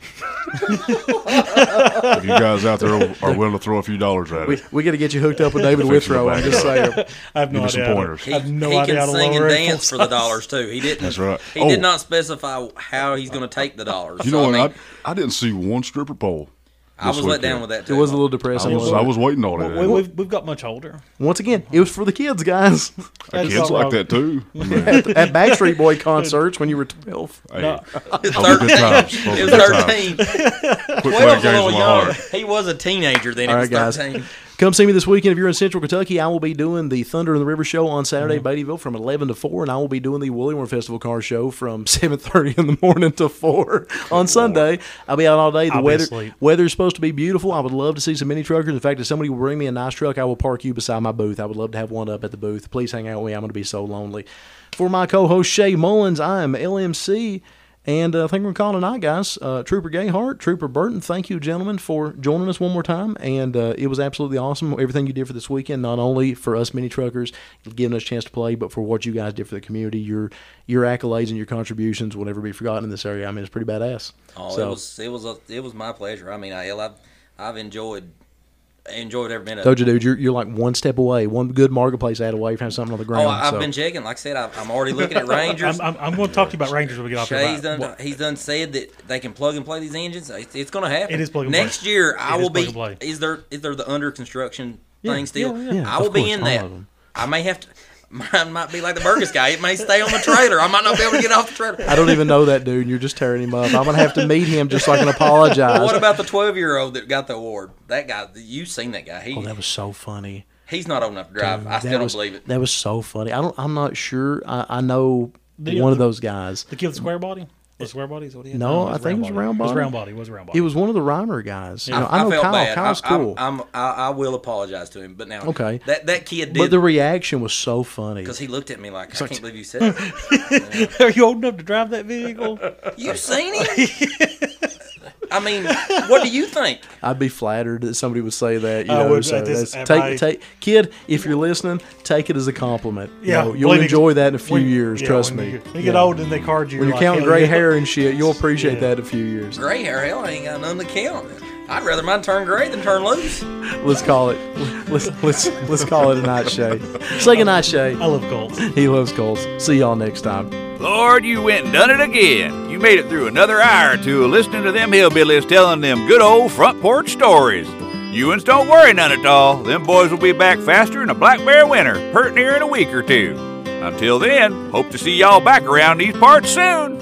[SPEAKER 6] if you guys out there are willing to throw a few dollars at
[SPEAKER 3] we
[SPEAKER 6] it,
[SPEAKER 3] we got to get you hooked up with David
[SPEAKER 6] Fix the
[SPEAKER 3] Withrow. I'm
[SPEAKER 6] back
[SPEAKER 3] just saying.
[SPEAKER 2] I have no
[SPEAKER 6] give
[SPEAKER 2] idea.
[SPEAKER 6] me some
[SPEAKER 2] how to-
[SPEAKER 6] pointers.
[SPEAKER 5] He,
[SPEAKER 2] I have no
[SPEAKER 5] he
[SPEAKER 2] idea how
[SPEAKER 5] can
[SPEAKER 2] to
[SPEAKER 5] sing
[SPEAKER 2] lower
[SPEAKER 5] and
[SPEAKER 2] it
[SPEAKER 5] dance for the
[SPEAKER 2] full
[SPEAKER 5] dollars too. He didn't.
[SPEAKER 6] That's right.
[SPEAKER 5] He
[SPEAKER 6] Oh.
[SPEAKER 5] did not specify how he's going to take the dollars.
[SPEAKER 6] you
[SPEAKER 5] So,
[SPEAKER 6] know what?
[SPEAKER 5] I, mean,
[SPEAKER 6] I, I didn't see one stripper pole.
[SPEAKER 5] I was
[SPEAKER 6] this
[SPEAKER 5] let
[SPEAKER 6] weekend.
[SPEAKER 5] down with that
[SPEAKER 3] It
[SPEAKER 5] too.
[SPEAKER 3] was a little
[SPEAKER 6] I
[SPEAKER 3] depressing.
[SPEAKER 6] was,
[SPEAKER 3] wasn't
[SPEAKER 6] I
[SPEAKER 3] it?
[SPEAKER 6] was waiting on it.
[SPEAKER 2] We, we've, we've got much older.
[SPEAKER 3] Once again, it was for the kids, guys.
[SPEAKER 2] That's
[SPEAKER 6] Kids
[SPEAKER 2] not
[SPEAKER 6] like
[SPEAKER 2] wrong.
[SPEAKER 6] that too. Man,
[SPEAKER 3] at, at Backstreet Boy concerts when you were 12.
[SPEAKER 6] hey,
[SPEAKER 2] No.
[SPEAKER 5] It's
[SPEAKER 6] those were
[SPEAKER 5] 13.
[SPEAKER 6] good times. Those
[SPEAKER 5] It was
[SPEAKER 6] were good
[SPEAKER 5] 13.
[SPEAKER 6] times.
[SPEAKER 5] 12 's a
[SPEAKER 6] Quit playing games
[SPEAKER 5] little
[SPEAKER 6] with my
[SPEAKER 5] young.
[SPEAKER 6] heart.
[SPEAKER 5] He was a teenager then.
[SPEAKER 3] All
[SPEAKER 5] He
[SPEAKER 3] right, guys.
[SPEAKER 5] was 13.
[SPEAKER 3] Come see me this weekend if you're in Central Kentucky. I will be doing the Thunder and the River show on Saturday,
[SPEAKER 2] Mm-hmm.
[SPEAKER 3] Beattyville, from 11 to 4, and I will be doing the Williamore Festival Car Show from 7:30 in the morning to 4 on Sunday. I'll be out all day. The
[SPEAKER 2] I'll be
[SPEAKER 3] weather
[SPEAKER 2] asleep.
[SPEAKER 3] weather is supposed to be beautiful. I would love to see some mini truckers. In fact, if somebody will bring me a nice truck, I will park you beside my booth. I would love to have one up at the booth. Please hang out with me. I'm going to be so lonely. For my co-host Shay Mullins, I am LMC. And uh, I think we're calling it a night, guys. Uh, Trooper Gayhart, Trooper Burton, thank you, gentlemen, for joining us one more time. And uh, it was absolutely awesome, everything you did for this weekend, not only for us mini truckers, giving us a chance to play, but for what you guys did for the community. Your your accolades and your contributions will never be forgotten in this area. I mean, it's pretty badass.
[SPEAKER 5] Oh,
[SPEAKER 3] So-
[SPEAKER 5] it was it was a, it was my pleasure. I mean, I, hell, I've I've enjoyed enjoyed every minute. of
[SPEAKER 3] Told
[SPEAKER 5] it.
[SPEAKER 3] you, dude, you're, you're like one step away, one good marketplace ad away from having something on the ground.
[SPEAKER 5] Oh, I- I've
[SPEAKER 3] so.
[SPEAKER 5] been checking. Like I said, I've, I'm already looking at Rangers.
[SPEAKER 2] I'm, I'm, I'm going to talk to you about Rangers when we get off
[SPEAKER 5] Shay's
[SPEAKER 2] here.
[SPEAKER 5] done. He's done said that they can plug and play these engines. It's, it's going to happen.
[SPEAKER 2] It is plug and
[SPEAKER 5] Next
[SPEAKER 2] play.
[SPEAKER 5] year,
[SPEAKER 2] It
[SPEAKER 5] I
[SPEAKER 2] is
[SPEAKER 5] will
[SPEAKER 2] plug
[SPEAKER 5] be.
[SPEAKER 2] and play.
[SPEAKER 5] Is there is there the under construction thing still?
[SPEAKER 2] yeah,
[SPEAKER 3] yeah.
[SPEAKER 5] I will
[SPEAKER 3] Of
[SPEAKER 5] be
[SPEAKER 3] course,
[SPEAKER 5] in
[SPEAKER 3] all
[SPEAKER 5] that.
[SPEAKER 3] of 'em.
[SPEAKER 5] I may have to. Mine might be like the Burgess guy. It may stay on the trailer. I might not be able to get off the trailer.
[SPEAKER 3] I don't even know that dude. You're just tearing him up. I'm gonna have to meet him just so I can apologize.
[SPEAKER 5] What about the 12 year old that got the award? That guy, you've seen that guy. He
[SPEAKER 3] oh, that was so funny.
[SPEAKER 5] he's not old enough to drive.
[SPEAKER 3] Dude,
[SPEAKER 5] I
[SPEAKER 3] that
[SPEAKER 5] still don't
[SPEAKER 3] was-
[SPEAKER 5] believe it.
[SPEAKER 3] That was so funny. I don't. I'm not sure. I, I know
[SPEAKER 2] The-
[SPEAKER 3] one of those guys.
[SPEAKER 2] The kid with the square body? Was it square body? Is what he had?
[SPEAKER 3] No, I think it was round
[SPEAKER 2] It was
[SPEAKER 3] body.
[SPEAKER 2] round body. It was round body.
[SPEAKER 3] It was one of the Reimer guys. You know,
[SPEAKER 5] I,
[SPEAKER 3] I, know
[SPEAKER 5] felt
[SPEAKER 3] Kyle.
[SPEAKER 5] bad.
[SPEAKER 3] Kyle's
[SPEAKER 5] I,
[SPEAKER 3] cool.
[SPEAKER 5] I, I'm, I, I will apologize to him. But now,
[SPEAKER 3] Okay.
[SPEAKER 5] that that kid
[SPEAKER 3] but
[SPEAKER 5] did
[SPEAKER 3] the reaction was so funny.
[SPEAKER 5] because he looked at me like I can't believe you said that.
[SPEAKER 2] Are you old enough to drive that vehicle?
[SPEAKER 5] You seen him? I mean, what do you think?
[SPEAKER 3] I'd be flattered that somebody would say that. You
[SPEAKER 2] I
[SPEAKER 3] know,
[SPEAKER 2] would-
[SPEAKER 3] so
[SPEAKER 2] at this-
[SPEAKER 3] that's-
[SPEAKER 2] at
[SPEAKER 3] take,
[SPEAKER 2] my-
[SPEAKER 3] take, kid, if you're listening, take it as a compliment. You
[SPEAKER 2] Yeah,
[SPEAKER 3] know, you'll
[SPEAKER 2] believe me,
[SPEAKER 3] enjoy that in a few
[SPEAKER 2] when-
[SPEAKER 3] years.
[SPEAKER 2] yeah,
[SPEAKER 3] trust
[SPEAKER 2] when
[SPEAKER 3] me.
[SPEAKER 2] You, when you get
[SPEAKER 3] Yeah.
[SPEAKER 2] old and they card you.
[SPEAKER 3] When you're
[SPEAKER 2] like,
[SPEAKER 3] counting
[SPEAKER 2] hell,
[SPEAKER 3] gray
[SPEAKER 2] yeah.
[SPEAKER 3] hair and shit, you'll appreciate that in a few years.
[SPEAKER 5] Gray hair, hell, I ain't got nothing to count. I'd rather mine turn gray than turn loose.
[SPEAKER 3] Let's call it. Let's let's let's call it a night, Shay. Say goodnight, Shay.
[SPEAKER 2] I love Colts.
[SPEAKER 3] He loves Colts. See y'all next time.
[SPEAKER 1] Lord, you went and done it again. You made it through another hour or two of listening to them hillbillies telling them good old front porch stories. You uns don't worry none at all. Them boys will be back faster than a black bear winter, pert near in a week or two. Until then, hope to see y'all back around these parts soon.